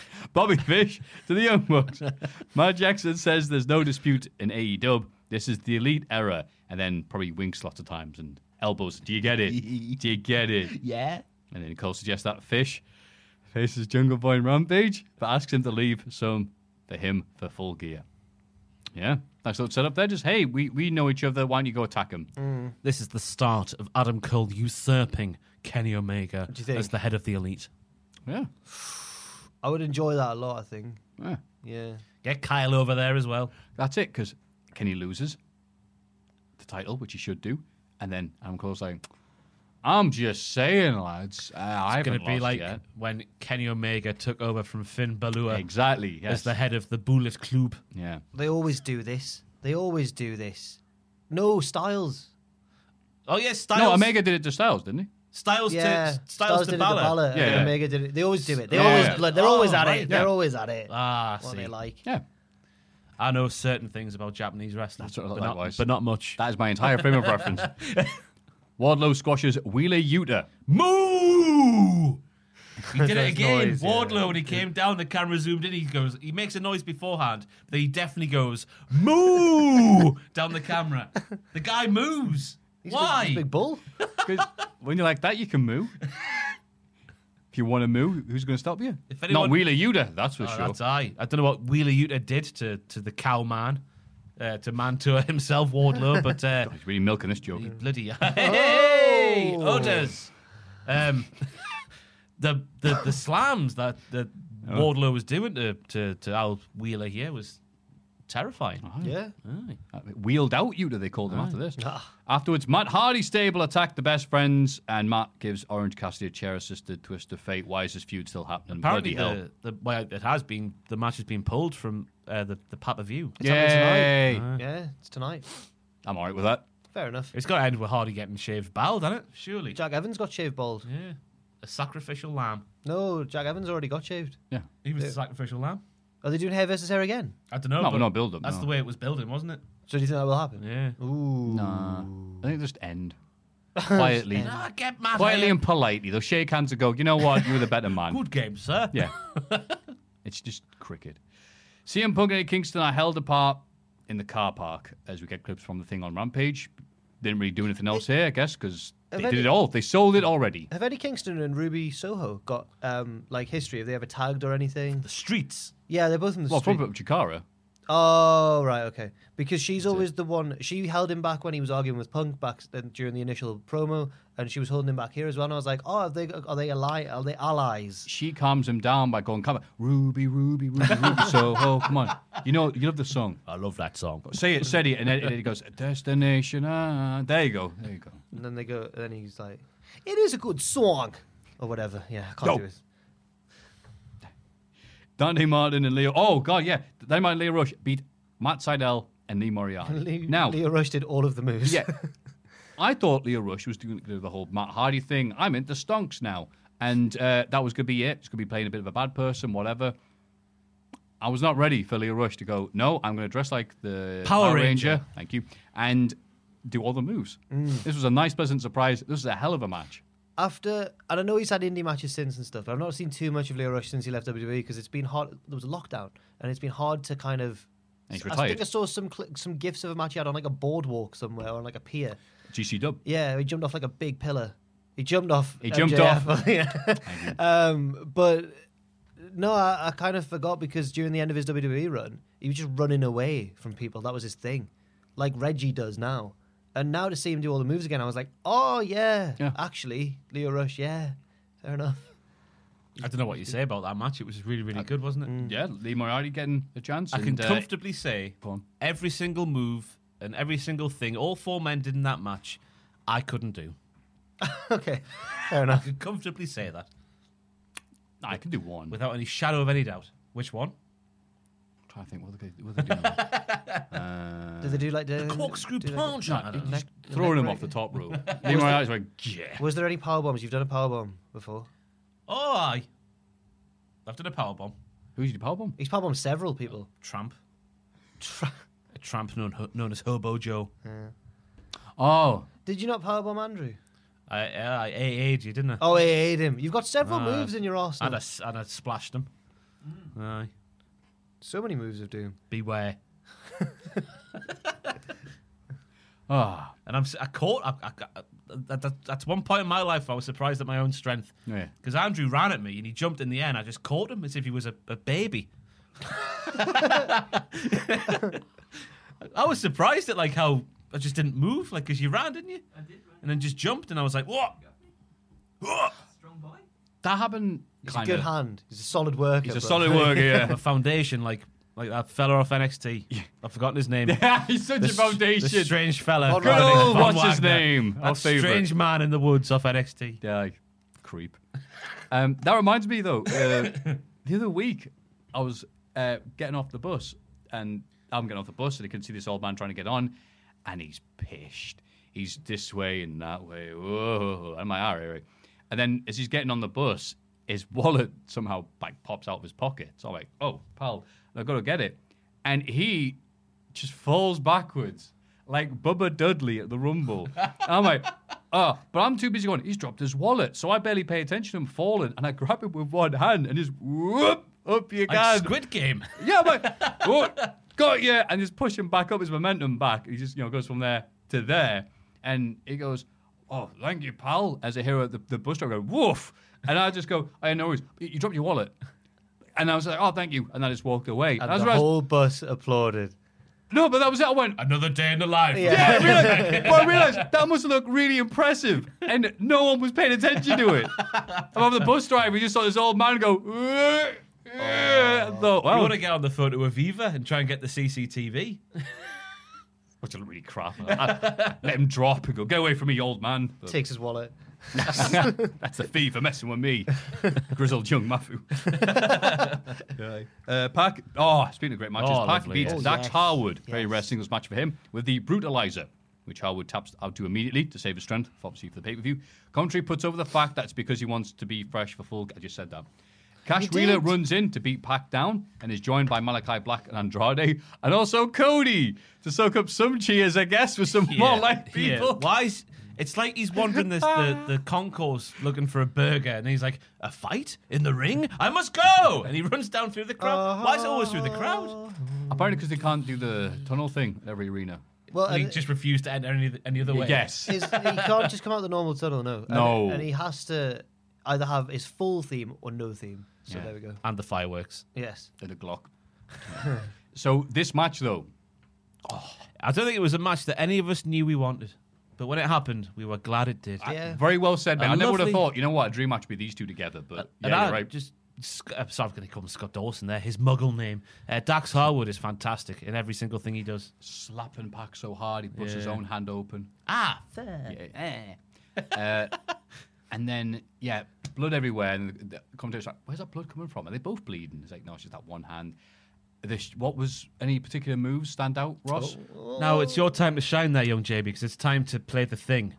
Speaker 11: Bobby Fish to the Young Bucks. Matt Jackson says there's no dispute in AEW. This is the elite era. And then probably winks lots of times and elbows. Do you get it? Do you get it?
Speaker 6: Yeah.
Speaker 11: And then Cole suggests that Fish faces Jungle Boy in Rampage, but asks him to leave some for him for full gear. Yeah, nice little setup there. Just, hey, we, we know each other. Why don't you go attack him?
Speaker 7: Mm. This is the start of Adam Cole usurping Kenny Omega
Speaker 6: do you think?
Speaker 7: as the head of the elite.
Speaker 11: Yeah.
Speaker 6: I would enjoy that a lot, I think.
Speaker 11: yeah.
Speaker 6: Yeah.
Speaker 7: Get Kyle over there as well.
Speaker 11: That's it, because Kenny loses the title, which he should do. And then Adam Cole's like, I'm just saying, lads. Uh, I
Speaker 7: It's
Speaker 11: haven't
Speaker 7: going to be
Speaker 11: lost
Speaker 7: like
Speaker 11: yet.
Speaker 7: when Kenny Omega took over from Finn Balor
Speaker 11: Exactly. Yes.
Speaker 7: as the head of the Bullet Club.
Speaker 11: Yeah.
Speaker 6: They always do this. They always do this. No, Styles.
Speaker 7: Oh, yes, Styles.
Speaker 11: No, Omega did it to Styles, didn't he?
Speaker 7: Styles
Speaker 6: yeah.
Speaker 7: to Styles, to
Speaker 6: did
Speaker 7: Balor.
Speaker 6: it to Balor. and
Speaker 11: Yeah.
Speaker 6: Omega did it. They always do it. They
Speaker 11: Yeah.
Speaker 6: always like, they're always
Speaker 7: Oh,
Speaker 6: at
Speaker 7: right,
Speaker 6: it. They're
Speaker 11: yeah.
Speaker 6: always at it.
Speaker 7: Ah,
Speaker 6: what
Speaker 7: see.
Speaker 6: they like.
Speaker 11: Yeah.
Speaker 7: I know certain things about Japanese wrestling,
Speaker 11: That's what I
Speaker 7: but,
Speaker 11: like,
Speaker 7: not,
Speaker 11: likewise.
Speaker 7: but not much.
Speaker 11: That is my entire frame of reference. Wardlow squashes Wheeler Yuta.
Speaker 7: Moo! He did it
Speaker 6: Those
Speaker 7: again.
Speaker 6: noise, yeah.
Speaker 7: Wardlow, when he came down, the camera zoomed in. He goes, he makes a noise beforehand, but he definitely goes, moo! down the camera. The guy moves.
Speaker 6: He's a big-
Speaker 7: Why?
Speaker 6: he's a big bull.
Speaker 11: 'Cause when you're like that, you can move. if you want to move, who's going to stop you?
Speaker 7: If anyone-
Speaker 11: Not Wheeler Yuta, that's for
Speaker 7: Oh,
Speaker 11: sure.
Speaker 7: That's I. I don't know what Wheeler Yuta did to, to the cow man, uh, to Mantua himself, Wardlow, but uh,
Speaker 11: He's really milking this joke.
Speaker 7: bloody hey, odors. Um, the the the slams that that
Speaker 11: Oh.
Speaker 7: Wardlow was doing to to, to Al Wheeler here was terrifying.
Speaker 6: Yeah.
Speaker 7: Aye.
Speaker 11: Uh, Wheeled out Yuta, they called him after this.
Speaker 7: Ah.
Speaker 11: Afterwards, Matt Hardy stable attacked the best friends, and Matt gives Orange Cassidy a chair assisted twist of fate. Why is this feud still happening?
Speaker 7: Apparently,
Speaker 11: Bloody
Speaker 7: the, the well, it has been the match has been pulled from uh, the the pay per view.
Speaker 11: hell. Yay!
Speaker 6: Yeah, it's tonight.
Speaker 11: I'm all right with that.
Speaker 6: Fair enough.
Speaker 7: It's got to end with Hardy getting shaved bald, hasn't it? Surely,
Speaker 6: Jack Evans got shaved bald.
Speaker 7: yeah, a sacrificial lamb.
Speaker 6: No, Jack Evans already got shaved.
Speaker 11: Yeah.
Speaker 7: He was a sacrificial lamb.
Speaker 6: Are they doing hair versus hair again?
Speaker 7: I don't know.
Speaker 11: No,
Speaker 7: but
Speaker 11: no build-up,
Speaker 7: That's
Speaker 11: no.
Speaker 7: the way it was building, wasn't it?
Speaker 6: So do you think that will happen?
Speaker 7: Yeah.
Speaker 6: Ooh.
Speaker 11: Nah. Uh, I think just end. Quietly.
Speaker 7: Ah, get mad.
Speaker 11: Quietly and politely. They'll shake hands and go, you know what? You were the better man.
Speaker 7: good game, sir.
Speaker 11: Yeah. it's just cricket. Uh, CM Punk and Eddie Kingston are held apart in the car park as we get clips from the thing on Rampage. Didn't really do anything else here, I guess, because they
Speaker 6: Have any-
Speaker 11: did it all. They sold it already.
Speaker 6: Have Eddie Kingston and Ruby Soho got um like history? Have they ever tagged or anything?
Speaker 7: The streets.
Speaker 6: Yeah, they're both in the
Speaker 11: Well,
Speaker 6: street.
Speaker 11: probably with Chikara.
Speaker 6: Oh right, okay. Because she's always the one. She held him back when he was arguing with Punk back then during the initial promo, and she was holding him back here as well. And I was like, oh, are they are they ally? Are they allies?
Speaker 11: She calms him down by going, come on, Ruby, Ruby, Ruby, Ruby, Soho, come on. You know, you love the song.
Speaker 7: I love that song.
Speaker 11: Say it, said it, and Eddie Eddie goes, destination, ah. There you go, there you go.
Speaker 6: And then they go. And then he's like, it is a good song, or whatever. Yeah, I can't
Speaker 11: No.
Speaker 6: do it.
Speaker 11: Dante Martin and Leo, oh, God, yeah. Dante Martin and Leo Rush beat Matt Seidel and Lee Moriarty.
Speaker 6: Le-
Speaker 11: now,
Speaker 6: Leo Rush did all of the moves.
Speaker 11: Yeah. I thought Leo Rush was doing the whole Matt Hardy thing. I'm into stonks now. And uh, that was going to be it. It's going to be playing a bit of a bad person, whatever. I was not ready for Leo Rush to go, no, I'm going to dress like the
Speaker 7: Power Ranger.
Speaker 11: Thank you. And do all the moves. This was a nice, pleasant surprise. This was a hell of a match.
Speaker 6: After, and I know he's had indie matches since and stuff. But I've not seen too much of Leo Rush since he left WWE because it's been hard. There was a lockdown, and it's been hard to kind of.
Speaker 11: And he's
Speaker 6: I think I
Speaker 11: retired.
Speaker 6: saw some cl- some gifs of a match he had on like a boardwalk somewhere on like a pier.
Speaker 11: GC Dub.
Speaker 6: Yeah, he jumped off like a big pillar. He jumped off.
Speaker 11: He jumped
Speaker 6: MJF. yeah. um, but no, I, I kind of forgot because during the end of his WWE run, he was just running away from people. That was his thing, like Reggie does now. And now to see him do all the moves again, I was like, oh yeah,
Speaker 11: Yeah.
Speaker 6: actually, Leo Rush, yeah, fair enough.
Speaker 7: I don't know what you say about that match. It was really, really good, wasn't it?
Speaker 6: Mm.
Speaker 11: Yeah, Lee Moriarty getting a chance.
Speaker 7: I can
Speaker 11: and, uh,
Speaker 7: comfortably say every single move and every single thing all four men did in that match, I couldn't do.
Speaker 6: okay, fair
Speaker 7: enough. I can comfortably say that.
Speaker 11: I can do one
Speaker 7: without any shadow of any doubt. Which one?
Speaker 11: i trying to think what they what they do. uh,
Speaker 6: Did they do like the,
Speaker 7: corkscrew
Speaker 6: do they-
Speaker 7: planche?
Speaker 6: No,
Speaker 7: I don't know.
Speaker 6: neck-
Speaker 11: throwing
Speaker 6: neck
Speaker 11: him off the
Speaker 6: break?
Speaker 11: top rope. Lee
Speaker 6: Was
Speaker 11: Moriarty
Speaker 6: there-
Speaker 11: went yeah.
Speaker 6: Was there any power bombs? You've done a power bomb before.
Speaker 7: Oh, aye. I've done a power bomb.
Speaker 11: Who did you power bomb?
Speaker 6: He's power bombed several people.
Speaker 7: Tramp. a tramp known known as Hobo Joe.
Speaker 11: Oh,
Speaker 6: Did you not power bomb Andrew?
Speaker 7: I, I, I AA'd you, didn't I?
Speaker 6: Oh, I hate him. You've got several
Speaker 7: Ah.
Speaker 6: moves in your arsenal.
Speaker 7: And I, s- and I splashed them.
Speaker 6: Mm.
Speaker 7: Aye.
Speaker 6: So many moves of doom.
Speaker 7: Beware.
Speaker 11: Ah.
Speaker 7: And I'm, s- I caught. I, I, I, that, that, that's one point in my life I was surprised at my own strength.
Speaker 11: Yeah.
Speaker 7: Because Andrew ran at me and he jumped in the air and I just caught him as if he was a, a baby. I was surprised at like how I just didn't move, like because you ran, didn't you? I did. And then just jumped, and I was like, "What? What?"
Speaker 11: that happened.
Speaker 6: He's
Speaker 7: Kinda.
Speaker 6: a good hand. He's a solid worker.
Speaker 7: He's a
Speaker 6: but-
Speaker 7: solid worker, yeah. a foundation, like like that fella off NXT. I've forgotten his name.
Speaker 11: Yeah, he's such
Speaker 7: This-
Speaker 11: a foundation.
Speaker 7: this strange fella.
Speaker 11: Good old,
Speaker 7: Von
Speaker 11: what's his
Speaker 7: Wagner.
Speaker 11: name? Our
Speaker 7: That strange
Speaker 11: favourite.
Speaker 7: man in the woods off NXT.
Speaker 11: Yeah, like, creep. Um, that reminds me though. Uh, the other week, I was uh, getting off the bus, and I'm getting off the bus, and I can see this old man trying to get on, and he's pissed. He's this way and that way. Whoa! Am I all right? right?" And then as he's getting on the bus, his wallet somehow like pops out of his pocket. So I'm like, "Oh, pal, I've got to get it," and he just falls backwards like Bubba Dudley at the Rumble. I'm like, oh, but I'm too busy going, he's dropped his wallet. So I barely pay attention to him falling and I grab it with one hand and just whoop up you
Speaker 7: Like
Speaker 11: guys.
Speaker 7: Squid Game.
Speaker 11: yeah, I'm like, oh, got you. And just push him back up his momentum back. He just, you know, goes from there to there. And he goes, oh, thank you, pal. As I hear the, the bus driver go, woof. And I just go, I know, you dropped your wallet. And I was like, oh, thank you. And I just walked away.
Speaker 6: And
Speaker 11: I was
Speaker 6: the
Speaker 11: realised-
Speaker 6: whole bus applauded.
Speaker 11: no, but that was it. I went,
Speaker 7: Another day in the life.
Speaker 11: yeah, I realized, but I realized that must look really impressive, and no one was paying attention to it. Above the bus driver, we just saw this old man go. "Ugh, ugh," and thought,
Speaker 7: You
Speaker 11: wow,
Speaker 7: want to get on the phone to Aviva and try and get the CCTV?
Speaker 11: which looked really crap. I- I let him drop and go, get away from me, you old man.
Speaker 6: Takes his wallet.
Speaker 11: That's the fee for messing with me, grizzled young Mafu. uh, Pac, oh, speaking of great matches,
Speaker 7: Oh,
Speaker 11: Pac
Speaker 7: lovely,
Speaker 11: beats
Speaker 7: yes.
Speaker 6: Oh,
Speaker 11: Dax
Speaker 6: yes.
Speaker 11: Harwood, very rare
Speaker 6: Yes.
Speaker 11: singles match for him, with the Brutalizer, which Harwood taps out to immediately to save his strength, obviously for the pay per view. Commentary puts over the fact that's because he wants to be fresh for full. I just said that. Cash Wheeler runs in to beat Pac down and is joined by Malachi Black and Andrade, and also Cody to soak up some cheers, I guess, for some more like
Speaker 7: yeah.
Speaker 11: people.
Speaker 7: Why is it's like he's wandering this the, the concourse looking for a burger and he's like, A fight? In the ring? I must go and he runs down through the crowd. Why is it always through the
Speaker 11: Uh-huh.
Speaker 7: crowd?
Speaker 11: Apparently, because they can't do the tunnel thing at every arena.
Speaker 6: Well,
Speaker 7: And he
Speaker 6: and
Speaker 7: just refused to enter any any other way.
Speaker 11: Yes.
Speaker 6: his, he can't just come out the normal tunnel, no. And-
Speaker 11: No.
Speaker 6: And, he has to either have his full theme or no theme. So there we go.
Speaker 7: And the fireworks.
Speaker 6: Yes.
Speaker 11: than a Glock. so this match, though,
Speaker 7: I don't think it was a match that any of us knew we wanted. But when it happened, we were glad it did.
Speaker 6: Yeah.
Speaker 11: very well said, man.
Speaker 7: A
Speaker 11: I never would have
Speaker 7: lovely-
Speaker 11: thought, you know what, a dream match would be these two together. But yeah,
Speaker 7: and I
Speaker 11: you're right.
Speaker 7: just Sc- I'm sorry, I'm going to call him Scott Dawson there. His muggle name. Uh, Dax Harwood is fantastic in every single thing he does.
Speaker 11: slapping Pac so hard he puts his
Speaker 7: Yeah.
Speaker 11: own hand open.
Speaker 7: Ah,
Speaker 11: Yeah. Eh. Uh, and then yeah, blood everywhere. And the the commentator's like, "Where's that blood coming from? Are they both bleeding?" It's like, "No, it's just that one hand." This, what was any particular moves stand out, Ross?
Speaker 6: Oh,
Speaker 7: Now it's your time to shine there, young JB, because it's time to play the thing.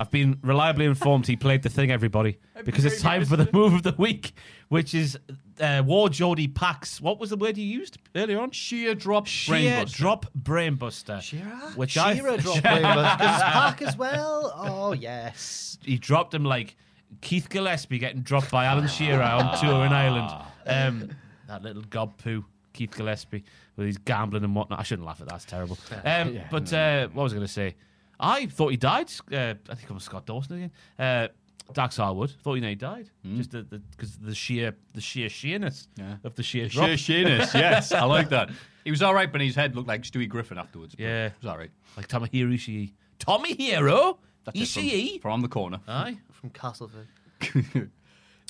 Speaker 7: I've been reliably informed he played the thing, everybody, because it's time for the move of the week, which is uh, War Geordie Pax. What was the word you used earlier on?
Speaker 11: Sheer drop,
Speaker 7: Sheer
Speaker 11: brainbuster.
Speaker 7: drop brainbuster. Shearer? Which I-
Speaker 6: Shira dropped Rainbow because it's Pac as well. Oh yes.
Speaker 7: he dropped him like Keith Gillespie getting dropped by Alan Shearer on tour in Ireland. Um, that little gob poo, Keith Gillespie, with his gambling and whatnot. I shouldn't laugh at that; it's terrible. Um, but uh, what was I going to say? I thought he died. Uh, I think it was Scott Dawson again. Uh, Dax Harwood. Thought you know he died
Speaker 11: Hmm.
Speaker 7: just because the, because the sheer the sheer sheerness of the sheer
Speaker 11: Sheer
Speaker 7: drop.
Speaker 11: sheerness, yes. I like that. He was all right, but his head looked like Stewie Griffin afterwards. but
Speaker 7: Yeah.
Speaker 11: It was all right.
Speaker 7: Like Tamahiro Ishii. Tommy Hero?
Speaker 11: it, from-
Speaker 7: Ishii?
Speaker 11: From the corner.
Speaker 7: Aye. uh,
Speaker 6: from Castleford.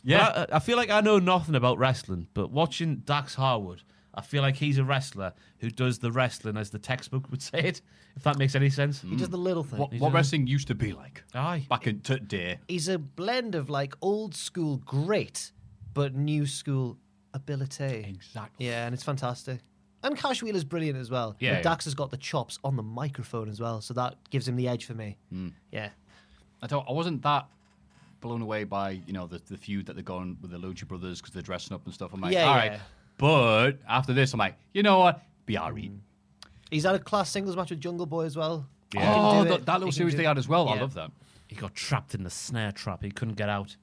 Speaker 7: Yeah, I, I feel like I know nothing about wrestling, but watching Dax Harwood, I feel like he's a wrestler who does the wrestling as the textbook would say it. If that makes any sense.
Speaker 11: Mm.
Speaker 6: He does the little thing.
Speaker 11: What,
Speaker 7: He's
Speaker 11: what
Speaker 7: a-
Speaker 11: wrestling used to be like
Speaker 7: Aye.
Speaker 11: back in today.
Speaker 6: He's a blend of like old school great, but new school ability.
Speaker 11: Exactly.
Speaker 6: Yeah, and it's fantastic. And Cash Wheeler's brilliant as well.
Speaker 11: Yeah,
Speaker 6: But
Speaker 11: yeah.
Speaker 6: Dax has got the chops on the microphone as well, so that gives him the edge for me.
Speaker 11: Hmm.
Speaker 6: Yeah.
Speaker 11: I don't. I wasn't that blown away by you know the, the feud that they're going with the Lucha Brothers because they're dressing up and stuff. I'm like,
Speaker 6: Yeah,
Speaker 11: all right.
Speaker 6: yeah.
Speaker 11: But after this, I'm like, you know what? E." BRE.
Speaker 6: Mm. He's had a class singles match with Jungle Boy as well. He
Speaker 11: Yeah.
Speaker 6: can
Speaker 11: Oh,
Speaker 6: do it.
Speaker 11: that, that little
Speaker 6: He can
Speaker 11: series
Speaker 6: do
Speaker 11: they
Speaker 6: it.
Speaker 11: had as well. I
Speaker 6: Yeah.
Speaker 11: love that.
Speaker 7: He got trapped in the snare trap. He couldn't get out.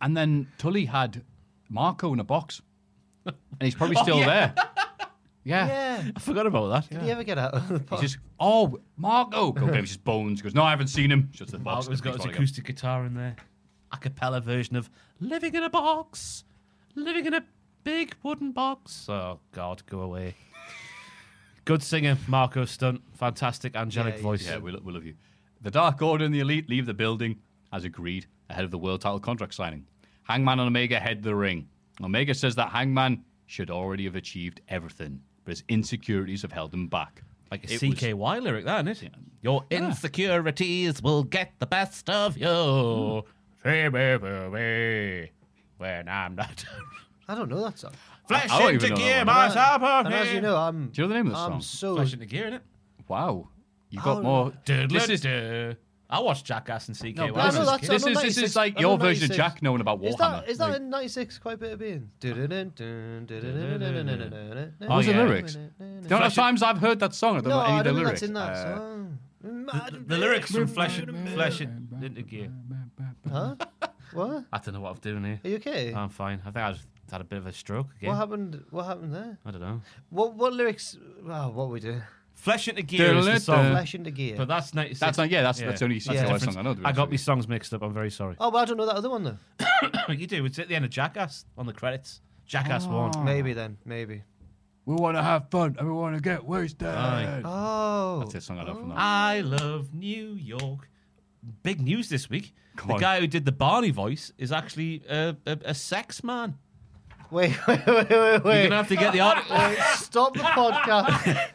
Speaker 11: And then Tully had Marco in a box, and he's probably
Speaker 7: Oh,
Speaker 11: still
Speaker 7: yeah.
Speaker 11: there. Yeah.
Speaker 6: Yeah.
Speaker 7: I forgot about that.
Speaker 6: Did he ever get out of the
Speaker 11: He's
Speaker 6: box?
Speaker 11: just, oh, Marco. Go get him, just bones. He goes, no, I haven't seen him. Shuts the box.
Speaker 7: Marco's got
Speaker 11: He's
Speaker 7: his
Speaker 11: gone again.
Speaker 7: acoustic guitar in there. A cappella version of Living in a Box. Living in a big wooden box. Oh, God, go away. Good singer, Marco Stunt. Fantastic angelic
Speaker 6: Yeah,
Speaker 7: voice.
Speaker 11: Yeah, we, lo- we love you. The Dark Order and the Elite leave the building as agreed ahead of the world title contract signing. Hangman and Omega head the ring. Omega says that Hangman should already have achieved everything, but his insecurities have held him back.
Speaker 7: Like a
Speaker 11: It was-
Speaker 7: CKY lyric, that, isn't it? Your insecurities will get the best of you.
Speaker 11: Hmm.
Speaker 7: When I'm not.
Speaker 6: I don't know that song.
Speaker 7: Flash
Speaker 11: I don't
Speaker 7: into
Speaker 11: even know
Speaker 7: gear,
Speaker 11: that
Speaker 7: my
Speaker 11: one.
Speaker 7: top
Speaker 6: And as you know, I'm
Speaker 11: Do you know the name of the
Speaker 6: I'm
Speaker 11: song?
Speaker 6: so
Speaker 7: Flash into gear, innit?
Speaker 11: Wow. You got
Speaker 6: Oh,
Speaker 11: more. This is,
Speaker 7: Diddler-duh. I watched Jackass and CKY.
Speaker 11: no,
Speaker 6: I
Speaker 11: this
Speaker 6: know
Speaker 11: is-
Speaker 6: that's- I
Speaker 11: this
Speaker 6: know
Speaker 11: is, this
Speaker 6: 96.
Speaker 11: is
Speaker 6: I
Speaker 11: like
Speaker 6: know
Speaker 11: your version of
Speaker 6: 96.
Speaker 11: Jack knowing about Warhammer.
Speaker 6: Is that, is that
Speaker 11: Like,
Speaker 6: in 96 quite a bit of being?
Speaker 7: Oh,
Speaker 6: Oh,
Speaker 11: What's the
Speaker 7: yeah.
Speaker 11: lyrics? The amount of times I've heard that song, I don't
Speaker 6: No,
Speaker 11: know any
Speaker 6: I
Speaker 11: of the
Speaker 6: don't think
Speaker 11: lyrics.
Speaker 6: that's in that
Speaker 11: Uh,
Speaker 6: song. Mm,
Speaker 7: the, the lyrics from Flash, Flash into gear.
Speaker 6: Huh? What?
Speaker 7: I don't know what I'm doing here.
Speaker 6: Are you okay?
Speaker 11: Um,
Speaker 7: I'm fine. I think I just had a bit of a stroke again.
Speaker 6: What happened? What happened there?
Speaker 7: I don't know.
Speaker 6: What what lyrics? Wow, what we do?
Speaker 7: Flesh into gear is the song.
Speaker 6: Flash into gear.
Speaker 7: But that's 96.
Speaker 11: That's not- yeah, that's- that's the only
Speaker 7: a
Speaker 11: CKY
Speaker 7: different-
Speaker 11: song I know, to be
Speaker 7: I
Speaker 11: honest
Speaker 7: got
Speaker 11: with
Speaker 7: my
Speaker 11: you.
Speaker 7: songs mixed up. I'm very sorry.
Speaker 6: oh, but I don't know that other one though.
Speaker 7: you do. It's at the end of Jackass on the credits. Jackass 1.
Speaker 11: Oh.
Speaker 6: Maybe then, maybe.
Speaker 11: we want to have fun and we want to get wasted.
Speaker 7: Aye.
Speaker 6: Oh,
Speaker 11: That's a song I know from that.
Speaker 7: I love New York. Big news this week.
Speaker 11: Come
Speaker 7: the
Speaker 11: on.
Speaker 7: guy who did the Barney voice is actually a, a, a sex man.
Speaker 6: wait, wait, wait, wait,
Speaker 7: You're
Speaker 6: wait.
Speaker 7: gonna have to get the article.
Speaker 6: Wait, Stop the podcast.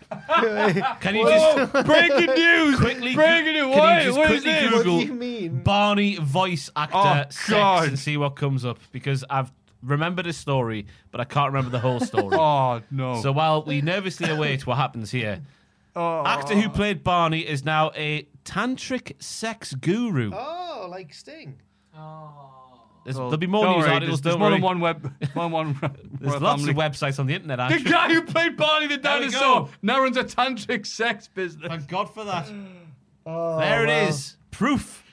Speaker 7: Can
Speaker 11: Oh.
Speaker 7: you just breaking news? Quickly, breaking it. Can you just quickly
Speaker 6: What
Speaker 7: Google
Speaker 6: do you mean?
Speaker 7: Barney voice actor
Speaker 11: Oh,
Speaker 7: sex
Speaker 11: God.
Speaker 7: and see what comes up because I've remembered a story, but I can't remember the whole story.
Speaker 4: Oh no!
Speaker 7: So while we nervously await what happens here,
Speaker 6: Oh.
Speaker 7: actor who played Barney is now a tantric sex guru.
Speaker 6: Oh, like Sting.
Speaker 7: There's-
Speaker 4: Well,
Speaker 7: there'll be more
Speaker 4: don't
Speaker 7: news
Speaker 4: worry,
Speaker 7: articles.
Speaker 4: There's,
Speaker 7: don't
Speaker 4: there's more
Speaker 7: worry.
Speaker 4: than one web. More than one.
Speaker 7: There's lots of websites on the internet.
Speaker 11: The
Speaker 7: Actually.
Speaker 11: guy who played Barney the
Speaker 7: There we
Speaker 11: dinosaur
Speaker 7: go.
Speaker 11: now runs a tantric sex business.
Speaker 7: Thank God for that. there it is. Proof.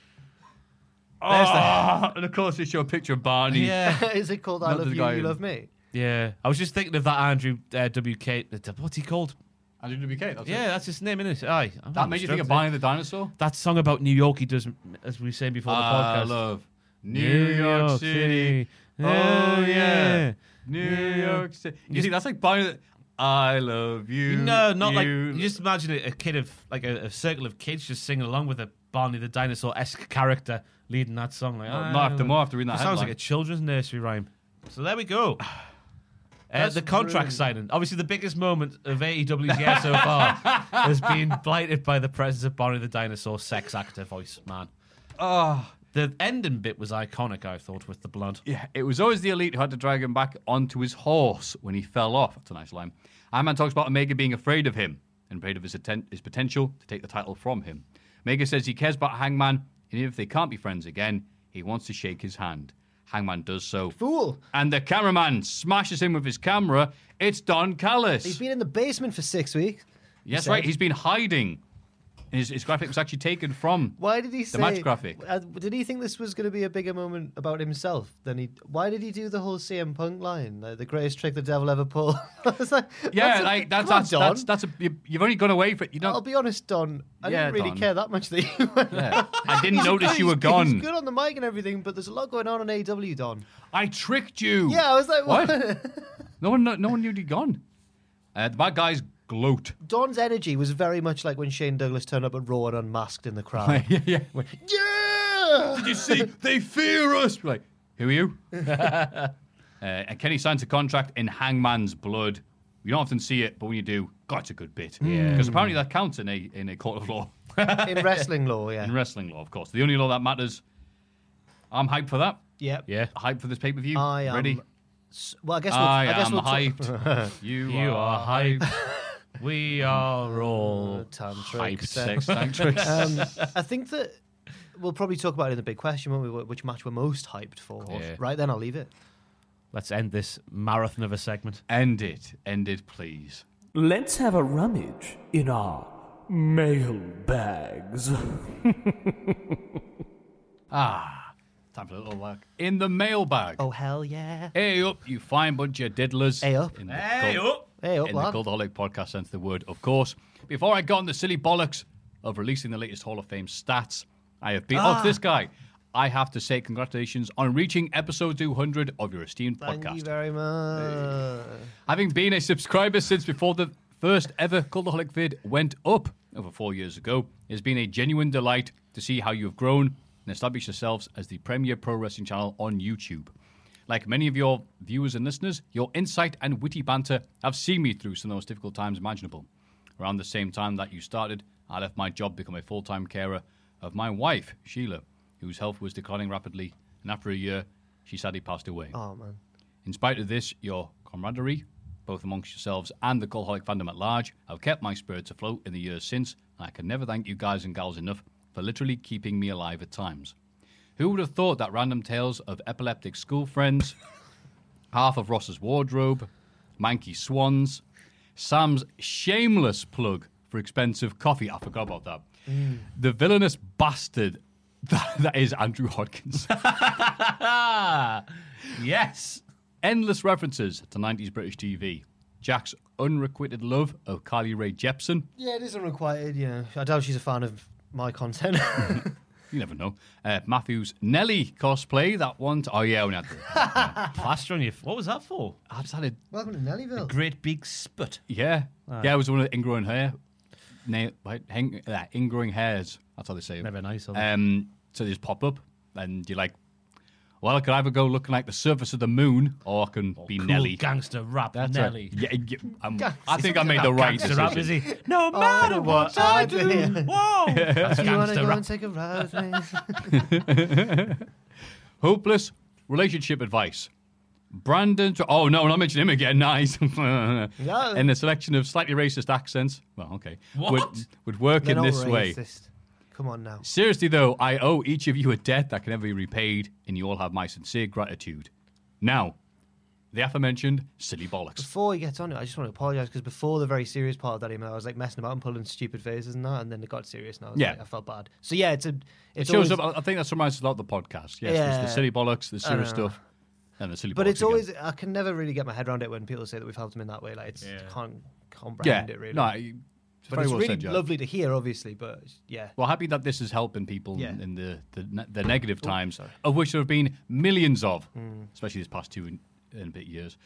Speaker 7: There's the
Speaker 11: Ah, and of course, they show a picture of Barney.
Speaker 7: Yeah.
Speaker 6: Is it called "I
Speaker 11: Not
Speaker 6: Love
Speaker 11: the
Speaker 6: You,
Speaker 11: guy
Speaker 6: You
Speaker 11: who-
Speaker 6: Love Me"?
Speaker 7: Yeah. I was just thinking of that Andrew uh, WK. What's he called?
Speaker 11: Andrew WK. That's
Speaker 7: Yeah,
Speaker 11: it.
Speaker 7: that's his name, is it? Aye. I'm
Speaker 11: that made you think of
Speaker 7: struggling.
Speaker 11: Barney the dinosaur.
Speaker 7: That song about New York he does, as we were saying before the
Speaker 11: I
Speaker 7: podcast.
Speaker 11: love Ah, New York City.
Speaker 7: Oh,
Speaker 11: Oh
Speaker 7: yeah.
Speaker 11: yeah, New York City. You see, that's like Barney. The... I love you.
Speaker 7: No, not like.
Speaker 11: you-
Speaker 7: You just imagine a a kid of, like, a, a circle of kids just singing along with a Barney the Dinosaur esque character leading that song. Like, "Ah,
Speaker 11: Well, no, after more after reading that.
Speaker 7: It sounds like
Speaker 11: headline.
Speaker 7: a children's nursery rhyme. So there we go. Uh, the contract signing. Obviously, the biggest moment of AEW's year so far has been blighted by the presence of Barney the Dinosaur, sex actor voice man.
Speaker 4: Ah,
Speaker 7: The ending bit was iconic, I thought, with the blood.
Speaker 11: Yeah, it was always the elite who had to drag him back onto his horse when he fell off. That's a nice line. Iron Man talks about Omega being afraid of him and afraid of his, atten- his potential to take the title from him. Omega says he cares about Hangman, and if they can't be friends again, he wants to shake his hand. Hangman does so.
Speaker 6: Fool.
Speaker 11: And the cameraman smashes him with his camera. It's Don Callis.
Speaker 6: He's been in the basement for six weeks.
Speaker 11: yes,
Speaker 6: said.
Speaker 11: right. He's been hiding. And his, his graphic was actually taken from
Speaker 6: Why did he
Speaker 11: the
Speaker 6: say
Speaker 11: match graphic.
Speaker 6: Uh, did he think this was going to be a bigger moment about himself than he? Why did he do the whole CM Punk line, like, the greatest trick the devil ever pulled? I was like,
Speaker 11: Yeah,
Speaker 6: a-
Speaker 11: like that's
Speaker 6: come on,
Speaker 11: that's,
Speaker 6: Don. Oh,
Speaker 11: that's that's a you- you've only gone away for you know.
Speaker 6: I'll be honest, Don. I
Speaker 11: Oh. Yeah,
Speaker 6: didn't really
Speaker 11: Don.
Speaker 6: care that much that you. Went
Speaker 11: Yeah. I didn't
Speaker 6: He's
Speaker 11: notice
Speaker 6: good-
Speaker 11: you were
Speaker 6: he's-
Speaker 11: gone.
Speaker 6: He's good on the mic and everything, but there's a lot going on in AW, Don.
Speaker 11: I tricked you.
Speaker 6: Yeah, I was like, what?
Speaker 11: no one, no, no one knew he'd gone. Uh, the bad guys gloat.
Speaker 6: Don's energy was very much like when Shane Douglas turned up at Raw and unmasked in the crowd.
Speaker 11: yeah, yeah.
Speaker 6: yeah.
Speaker 11: Did you see? They fear us. Like, who are you? uh, and Kenny signs a contract in Hangman's blood. You don't often see it, but when you do, God, it's a good bit.
Speaker 6: Yeah.
Speaker 11: Because apparently that counts in a in a court of law.
Speaker 6: in wrestling law, yeah.
Speaker 11: In wrestling law, of course. The only law that matters. I'm hyped for that.
Speaker 6: Yep.
Speaker 11: Yeah. Hyped for this pay per view.
Speaker 6: I am.
Speaker 11: Ready?
Speaker 6: s- Well, I guess we'll,
Speaker 11: I,
Speaker 6: I guess
Speaker 11: am
Speaker 6: we'll talk-
Speaker 11: hyped. you, are, hyped. we are all
Speaker 6: tantric
Speaker 11: hyped sex tantrics.
Speaker 6: Um, I think that we'll probably talk about it in the big question, won't we? wh- Which match we're most hyped for?
Speaker 11: Yeah.
Speaker 6: Right then, I'll leave it.
Speaker 7: Let's end this marathon of a segment.
Speaker 11: End it. End it, please.
Speaker 16: Let's have a rummage in our mail bags.
Speaker 11: Ah, time for a little work. In the mailbag.
Speaker 6: Oh, hell yeah.
Speaker 11: Hey up, you fine bunch of diddlers. Hey up. In the
Speaker 6: Hey up. Hey up,
Speaker 11: In
Speaker 6: lad.
Speaker 11: the Goldaholic podcast sense of the word, of course. Before I got on the silly bollocks of releasing the latest Hall of Fame stats, I have been
Speaker 6: Ah.
Speaker 11: off this guy. I have to say congratulations on reaching episode 200 of your esteemed
Speaker 6: Thank
Speaker 11: podcast.
Speaker 6: you very much.
Speaker 11: Having been a subscriber since before the first ever Cultaholic vid went up over four years ago, it has been a genuine delight to see how you have grown and established yourselves as the premier pro wrestling channel on YouTube. Like many of your viewers and listeners, your insight and witty banter have seen me through some of the most difficult times imaginable. Around the same time that you started, I left my job to become a full time carer of my wife, Sheila, whose health was declining rapidly, and after a year, she sadly passed away.
Speaker 6: Oh man.
Speaker 11: In spite of this, your camaraderie, both amongst yourselves and the Cultaholic fandom at large, have kept my spirits afloat in the years since, and I can never thank you guys and gals enough for literally keeping me alive at times. Who would have thought that random tales of epileptic school friends, half of Ross's wardrobe, manky swans, Sam's shameless plug for expensive coffee, I forgot about that, the villainous bastard that, that is Andrew Hodkins. yes. Endless references to 90s British TV. Jack's unrequited love of Carly Rae Jepsen.
Speaker 6: Yeah, it is unrequited. Yeah, I doubt she's a fan of my content.
Speaker 11: You never know. Uh, Matthew's Nelly cosplay, that one. t- oh, yeah, we had the yeah.
Speaker 7: plaster on your. What was that for?
Speaker 11: I just had a
Speaker 6: Welcome to Nellyville.
Speaker 7: great big spit.
Speaker 11: Yeah.
Speaker 7: Ah.
Speaker 11: Yeah, it was one of the ingrowing hair. Nail, right, hang, uh, ingrowing hairs. That's how they say it.
Speaker 7: Never nice. are they?
Speaker 11: Um, so they just pop up, and you're like, well, I could either go looking like the surface of the moon, or I can
Speaker 7: Oh,
Speaker 11: be
Speaker 7: cool
Speaker 11: Nelly.
Speaker 7: gangster rap
Speaker 11: That's right.
Speaker 7: Nelly.
Speaker 11: Yeah, yeah, I'm-
Speaker 7: Gangster-
Speaker 11: I think I
Speaker 7: Something
Speaker 11: made the
Speaker 7: about
Speaker 11: right
Speaker 7: gangster rap,
Speaker 11: decision. Oh,
Speaker 7: is he? No matter what I do. Whoa! That's
Speaker 6: Do you want
Speaker 7: gangster
Speaker 6: to go
Speaker 7: rap.
Speaker 6: and take a ride with me?
Speaker 11: Hopeless relationship advice. Brandon. Oh no, not mention him again. Nice. And a selection of slightly racist accents. Well, okay. Would, would work
Speaker 6: They're
Speaker 11: in
Speaker 6: not
Speaker 11: this way.
Speaker 6: racist. Come on now.
Speaker 11: Seriously though, I owe each of you a debt that can never be repaid, and you all have my sincere gratitude. Now, the aforementioned silly bollocks.
Speaker 6: Before he gets on it, I just want to apologise because before the very serious part of that email, I was like messing about and pulling stupid faces and that, and then it got serious. Now,
Speaker 11: Yeah.
Speaker 6: like, I felt bad. So yeah, it's a.
Speaker 11: It
Speaker 6: It's
Speaker 11: shows
Speaker 6: always-
Speaker 11: up. I I think that summarizes a lot of the podcast. Yes, there's
Speaker 6: Yeah.
Speaker 11: the silly bollocks, the
Speaker 6: I
Speaker 11: serious
Speaker 6: don't know.
Speaker 11: stuff, and the silly.
Speaker 6: But
Speaker 11: bollocks
Speaker 6: it's
Speaker 11: again.
Speaker 6: always I can never really get my head around it when people say that we've helped them in that way. Like it's can't comprehend
Speaker 11: Yeah.
Speaker 6: it really.
Speaker 11: No, it's
Speaker 6: but
Speaker 11: very
Speaker 6: it's
Speaker 11: well
Speaker 6: really
Speaker 11: said, Joe.
Speaker 6: lovely to hear, obviously. But yeah,
Speaker 11: Well, happy that this is helping people
Speaker 6: Yeah.
Speaker 11: in the the, ne- the negative
Speaker 7: Oh,
Speaker 11: times, of which there have been millions of,
Speaker 7: Hmm.
Speaker 11: especially this past two and, and a bit years.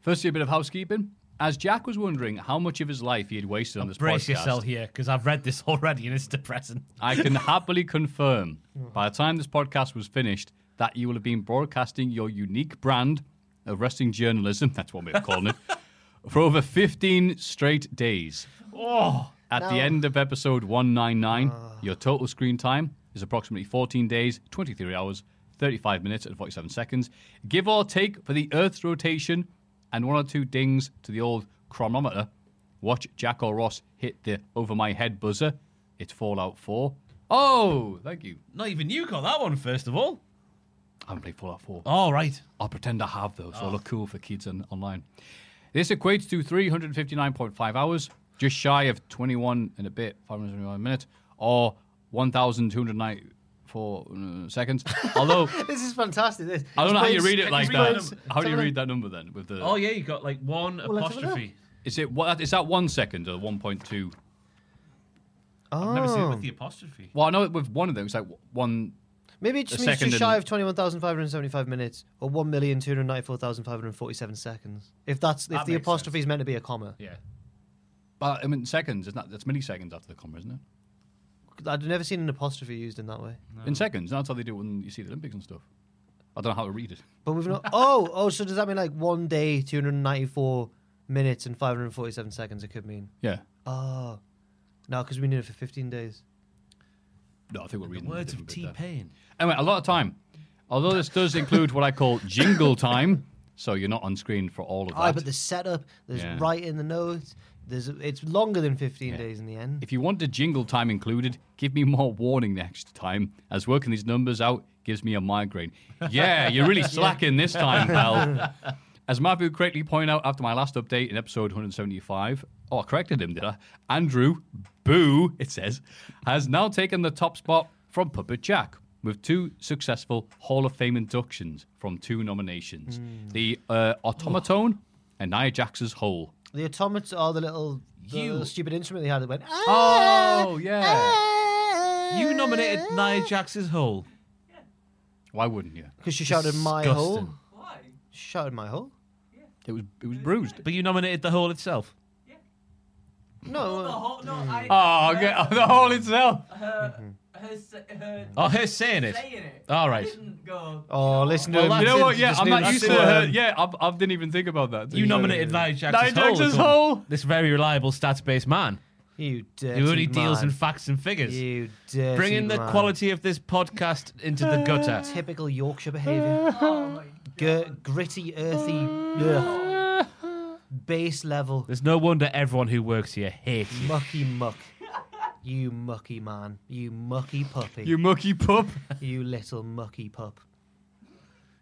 Speaker 11: Firstly, a bit of housekeeping. As Jack was wondering how much of his life he had wasted on this
Speaker 7: Brace
Speaker 11: podcast,
Speaker 7: yourself here, because I've read this already and it's depressing.
Speaker 11: I can happily confirm
Speaker 7: Hmm.
Speaker 11: by the time this podcast was finished that you will have been broadcasting your unique brand of wrestling journalism, that's what we're calling it, for over 15 straight days.
Speaker 7: Oh,
Speaker 11: At
Speaker 7: No.
Speaker 11: the end of episode 199, your total screen time is approximately 14 days, 23 hours, 35 minutes, and 47 seconds, give or take for the Earth's rotation and one or two dings to the old chronometer. Watch Jack or Ross hit the over my head buzzer. It's Fallout 4. Oh, thank you.
Speaker 7: Not even you got that one, first of all.
Speaker 11: I haven't played Fallout 4.
Speaker 7: All Oh, right.
Speaker 11: I'll pretend I have, though, so I look cool for kids on, online. This equates to 359.5 hours, just shy of 21 and a bit, 521 minutes, or 1,294 uh, seconds. Although,
Speaker 6: this is fantastic. This.
Speaker 11: I don't know how you
Speaker 6: Explains-
Speaker 11: read it like
Speaker 6: explains-
Speaker 11: that. How do you
Speaker 6: Tell
Speaker 11: read
Speaker 6: them-
Speaker 11: that number then? With the
Speaker 7: Oh yeah, you got like one
Speaker 6: Well, let's have a look.
Speaker 7: apostrophe.
Speaker 11: Is it what? Is that one second or one point two?
Speaker 6: Oh.
Speaker 7: I've never seen it with the apostrophe.
Speaker 11: Well, I know it with one of them. It's like one.
Speaker 6: Maybe it
Speaker 11: a
Speaker 6: just means
Speaker 11: second
Speaker 6: just shy
Speaker 11: and-
Speaker 6: of twenty-one thousand five hundred seventy-five minutes, or one million two hundred ninety-four thousand five hundred forty-seven seconds. If that's if
Speaker 11: That
Speaker 6: the
Speaker 11: makes
Speaker 6: apostrophe is meant to be a comma,
Speaker 11: Yeah. But I mean, seconds. Isn't that that's milliseconds after the comma, isn't it?
Speaker 6: I've never seen an apostrophe used in that way.
Speaker 11: In seconds. That's how they do it when you see the Olympics and stuff. I don't know how to read it.
Speaker 6: But we've not. oh, oh, so does that mean like one day, two hundred ninety-four minutes and five hundred forty-seven seconds? It could mean.
Speaker 11: Yeah.
Speaker 6: Oh, no, because we need it for fifteen days.
Speaker 11: No, I think we're reading. a
Speaker 7: Words of
Speaker 11: different bit
Speaker 7: T
Speaker 11: there.
Speaker 7: Pain.
Speaker 11: Anyway, a lot of time. Although this does include what I call jingle time, so you're not on screen for all of
Speaker 6: Ah,
Speaker 11: that.
Speaker 6: but the setup, there's
Speaker 11: Yeah.
Speaker 6: writing the notes. There's it's longer than fifteen
Speaker 11: Yeah.
Speaker 6: days in the end.
Speaker 11: If you want the jingle time included, give me more warning next time, as working these numbers out gives me a migraine. Yeah, you're really slacking this time, pal. As Mavu correctly pointed out after my last update in episode 175, oh, I corrected him, did I? Andrew, boo, it says, has now taken the top spot from Puppet Jack with two successful Hall of Fame inductions from two nominations the uh, Automatone and Nia Jax's Hole.
Speaker 6: The automaton, or the little, the
Speaker 7: You-
Speaker 6: little stupid instrument they had that went. Ah!
Speaker 11: Oh, yeah.
Speaker 7: You nominated Nia Jax's hole.
Speaker 11: Why wouldn't you?
Speaker 6: Because she shouted my hole.
Speaker 7: Disgusting.
Speaker 1: Why?
Speaker 6: She shouted my hole.
Speaker 11: It was it was bruised.
Speaker 7: But you nominated the hole itself.
Speaker 1: No, the
Speaker 6: No.
Speaker 1: whole, no, I,
Speaker 11: Oh,
Speaker 1: her-
Speaker 11: okay. the hole itself.
Speaker 1: Her, her, s- her
Speaker 7: Oh, her saying it.
Speaker 1: saying it.
Speaker 7: All
Speaker 1: I
Speaker 7: right.
Speaker 1: didn't go.
Speaker 6: Oh, listen to
Speaker 7: Well,
Speaker 6: him.
Speaker 7: that's
Speaker 11: You know
Speaker 7: it.
Speaker 11: what? Yeah,
Speaker 6: Just
Speaker 11: I'm
Speaker 6: knew
Speaker 11: not
Speaker 6: that's
Speaker 11: used
Speaker 6: it.
Speaker 11: to her. Yeah, I, I didn't even think about that.
Speaker 7: You nominated Nia Jax's
Speaker 11: Nia
Speaker 7: hole.
Speaker 11: Jax's
Speaker 7: as well.
Speaker 11: hole.
Speaker 7: This very reliable stats-based man
Speaker 6: You dirty
Speaker 7: who only deals
Speaker 6: man.
Speaker 7: in facts and figures.
Speaker 6: You dirty
Speaker 7: Bringing the
Speaker 6: man.
Speaker 7: quality of this podcast into the gutter.
Speaker 6: Typical Yorkshire behaviour.
Speaker 1: Oh, my
Speaker 6: G- gritty, earthy, ugh. base level,
Speaker 7: There's no wonder everyone who works here hates you.
Speaker 6: mucky muck. You mucky man. You mucky puppy.
Speaker 11: You
Speaker 6: You,
Speaker 11: mucky pup.
Speaker 6: little mucky pup.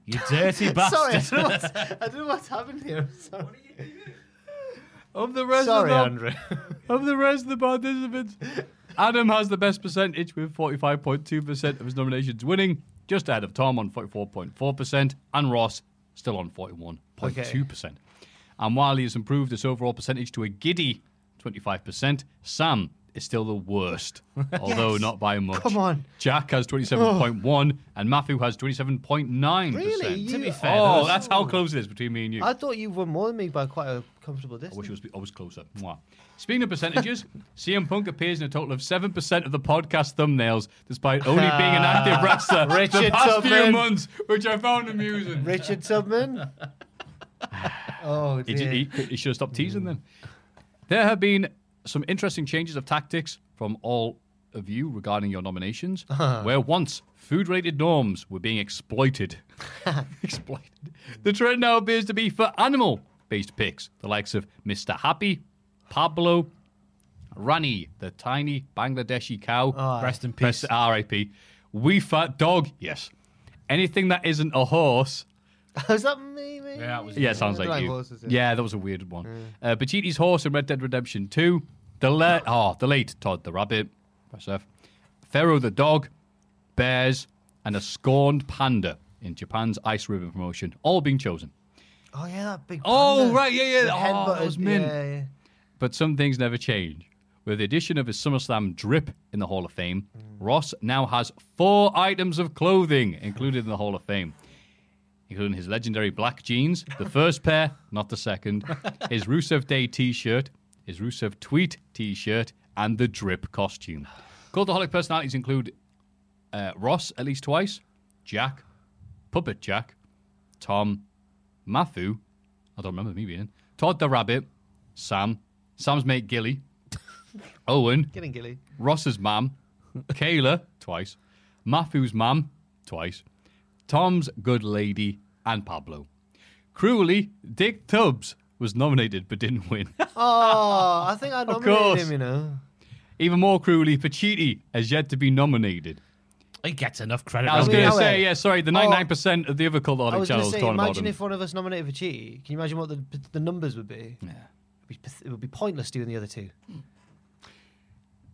Speaker 7: You dirty bastard.
Speaker 6: Sorry, I don't, know what's, I don't know what's happened here. I'm Sorry,
Speaker 11: Of the rest
Speaker 6: sorry
Speaker 11: of the
Speaker 6: Andrew.
Speaker 11: of the rest of the participants, Adam has the best percentage with 45.2% of his nominations winning, just ahead of Tom on 44.4%, and Ross still on 41.2%. And while he has improved his overall percentage to a giddy 25%, Sam is still the worst, although not by much.
Speaker 6: Come on.
Speaker 11: Jack has 27.1 and Matthew has 27.9%.
Speaker 6: Really? To be You-
Speaker 7: fair,
Speaker 11: Oh,
Speaker 7: those-
Speaker 11: that's how close it is between me and you.
Speaker 6: I thought you won more than me by quite a comfortable
Speaker 11: I
Speaker 6: distance.
Speaker 11: wish it was always closer. Mwah. Speaking of percentages, CM Punk appears in a total of 7% of the podcast thumbnails, despite only being an active wrestler the
Speaker 6: Richard
Speaker 11: past few
Speaker 6: Tubman.
Speaker 11: months, which I found amusing.
Speaker 6: Richard Tubman. oh
Speaker 11: He,
Speaker 6: dear.
Speaker 11: ju- he- he should have stopped teasing them. There have been some interesting changes of tactics from all of you regarding your nominations, where once food rated norms were being exploited. exploited. The trend now appears to be for animal based picks, the likes of Mr. Happy, Pablo, Rani, the tiny Bangladeshi cow.
Speaker 7: Rest in
Speaker 11: Press
Speaker 7: peace.
Speaker 11: RIP. We fat dog, yes. Anything that isn't a horse
Speaker 6: Was Oh, that me? me?
Speaker 7: Yeah, that was
Speaker 11: yeah, it sounds
Speaker 6: Yeah,
Speaker 11: like
Speaker 6: like
Speaker 11: you.
Speaker 6: horses,
Speaker 11: yeah.
Speaker 6: yeah.
Speaker 11: that was a weird one. Uh, Pachiti's horse in Red Dead Redemption 2. The le- oh, the late Todd the rabbit. Press F. Pharaoh the dog. Bears. And a scorned panda in Japan's Ice Ribbon promotion. All being chosen.
Speaker 6: Oh yeah, that big.
Speaker 11: Oh,
Speaker 6: panda.
Speaker 11: right, yeah, yeah.
Speaker 6: The
Speaker 11: Oh,
Speaker 6: headbutted-
Speaker 11: that was mint.
Speaker 6: Yeah, yeah.
Speaker 11: But some things never change. With the addition of his SummerSlam drip in the Hall of Fame, Ross now has four items of clothing included in the Hall of Fame, including his legendary black jeans, the first pair, not the second, his Rusev Day t shirt, his Rusev Tweet t shirt, and the drip costume. Cultaholic personalities include uh, Ross at least twice, Jack, Puppet Jack, Tom, Matthew, I don't remember me being in, Todd the Rabbit, Sam, Sam's mate Gilly, Owen,
Speaker 6: Getting gilly.
Speaker 11: Ross's mum, Kayla, twice, Matthew's mum, twice, Tom's good lady, and Pablo. Cruelly, Dick Tubbs was nominated but didn't win.
Speaker 6: Oh, I think I nominated
Speaker 11: course.
Speaker 6: him. You know.
Speaker 11: Even more cruelly, Pachiti has yet to be nominated.
Speaker 7: He gets enough credit.
Speaker 11: I was
Speaker 7: doesn't he?
Speaker 11: going to
Speaker 6: Really? Oh.
Speaker 11: say, yeah, sorry, the 99% of the other
Speaker 6: I
Speaker 11: cultaholic
Speaker 6: was going to
Speaker 11: channels
Speaker 6: say,
Speaker 11: talking about
Speaker 6: imagine
Speaker 11: him.
Speaker 6: if one of us nominated for cheaty. Can you imagine what the the numbers would be? Yeah. be, path- it would be pointless doing the other two.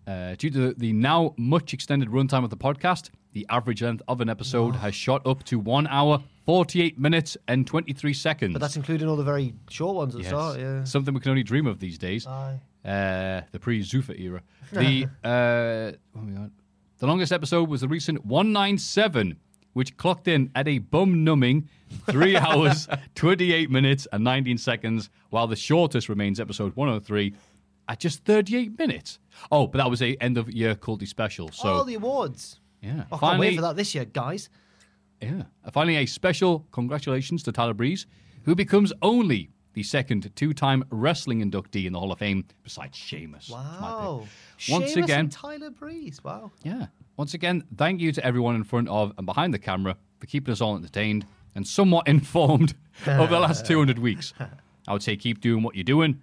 Speaker 11: Uh, due to the now much extended runtime of the podcast, the average length of an episode
Speaker 6: Ah.
Speaker 11: has shot up to one hour, 48 minutes, and 23 seconds.
Speaker 6: But that's including all the very short ones at the
Speaker 11: Yes.
Speaker 6: start. Yeah.
Speaker 11: Something we can only dream of these days.
Speaker 6: Aye.
Speaker 11: Uh, the pre Zufa era. The, uh, what we got? the longest episode was the recent 197, which clocked in at a bum numbing 3 hours, 28 minutes, and 19 seconds, while the shortest remains episode 103 at just 38 minutes. Oh, but that was a end of year culty special. So
Speaker 6: all Oh, the awards.
Speaker 11: yeah.
Speaker 6: I can't wait for that this year, guys.
Speaker 11: Yeah. Uh, Finally, a special congratulations to Tyler Breeze, who becomes only the second two time wrestling inductee in the Hall of Fame besides Sheamus.
Speaker 6: Wow.
Speaker 11: Once
Speaker 6: Sheamus
Speaker 11: again-
Speaker 6: and Tyler Breeze. Wow.
Speaker 11: Yeah. Once again, thank you to everyone in front of and behind the camera for keeping us all entertained and somewhat informed over the last 200 weeks. I would say keep doing what you're doing,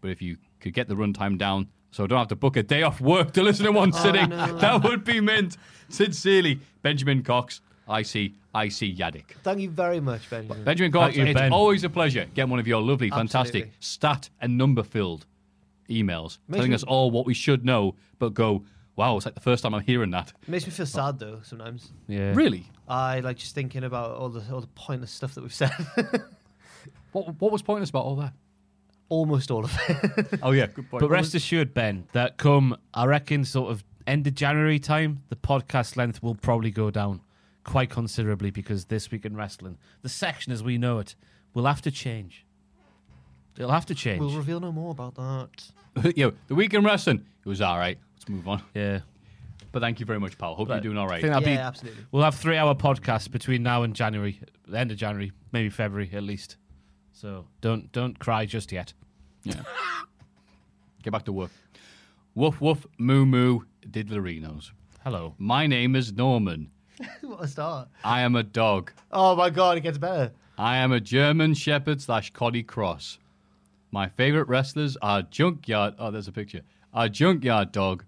Speaker 11: but if you could get the runtime down so I don't have to book a day off work to listen in one
Speaker 6: Oh,
Speaker 11: sitting,
Speaker 6: no.
Speaker 11: that would be mint. Sincerely, Benjamin Cox, IC, IC Yadik.
Speaker 6: Thank you very much, Benjamin.
Speaker 11: Benjamin Gork, it's always a pleasure getting one of your lovely, fantastic,
Speaker 6: Absolutely.
Speaker 11: stat and number filled emails
Speaker 6: Makes
Speaker 11: telling
Speaker 6: me-
Speaker 11: us all what we should know, but go, wow, it's like the first time I'm hearing that.
Speaker 6: Makes me feel sad though sometimes.
Speaker 11: Yeah. Really?
Speaker 6: I like just thinking about all the all the pointless stuff that we've said.
Speaker 11: What, what was pointless about all that?
Speaker 6: Almost all of it.
Speaker 11: Oh, yeah, good
Speaker 7: But rest assured, Ben, that come, I reckon, sort of end of January time, the podcast length will probably go down quite considerably because this week in wrestling, the section as we know it, will have to change. It'll have to change.
Speaker 6: We'll reveal no more about that.
Speaker 11: Yo, the week in wrestling, it was all right. Let's move on.
Speaker 7: Yeah.
Speaker 11: But thank you very much, pal. Hope
Speaker 7: But
Speaker 11: you're doing all
Speaker 7: I
Speaker 11: right.
Speaker 7: think that'll be-
Speaker 6: absolutely.
Speaker 7: We'll have three hour podcasts between now and January, the end of January, maybe February at least. So don't don't cry just yet.
Speaker 11: Yeah. Get back to work. Woof woof moo moo diddlerinos.
Speaker 7: Hello.
Speaker 11: My name is Norman.
Speaker 6: what a start.
Speaker 11: I am a dog.
Speaker 6: Oh my god, it gets better.
Speaker 11: I am a German Shepherd slash Coddy Cross. My favorite wrestlers are Junkyard. Oh, there's a picture. Are Junkyard Dog,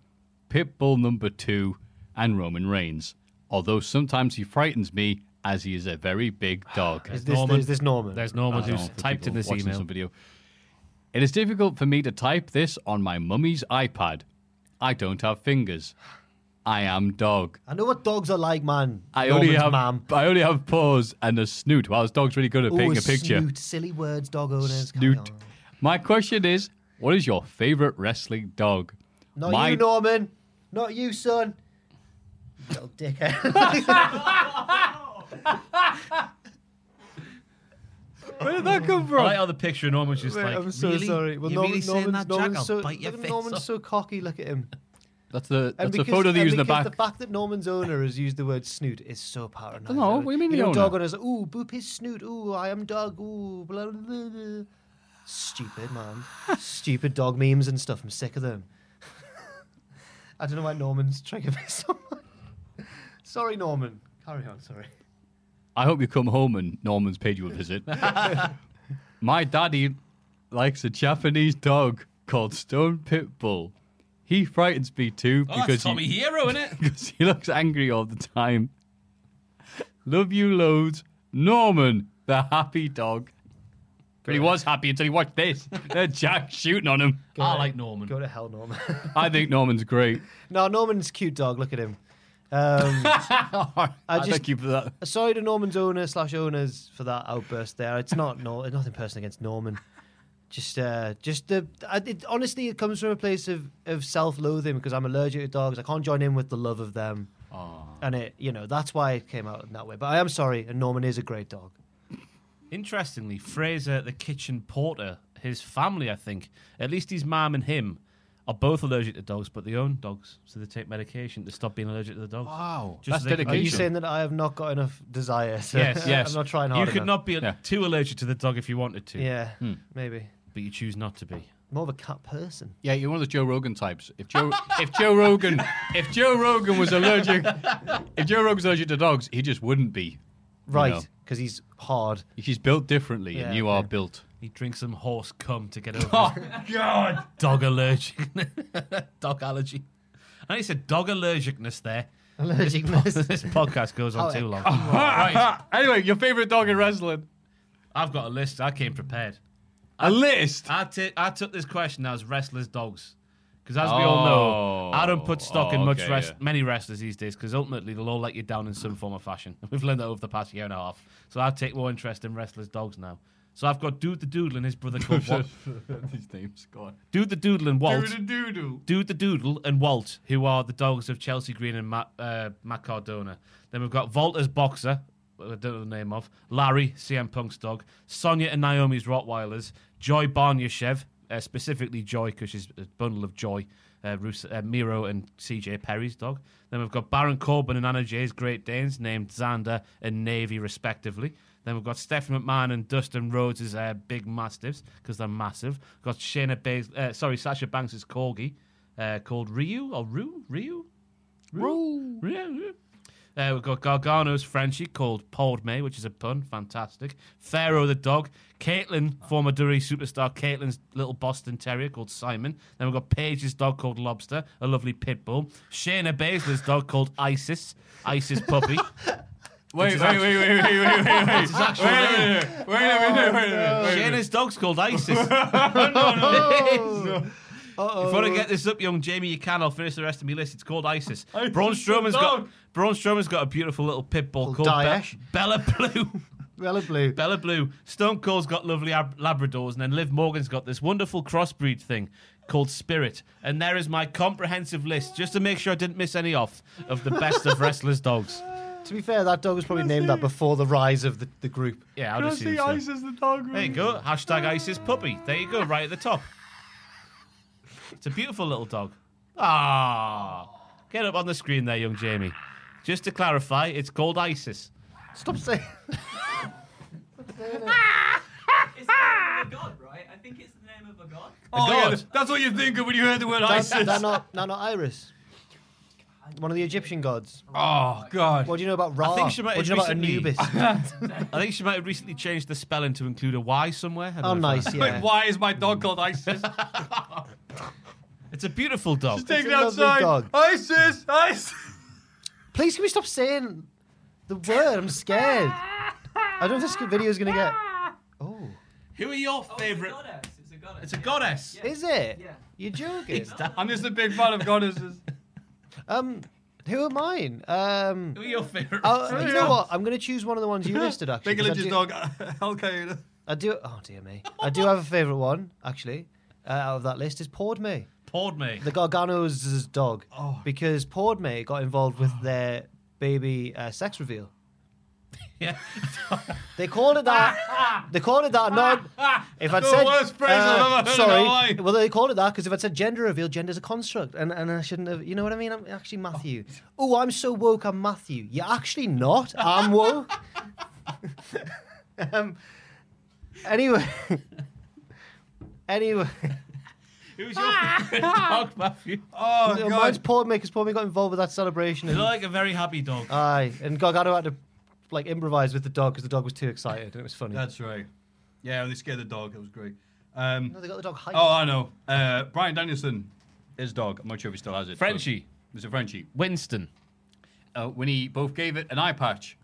Speaker 11: Pitbull Number Two, and Roman Reigns. Although sometimes he frightens me as he is a very big dog.
Speaker 6: Is this- Norman. is this Norman? There's Norman
Speaker 11: I don't
Speaker 6: who's
Speaker 11: know, for
Speaker 7: typed in
Speaker 11: people
Speaker 7: this
Speaker 11: watching
Speaker 7: email.
Speaker 11: Some video. It is difficult for me to type this on my mummy's iPad. I don't have fingers. I am dog.
Speaker 6: I know what dogs are like, man.
Speaker 11: I
Speaker 6: Norman's
Speaker 11: only have
Speaker 6: mom.
Speaker 11: I only have paws and a snoot. Wow, this dog's really good at
Speaker 6: Ooh,
Speaker 11: painting a picture.
Speaker 6: Snoot. Silly words, dog owners. Carry
Speaker 11: Snoot.
Speaker 6: on.
Speaker 11: My question is, what is your favorite wrestling dog?
Speaker 6: Not
Speaker 11: My-
Speaker 6: you, Norman. Not you, son. Little dickhead.
Speaker 11: Where did that come
Speaker 7: I like how the picture of Norman's just
Speaker 6: Mate,
Speaker 7: like,
Speaker 6: I'm so
Speaker 7: really?
Speaker 6: sorry. Well,
Speaker 7: You
Speaker 6: Norman,
Speaker 7: really saying
Speaker 6: Norman's,
Speaker 7: that, Jack?
Speaker 6: Norman's
Speaker 7: I'll
Speaker 6: so,
Speaker 7: bite your
Speaker 6: look at
Speaker 7: face
Speaker 6: Norman's
Speaker 7: off.
Speaker 6: so cocky. Look at him.
Speaker 11: That's the
Speaker 6: And
Speaker 11: that's the photo they
Speaker 6: and
Speaker 11: use in the
Speaker 6: because
Speaker 11: back.
Speaker 6: The fact that Norman's owner has used the word snoot is so paranoid.
Speaker 11: No, what do you mean the
Speaker 6: know, dog
Speaker 11: owner?
Speaker 6: owners? Ooh, boop his snoot. Ooh, I am dog. Ooh, blah blah blah. blah. Stupid man. Stupid dog memes and stuff. I'm sick of them. I don't know why Norman's triggering me so much. Sorry, Norman. Carry on. Sorry.
Speaker 11: I hope you come home and Norman's paid you a visit. My daddy likes a Japanese dog called Stone Pitbull. He frightens me too
Speaker 7: Oh, that's
Speaker 11: because
Speaker 7: Tommy
Speaker 11: he,
Speaker 7: Hero, innit?
Speaker 11: because he looks angry all the time. Love you loads, Norman, the happy dog. But he was happy until he watched this. They're Jack shooting on him.
Speaker 7: I like
Speaker 11: Mm.
Speaker 7: Norman.
Speaker 6: Go to hell, Norman.
Speaker 11: I think Norman's great.
Speaker 6: no, Norman's a cute dog. Look at him. Um, I
Speaker 11: I
Speaker 6: just-
Speaker 11: thank you for that.
Speaker 6: Sorry to Norman's owner slash owners for that outburst there. It's not no, it's nothing personal against Norman. Just, uh, just the I, it, honestly, it comes from a place of, of self loathing because I'm allergic to dogs. I can't join in with the love of them, and it you know that's why it came out in that way. But I am sorry, and Norman is a great dog.
Speaker 7: Interestingly, Fraser, the kitchen porter, his family, I think, at least his mum and him, are both allergic to dogs, but they own dogs, so they take medication to stop being allergic to the dogs.
Speaker 11: Wow. That's
Speaker 7: so they can-
Speaker 6: Are
Speaker 11: Are you
Speaker 6: you
Speaker 11: sure?
Speaker 6: saying that I have not got enough desire? So
Speaker 7: Yes, yes.
Speaker 6: I'm not trying
Speaker 7: You
Speaker 6: hard.
Speaker 7: could Hmm.
Speaker 6: enough.
Speaker 7: not be a- too allergic to the dog if you wanted to.
Speaker 6: Yeah, maybe
Speaker 7: But you choose not to be.
Speaker 6: more of a cat person.
Speaker 11: Yeah, you're one of those Joe Rogan types. If Joe, if Joe Rogan, if Joe Rogan was allergic, if Joe Rogan's allergic to dogs, he just wouldn't be. you know.
Speaker 6: Right, because he's hard.
Speaker 11: He's built differently,
Speaker 6: Yeah,
Speaker 11: and you are built.
Speaker 7: He drinks some horse cum to get over
Speaker 11: Oh,
Speaker 7: his dog allergic, dog allergy. And he said dog allergicness there.
Speaker 6: Allergicness.
Speaker 7: This podcast goes
Speaker 11: Oh,
Speaker 7: on too long.
Speaker 11: anyway, your favorite dog in wrestling?
Speaker 7: I've got a list. I came prepared.
Speaker 17: A list.
Speaker 7: I ta- I took this question as wrestlers' dogs. Because as we all know, I don't put stock in
Speaker 17: Oh,
Speaker 7: much
Speaker 17: okay,
Speaker 7: rest-
Speaker 17: yeah.
Speaker 7: many wrestlers these days because ultimately they'll all let you down in some form or fashion. We've learned that over the past year and a half. So I take more interest in wrestlers' dogs now. So I've got Dude the Doodle and his brother called Walt.
Speaker 11: These names, go on.
Speaker 7: Dude the Doodle and Walt.
Speaker 11: Dude the Doodle.
Speaker 7: Dude the Doodle and Walt, who are the dogs of Chelsea Green and Matt, uh, Matt Cardona. Then we've got Volta's Boxer, who I don't know the name of, Larry, CM Punk's dog, Sonia and Naomi's Rottweilers, Joy Barnyashev, uh, specifically Joy because she's a bundle of joy, uh, Rus- uh, Miro and CJ Perry's dog. Then we've got Baron Corbin and Anna Jay's Great Danes, named Xander and Navy, respectively. Then we've got Stephen McMahon and Dustin Rhodes' as uh, big mastiffs because they're massive. got Shayna Bas- uh, sorry, Sasha Banks' corgi uh, called Ryu or Rue Ryu. Rue. Ryu. Uh, we've got Gargano's Frenchie called Pauled May, which is a pun. Fantastic. Pharaoh the dog. Caitlin, former Dury superstar Caitlin's little Boston Terrier called Simon. Then we've got Paige's dog called Lobster, a lovely pit bull. Shayna Baszler's dog called Isis, Isis puppy.
Speaker 11: Wait, wait, wait, wait, wait, wait, wait, wait.
Speaker 7: It's his actual
Speaker 11: Wait a
Speaker 7: name.
Speaker 11: minute, wait a minute, wait a minute, wait a minute.
Speaker 7: Shayna's dog's called Isis. If you want to get this up, young Jamie, you can. I'll finish the rest of my list. It's called ISIS.
Speaker 11: Isis
Speaker 7: Braun Strowman's
Speaker 11: the
Speaker 7: got
Speaker 11: dog.
Speaker 7: Braun Strowman's got a beautiful little pit bull called
Speaker 6: Daesh.
Speaker 7: Be- Bella Blue.
Speaker 6: Bella Blue.
Speaker 7: Bella Blue. Stone Cold's got lovely ab- Labradors, and then Liv Morgan's got this wonderful crossbreed thing called Spirit. And there is my comprehensive list, just to make sure I didn't miss any off of the best of wrestlers' dogs.
Speaker 6: To be fair, that dog was probably named that before the rise of the, the group.
Speaker 7: Yeah, I'll just
Speaker 11: Isis the dog.
Speaker 7: There you go. Hashtag ISIS puppy. There you go, right at the top. It's a beautiful little dog. Ah, get up on the screen there, young Jamie. Just to clarify, it's called ISIS.
Speaker 6: Stop saying.
Speaker 18: It's the name of a god, right? I think it's the name of a god.
Speaker 11: Oh, yeah,
Speaker 7: God.
Speaker 11: that's what you think of when you heard the word
Speaker 6: That's
Speaker 11: ISIS.
Speaker 6: that not, that not Iris. One of the Egyptian gods.
Speaker 11: Oh, God.
Speaker 6: What do you know about Ra?
Speaker 7: I think she might
Speaker 6: what
Speaker 7: have
Speaker 6: do you know about
Speaker 7: recently-
Speaker 6: Anubis?
Speaker 7: I think she might have recently changed the spelling to include a Y somewhere. I don't
Speaker 6: Oh,
Speaker 7: know if
Speaker 6: nice,
Speaker 7: that-
Speaker 6: yeah.
Speaker 11: Wait, why is my dog called ISIS?
Speaker 7: It's a beautiful dog.
Speaker 11: Just take
Speaker 6: a
Speaker 11: it
Speaker 6: lovely
Speaker 11: outside.
Speaker 6: dog.
Speaker 11: ISIS, ISIS.
Speaker 6: Please, can we stop saying the word? I'm scared. I don't know if this video's going to get. Oh.
Speaker 7: Who are your
Speaker 18: Oh,
Speaker 7: favourite?
Speaker 18: It's a goddess. It's a goddess.
Speaker 7: It's a goddess.
Speaker 18: Yeah.
Speaker 6: Is it?
Speaker 18: Yeah.
Speaker 6: You're joking.
Speaker 11: I'm just a big fan of goddesses.
Speaker 6: Um, who are mine? Um,
Speaker 7: Who are your favourite?
Speaker 6: oh, you know what? I'm going to choose one of the ones you listed, actually.
Speaker 11: Big
Speaker 6: 'cause I
Speaker 11: Lynch's
Speaker 6: do-
Speaker 11: dog, Al Qaeda.
Speaker 6: I do. Oh dear me. I do have a favourite one actually. Uh, out of that list is Pordme,
Speaker 7: poured me.
Speaker 6: the Gargano's dog, because Pordme got involved with their baby uh, sex reveal.
Speaker 7: Yeah.
Speaker 6: They called it that. they called it that. Not if I'd
Speaker 11: The
Speaker 6: said. uh,
Speaker 11: worst phrase I've ever heard in my
Speaker 6: sorry.
Speaker 11: life.
Speaker 6: Well, they called it that because if I'd said gender reveal, gender's a construct, and, and I shouldn't have. You know what I mean? I'm actually Matthew. Oh, I'm so woke. I'm Matthew. You're actually not. I'm woke. um. Anyway. anyway.
Speaker 7: Who's your favourite dog, Matthew?
Speaker 11: Oh,
Speaker 6: Oh,
Speaker 11: God.
Speaker 6: mine's Paul May because Paul May got involved with that celebration.
Speaker 7: You
Speaker 6: And,
Speaker 7: look like a very happy dog.
Speaker 6: aye, and Gargano had to like improvise with the dog because the dog was too excited and it was funny.
Speaker 11: That's right. Yeah, they scared the dog. That was great. Um,
Speaker 6: no, they got the dog hyped.
Speaker 11: oh, I know. Uh, Brian Danielson, his dog. I'm not sure if he still has it. but-
Speaker 17: Frenchie.
Speaker 11: It's a Frenchie.
Speaker 7: Winston.
Speaker 11: uh, when he both gave it an eye patch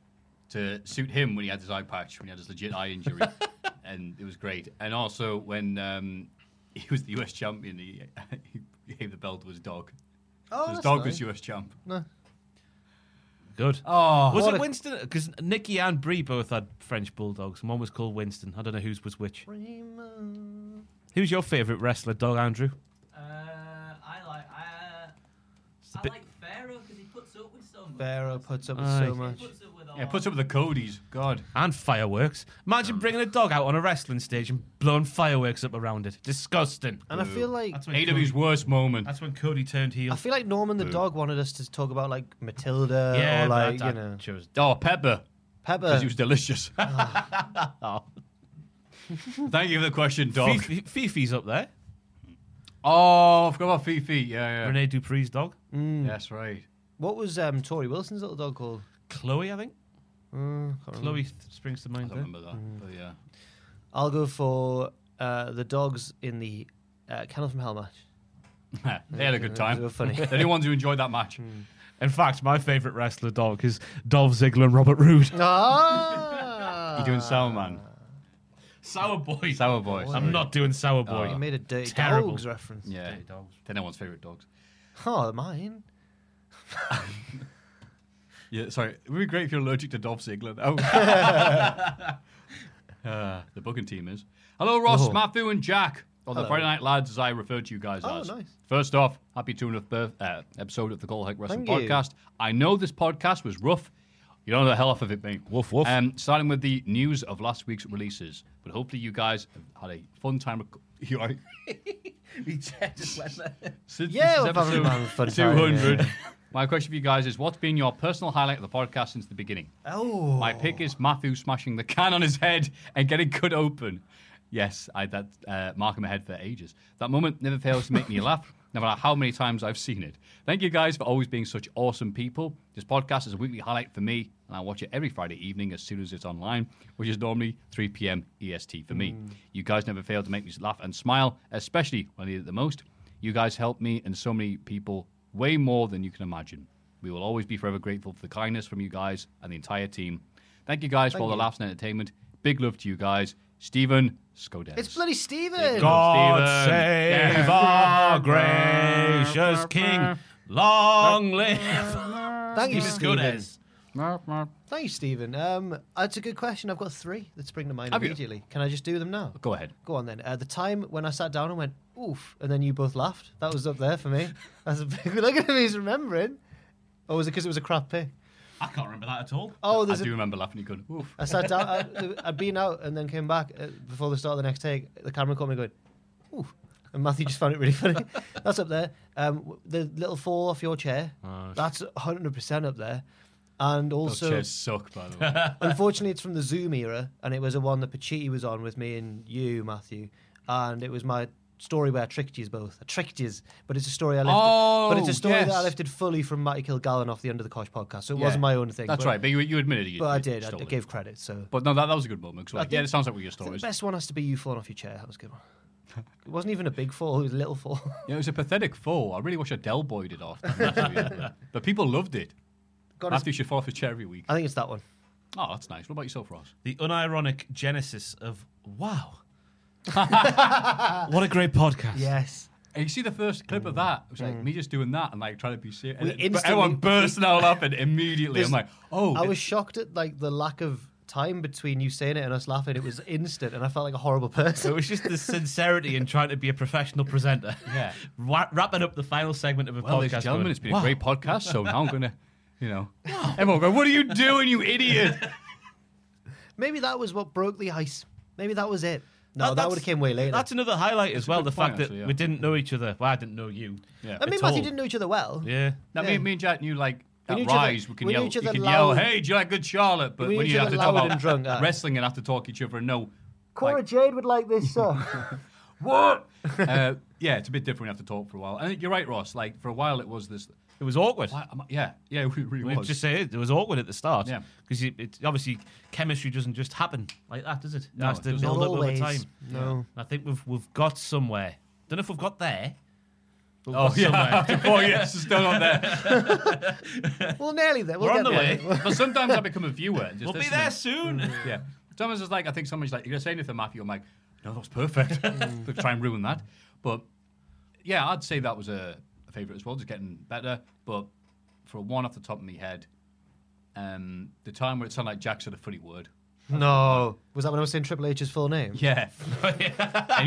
Speaker 11: to suit him when he had his eye patch when he had his legit eye injury, and it was great. And also when um, he was the US champion, he, he gave the belt to his dog.
Speaker 6: Oh,
Speaker 11: his
Speaker 6: that's
Speaker 11: dog
Speaker 6: nice.
Speaker 11: was US champ.
Speaker 7: Good.
Speaker 11: Oh,
Speaker 7: Was
Speaker 6: What
Speaker 7: it
Speaker 6: a-
Speaker 7: Winston? Because Nikki and Brie both had French bulldogs, and one was called Winston. I don't know whose was which.
Speaker 6: Raymond.
Speaker 7: Who's your favourite wrestler dog, Andrew?
Speaker 18: Uh, I like. I, uh, I
Speaker 7: bit-
Speaker 18: like Pharaoh because he puts up with so much.
Speaker 6: Pharaoh puts up with
Speaker 7: Aye.
Speaker 6: so much.
Speaker 18: He puts up with a
Speaker 11: yeah,
Speaker 18: lot.
Speaker 11: puts up with the Codys. God,
Speaker 7: And fireworks. Imagine bringing a dog out on a wrestling stage and blowing fireworks up around it. Disgusting.
Speaker 6: And I feel like
Speaker 7: That's when,
Speaker 11: AW's
Speaker 7: Cody,
Speaker 11: worst moment.
Speaker 7: that's when Cody turned heel.
Speaker 6: I feel like Norman the dog wanted us to talk about like Matilda
Speaker 7: yeah,
Speaker 6: or like
Speaker 7: but I,
Speaker 6: you know
Speaker 7: I chose
Speaker 11: Oh, Pepper,
Speaker 6: Pepper.
Speaker 11: because
Speaker 7: Uh.
Speaker 11: he was delicious. Thank you for the question, dog.
Speaker 7: Ah. Fifi, Fifi's up there.
Speaker 11: Oh, I forgot about Fifi. Yeah, yeah.
Speaker 7: Renee Dupree's dog.
Speaker 11: That's right.
Speaker 6: What was um, Tori Wilson's little dog called?
Speaker 7: Chloe, I think.
Speaker 6: Mm, can't remember.
Speaker 7: Chloe th- springs to
Speaker 11: I
Speaker 7: mind.
Speaker 11: don't
Speaker 7: there.
Speaker 11: remember that, but yeah.
Speaker 6: I'll go for uh, the dogs in the uh, Kennel from Hell match.
Speaker 11: they had a good
Speaker 6: Those
Speaker 11: time.
Speaker 6: were funny.
Speaker 11: They're the ones who enjoyed that match.
Speaker 7: In fact, my favourite wrestler dog is Dolph Ziggler and Robert Roode.
Speaker 6: ah,
Speaker 11: You're doing Salman. Sour Boy.
Speaker 4: Sour Boy,
Speaker 11: I'm
Speaker 4: sorry.
Speaker 11: not doing Sour
Speaker 4: Boy.
Speaker 6: You made a Dirty
Speaker 11: Terrible.
Speaker 6: Dogs reference.
Speaker 11: Yeah.
Speaker 6: Dirty Dogs.
Speaker 11: They're no one's favourite dogs.
Speaker 6: Oh, mine.
Speaker 4: Yeah, sorry. It would be great if you're allergic to Dolph Ziggler. Oh.
Speaker 11: Uh, the booking team is. Hello, Ross,
Speaker 4: Oh.
Speaker 11: Matthew, and Jack. Or the
Speaker 4: Hello.
Speaker 11: Friday Night Lads, as I refer to you guys
Speaker 4: Oh,
Speaker 11: as.
Speaker 4: nice.
Speaker 11: First off, happy 200th birth, uh, episode of the Call Hike Wrestling
Speaker 4: Thank you.
Speaker 11: Podcast. I know this podcast was rough. You don't know the hell off of it, mate. Woof, woof. Um, starting with the news of last week's releases, but hopefully you guys have had a fun time. Rec- you are-
Speaker 1: we just went there.
Speaker 11: Since
Speaker 1: Yeah,
Speaker 11: this is
Speaker 1: we're probably
Speaker 11: episode
Speaker 1: having fun time,
Speaker 11: 200.
Speaker 1: yeah.
Speaker 11: My question for you guys is what's been your personal highlight of the podcast since the beginning?
Speaker 6: Oh.
Speaker 11: My pick is Matthew smashing the can on his head and getting cut open. Yes, I had that uh, mark in my head for ages. That moment never fails to make me laugh, no matter how many times I've seen it. Thank you guys for always being such awesome people. This podcast is a weekly highlight for me, and I watch it every Friday evening as soon as it's online, which is normally 3 p.m. EST E for me.
Speaker 19: Mm.
Speaker 11: You guys never fail to make me laugh and smile, especially when I need it the most. You guys help me and so many people way more than you can imagine. We will always be forever grateful for the kindness from you guys and the entire team. Thank you guys for
Speaker 6: Thank
Speaker 11: all the
Speaker 6: you.
Speaker 11: laughs and entertainment. Big love to you guys. Stephen Skodes.
Speaker 6: It's bloody Steven.
Speaker 11: God
Speaker 7: Save our gracious King. Long live.
Speaker 6: Thank you,
Speaker 7: Stephen
Speaker 11: eh?
Speaker 6: Stephen. Thank you, Stephen. Um, that's a good question. I've got three that spring to mind
Speaker 11: Have you?
Speaker 6: immediately. Can I just do them now?
Speaker 11: Go ahead.
Speaker 6: Go on then. Uh, the time when I sat down and went oof, and then you both laughed. That was up there for me. That's a big look at him. He's remembering. Or was it because it was a crap pick?
Speaker 7: I can't remember that at all.
Speaker 6: Oh,
Speaker 11: I
Speaker 6: there's a-
Speaker 11: do remember laughing. You going, oof.
Speaker 6: I sat down. I, I'd been out and then came back uh, before the start of the next take. The camera caught me going, ooh. And Matthew just found it really funny. That's up there. Um, w- the little fall off your chair.
Speaker 11: Oh, shit.
Speaker 6: that's 100% up there. And also.
Speaker 11: chairs suck, by the way.
Speaker 6: Unfortunately, it's from the Zoom era, and it was the one that Pachitti was on with me and you, Matthew. And it was my story where I tricked you both. I tricked you, but it's a story I lifted. but it's
Speaker 11: Oh,
Speaker 6: a story that I
Speaker 11: yes.
Speaker 6: lifted fully from Matty Kilgallen off the Under the Kosh podcast, so it
Speaker 11: Yeah.
Speaker 6: wasn't my own thing.
Speaker 11: That's right, but you, you admitted you.
Speaker 6: But I
Speaker 11: you
Speaker 6: did. I
Speaker 11: stole
Speaker 6: d-
Speaker 11: it.
Speaker 6: gave credit, so.
Speaker 11: But no, that, that was a good moment. 'cause we're
Speaker 6: I
Speaker 11: like, yeah,
Speaker 6: think-
Speaker 11: it sounds like what your
Speaker 6: I think
Speaker 11: story is.
Speaker 6: The best one has to be you falling off your chair. That was a good one. It wasn't even a big fall; it was a little fall.
Speaker 11: Yeah, it was a pathetic fall. I really wish Adele Boyd it off. but people loved it.
Speaker 6: God,
Speaker 11: Matthew should fall off his chair every week.
Speaker 6: I think it's that one.
Speaker 11: Oh, that's nice. What about yourself, Ross?
Speaker 7: The unironic genesis of wow. what a great podcast.
Speaker 6: Yes.
Speaker 11: And you see the first clip of that, it was like me just doing that and like trying to be serious.
Speaker 6: Mm. We
Speaker 11: And it- but
Speaker 6: instantly-
Speaker 11: everyone bursting out laughing immediately. I'm like,
Speaker 6: There's-
Speaker 11: oh,
Speaker 6: I
Speaker 11: it-
Speaker 6: was shocked at like the lack of time between you saying it and us laughing. It was instant, and I felt like a horrible person.
Speaker 7: So it was just the sincerity in trying to be a professional presenter.
Speaker 11: Yeah.
Speaker 7: Wa- wrapping up the final segment of a
Speaker 11: well,
Speaker 7: podcast.
Speaker 11: ladies and gentlemen,
Speaker 7: going,
Speaker 11: it's been
Speaker 7: "Wow."
Speaker 11: a great podcast. So now I'm gonna, you know, everyone go, what are you doing, you idiot?
Speaker 6: Maybe that was what broke the ice. Maybe that was it. No, that,
Speaker 7: that's-
Speaker 6: would have came way later.
Speaker 7: That's another highlight as well, the
Speaker 11: point,
Speaker 7: fact that
Speaker 11: actually, yeah.
Speaker 7: we didn't know each other. Well, I didn't know you.
Speaker 11: Yeah.
Speaker 6: I mean,
Speaker 7: at
Speaker 6: Matthew
Speaker 7: all.
Speaker 6: didn't know each other well.
Speaker 7: Yeah.
Speaker 11: Now, me, me and Jack knew like
Speaker 6: We
Speaker 11: at
Speaker 6: knew each other-
Speaker 11: Rise, we can
Speaker 6: we knew
Speaker 11: yell,
Speaker 6: each
Speaker 11: you
Speaker 6: other
Speaker 11: can yell,
Speaker 6: loud-
Speaker 11: hey, do you like Good Charlotte? But
Speaker 6: We knew
Speaker 11: when
Speaker 6: each
Speaker 11: you have
Speaker 6: other
Speaker 11: to talk
Speaker 6: loud and
Speaker 11: about
Speaker 6: drunk, uh. aye.
Speaker 11: wrestling and have to talk each other and know
Speaker 6: Cora Jade would like this song.
Speaker 11: what? uh, yeah, it's a bit different. when You have to talk for a while. And you're right, Ross. Like for a while, it was this.
Speaker 7: It was awkward.
Speaker 11: Why am I- yeah, yeah, it really
Speaker 7: We
Speaker 11: was.
Speaker 7: just say it, it was awkward at the start.
Speaker 11: Yeah.
Speaker 7: Because it, obviously chemistry doesn't just happen like that, does it?
Speaker 11: No,
Speaker 7: it has
Speaker 11: it
Speaker 7: to
Speaker 11: doesn't.
Speaker 7: build
Speaker 11: Not
Speaker 7: up over
Speaker 11: always.
Speaker 7: time.
Speaker 11: No.
Speaker 7: And I think we've we've got somewhere. Don't know if we've got there. but we've
Speaker 11: Oh,
Speaker 7: got
Speaker 11: yeah.
Speaker 7: somewhere.
Speaker 11: After four years, it's still not there.
Speaker 6: well, nearly there. We'll
Speaker 11: We're on
Speaker 6: get
Speaker 11: the
Speaker 6: there.
Speaker 11: way. but sometimes I become a viewer. and Just
Speaker 7: We'll be
Speaker 11: listening.
Speaker 7: there soon.
Speaker 11: yeah. Sometimes it's like I think somebody's like, "You're gonna say anything, Matthew?" I'm like, "No, that was perfect."
Speaker 6: Mm.
Speaker 11: They'll try and ruin that. But yeah, I'd say that was a, a favorite as well. Just getting better. But for one off the top of my head, um, the time where it sounded like Jack said a funny word.
Speaker 6: No, was that when I was saying Triple H's full name?
Speaker 11: Yeah. and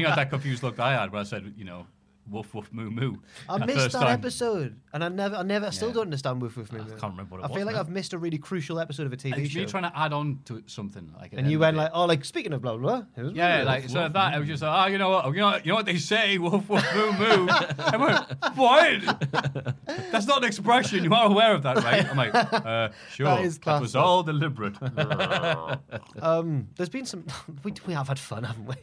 Speaker 11: you had that confused look I had when I said, you know, woof woof moo moo.
Speaker 6: I
Speaker 11: That
Speaker 6: missed
Speaker 11: first
Speaker 6: that
Speaker 11: time.
Speaker 6: episode, and I never, I never, I still
Speaker 11: Yeah.
Speaker 6: don't understand Woof Woof Moo. I can't
Speaker 7: remember
Speaker 11: what it
Speaker 6: I
Speaker 11: was
Speaker 6: feel like
Speaker 11: now.
Speaker 6: I've missed a really crucial episode of a
Speaker 11: And
Speaker 6: TV
Speaker 11: it's
Speaker 6: show.
Speaker 11: me trying to add on to something like. at
Speaker 6: and
Speaker 11: the
Speaker 6: you
Speaker 11: end of
Speaker 6: went like, oh, like speaking of blah blah. blah
Speaker 11: it. Yeah, like so that it was just like, oh, you know what, you know, you know what they say, woof woof moo moo. I went, what? That's not an expression. You are aware of that, right? I'm like, uh, sure.
Speaker 6: That is
Speaker 11: was
Speaker 6: classic.
Speaker 11: all deliberate.
Speaker 6: Um, there's been some. We, we have had fun, haven't we?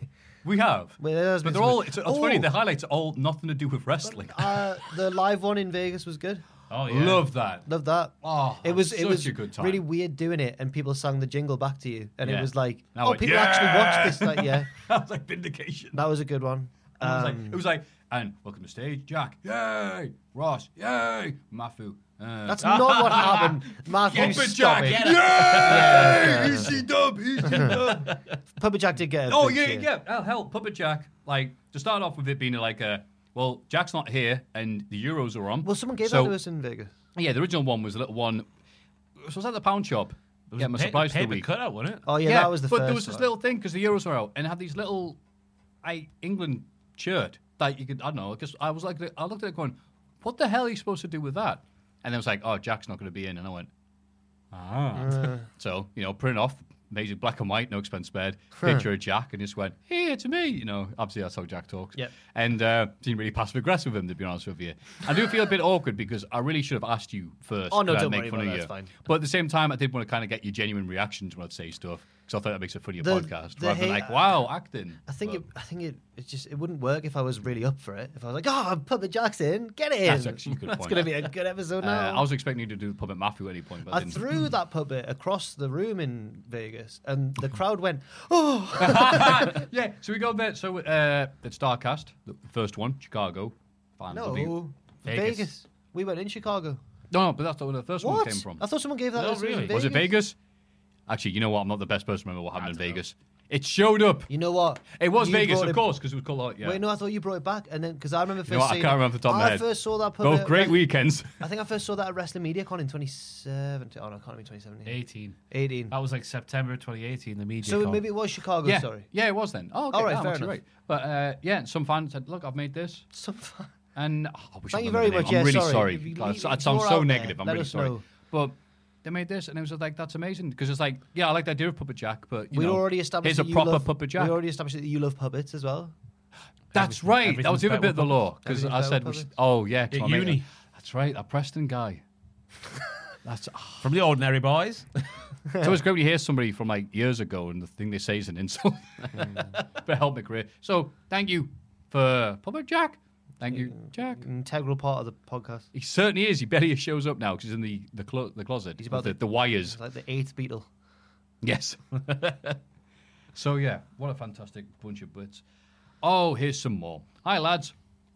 Speaker 11: we have,
Speaker 6: Well, there's
Speaker 11: but
Speaker 6: been
Speaker 11: they're
Speaker 6: some-
Speaker 11: all. It's, it's
Speaker 6: Oh,
Speaker 11: funny. The highlights are all nothing to do with wrestling.
Speaker 6: uh, the live one in Vegas was good.
Speaker 11: Oh, yeah. Love that.
Speaker 6: Love that.
Speaker 11: Oh,
Speaker 6: uh, it was
Speaker 11: such
Speaker 6: it was
Speaker 11: a good time.
Speaker 6: really weird doing it, and people sang the jingle back to you, and
Speaker 11: Yeah.
Speaker 6: it was like,
Speaker 11: And I
Speaker 6: oh,
Speaker 11: went,
Speaker 6: people actually watch this. Like, yeah,
Speaker 11: that was like vindication.
Speaker 6: that was a good one.
Speaker 11: And it, was
Speaker 6: Um,
Speaker 11: like, it was like, and welcome to stage, Jack. Yay! Ross, yay! Matthew, Uh,
Speaker 6: That's not what happened. Matthew,
Speaker 11: Papa
Speaker 6: stop
Speaker 11: Jack.
Speaker 6: it.
Speaker 11: Get
Speaker 4: up.
Speaker 6: Yeah.
Speaker 4: Yay! Easy dub, easy dub.
Speaker 6: Papa Jack did get a
Speaker 11: Oh
Speaker 6: big
Speaker 11: yeah,
Speaker 6: cheer.
Speaker 11: yeah. Oh hell, Puppet Jack. Like to start off with it being like a well, Jack's not here and the Euros are on.
Speaker 6: Well, someone gave
Speaker 11: So-
Speaker 6: that to us in Vegas.
Speaker 11: Yeah, the original one was a little one. So it was at the pound shop.
Speaker 7: was
Speaker 11: Yeah, my
Speaker 7: pa-
Speaker 11: surprise for the
Speaker 7: paper
Speaker 11: week.
Speaker 7: cutout, wasn't it?
Speaker 6: Oh, yeah, that was the
Speaker 11: but there
Speaker 6: first
Speaker 11: was this
Speaker 6: one.
Speaker 11: little thing because the Euros were out and it had these little, I England shirt that you could I don't know because I was like I looked at it going, what the hell are you supposed to do with that? And then it was like, oh, Jack's not going to be in, and I went, ah.
Speaker 7: Uh.
Speaker 11: So you know, print off, amazing black and white, no expense spared, picture of Jack, and just went, hey, it's me. You know, obviously that's how Jack talks.
Speaker 6: Yep.
Speaker 11: And uh, didn't really passive aggressive with him, to be honest with you. I do feel a bit awkward because I really should have asked you first.
Speaker 6: Oh, no,
Speaker 11: because I'd
Speaker 6: don't
Speaker 11: make
Speaker 6: worry
Speaker 11: fun
Speaker 6: about
Speaker 11: of
Speaker 6: that,
Speaker 11: you.
Speaker 6: it's fine.
Speaker 11: But at the same time, I did want to kind of get your genuine reactions when I'd say stuff because I thought that makes it funnier
Speaker 6: The-
Speaker 11: podcast
Speaker 6: the
Speaker 11: rather
Speaker 6: hate-
Speaker 11: than like, wow, acting.
Speaker 6: I think
Speaker 11: But
Speaker 6: it, I think it, it just it wouldn't work if I was really up for it. If I was like, oh, Papa Jack's in, get it in.
Speaker 11: That's actually a good
Speaker 6: That's
Speaker 11: point.
Speaker 6: gonna be a good episode
Speaker 11: uh,
Speaker 6: now.
Speaker 11: I was expecting you to do the puppet Matthew at any point, but
Speaker 6: I
Speaker 11: didn't.
Speaker 6: threw that puppet across the room in Vegas, and the crowd went, "Oh!"
Speaker 11: yeah, so we go there. So uh, it's Starcast, the first one, Chicago. Final
Speaker 6: no,
Speaker 11: W.
Speaker 6: Vegas. We went in Chicago.
Speaker 11: No, no, but that's not where the first one
Speaker 6: What?
Speaker 11: came from.
Speaker 6: I thought someone gave that. to us in
Speaker 11: Was it Vegas? Actually, you know what? I'm not the best person to remember what happened in Vegas. It showed up.
Speaker 6: You know what?
Speaker 11: It was
Speaker 6: You
Speaker 11: Vegas,
Speaker 6: brought
Speaker 11: of
Speaker 6: it-
Speaker 11: course, because it was called out. Yeah.
Speaker 6: Wait, no, I thought you brought it back, and then because I remember first.
Speaker 11: You know what? I
Speaker 6: seeing
Speaker 11: can't
Speaker 6: it-
Speaker 11: remember off the top of my
Speaker 6: I
Speaker 11: head.
Speaker 6: first saw that puppet.
Speaker 11: Both great
Speaker 6: like-
Speaker 11: weekends.
Speaker 6: I think I first saw that at Wrestling Media Con in 2017. Oh no, I can't remember 2017.
Speaker 7: 18.
Speaker 6: 18.
Speaker 7: That was like September 2018, the media.
Speaker 6: So
Speaker 7: con.
Speaker 6: maybe it was Chicago.
Speaker 11: yeah.
Speaker 6: Oh, Sorry.
Speaker 11: Yeah, it was then. Oh, okay.
Speaker 6: All right,
Speaker 11: no, I'm
Speaker 6: fair
Speaker 11: actually
Speaker 6: enough.
Speaker 11: right. But uh, yeah, some fan said, "Look, I've made this."
Speaker 6: Some fan.
Speaker 11: And oh, I wish I
Speaker 6: Thank you
Speaker 11: remembered
Speaker 6: very
Speaker 11: the name.
Speaker 6: much, yeah,
Speaker 11: I'm really
Speaker 6: sorry.
Speaker 11: sorry.
Speaker 6: If you-
Speaker 11: God,
Speaker 6: if
Speaker 11: that
Speaker 6: you
Speaker 11: sounds
Speaker 6: are
Speaker 11: so
Speaker 6: out
Speaker 11: negative.
Speaker 6: there,
Speaker 11: I'm
Speaker 6: let
Speaker 11: really
Speaker 6: us
Speaker 11: sorry.
Speaker 6: know.
Speaker 11: But they made this, and it was like that's amazing because it's like, yeah, I like the idea of Puppet Jack, but you
Speaker 6: we
Speaker 11: know,
Speaker 6: already established.
Speaker 11: here's a
Speaker 6: that you
Speaker 11: proper
Speaker 6: love-
Speaker 11: Puppet Jack.
Speaker 6: We already established that you love puppets as well.
Speaker 11: That's right. That was the
Speaker 7: everything's
Speaker 11: other bit of the
Speaker 7: better
Speaker 11: law because
Speaker 6: Everything's
Speaker 11: I
Speaker 6: better
Speaker 11: said,
Speaker 6: with
Speaker 11: we should-
Speaker 6: puppets.
Speaker 11: "Oh yeah, 'cause
Speaker 7: At
Speaker 11: my mate-
Speaker 7: uni.
Speaker 11: That's right, that Preston guy. That's ah.
Speaker 7: From the ordinary boys.
Speaker 11: so it's great when you hear somebody from like years ago and the thing they say is an insult.
Speaker 6: Mm.
Speaker 11: but help my career. So thank you for Puppet Jack. Thank you, Jack.
Speaker 6: Integral part of the podcast.
Speaker 11: He certainly is. He barely shows up now because he's in the the, clo- the closet. He's
Speaker 6: about
Speaker 11: the,
Speaker 6: to-
Speaker 11: the wires.
Speaker 6: It's like the eighth Beatle.
Speaker 11: Yes. so yeah, what a fantastic bunch of bits. Oh, here's some more. Hi lads.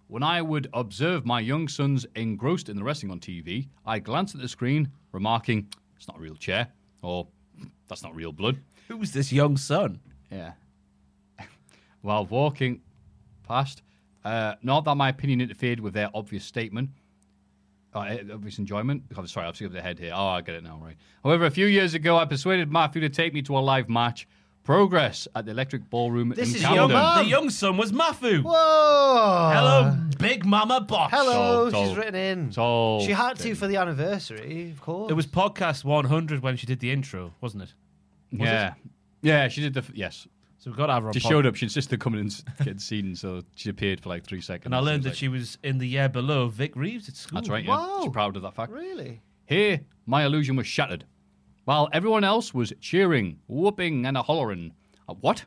Speaker 11: When I would observe my young sons engrossed in the wrestling on TV, I glanced at the screen, remarking, "It's not a real chair," or "That's not real blood."
Speaker 7: Who's this young son?
Speaker 11: Yeah. While walking past, uh, not that my opinion interfered with their obvious statement, uh, obvious enjoyment. I'm sorry, I've skipped ahead here. Oh, I get it now, right. However, a few years ago, I persuaded Matthew to take me to a live match. Progress at the Electric Ballroom
Speaker 6: This
Speaker 11: in
Speaker 6: is your
Speaker 11: Camden.
Speaker 6: mum.
Speaker 7: The young son was Mafu.
Speaker 6: Whoa!
Speaker 11: Uh,
Speaker 7: Hello, Big Mama Box.
Speaker 6: Oh! Hello.
Speaker 11: Oh,
Speaker 6: she's
Speaker 11: oh.
Speaker 6: written in.
Speaker 11: So
Speaker 6: She had to for the anniversary, of course.
Speaker 7: It was podcast 100 when she did the intro, wasn't it? Was
Speaker 11: yeah, yeah. She did the f- yes.
Speaker 7: So we've got to have her on
Speaker 11: She
Speaker 7: pod-
Speaker 11: showed up. She insisted coming and s- getting seen, so she appeared for like three seconds.
Speaker 7: And I learned that
Speaker 11: was like-
Speaker 7: she was in the year below Vic Reeves at school.
Speaker 11: That's right. Yeah,
Speaker 6: Wow.
Speaker 11: she's proud of that fact.
Speaker 6: really.
Speaker 11: Here, my illusion was shattered. While everyone else was cheering, whooping, and a hollering. A what?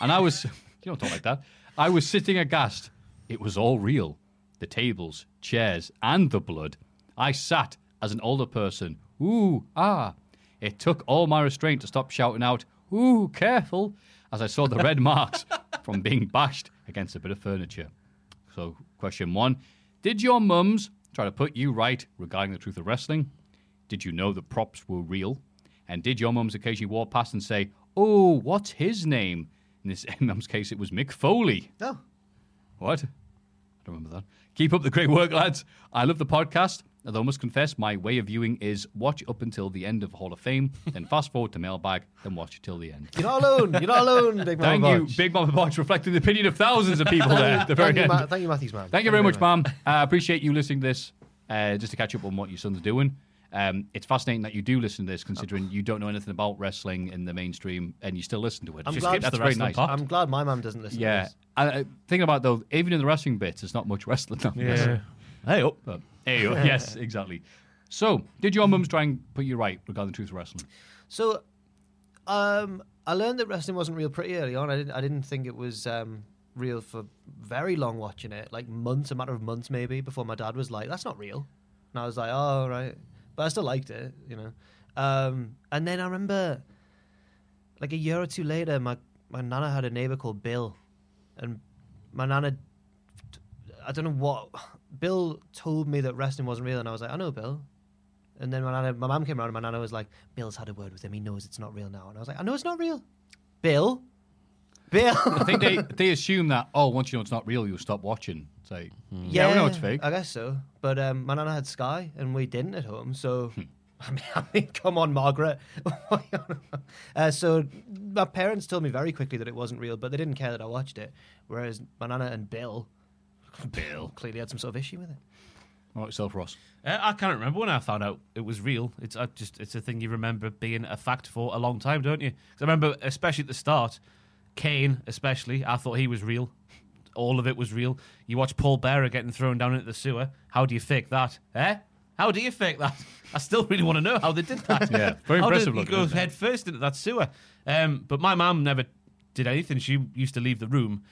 Speaker 11: And I was, you don't talk like that. I was sitting aghast. It was all real the tables, chairs, and the blood. I sat as an older person. Ooh, ah. It took all my restraint to stop shouting out, Ooh, careful, as I saw the red marks from being bashed against a bit of furniture. So, question one Did your mums try to put you right regarding the truth of wrestling? Did you know the props were real? And did your mums occasionally walk past and say, Oh, what's his name? In this in mum's case, it was Mick Foley.
Speaker 6: No.
Speaker 11: What? I don't remember that. Keep up the great work, lads. I love the podcast, although I must confess my way of viewing is watch up until the end of Hall of Fame, then fast forward to mailbag, then watch till the end.
Speaker 6: You're not alone. You're not alone, Big Mama
Speaker 11: Thank you,
Speaker 6: Box.
Speaker 11: Big Mama Box, reflecting the opinion of thousands of people there at the very
Speaker 6: Thank you,
Speaker 11: end.
Speaker 6: Ma- thank you, Matthews, man.
Speaker 11: Thank you very much, Mom. I appreciate you listening to this. Uh, just to catch up on what your son's doing. Um, it's fascinating that you do listen to this, considering you don't know anything about wrestling in the mainstream, and you still listen to it.
Speaker 6: I'm
Speaker 11: Just-
Speaker 6: glad-
Speaker 11: That's
Speaker 6: the
Speaker 11: very
Speaker 7: wrestling
Speaker 11: nice.
Speaker 7: part.
Speaker 6: I'm glad my mum doesn't listen. To
Speaker 11: Yeah.
Speaker 6: this.
Speaker 11: I, I, thinking about though, even in the wrestling bits, there's not much wrestling. on this.
Speaker 7: Yeah. Hey, up.
Speaker 11: But, hey, oh, yes, exactly. So, did your mums try and put you right regarding the truth of wrestling?
Speaker 6: So, um, I learned that wrestling wasn't real pretty early on. I didn't. I didn't think it was um, real for very long watching it. Like months, a matter of months maybe, before my dad was like, "That's not real," and I was like, "Oh right," but I still liked it, you know. Um, and then I remember, like a year or two later, my my nana had a neighbor called Bill, and my nana I don't know what Bill told me that wrestling wasn't real, and I was like, I know Bill, And then my, nana, my mum came around and my nana was like, Bill's had a word with him. He knows it's not real now. And I was like, I know it's not real. Bill? Bill?
Speaker 11: I think they, they assume that, oh, once you know it's not real, you'll stop watching. It's like, yeah,
Speaker 6: yeah,
Speaker 11: we know it's fake.
Speaker 6: I guess so. But um, my nana had Sky and we didn't at home.
Speaker 11: Hmm.
Speaker 6: So, I, mean, I mean, come on, Margaret. uh, so, my parents told me very quickly that it wasn't real, but they didn't care that I watched it. Whereas my nana and Bill, Bill clearly had some sort of issue with it.
Speaker 11: All right, yourself, Ross.
Speaker 7: Uh, I can't remember when I found out it was real. It's I just it's a thing you remember being a fact for a long time, don't you? 'Cause I remember, especially at the start, Kane, especially, I thought he was real. All of it was real. You watch Paul Bearer getting thrown down into the sewer. How do you fake that? Eh? How do you fake that? I still really want to know how they did that.
Speaker 11: Yeah, very
Speaker 7: how Did
Speaker 11: impressive
Speaker 7: he
Speaker 11: looking,
Speaker 7: go
Speaker 11: isn't it?
Speaker 7: head first into that sewer? Um, but my mum never did anything. She used to leave the room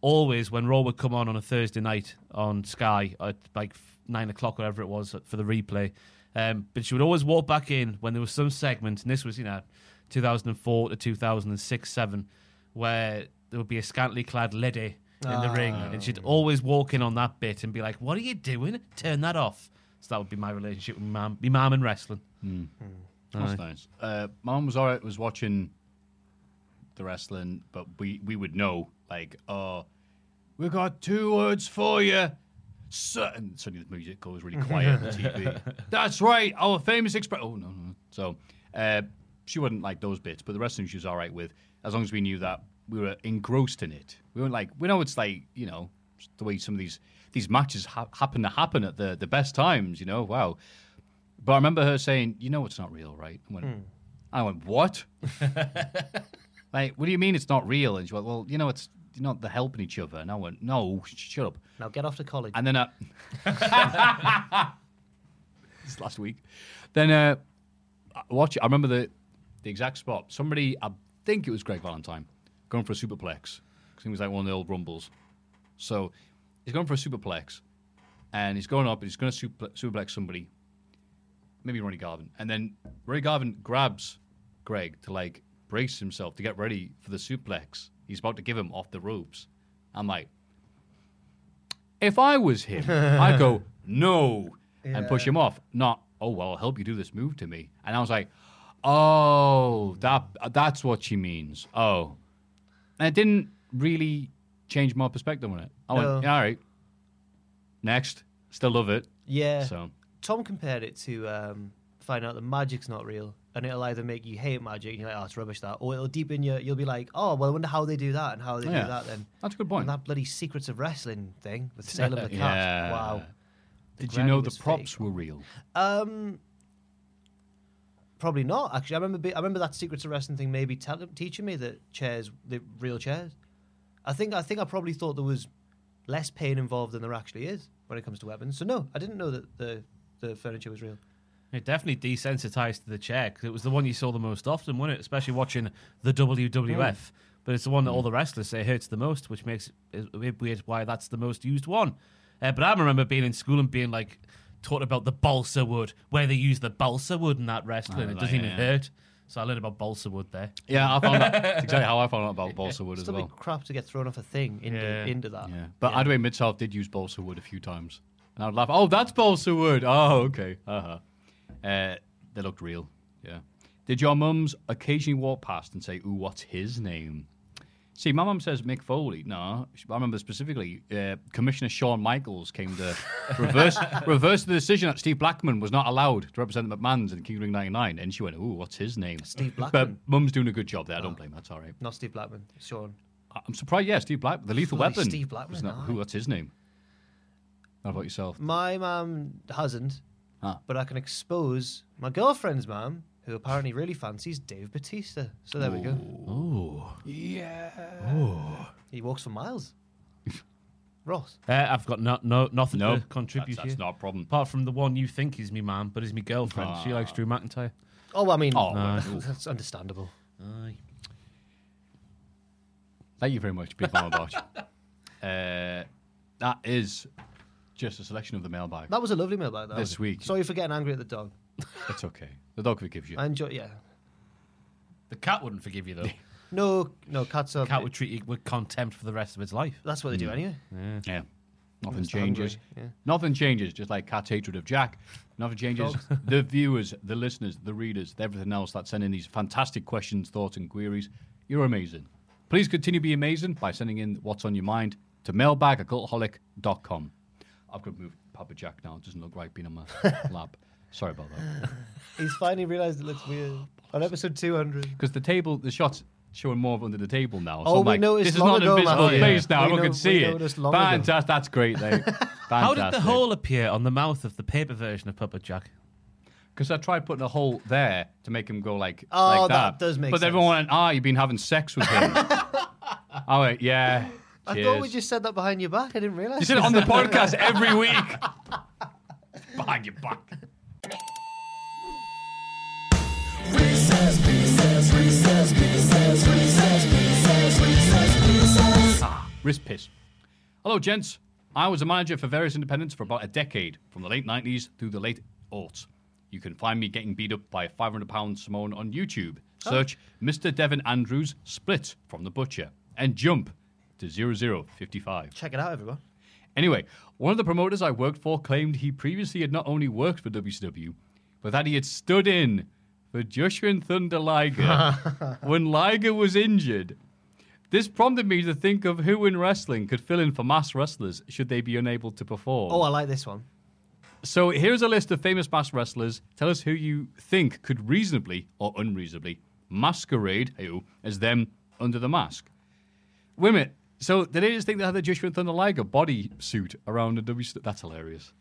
Speaker 7: always when Raw would come on on a Thursday night on Sky at like f- nine o'clock, whatever it was, for the replay. Um, but she would always walk back in when there was some segment, and this was you know 2004 to 2006, seven, where there would be a scantily clad lady in the
Speaker 6: Ah.
Speaker 7: ring, and she'd always walk in on that bit and be like, "What are you doing? Turn that off." So that would be my relationship with my mum, my mum and wrestling.
Speaker 11: That's
Speaker 7: Aye.
Speaker 11: nice. Uh, my mum was all right. Was watching the wrestling, but we we would know like, oh, we got two words for you. Certain. Suddenly the music goes really quiet on the TV. That's right. Our famous express. Oh no no. So uh, she wouldn't like those bits, but the wrestling she was all right with, as long as we knew that we were engrossed in it. We weren't like we know it's like you know it's the way some of these these matches ha- happen to happen at the the best times. You know, wow. But I remember her saying, "You know it's not real, right?" I went, I went "What? like, what do you mean it's not real?" And she went, "Well, you know it's you know they're helping each other." And I went, "No, sh- shut up."
Speaker 6: Now get off to college.
Speaker 11: And then uh, I, this last week, then uh, I watch. I remember the the exact spot. Somebody, I think it was Greg Valentine, going for a superplex because he was like one of the old rumbles. So he's going for a superplex, and he's going up and he's going to suple- superplex somebody, maybe Ronnie Garvin, and then Ronnie Garvin grabs Greg to like brace himself to get ready for the suplex. He's about to give him off the ropes. I'm like, if I was him, I'd go no and push him off. Not oh well, I'll help you do this move to me. And I was like, oh, that that's what she means. Oh, and it didn't really change my perspective on it. I
Speaker 6: No.
Speaker 11: went, yeah, all right, next, still love it.
Speaker 6: Yeah.
Speaker 11: So
Speaker 6: Tom compared it to um, find out that magic's not real, and it'll either make you hate magic and you're like, oh, it's rubbish that, or it'll deepen your, you'll be like, oh, well, I wonder how they do that and how they
Speaker 11: Yeah.
Speaker 6: do that then.
Speaker 11: That's a good point.
Speaker 6: And that bloody secrets of wrestling thing with Salem the cat.
Speaker 11: Yeah.
Speaker 6: Wow.
Speaker 11: Did you know
Speaker 6: granny
Speaker 11: the
Speaker 6: was
Speaker 11: props were real?
Speaker 6: Um, probably not. Actually, I remember be, I remember that secrets of wrestling thing maybe tell, teaching me that chairs, the real chairs. I think I think I probably thought there was less pain involved than there actually is when it comes to weapons. So no, I didn't know that the the furniture was real.
Speaker 7: It definitely desensitized to the chair 'cause it was the one you saw the most often, wasn't it? Especially watching the WWF. But it's the one that all the wrestlers say hurts the most, which makes it a bit weird why that's the most used one. Uh, but I remember being in school and being like taught about the balsa wood, where they use the balsa wood in that wrestling.
Speaker 11: Oh,
Speaker 7: it
Speaker 11: right,
Speaker 7: doesn't even
Speaker 11: yeah.
Speaker 7: hurt. So I learned about balsa wood there.
Speaker 11: Yeah, I found that that's exactly how I found out about balsa wood
Speaker 6: It's
Speaker 11: as
Speaker 6: still be
Speaker 11: well.
Speaker 6: crap to get thrown off a thing into
Speaker 7: Yeah.
Speaker 6: into that.
Speaker 11: Yeah, but Adway Mid South did use balsa wood a few times, and I'd laugh. Oh, that's balsa wood. Oh, okay. Uh-huh. Uh, they looked real. Yeah. Did your mums occasionally walk past and say, "Ooh, what's his name?" See, my mum says Mick Foley. No, I remember specifically uh, Commissioner Shawn Michaels came to reverse reverse the decision that Steve Blackman was not allowed to represent the McMahons in King of the Ring '99, and she went, "Ooh, what's his name?"
Speaker 6: Steve Ah.
Speaker 11: But
Speaker 6: Blackman.
Speaker 11: mum's doing a good job there. I don't blame. her. That's all right.
Speaker 6: Not Steve Blackman, Sean.
Speaker 11: I- I'm surprised. Yeah, Steve Black, the Lethal
Speaker 6: Bloody
Speaker 11: Weapon.
Speaker 6: Steve Blackman,
Speaker 11: Isn't that-
Speaker 6: aye.
Speaker 11: who? That's his name. How about yourself?
Speaker 6: My mum hasn't,
Speaker 11: Ah.
Speaker 6: but I can expose my girlfriend's mum, who apparently really fancies Dave Batista. So there we go.
Speaker 7: Oh.
Speaker 6: Yeah. He walks for miles. Ross.
Speaker 7: Uh, I've got no, no, nothing
Speaker 11: No,
Speaker 7: to contribute
Speaker 11: that's- that's
Speaker 7: here.
Speaker 11: not a problem.
Speaker 7: Apart from the one you think is me mum, but is my girlfriend. She
Speaker 11: Ah.
Speaker 7: likes Drew McIntyre.
Speaker 6: Oh, I mean,
Speaker 11: Oh,
Speaker 7: No.
Speaker 11: well, ooh.
Speaker 6: that's understandable.
Speaker 11: thank you very much, Big Mama Bosch. Uh, that is just a selection of the mailbag.
Speaker 6: That was a lovely mailbag. That
Speaker 11: This
Speaker 6: was-
Speaker 11: week.
Speaker 6: Sorry for getting angry at the dog.
Speaker 11: It's okay. The dog forgives you.
Speaker 6: I enjoy. Yeah.
Speaker 7: The cat wouldn't forgive you, though.
Speaker 6: No, no, cats are.
Speaker 7: Uh, cat would treat you with contempt for the rest of its life.
Speaker 6: That's what they do
Speaker 7: Mm.
Speaker 6: anyway.
Speaker 11: Yeah. Nothing
Speaker 7: Just
Speaker 11: changes.
Speaker 7: hungry, yeah.
Speaker 11: Nothing changes, just like Cat's hatred of Jack. Nothing changes.
Speaker 7: Dogs.
Speaker 11: the viewers, the listeners, the readers, everything else that send in these fantastic questions, thoughts, and queries. You're amazing. Please continue to be amazing by sending in what's on your mind to mailbag at cultaholic.com. I've got to move Papa Jack now. It doesn't look right being on my lap. Sorry about that.
Speaker 6: He's finally realised it looks weird. On episode 200.
Speaker 11: Because the table, the shots showing more of under the table now. So
Speaker 6: Oh,
Speaker 11: I'm
Speaker 6: we
Speaker 11: like,
Speaker 6: noticed
Speaker 11: this is
Speaker 6: long
Speaker 11: not
Speaker 6: ago,
Speaker 11: an invisible
Speaker 6: Matthew.
Speaker 11: face
Speaker 6: We
Speaker 11: now. Everyone
Speaker 6: know-
Speaker 11: can see
Speaker 6: we
Speaker 11: it.
Speaker 6: noticed long ago.
Speaker 11: Fantastic. That's great,
Speaker 7: How
Speaker 11: though.
Speaker 7: did the
Speaker 11: Fantastic.
Speaker 7: hole appear on the mouth of the paper version of Papa Jack?
Speaker 11: Because I tried putting a hole there to make him go like,
Speaker 7: Oh, that
Speaker 11: like that.
Speaker 7: does make
Speaker 11: But
Speaker 7: sense.
Speaker 11: everyone went, ah, you've been having sex with him. I went, yeah.
Speaker 6: I thought
Speaker 11: cheers."
Speaker 6: we just said that behind your back. I didn't realise.
Speaker 11: You said it on the podcast every week. Behind your back. Ah, wrist piss. Hello, gents. I was a manager for various independents for about a decade, from the late 90s through the late aughts. You can find me getting beat up by a 500 pound Simone on YouTube.
Speaker 19: Oh.
Speaker 11: Search Mr. Devin Andrews Split from the Butcher and jump to 0055.
Speaker 6: Check it out, everyone.
Speaker 11: Anyway, one of the promoters I worked for claimed he previously had not only worked for WCW, but that he had stood in for Joshua and Thunder Liger when Liger was injured. This prompted me to think of who in wrestling could fill in for mass wrestlers should they be unable to perform.
Speaker 6: Oh, I like this one.
Speaker 11: So here's a list of famous mass wrestlers. Tell us who you think could reasonably or unreasonably masquerade ew, as them under the mask. Wait a minute. So did they just think they had the Joshua Thunder Liger body suit around the W? That's hilarious.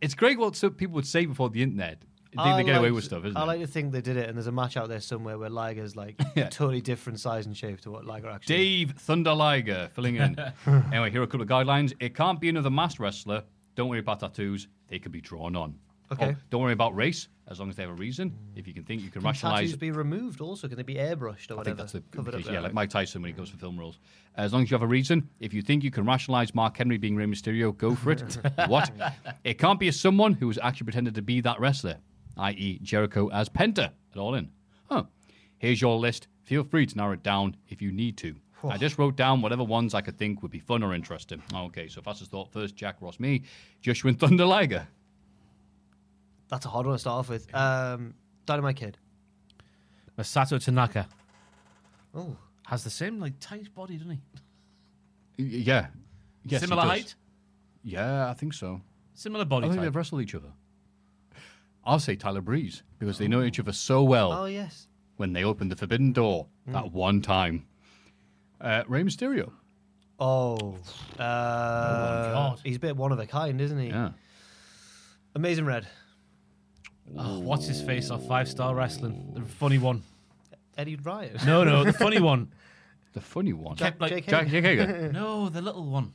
Speaker 11: It's great what some people would say before the internet. They,
Speaker 6: I
Speaker 11: they get away
Speaker 6: like-
Speaker 11: with stuff, isn't
Speaker 6: I
Speaker 11: it?
Speaker 6: like to think they did it, and there's a match out there somewhere where Liger's like totally different size and shape to what Liger actually.
Speaker 11: Dave Thunder Liger filling in. anyway, here are a couple of guidelines. It can't be another mass wrestler. Don't worry about tattoos. They can be drawn on. Oh,
Speaker 6: Okay.
Speaker 11: don't worry about race, as long as they have a reason. If you can think, you can,
Speaker 6: Can
Speaker 11: rationalize.
Speaker 6: tattoos be removed also? Can they be airbrushed or
Speaker 11: I
Speaker 6: whatever?
Speaker 11: think that's the
Speaker 6: Covered up
Speaker 11: implication. yeah, like Mike Tyson when he goes for film roles. Uh, As long as you have a reason, if you think you can rationalize Mark Henry being Rey Mysterio, go for it. what? It can't be as someone who has actually pretended to be that wrestler, i.e., Jericho as Penta at All In. Huh. Here's your list. Feel free to narrow it down if you need to. I just wrote down whatever ones I could think would be fun or interesting. Okay, so fastest thought first, Jack Ross, me, Joshua and Thunder Liger.
Speaker 6: That's a hard one to start off with. Um, Dynamite Kid.
Speaker 7: Masato Tanaka
Speaker 6: Oh,
Speaker 7: has the same like tight body, doesn't he?
Speaker 11: Y- Yeah. Yes, he
Speaker 7: Similar
Speaker 11: does.
Speaker 7: height?
Speaker 11: Yeah, I think so.
Speaker 7: Similar body
Speaker 11: I think
Speaker 7: type.
Speaker 11: they've wrestled each other. I'll say Tyler Breeze because they know each other so well.
Speaker 6: Oh, yes.
Speaker 11: When they opened the forbidden door that one time. Uh, Rey Mysterio.
Speaker 6: Oh, uh,
Speaker 11: God.
Speaker 6: he's a bit one of a kind, isn't he?
Speaker 11: Yeah.
Speaker 6: Amazing Red.
Speaker 7: Oh, what's his face off Five Star Wrestling? The funny one.
Speaker 6: Eddie Ryan.
Speaker 7: No, no, the funny one.
Speaker 11: The funny one.
Speaker 7: Kept like,
Speaker 11: Jack- Jack Hager.
Speaker 7: No, the little one.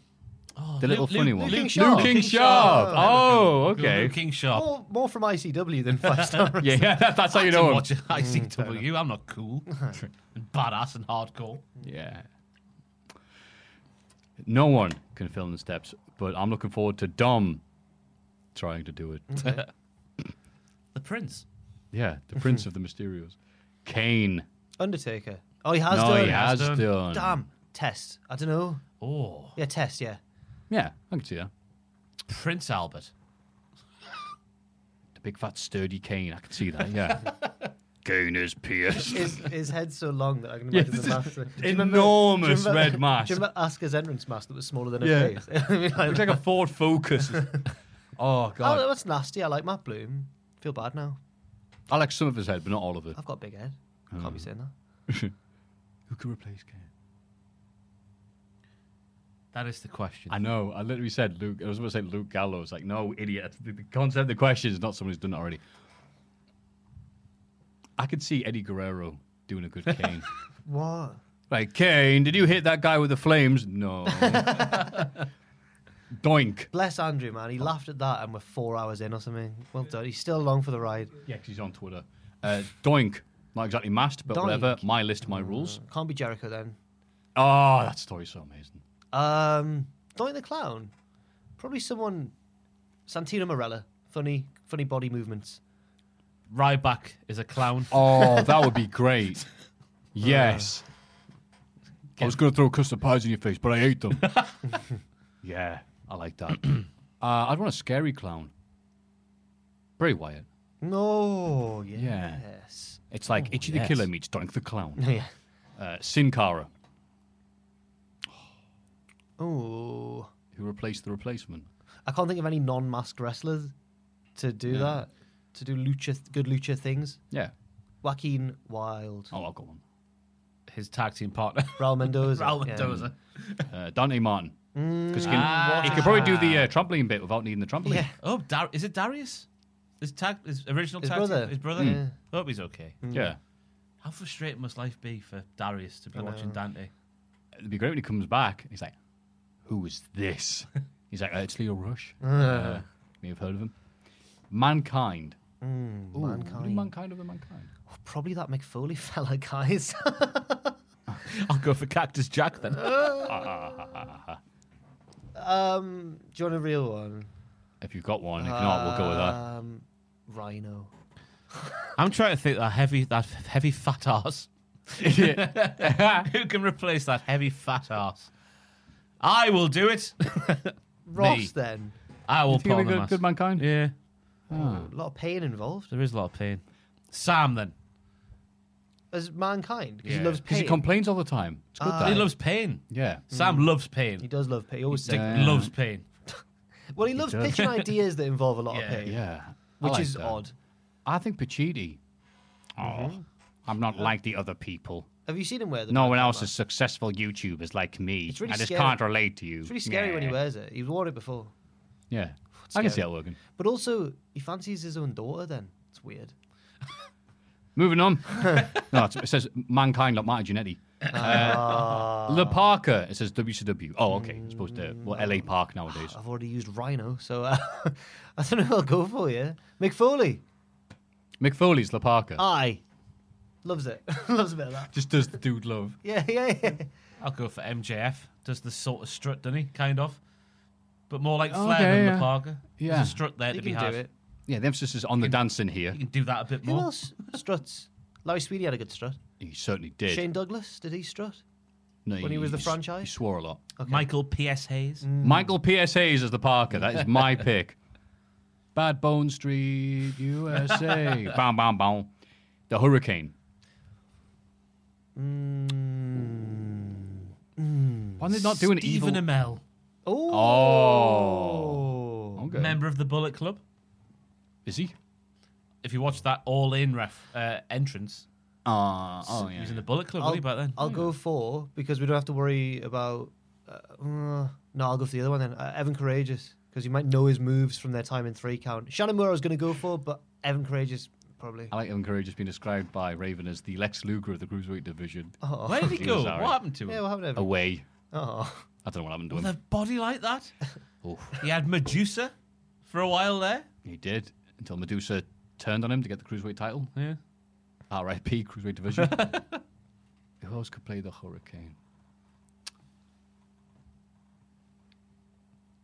Speaker 7: Oh,
Speaker 11: The little funny one.
Speaker 7: Luke
Speaker 11: Luke
Speaker 7: Sharp.
Speaker 11: King Sharp. Oh,
Speaker 7: Luke
Speaker 11: okay.
Speaker 7: King Sharp.
Speaker 6: More, more from ICW than five star.
Speaker 11: Yeah, yeah, that's, how you
Speaker 7: I
Speaker 11: know him.
Speaker 7: Watch
Speaker 11: Mm,
Speaker 7: ICW. I'm not cool and badass and hardcore.
Speaker 11: Yeah. No one can film the steps, but I'm looking forward to Dom trying to do it.
Speaker 7: Okay. the Prince.
Speaker 11: yeah, the Prince of the Mysterios. Kane.
Speaker 6: Undertaker. Oh, he has
Speaker 11: No,
Speaker 6: done.
Speaker 11: he has Has done. done.
Speaker 6: Damn. Test. I don't know.
Speaker 7: Oh.
Speaker 6: Yeah, Test, yeah.
Speaker 11: Yeah, I can see that.
Speaker 7: Prince Albert.
Speaker 11: The big fat sturdy Kane. I can see that. Yeah. Kane is pierced.
Speaker 6: His, his head's so long that I can
Speaker 11: Yeah,
Speaker 6: imagine
Speaker 11: this
Speaker 6: the
Speaker 11: is
Speaker 6: mask. Do you
Speaker 11: enormous
Speaker 6: do you
Speaker 11: red mask.
Speaker 6: Do you remember Asuka's entrance mask that was smaller than her
Speaker 11: Yeah.
Speaker 6: face?
Speaker 11: Looks like a Ford Focus. oh god.
Speaker 6: Oh, that's nasty. I like Matt Bloom. Feel bad now.
Speaker 11: I like some of his head, but not all of it.
Speaker 6: I've got a big head. Can't be saying that.
Speaker 11: Who could replace Kane?
Speaker 7: That is the question.
Speaker 11: I know. I literally said Luke. I was about to say Luke Gallows. Like, no, idiot. The, the concept, of the question is not someone who's done it already. I could see Eddie Guerrero doing a good Kane.
Speaker 6: What?
Speaker 11: like, Kane, did you hit that guy with the flames? No. Doink.
Speaker 6: Bless Andrew, man. He laughed at that, and we're four hours in or something. Well done. He's still along for the ride.
Speaker 11: Yeah, 'cause he's on Twitter. Uh, doink. Not exactly masked, but
Speaker 6: Doink. Uh.
Speaker 11: whatever. My list, my rules.
Speaker 6: Can't be Jericho then.
Speaker 11: Oh, that story's so amazing.
Speaker 6: Um, Doink the Clown. Probably someone. Santino Morella. Funny, funny body movements.
Speaker 7: Ryback is a clown.
Speaker 11: Oh, that would be great. Yes.
Speaker 6: Uh.
Speaker 11: I was going to throw custard pies in your face, but I ate them. yeah. I like that. uh, I'd want a scary clown. Bray Wyatt.
Speaker 6: No,
Speaker 11: Yeah.
Speaker 6: Oh, yes.
Speaker 11: It's like
Speaker 6: Oh,
Speaker 11: Itchy the
Speaker 6: yes.
Speaker 11: Killer meets Doink the Clown.
Speaker 6: Yeah.
Speaker 11: Uh, Sin Cara,
Speaker 6: Oh,
Speaker 11: who replaced the replacement.
Speaker 6: I can't think of any non-masked wrestlers to do
Speaker 11: Yeah.
Speaker 6: that, to do lucha, good lucha things.
Speaker 11: Yeah.
Speaker 6: Joaquin Wild.
Speaker 11: Oh, I'll go on.
Speaker 7: His tag team partner.
Speaker 6: Raul Mendoza.
Speaker 7: Raul
Speaker 6: yeah.
Speaker 7: Mendoza.
Speaker 11: Uh, Dante Martin. Because he, can-
Speaker 7: Ah.
Speaker 11: he could probably do the uh, trampoline bit without needing the trampoline.
Speaker 6: Yeah.
Speaker 7: Oh, Dar- is it Darius? His tag, his original
Speaker 6: His
Speaker 7: tag,
Speaker 6: brother.
Speaker 7: team- his brother.
Speaker 6: Mm.
Speaker 7: Hope he's okay.
Speaker 11: Yeah.
Speaker 7: How frustrating must life be for Darius to be
Speaker 6: I
Speaker 7: watching
Speaker 6: know.
Speaker 7: Dante?
Speaker 11: It'd be great when he comes back. and He's like, who is this? He's like, uh, it's Leo Rush.
Speaker 7: Ah.
Speaker 6: Uh.
Speaker 11: Uh, may have heard of him. Mankind.
Speaker 6: Mm,
Speaker 7: Hmm,
Speaker 11: Ooh, what do
Speaker 6: mankind.
Speaker 11: mankind over mankind.
Speaker 6: Probably that McFoley fella, guys.
Speaker 7: I'll go for Cactus Jack then.
Speaker 6: um, do you want a real one?
Speaker 11: If you've got one, if not, we'll go with that.
Speaker 7: Ah.
Speaker 6: Um, Rhino.
Speaker 7: I'm trying to think that heavy, that heavy fat ass. Who can replace that heavy fat ass? I will do it.
Speaker 6: Ross,
Speaker 7: Me.
Speaker 6: then.
Speaker 7: I will
Speaker 11: Think it'll
Speaker 7: pull
Speaker 11: be
Speaker 7: the
Speaker 11: good,
Speaker 7: mask.
Speaker 11: good mankind.
Speaker 7: Yeah,
Speaker 6: A lot of pain involved.
Speaker 7: there is a lot of pain. Sam then.
Speaker 6: As mankind, because
Speaker 7: Yeah.
Speaker 6: he loves
Speaker 11: Because
Speaker 6: pain.
Speaker 11: he complains all the time. It's good
Speaker 7: he
Speaker 11: that.
Speaker 7: loves pain.
Speaker 11: yeah.
Speaker 7: Sam loves pain.
Speaker 6: Ah. Mm. he does love pain. He always says.
Speaker 7: Dick
Speaker 11: Yeah.
Speaker 7: loves pain.
Speaker 6: Well, he loves pitching ideas that involve a lot
Speaker 7: Yeah,
Speaker 6: of pain,
Speaker 11: Yeah. I
Speaker 6: which
Speaker 11: like
Speaker 6: is
Speaker 11: that.
Speaker 6: odd.
Speaker 11: I think Pachidi. Oh, I'm not like the other people.
Speaker 6: Have you seen him wear the?
Speaker 11: No
Speaker 6: black
Speaker 11: one else
Speaker 6: armor?
Speaker 11: is successful YouTubers like me.
Speaker 6: It's really
Speaker 11: I just
Speaker 6: scary.
Speaker 11: can't relate to you.
Speaker 6: It's really scary when he
Speaker 11: Yeah.
Speaker 6: wears it. He's worn it before,
Speaker 11: Yeah. I can see
Speaker 6: scary.
Speaker 11: that working.
Speaker 6: but also he fancies his own daughter. Then it's weird.
Speaker 11: Moving on. no, it's- it says mankind, not Marty Jannetty. Uh, Le Parker. It says WCW. Oh, okay. I suppose to well, LA Park nowadays.
Speaker 6: I've already used Rhino, so uh, I don't know who I'll go for. Yeah, Mick Foley.
Speaker 11: Mick Foley's Le Parker.
Speaker 6: Aye, loves it. loves a bit of that.
Speaker 4: Just does the dude love.
Speaker 6: Yeah, yeah, yeah.
Speaker 7: I'll go for MJF. Does the sort of strut, doesn't he? Kind of, but more like
Speaker 11: Okay,
Speaker 7: Flair than
Speaker 11: yeah.
Speaker 7: the Parker.
Speaker 11: Yeah.
Speaker 7: There's a strut there
Speaker 6: He
Speaker 7: to be
Speaker 6: can
Speaker 7: had.
Speaker 6: do it.
Speaker 11: Yeah, the emphasis is on the dancing here.
Speaker 7: You can do that a bit
Speaker 6: Who
Speaker 7: more.
Speaker 6: else struts? Larry Sweeney had a good strut.
Speaker 11: He certainly did.
Speaker 6: Shane Douglas, did he strut?
Speaker 11: No,
Speaker 6: when he was the
Speaker 11: s-
Speaker 6: franchise?
Speaker 11: He swore a lot.
Speaker 7: Michael P.S. Hayes.
Speaker 6: Mm,
Speaker 11: Michael P.S. Hayes as the Parker. That is my pick. Bad Bone Street, USA. bam, bam, bam. The Hurricane. Why are they not doing
Speaker 7: Stephen
Speaker 11: evil?
Speaker 7: Amell,
Speaker 11: Oh. Okay.
Speaker 7: member of the Bullet Club.
Speaker 11: Is he?
Speaker 7: If you watch that All In ref uh, entrance,
Speaker 11: Uh, oh,
Speaker 7: he
Speaker 11: yeah.
Speaker 7: was in the Bullet Club,
Speaker 6: I'll,
Speaker 7: wasn't he, back then?
Speaker 6: I'll go for because we don't have to worry about. Uh, uh, no, I'll go for the other one then. Uh, Evan Courageous because you might know his moves from their time in three count. Shannon Moore I was going to go for, but Evan Courageous probably.
Speaker 11: I like Evan Courage has been described by Raven as the Lex Luger of the Cruiserweight division.
Speaker 6: Oh,
Speaker 7: Where did he
Speaker 11: He
Speaker 7: go?
Speaker 11: was
Speaker 7: What
Speaker 11: alright.
Speaker 7: happened to him?
Speaker 6: yeah, what happened to Evan?
Speaker 11: Away.
Speaker 6: Oh,
Speaker 11: I don't know what happened to
Speaker 7: With
Speaker 11: him.
Speaker 7: a body like that?
Speaker 11: Oof.
Speaker 7: He had Medusa for a while there.
Speaker 11: He did until Medusa turned on him to get the cruiserweight title.
Speaker 7: Yeah.
Speaker 11: R.I.P. Cruiserweight division. Who else could play the Hurricane?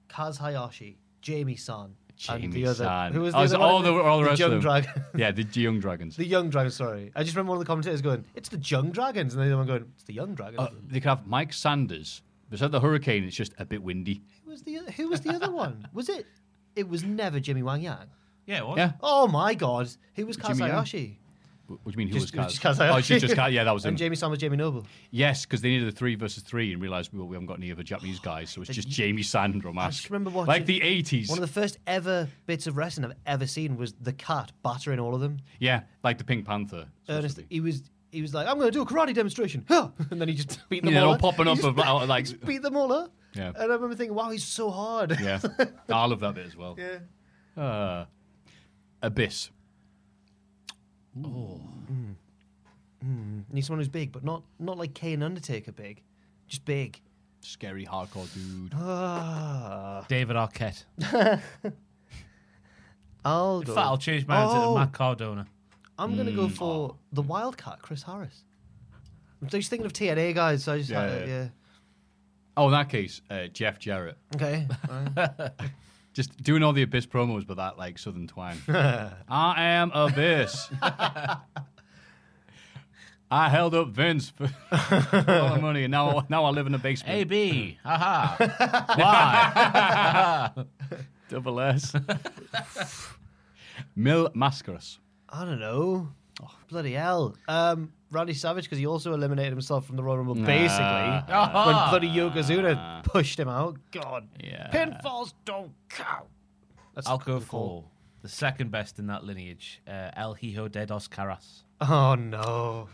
Speaker 6: Kaz Hayashi, Jamie San, and
Speaker 11: Jamie
Speaker 6: the other
Speaker 11: San.
Speaker 6: who was the
Speaker 11: Oh,
Speaker 6: other
Speaker 11: so
Speaker 6: one?
Speaker 11: all the- all the rest
Speaker 6: young
Speaker 11: of them.
Speaker 6: dragon.
Speaker 11: Yeah, the Young Dragons.
Speaker 6: The young dragon, sorry. I just remember one of the commentators going, "It's the young dragons," and the other one going, "It's the young dragons."
Speaker 11: Uh, they could have Mike Sanders. Beside the Hurricane, it's just a bit windy.
Speaker 6: who was the Who was the other one? Was it? It was never Jimmy Wang Yang.
Speaker 7: Yeah, it was.
Speaker 11: Yeah.
Speaker 6: Oh my God! Who was Kaz
Speaker 11: Jimmy Yang?
Speaker 6: Hayashi?
Speaker 11: What do you mean? Who
Speaker 6: Just-
Speaker 11: was Kaz?
Speaker 6: just Kaz Hayashi.
Speaker 11: Oh, just, just Kaz. Yeah, that was him.
Speaker 6: And Jamie San was Jamie Noble.
Speaker 11: Yes, because they needed a three versus three and realised well, we haven't got any other Japanese guys, so it's just Jamie Sandro mask.
Speaker 6: remember watching-
Speaker 11: like the eighties.
Speaker 6: One of the first ever bits of wrestling I've ever seen was the cat battering all of them.
Speaker 11: yeah, like the Pink Panther.
Speaker 6: Ernest, E.
Speaker 11: supposedly.
Speaker 6: he was he was like, "I'm going to do a karate demonstration," Huh! and then he just beat them
Speaker 11: Yeah,
Speaker 6: all
Speaker 11: all
Speaker 6: up.
Speaker 11: popping
Speaker 6: He
Speaker 11: up
Speaker 6: just-
Speaker 11: of- out of,
Speaker 6: he
Speaker 11: like-
Speaker 6: just beat them all up.
Speaker 11: Yeah.
Speaker 6: And I remember thinking, "Wow, he's so hard."
Speaker 11: Yeah, I love that bit as well.
Speaker 6: Yeah.
Speaker 11: Uh, Abyss.
Speaker 6: Need someone who's big, but not not like Kane Undertaker big, just big.
Speaker 11: Scary hardcore dude.
Speaker 6: Uh-huh. Ah,
Speaker 7: David Arquette.
Speaker 6: I'll
Speaker 7: In
Speaker 6: go.
Speaker 7: fact, I'll change my answer
Speaker 6: Oh.
Speaker 7: to Matt Cardona.
Speaker 6: I'm going to
Speaker 11: Mm.
Speaker 6: go for the Wildcat, Chris Harris. I'm just thinking of TNA guys, so I just yeah.
Speaker 11: Yeah,
Speaker 6: Had,
Speaker 11: yeah.
Speaker 6: yeah.
Speaker 11: Oh, in that case, uh, Jeff Jarrett.
Speaker 6: Okay. Alright.
Speaker 11: Just doing all the Abyss promos with that like Southern twang. I am Abyss. I held up Vince for a lot of money, and now now I live in a basement.
Speaker 19: AB, haha.
Speaker 11: Why? Double S. Mil Mascaras.
Speaker 6: I don't know. Oh, bloody hell. Um, Randy Savage, because he also eliminated himself from the Royal Rumble,
Speaker 11: Nah.
Speaker 6: basically,
Speaker 11: Ah.
Speaker 6: when bloody Yokozuna pushed him out. God.
Speaker 19: Yeah.
Speaker 6: Pinfalls don't count. That's
Speaker 19: I'll
Speaker 6: cool.
Speaker 19: go for the second best in that lineage, uh, El Hijo de Dos Caras.
Speaker 6: Oh, no.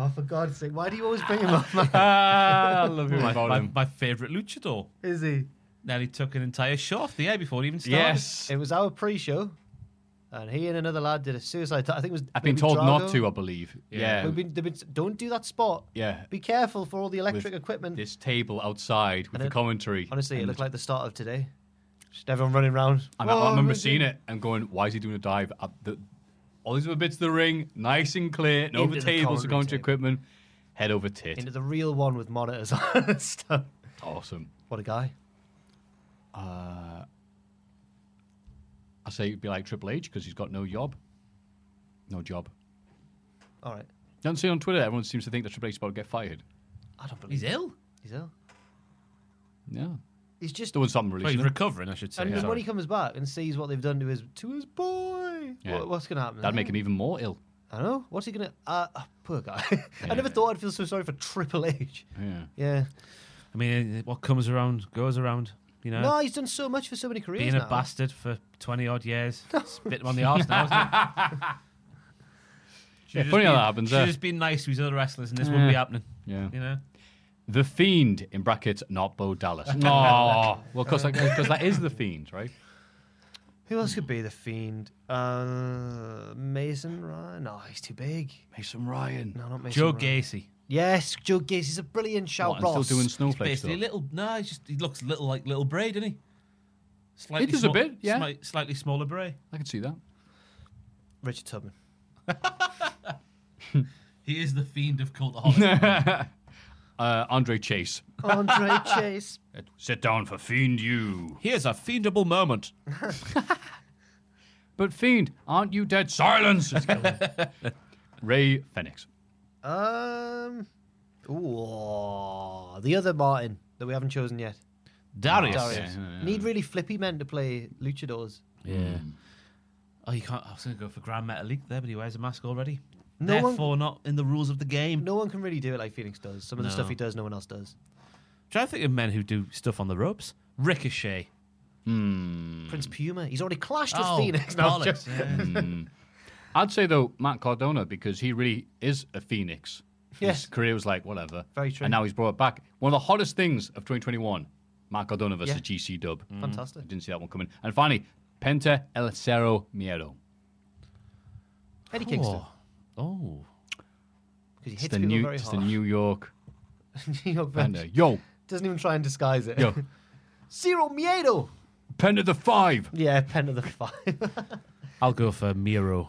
Speaker 6: Oh, for God's sake. Why do you always bring him up, man?
Speaker 19: Ah, I love you,
Speaker 7: my,
Speaker 19: about
Speaker 7: my,
Speaker 19: him.
Speaker 7: my favorite luchador.
Speaker 6: Is he?
Speaker 7: Nearly took an entire shot off the air before it even started.
Speaker 6: It was our pre-show, and he and another lad did a suicide. I think it was.
Speaker 11: I've been
Speaker 6: maybe
Speaker 11: told not
Speaker 6: Drago.
Speaker 11: to, I believe. Yeah.
Speaker 6: We've been, they've been, don't do that spot.
Speaker 11: Yeah.
Speaker 6: Be careful for all the electric
Speaker 11: With
Speaker 6: equipment.
Speaker 11: This table outside with
Speaker 6: And
Speaker 11: the
Speaker 6: it-
Speaker 11: commentary.
Speaker 6: Honestly, it
Speaker 11: And
Speaker 6: looked like Oh, the start of today. Just everyone running around.
Speaker 11: And I- I remember seeing it and going, why is he doing a dive? At the, all these other bits of the ring, nice and clear, no
Speaker 6: Into the
Speaker 11: tables to
Speaker 6: commentary
Speaker 11: go into equipment, head over tit.
Speaker 6: Into the real one with monitors on and stuff.
Speaker 11: awesome.
Speaker 6: What a guy.
Speaker 11: Uh, I say it'd be like Triple H because he's got no job. No job.
Speaker 6: All right.
Speaker 11: Don't see on Twitter, everyone seems to think that Triple H is about to get fired.
Speaker 6: I don't believe
Speaker 19: He's
Speaker 6: it.
Speaker 19: ill.
Speaker 6: He's ill.
Speaker 11: Yeah.
Speaker 6: He's just.
Speaker 11: Doing something
Speaker 19: Well,
Speaker 11: really
Speaker 19: he's
Speaker 11: silly.
Speaker 19: recovering, I should say.
Speaker 6: And
Speaker 11: Yeah.
Speaker 6: when he comes back and sees what they've done to his to his boy,
Speaker 11: Yeah.
Speaker 6: what, what's going to happen?
Speaker 11: That'd make him even more ill.
Speaker 6: I know. What's he going to? Uh, uh, poor guy. I never thought I'd feel so sorry for Triple H.
Speaker 11: Yeah.
Speaker 6: Yeah.
Speaker 7: I mean, uh, what comes around goes around. You know,
Speaker 6: No, he's done so much for so many careers
Speaker 7: being
Speaker 6: now.
Speaker 7: a bastard for twenty odd years, spit him on the arse now. Isn't it?
Speaker 11: Yeah, funny how that happens, eh?
Speaker 7: Should just be nice to his other wrestlers, and this wouldn't be
Speaker 11: Yeah.
Speaker 7: happening.
Speaker 11: Yeah.
Speaker 7: you know.
Speaker 11: The Fiend, in brackets, not Bo Dallas. No. well, because that is The Fiend, right?
Speaker 6: Who else could be the fiend? Uh, Mason Ryan. No, he's too big.
Speaker 11: Mason Ryan.
Speaker 6: No, not Mason.
Speaker 7: Joe
Speaker 6: Ryan.
Speaker 7: Gacy.
Speaker 6: Yes, Joe Gacy's a brilliant shout.
Speaker 11: What, and still
Speaker 6: Ross.
Speaker 11: doing
Speaker 19: He's
Speaker 11: snowflakes,
Speaker 19: basically
Speaker 11: though.
Speaker 19: little. No, he's just he looks little like little Bray, doesn't he? Slightly
Speaker 11: does a bit, yeah.
Speaker 19: smi- slightly smaller Bray.
Speaker 11: I can see that.
Speaker 6: Richard Tubman.
Speaker 19: He is the fiend of cultaholic.
Speaker 11: Uh, Andre Chase.
Speaker 6: Andre Chase.
Speaker 11: Sit down for Fiend, you.
Speaker 7: Here's a fiendable moment.
Speaker 11: But Fiend, aren't you dead? Silence! Ray Fenix.
Speaker 6: Um. Ooh, the other Martin that we haven't chosen yet.
Speaker 7: Darius.
Speaker 6: Darius. Need really flippy men to play luchadors.
Speaker 7: Yeah. Oh, you can't. I was going to go for Grand Metalik there, but he wears a mask already.
Speaker 6: No one-
Speaker 7: Therefore, not in the rules of the game.
Speaker 6: No one can really do it like Phoenix does. Some of the
Speaker 7: No.
Speaker 6: stuff he does, no one else does.
Speaker 7: Try to think of men who do stuff on the ropes. Ricochet.
Speaker 6: Prince
Speaker 11: Hmm.
Speaker 6: Puma, he's already clashed
Speaker 19: Oh,
Speaker 6: with Phoenix. No, I'm
Speaker 19: bollocks,
Speaker 6: joking.
Speaker 19: yeah.
Speaker 11: I'd say, though, Matt Cardona, because he really is a Phoenix.
Speaker 6: Yes.
Speaker 11: His career was like, whatever.
Speaker 6: Very true.
Speaker 11: And now he's brought it back. One of the hottest things of 2021 Matt Cardona versus
Speaker 6: Yeah. Mm.
Speaker 11: GC Dub.
Speaker 6: Fantastic.
Speaker 11: I didn't see that one coming. And finally, Penta El Cerro Miedo.
Speaker 6: Eddie Kingston.
Speaker 7: Oh.
Speaker 6: Because he
Speaker 11: It's
Speaker 6: hits
Speaker 11: the
Speaker 6: people
Speaker 11: new,
Speaker 6: very
Speaker 11: it's the
Speaker 6: hard.
Speaker 11: New York
Speaker 6: New York
Speaker 11: Penta.
Speaker 6: Bench.
Speaker 11: Yo,
Speaker 6: Doesn't even try and disguise it.
Speaker 11: yo,
Speaker 6: Cyril Miedo.
Speaker 11: Penta the Five.
Speaker 6: Yeah, pen of the five.
Speaker 7: I'll go for Miro.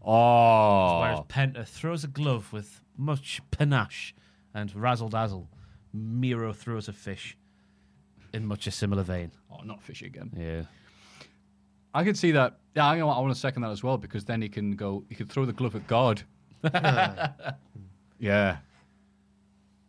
Speaker 7: Whereas
Speaker 11: Oh,
Speaker 7: Penta throws a glove with much panache and razzle dazzle. Miro throws a fish in much a similar vein.
Speaker 11: oh not fish again.
Speaker 7: Yeah.
Speaker 11: I could see that. Yeah, I, know, I want to second that as well because then he can go. He can throw the glove at God. yeah,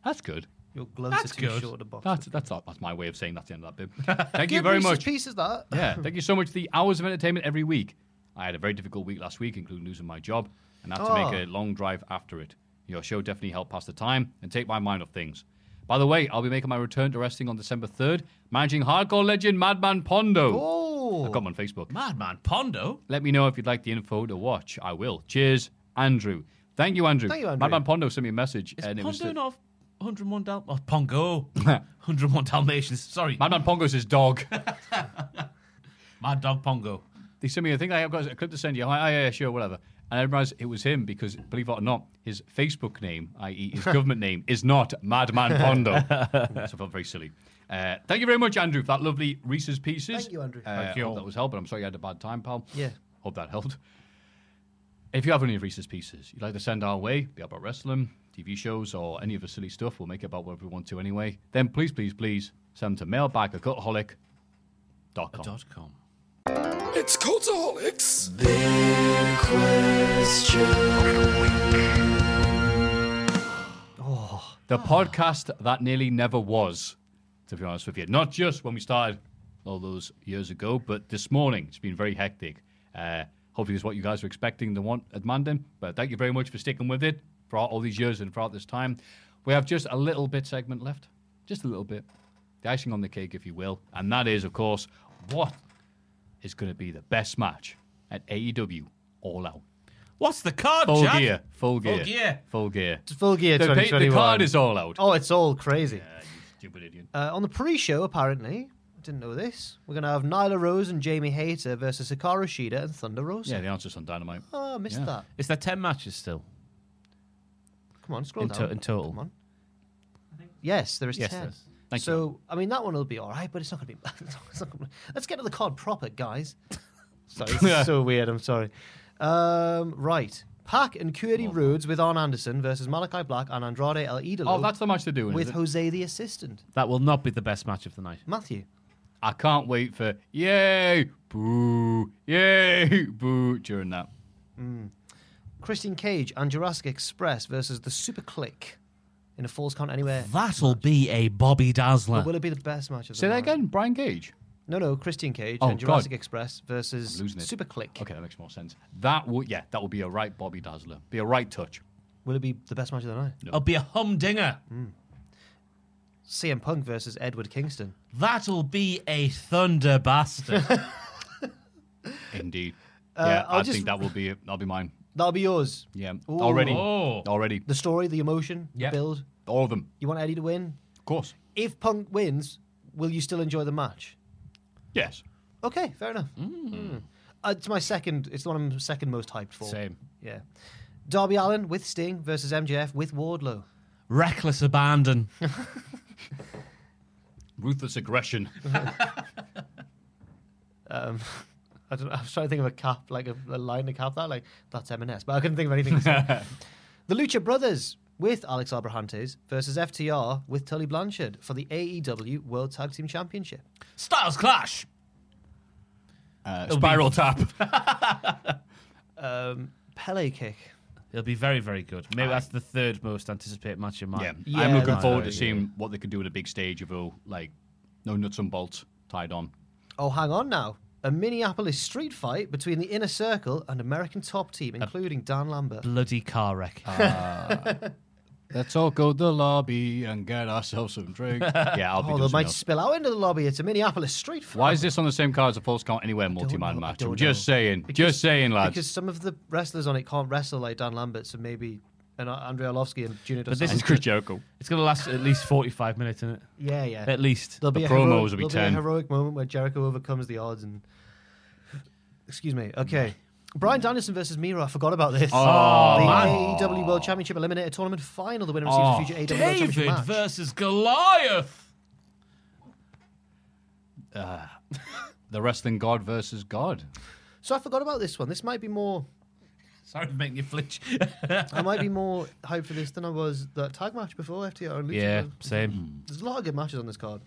Speaker 11: that's good.
Speaker 6: Your gloves
Speaker 7: That's
Speaker 6: are too
Speaker 7: good.
Speaker 6: short to box.
Speaker 11: That's that's that's my way of saying that's the end of that bit. Thank you
Speaker 6: Give
Speaker 11: very
Speaker 6: Reese's
Speaker 11: much.
Speaker 6: Pieces that.
Speaker 11: Yeah, thank you so much. for The hours of entertainment every week. I had a very difficult week last week, including losing my job, and had to
Speaker 6: Oh.
Speaker 11: make a long drive after it. Your show definitely helped pass the time and take my mind off things. By the way, I'll be making my return to wrestling on December 3rd, managing hardcore legend Madman Pondo.
Speaker 6: Oh.
Speaker 11: I've got him on Facebook.
Speaker 19: Madman Pondo.
Speaker 11: Let me know if you'd like the info to watch. I will. Cheers, Andrew. Thank you, Andrew.
Speaker 6: Thank you, Andrew.
Speaker 11: Madman Pondo sent me a message.
Speaker 19: Is
Speaker 11: and it was
Speaker 19: Pondo
Speaker 11: the-
Speaker 19: not 101 Dal? Oh, Pongo. 101 Dalmatians. Sorry, Mad,
Speaker 11: Madman Pongo's his dog.
Speaker 19: Dog Pongo.
Speaker 11: they sent me a thing. I've got a clip to send you. I, yeah, yeah, sure, whatever. And I realized it was him because, believe it or not, his Facebook name, i.e., his government name, is not Madman Pondo. so I felt very silly. Uh, thank you very much, Andrew, for that lovely Reese's Pieces.
Speaker 6: Thank you, Andrew.
Speaker 11: Uh,
Speaker 19: Thank you.
Speaker 11: Hope that was helping. I'm sorry you had a bad time, pal.
Speaker 6: Yeah.
Speaker 11: Hope that helped. If you have any of Reese's Pieces you'd like to send our way, be it about wrestling, TV shows, or any of the silly stuff, we'll make it about whatever we want to anyway, then please, please, please send them to mailbag at cultaholic.com.
Speaker 19: Dot com.
Speaker 13: It's Cultaholics.
Speaker 20: Big question.
Speaker 11: The podcast that nearly never was, to be honest with you. Not just when we started all those years ago, but this morning. It's been very hectic. Uh, hopefully, it's what you guys were expecting to want at Mandan. But thank you very much for sticking with it throughout all these years and throughout this time. We have just a little bit segment left, just a little bit. The icing on the cake, if you will. And that is, of course, what is going to be the best match at AEW All Out.
Speaker 7: What's the card,
Speaker 19: Oh,
Speaker 11: Full
Speaker 7: Jack?
Speaker 11: gear. Full gear.
Speaker 7: Full gear.
Speaker 11: Full gear.
Speaker 6: It's full gear
Speaker 11: The, pa- the
Speaker 6: 2021.
Speaker 11: card is all out.
Speaker 6: Oh, it's all crazy.
Speaker 11: Stupid idiot.
Speaker 6: Uh, on the pre-show, apparently, I didn't know this. We're going to have Nyla Rose and Jamie Hayter versus Hikaru Shida and Thunder Rosa.
Speaker 11: Yeah, the answer's on Dynamite.
Speaker 6: Oh, I missed
Speaker 11: Yeah.
Speaker 6: that.
Speaker 19: Is there 10 matches still?
Speaker 6: Come on, scroll
Speaker 19: in, to-
Speaker 6: down.
Speaker 19: in total.
Speaker 6: Come on. Yes, there is
Speaker 19: Yes,
Speaker 6: ten.
Speaker 19: there is. Thank
Speaker 6: so I mean that one will be all right, but it's not going to be. it's not gonna be- Let's get to the card proper, guys. sorry, this is so weird. I'm sorry. Um, right, Pack and Cody Rhodes with Arn Anderson versus Malachi Black and Andrade El Idolo.
Speaker 11: Oh, that's the match they're doing.
Speaker 6: with
Speaker 11: is it?
Speaker 6: Jose the assistant,
Speaker 19: That will not be the best match of the night.
Speaker 6: Matthew.
Speaker 11: I can't wait for yay, boo, yay, boo during that.
Speaker 6: Christine Cage and Jurassic Express versus the Super Click in a Falls Count Anywhere.
Speaker 19: That'll be a Bobby Dazzler.
Speaker 6: But will it be the best match of the
Speaker 11: Say that
Speaker 6: night?
Speaker 11: again, Brian Cage.
Speaker 6: No, no, Christine Cage
Speaker 11: Oh,
Speaker 6: and Jurassic
Speaker 11: God.
Speaker 6: Express versus
Speaker 11: I'm losing it.
Speaker 6: Super Click.
Speaker 11: Okay, that makes more sense. That would yeah, that would be a right Bobby Dazzler. Be a right touch.
Speaker 6: Will it be the best match of the night?
Speaker 19: It'll be a humdinger.
Speaker 6: CM Punk versus Edward Kingston.
Speaker 19: That'll be a thunder bastard.
Speaker 11: Indeed.
Speaker 6: Uh,
Speaker 11: yeah,
Speaker 6: I'll
Speaker 11: i
Speaker 6: just-
Speaker 11: think that will be it. That'll be mine.
Speaker 6: That'll be yours.
Speaker 11: Yeah.
Speaker 6: Ooh.
Speaker 11: Already.
Speaker 19: Oh.
Speaker 11: Already.
Speaker 6: The story, the emotion,
Speaker 11: Yeah.
Speaker 6: the build.
Speaker 11: All of them.
Speaker 6: You want Eddie to win?
Speaker 11: Of course.
Speaker 6: If Punk wins, will you still enjoy the match?
Speaker 11: Yes.
Speaker 6: Okay, fair enough. Mm. Uh, it's my second. It's the one I'm second most hyped for.
Speaker 19: Same.
Speaker 6: Yeah. Darby Allen with Sting versus MJF with Wardlow.
Speaker 19: Reckless abandon.
Speaker 11: Ruthless aggression.
Speaker 6: Um, I don't. know, I was trying to think of a cap, like a, a line to cap that. Like that's M&S, but I couldn't think of anything. to say. the Lucha Brothers with Alex Abrahantes versus FTR with Tully Blanchard for the AEW World Tag Team Championship.
Speaker 19: Styles Clash.
Speaker 11: Uh,
Speaker 19: be-
Speaker 11: spiral tap.
Speaker 6: Um, Pele kick.
Speaker 19: It'll be very, very good. Maybe that's the third most anticipated match in mine.
Speaker 11: Yeah.
Speaker 6: Yeah,
Speaker 11: I'm looking
Speaker 6: that's
Speaker 11: forward
Speaker 6: right,
Speaker 11: to seeing what they could do at a big stage of all like no nuts and bolts tied on.
Speaker 6: Oh, hang on now. A Minneapolis street fight between the Inner Circle and American Top Team, including Dan Lambert.
Speaker 19: Uh, Bloody car wreck.
Speaker 11: Let's all go to the lobby and get ourselves some drink. yeah, I'll
Speaker 6: Oh,
Speaker 11: be doing
Speaker 6: they
Speaker 11: something
Speaker 6: might
Speaker 11: else.
Speaker 6: spill out into the lobby. It's a Minneapolis street fight.
Speaker 11: Why is this on the same card as a false count anywhere multi-man
Speaker 6: know, I
Speaker 11: match?
Speaker 6: don't
Speaker 11: I'm just
Speaker 6: know.
Speaker 11: saying,
Speaker 6: Because-
Speaker 11: just saying, lads.
Speaker 6: Because some of the wrestlers on it can't wrestle like Dan Lambert, so maybe and uh, Andrei Arlovsky and Junior. Dos
Speaker 19: But this is
Speaker 6: Santos.
Speaker 11: and Chris Jericho.
Speaker 19: It's going to last at least 45 minutes, isn't it?
Speaker 6: yeah, yeah.
Speaker 19: At least.
Speaker 6: There'll
Speaker 11: the
Speaker 6: be a
Speaker 11: promos
Speaker 6: heroic,
Speaker 11: will be
Speaker 6: there'll
Speaker 11: 10.
Speaker 6: a heroic moment where Jericho overcomes the odds and. Excuse me. Okay. Brian Danielson versus Miro. I forgot about this.
Speaker 11: Mm. Oh,
Speaker 6: the
Speaker 11: man.
Speaker 6: AEW World Championship Eliminator Tournament Final. The winner receives
Speaker 11: Oh,
Speaker 6: a future AEW World Championship
Speaker 19: David
Speaker 6: match.
Speaker 19: versus Goliath.
Speaker 11: The wrestling god versus god.
Speaker 6: so I forgot about this one. This might be more.
Speaker 19: Sorry for making you flinch.
Speaker 6: I might be more hyped for this than I was that tag match before FTR and Lucha.
Speaker 19: yeah,
Speaker 6: Bros.
Speaker 19: same.
Speaker 6: There's a lot of good matches on this card.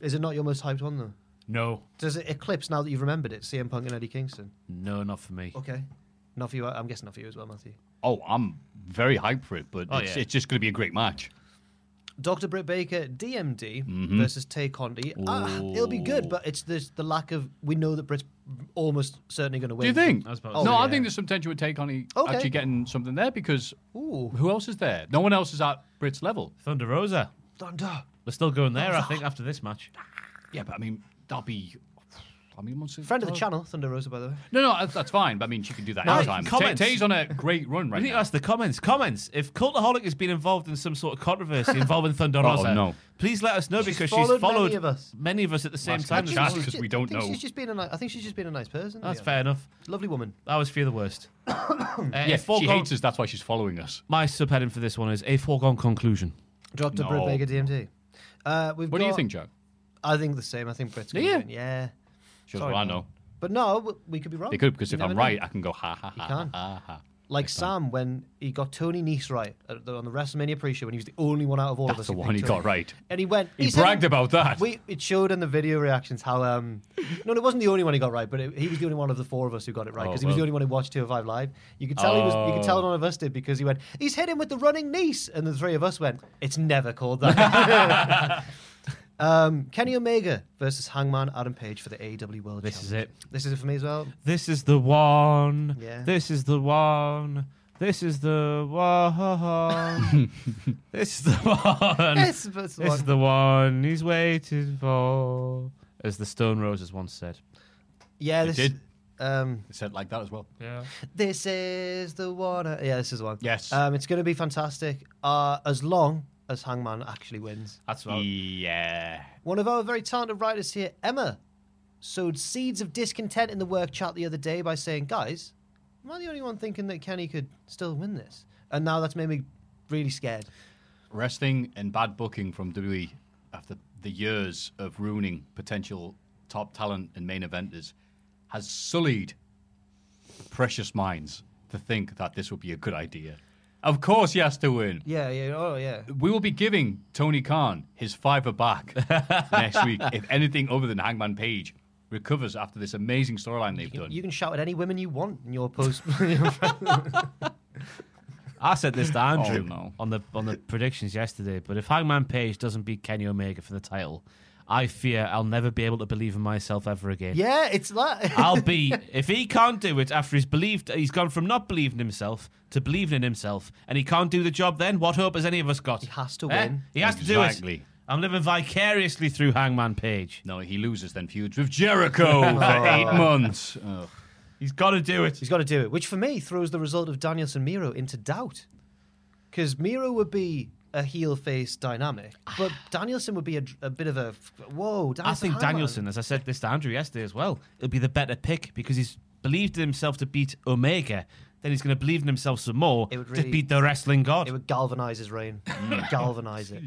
Speaker 6: Is it not your most hyped one though?
Speaker 19: No.
Speaker 6: Does it eclipse now that you've remembered it? CM Punk and Eddie Kingston.
Speaker 19: No, not for me.
Speaker 6: Okay. Not for you. I'm guessing not for you as well, Matthew.
Speaker 11: Oh, I'm very hyped for it, but
Speaker 19: Oh,
Speaker 11: it's,
Speaker 19: yeah.
Speaker 11: it's just going to be a great match.
Speaker 6: Dr. Britt Baker, DMD
Speaker 11: Mm-hmm.
Speaker 6: versus Tay Conti. Ah, it'll be good, but it's this, the lack of. We know that Britt's almost certainly going to
Speaker 11: Do
Speaker 6: win.
Speaker 11: you think?
Speaker 19: I was about to
Speaker 11: no,
Speaker 19: say,
Speaker 11: I
Speaker 19: yeah.
Speaker 11: think there's some tension with Take on he
Speaker 6: Okay.
Speaker 11: actually getting something there because
Speaker 6: Ooh,
Speaker 11: who else is there? No one else is at Brit's level.
Speaker 19: Thunder Rosa.
Speaker 6: thunder.
Speaker 19: We're still going there, I think, after this match.
Speaker 11: Yeah, but I mean, that'll be. I mean, once it-
Speaker 6: Friend of the
Speaker 11: oh.
Speaker 6: channel, Thunder Rosa, by the way.
Speaker 11: No, no, that's- that's fine. But I mean, she could do that
Speaker 19: Now,
Speaker 11: anytime. Ta-
Speaker 19: comments.
Speaker 11: Tay's on a great run
Speaker 19: I
Speaker 11: right
Speaker 19: think
Speaker 11: now.
Speaker 19: that's the comments. Comments. If Cultaholic has been involved in some sort of controversy involving Thunder
Speaker 6: Oh,
Speaker 11: Uh-oh,
Speaker 19: Rosa,
Speaker 11: no.
Speaker 19: please let us know because she's
Speaker 6: followed many
Speaker 19: followed
Speaker 6: of us.
Speaker 19: many of us at the same
Speaker 11: Last
Speaker 19: time.
Speaker 11: time
Speaker 19: as
Speaker 11: she
Speaker 19: us.
Speaker 11: was- because we
Speaker 6: ju-
Speaker 11: don't
Speaker 6: I think
Speaker 11: know.
Speaker 6: She's just been a ni- I think she's just been a nice person. to
Speaker 19: That's
Speaker 6: be
Speaker 19: fair enough.
Speaker 6: honest. Lovely woman.
Speaker 19: I always fear the worst. Uh,
Speaker 11: yeah,
Speaker 19: a
Speaker 11: she
Speaker 19: foregone-
Speaker 11: hates us. That's why she's following us.
Speaker 19: My subheading for this one is a foregone conclusion.
Speaker 6: Dr.
Speaker 11: No.
Speaker 6: Britt Baker, DMD. Uh, we've
Speaker 11: What do you
Speaker 6: got-
Speaker 11: think, Joe?
Speaker 6: I think the same. I think Britt's going
Speaker 11: you?
Speaker 6: to win. Yeah.
Speaker 11: She goes,
Speaker 6: Sorry,
Speaker 11: well, I
Speaker 6: Paul.
Speaker 11: know.
Speaker 6: But no, w- we could be wrong.
Speaker 11: They could because
Speaker 6: You
Speaker 11: if
Speaker 6: never
Speaker 11: I'm
Speaker 6: know.
Speaker 11: right, I can go ha ha ha
Speaker 6: can.
Speaker 11: ha ha.
Speaker 6: Like Sam when he got Tony Nese right at the, on the WrestleMania pre-show when he was the only one out of all of
Speaker 11: That's
Speaker 6: us.
Speaker 11: the
Speaker 6: who
Speaker 11: one
Speaker 6: picked
Speaker 11: he got
Speaker 6: Tony.
Speaker 11: right.
Speaker 6: and he went.
Speaker 11: He
Speaker 6: said
Speaker 11: bragged about that.
Speaker 6: We, it showed in the video reactions how um no, it wasn't the only one he got right, but it, he was the only one of the four of us who got it right
Speaker 11: Oh,
Speaker 6: because he was
Speaker 11: well.
Speaker 6: the only one who watched 205 live. You could tell he was. You could tell
Speaker 11: Oh.
Speaker 6: none of us did because he went. He's hit him with the running niece, and the three of us went. It's never called that. um, Kenny Omega versus Hangman Adam Page for the AEW World.
Speaker 7: This is
Speaker 6: Championship. This is it for me as well.
Speaker 7: This is the one.
Speaker 6: Yeah.
Speaker 7: This is the one. This is the one. this is the one.
Speaker 6: Yes, but it's the
Speaker 7: this is
Speaker 6: one.
Speaker 7: the one he's waited for. As the Stone Roses once said.
Speaker 6: Yeah,
Speaker 7: They
Speaker 6: this.
Speaker 7: did.
Speaker 6: Um,
Speaker 7: They said like that as well. Yeah.
Speaker 6: This is the one. I- Yeah, this is the one.
Speaker 7: Yes.
Speaker 6: Um, it's going to be fantastic uh, as long as Hangman actually wins.
Speaker 7: That's right. Yeah.
Speaker 6: One of our very talented writers here, Emma, sowed seeds of discontent in the work chat the other day by saying, Guys, am I the only one thinking that Kenny could still win this? And now that's made me really scared.
Speaker 11: Wrestling and bad booking from WWE after the years of ruining potential top talent and main eventers has sullied precious minds to think that this would be a good idea. Of course, he has to win.
Speaker 6: Yeah, yeah, oh, yeah.
Speaker 11: We will be giving Tony Khan his fiver back next week if anything other than Hangman Page recovers after this amazing storyline they've done.
Speaker 6: You can shout at any women you want in your post.
Speaker 7: I said this to Andrew
Speaker 11: Oh, no.
Speaker 7: on the on the predictions yesterday. But if Hangman Page doesn't beat Kenny Omega for the title, I fear I'll never be able to believe in myself ever again.
Speaker 6: yeah, it's that.
Speaker 7: I'll be if he can't do it after he's believed he's gone from not believing in himself to believing in himself, and he can't do the job. Then what hope has any of us got? He
Speaker 6: has to
Speaker 11: win.
Speaker 7: He has to do it.
Speaker 11: Exactly.
Speaker 7: I'm living vicariously through Hangman Page.
Speaker 11: No, he loses then feuds with Jericho for eight
Speaker 6: Oh.
Speaker 11: months. Oh, Ugh.
Speaker 7: He's got to do it.
Speaker 6: He's got to do it, which for me throws the result of Danielson Miro into doubt. Because Miro would be a heel face dynamic, but Danielson would be a, a bit of a f- whoa. Danielson
Speaker 7: I think
Speaker 6: Hangman.
Speaker 7: Danielson, as I said this to Andrew yesterday as well, it'll be the better pick because he's believed in himself to beat Omega. Then he's going to believe in himself some more
Speaker 6: It would
Speaker 7: to
Speaker 6: really-
Speaker 7: beat the wrestling god.
Speaker 6: It would galvanize his reign.
Speaker 7: Mm.
Speaker 6: galvanize it.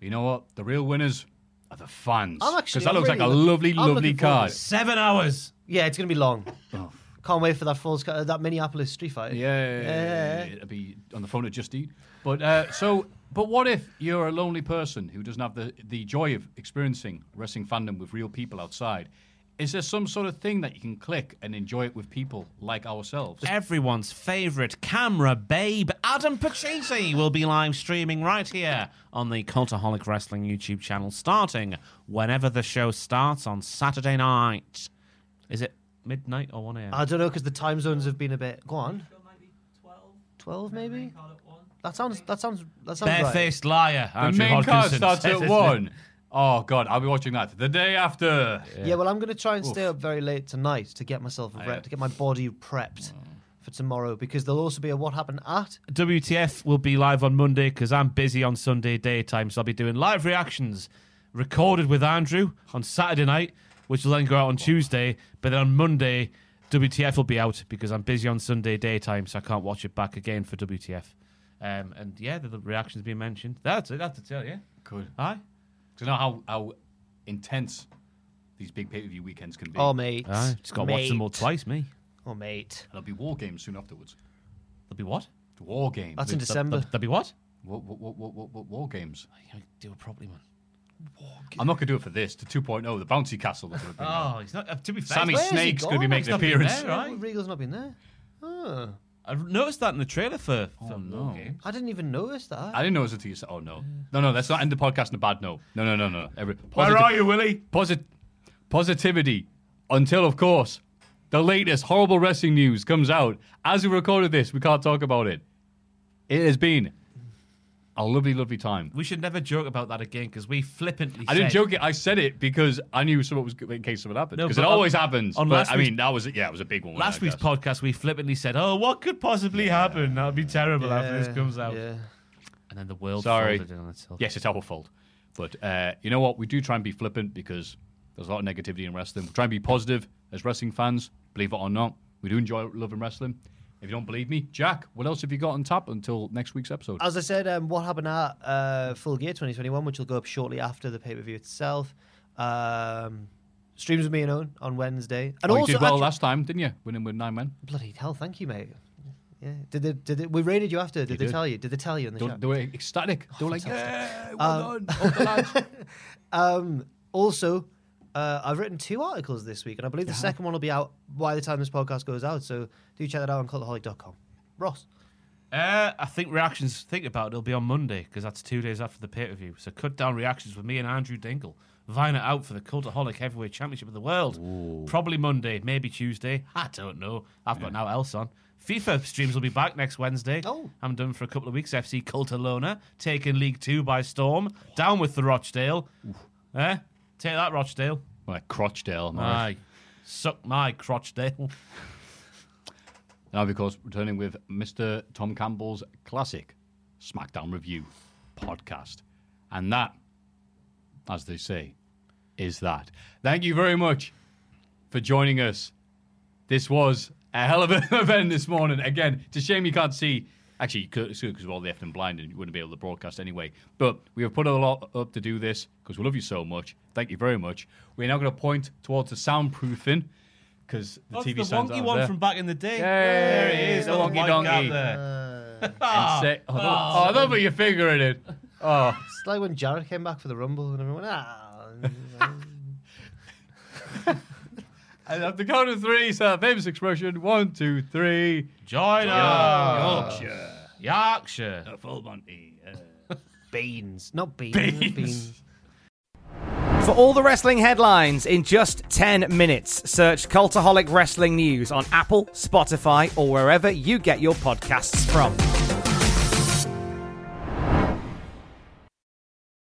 Speaker 11: You know what? The real winners are the fans.
Speaker 6: I'm actually-
Speaker 11: Because that
Speaker 6: I'm
Speaker 11: looks
Speaker 6: really
Speaker 11: like a
Speaker 6: look-
Speaker 11: lovely,
Speaker 6: I'm
Speaker 11: lovely
Speaker 6: looking forward
Speaker 11: card.
Speaker 6: to it.
Speaker 7: Seven hours.
Speaker 6: Yeah, it's going to be long.
Speaker 7: Oh.
Speaker 6: Can't wait for that Falls, uh, that Minneapolis street fight.
Speaker 11: Yeah, it'll be on the phone at Just Eat. But uh, so, but what if you're a lonely person who doesn't have the, the joy of experiencing wrestling fandom with real people outside? Is there some sort of thing that you can click and enjoy it with people like ourselves?
Speaker 7: Everyone's favourite camera babe, Adam Pacitti, will be live streaming right here on the Cultaholic Wrestling YouTube channel starting whenever the show starts on Saturday night. Is it midnight or 1 a.m.?
Speaker 6: I don't know because the time zones have been a bit. Go on. Twelve, maybe. That sounds. That sounds. That sounds right.
Speaker 7: Barefaced liar.
Speaker 11: the
Speaker 7: Andrew
Speaker 11: main card
Speaker 7: Hodgkinson
Speaker 11: starts
Speaker 7: says
Speaker 11: at
Speaker 7: it's-
Speaker 11: one. Oh God, I'll be watching that the day after.
Speaker 6: Yeah. well, I'm going to try and stay
Speaker 11: Oof.
Speaker 6: up very late tonight to get myself
Speaker 11: I,
Speaker 6: prepped,
Speaker 11: uh,
Speaker 6: to get my body prepped
Speaker 7: Mm.
Speaker 6: for tomorrow because there'll also be a what happened at.
Speaker 7: WTF will be live on Monday because I'm busy on Sunday daytime, so I'll be doing live reactions recorded with Andrew on Saturday night, which will then go out on Tuesday. But then on Monday, WTF will be out because I'm busy on Sunday daytime, so I can't watch it back again for WTF. Um, and yeah, the, the reactions being mentioned. That's it. That's it. Yeah.
Speaker 11: Good.
Speaker 7: Aye.
Speaker 11: Because I know how how intense these big pay per view weekends can be.
Speaker 6: Oh, mate.
Speaker 7: Aye. Just got to watch them all
Speaker 6: Mate.
Speaker 7: twice. Me.
Speaker 6: Oh, mate.
Speaker 11: There'll be war games soon afterwards.
Speaker 7: There'll be what?
Speaker 11: War games.
Speaker 6: That's in December.
Speaker 7: There'll be what?
Speaker 11: War, war, war, war, war- war- war games.
Speaker 7: Do it properly, man.
Speaker 11: I'm not going to do it for this. The 2.0, the bouncy castle. That would have been
Speaker 7: Oh, he's not. uh, to be fair,
Speaker 11: Sammy
Speaker 7: where's he
Speaker 11: Snake's going to be
Speaker 7: gone?
Speaker 11: making
Speaker 7: He's not
Speaker 11: an
Speaker 7: been
Speaker 11: appearance.
Speaker 7: there, right?
Speaker 6: Regal's not been there. Oh.
Speaker 7: I noticed that in the trailer for. for
Speaker 11: no.
Speaker 6: I didn't even notice that.
Speaker 11: I didn't know it was until you said, oh, no. No, no, let's not end the podcast on a bad note. No, no, no, no. Every,
Speaker 7: Where
Speaker 11: posit-
Speaker 7: are you, Willie?
Speaker 11: Posit- positivity. Until, of course, the latest horrible wrestling news comes out. As we recorded this, we can't talk about it. It has been a lovely, lovely time.
Speaker 7: We should never joke about that again because we flippantly.
Speaker 11: I didn't
Speaker 7: said-
Speaker 11: joke it. I said it because I knew something was in case something happened.
Speaker 7: No,
Speaker 11: Because
Speaker 7: but
Speaker 11: it
Speaker 7: on-
Speaker 11: always happens.
Speaker 7: on
Speaker 11: but
Speaker 7: last
Speaker 11: I
Speaker 7: week's-
Speaker 11: mean, that was yeah, it was a big one.
Speaker 7: Last
Speaker 11: I
Speaker 7: week's
Speaker 11: guess.
Speaker 7: podcast, we flippantly said, "Oh, what could possibly happen? That'd be terrible after this comes out."
Speaker 6: Yeah.
Speaker 7: And then the world
Speaker 11: Sorry.
Speaker 7: folded in on itself.
Speaker 11: Yes, it's our fault. But uh, you know what? We do try and be flippant because there's a lot of negativity in wrestling. We try and be positive as wrestling fans, believe it or not. We do enjoy loving wrestling. If you don't believe me, Jack, what else have you got on tap until next week's episode?
Speaker 6: As I said, um, what happened at uh, Full Gear 2021, which will go up shortly after the pay per view itself. Um, streams with me and Owen on Wednesday. And
Speaker 11: oh,
Speaker 6: also,
Speaker 11: you did well
Speaker 6: actu-
Speaker 11: last time, didn't you? Winning with nine men.
Speaker 6: bloody hell, thank you, mate. Yeah. Did they, did they, we rated you after? Did
Speaker 11: They
Speaker 6: they
Speaker 11: did.
Speaker 6: tell you? Did they tell you in the
Speaker 11: They-
Speaker 6: chat?
Speaker 11: they were ecstatic. They were like,
Speaker 6: fantastic.
Speaker 11: "Yeah, well
Speaker 6: Um,
Speaker 11: done, up the lads."
Speaker 6: um, also, uh, I've written two articles this week, and I believe the second one will be out by the time this podcast goes out. So do check that out on cultaholic.com. Ross.
Speaker 7: Uh, I think reactions. Think about it. It'll be on Monday because that's two days after the pay per view. So cut down reactions with me and Andrew Dingle. Viner out for the Cultaholic Heavyweight Championship of the World. Probably Monday, maybe Tuesday. I don't know. I've got now else on. FIFA streams will be back next Wednesday. Oh. I'm done for a couple of weeks. FC Cultalona taking League Two by storm. Down with the Rochdale. Eh? Take that, Rochdale.
Speaker 11: My Crotchdale, man.
Speaker 7: Aye. Suck my Crotchdale.
Speaker 11: And I'll be, of course, returning with Mr. Tom Campbell's classic SmackDown Review podcast. And that, as they say, is that. Thank you very much for joining us. This was a hell of an event this morning. Again, it's a shame you can't see. Actually, because we're all left and blind and you wouldn't be able to broadcast anyway. But we have put a lot up to do this because we love you so much. Thank you very much. We're now going to point towards the soundproofing because the
Speaker 7: That's
Speaker 11: TV
Speaker 7: the
Speaker 11: stands
Speaker 7: wonky
Speaker 11: out
Speaker 7: one
Speaker 11: there.
Speaker 7: from back in the day.
Speaker 11: There it is, the
Speaker 7: little
Speaker 11: wonky
Speaker 7: white
Speaker 11: donkey.
Speaker 7: gap there.
Speaker 11: Inse- oh,
Speaker 6: Oh.
Speaker 11: I love what you're figuring it. Oh,
Speaker 6: It's like when Jared came back for the Rumble, and everyone, ah.
Speaker 11: I have to count to three, so famous expression. One, two, three.
Speaker 7: Join
Speaker 11: us.
Speaker 7: Yorkshire. Yorkshire.
Speaker 11: A full Monty.
Speaker 6: beans. Not beans.
Speaker 2: Beans.
Speaker 6: beans.
Speaker 2: For all the wrestling headlines in just 10 minutes, search Cultaholic Wrestling News on Apple, Spotify, or wherever you get your podcasts from.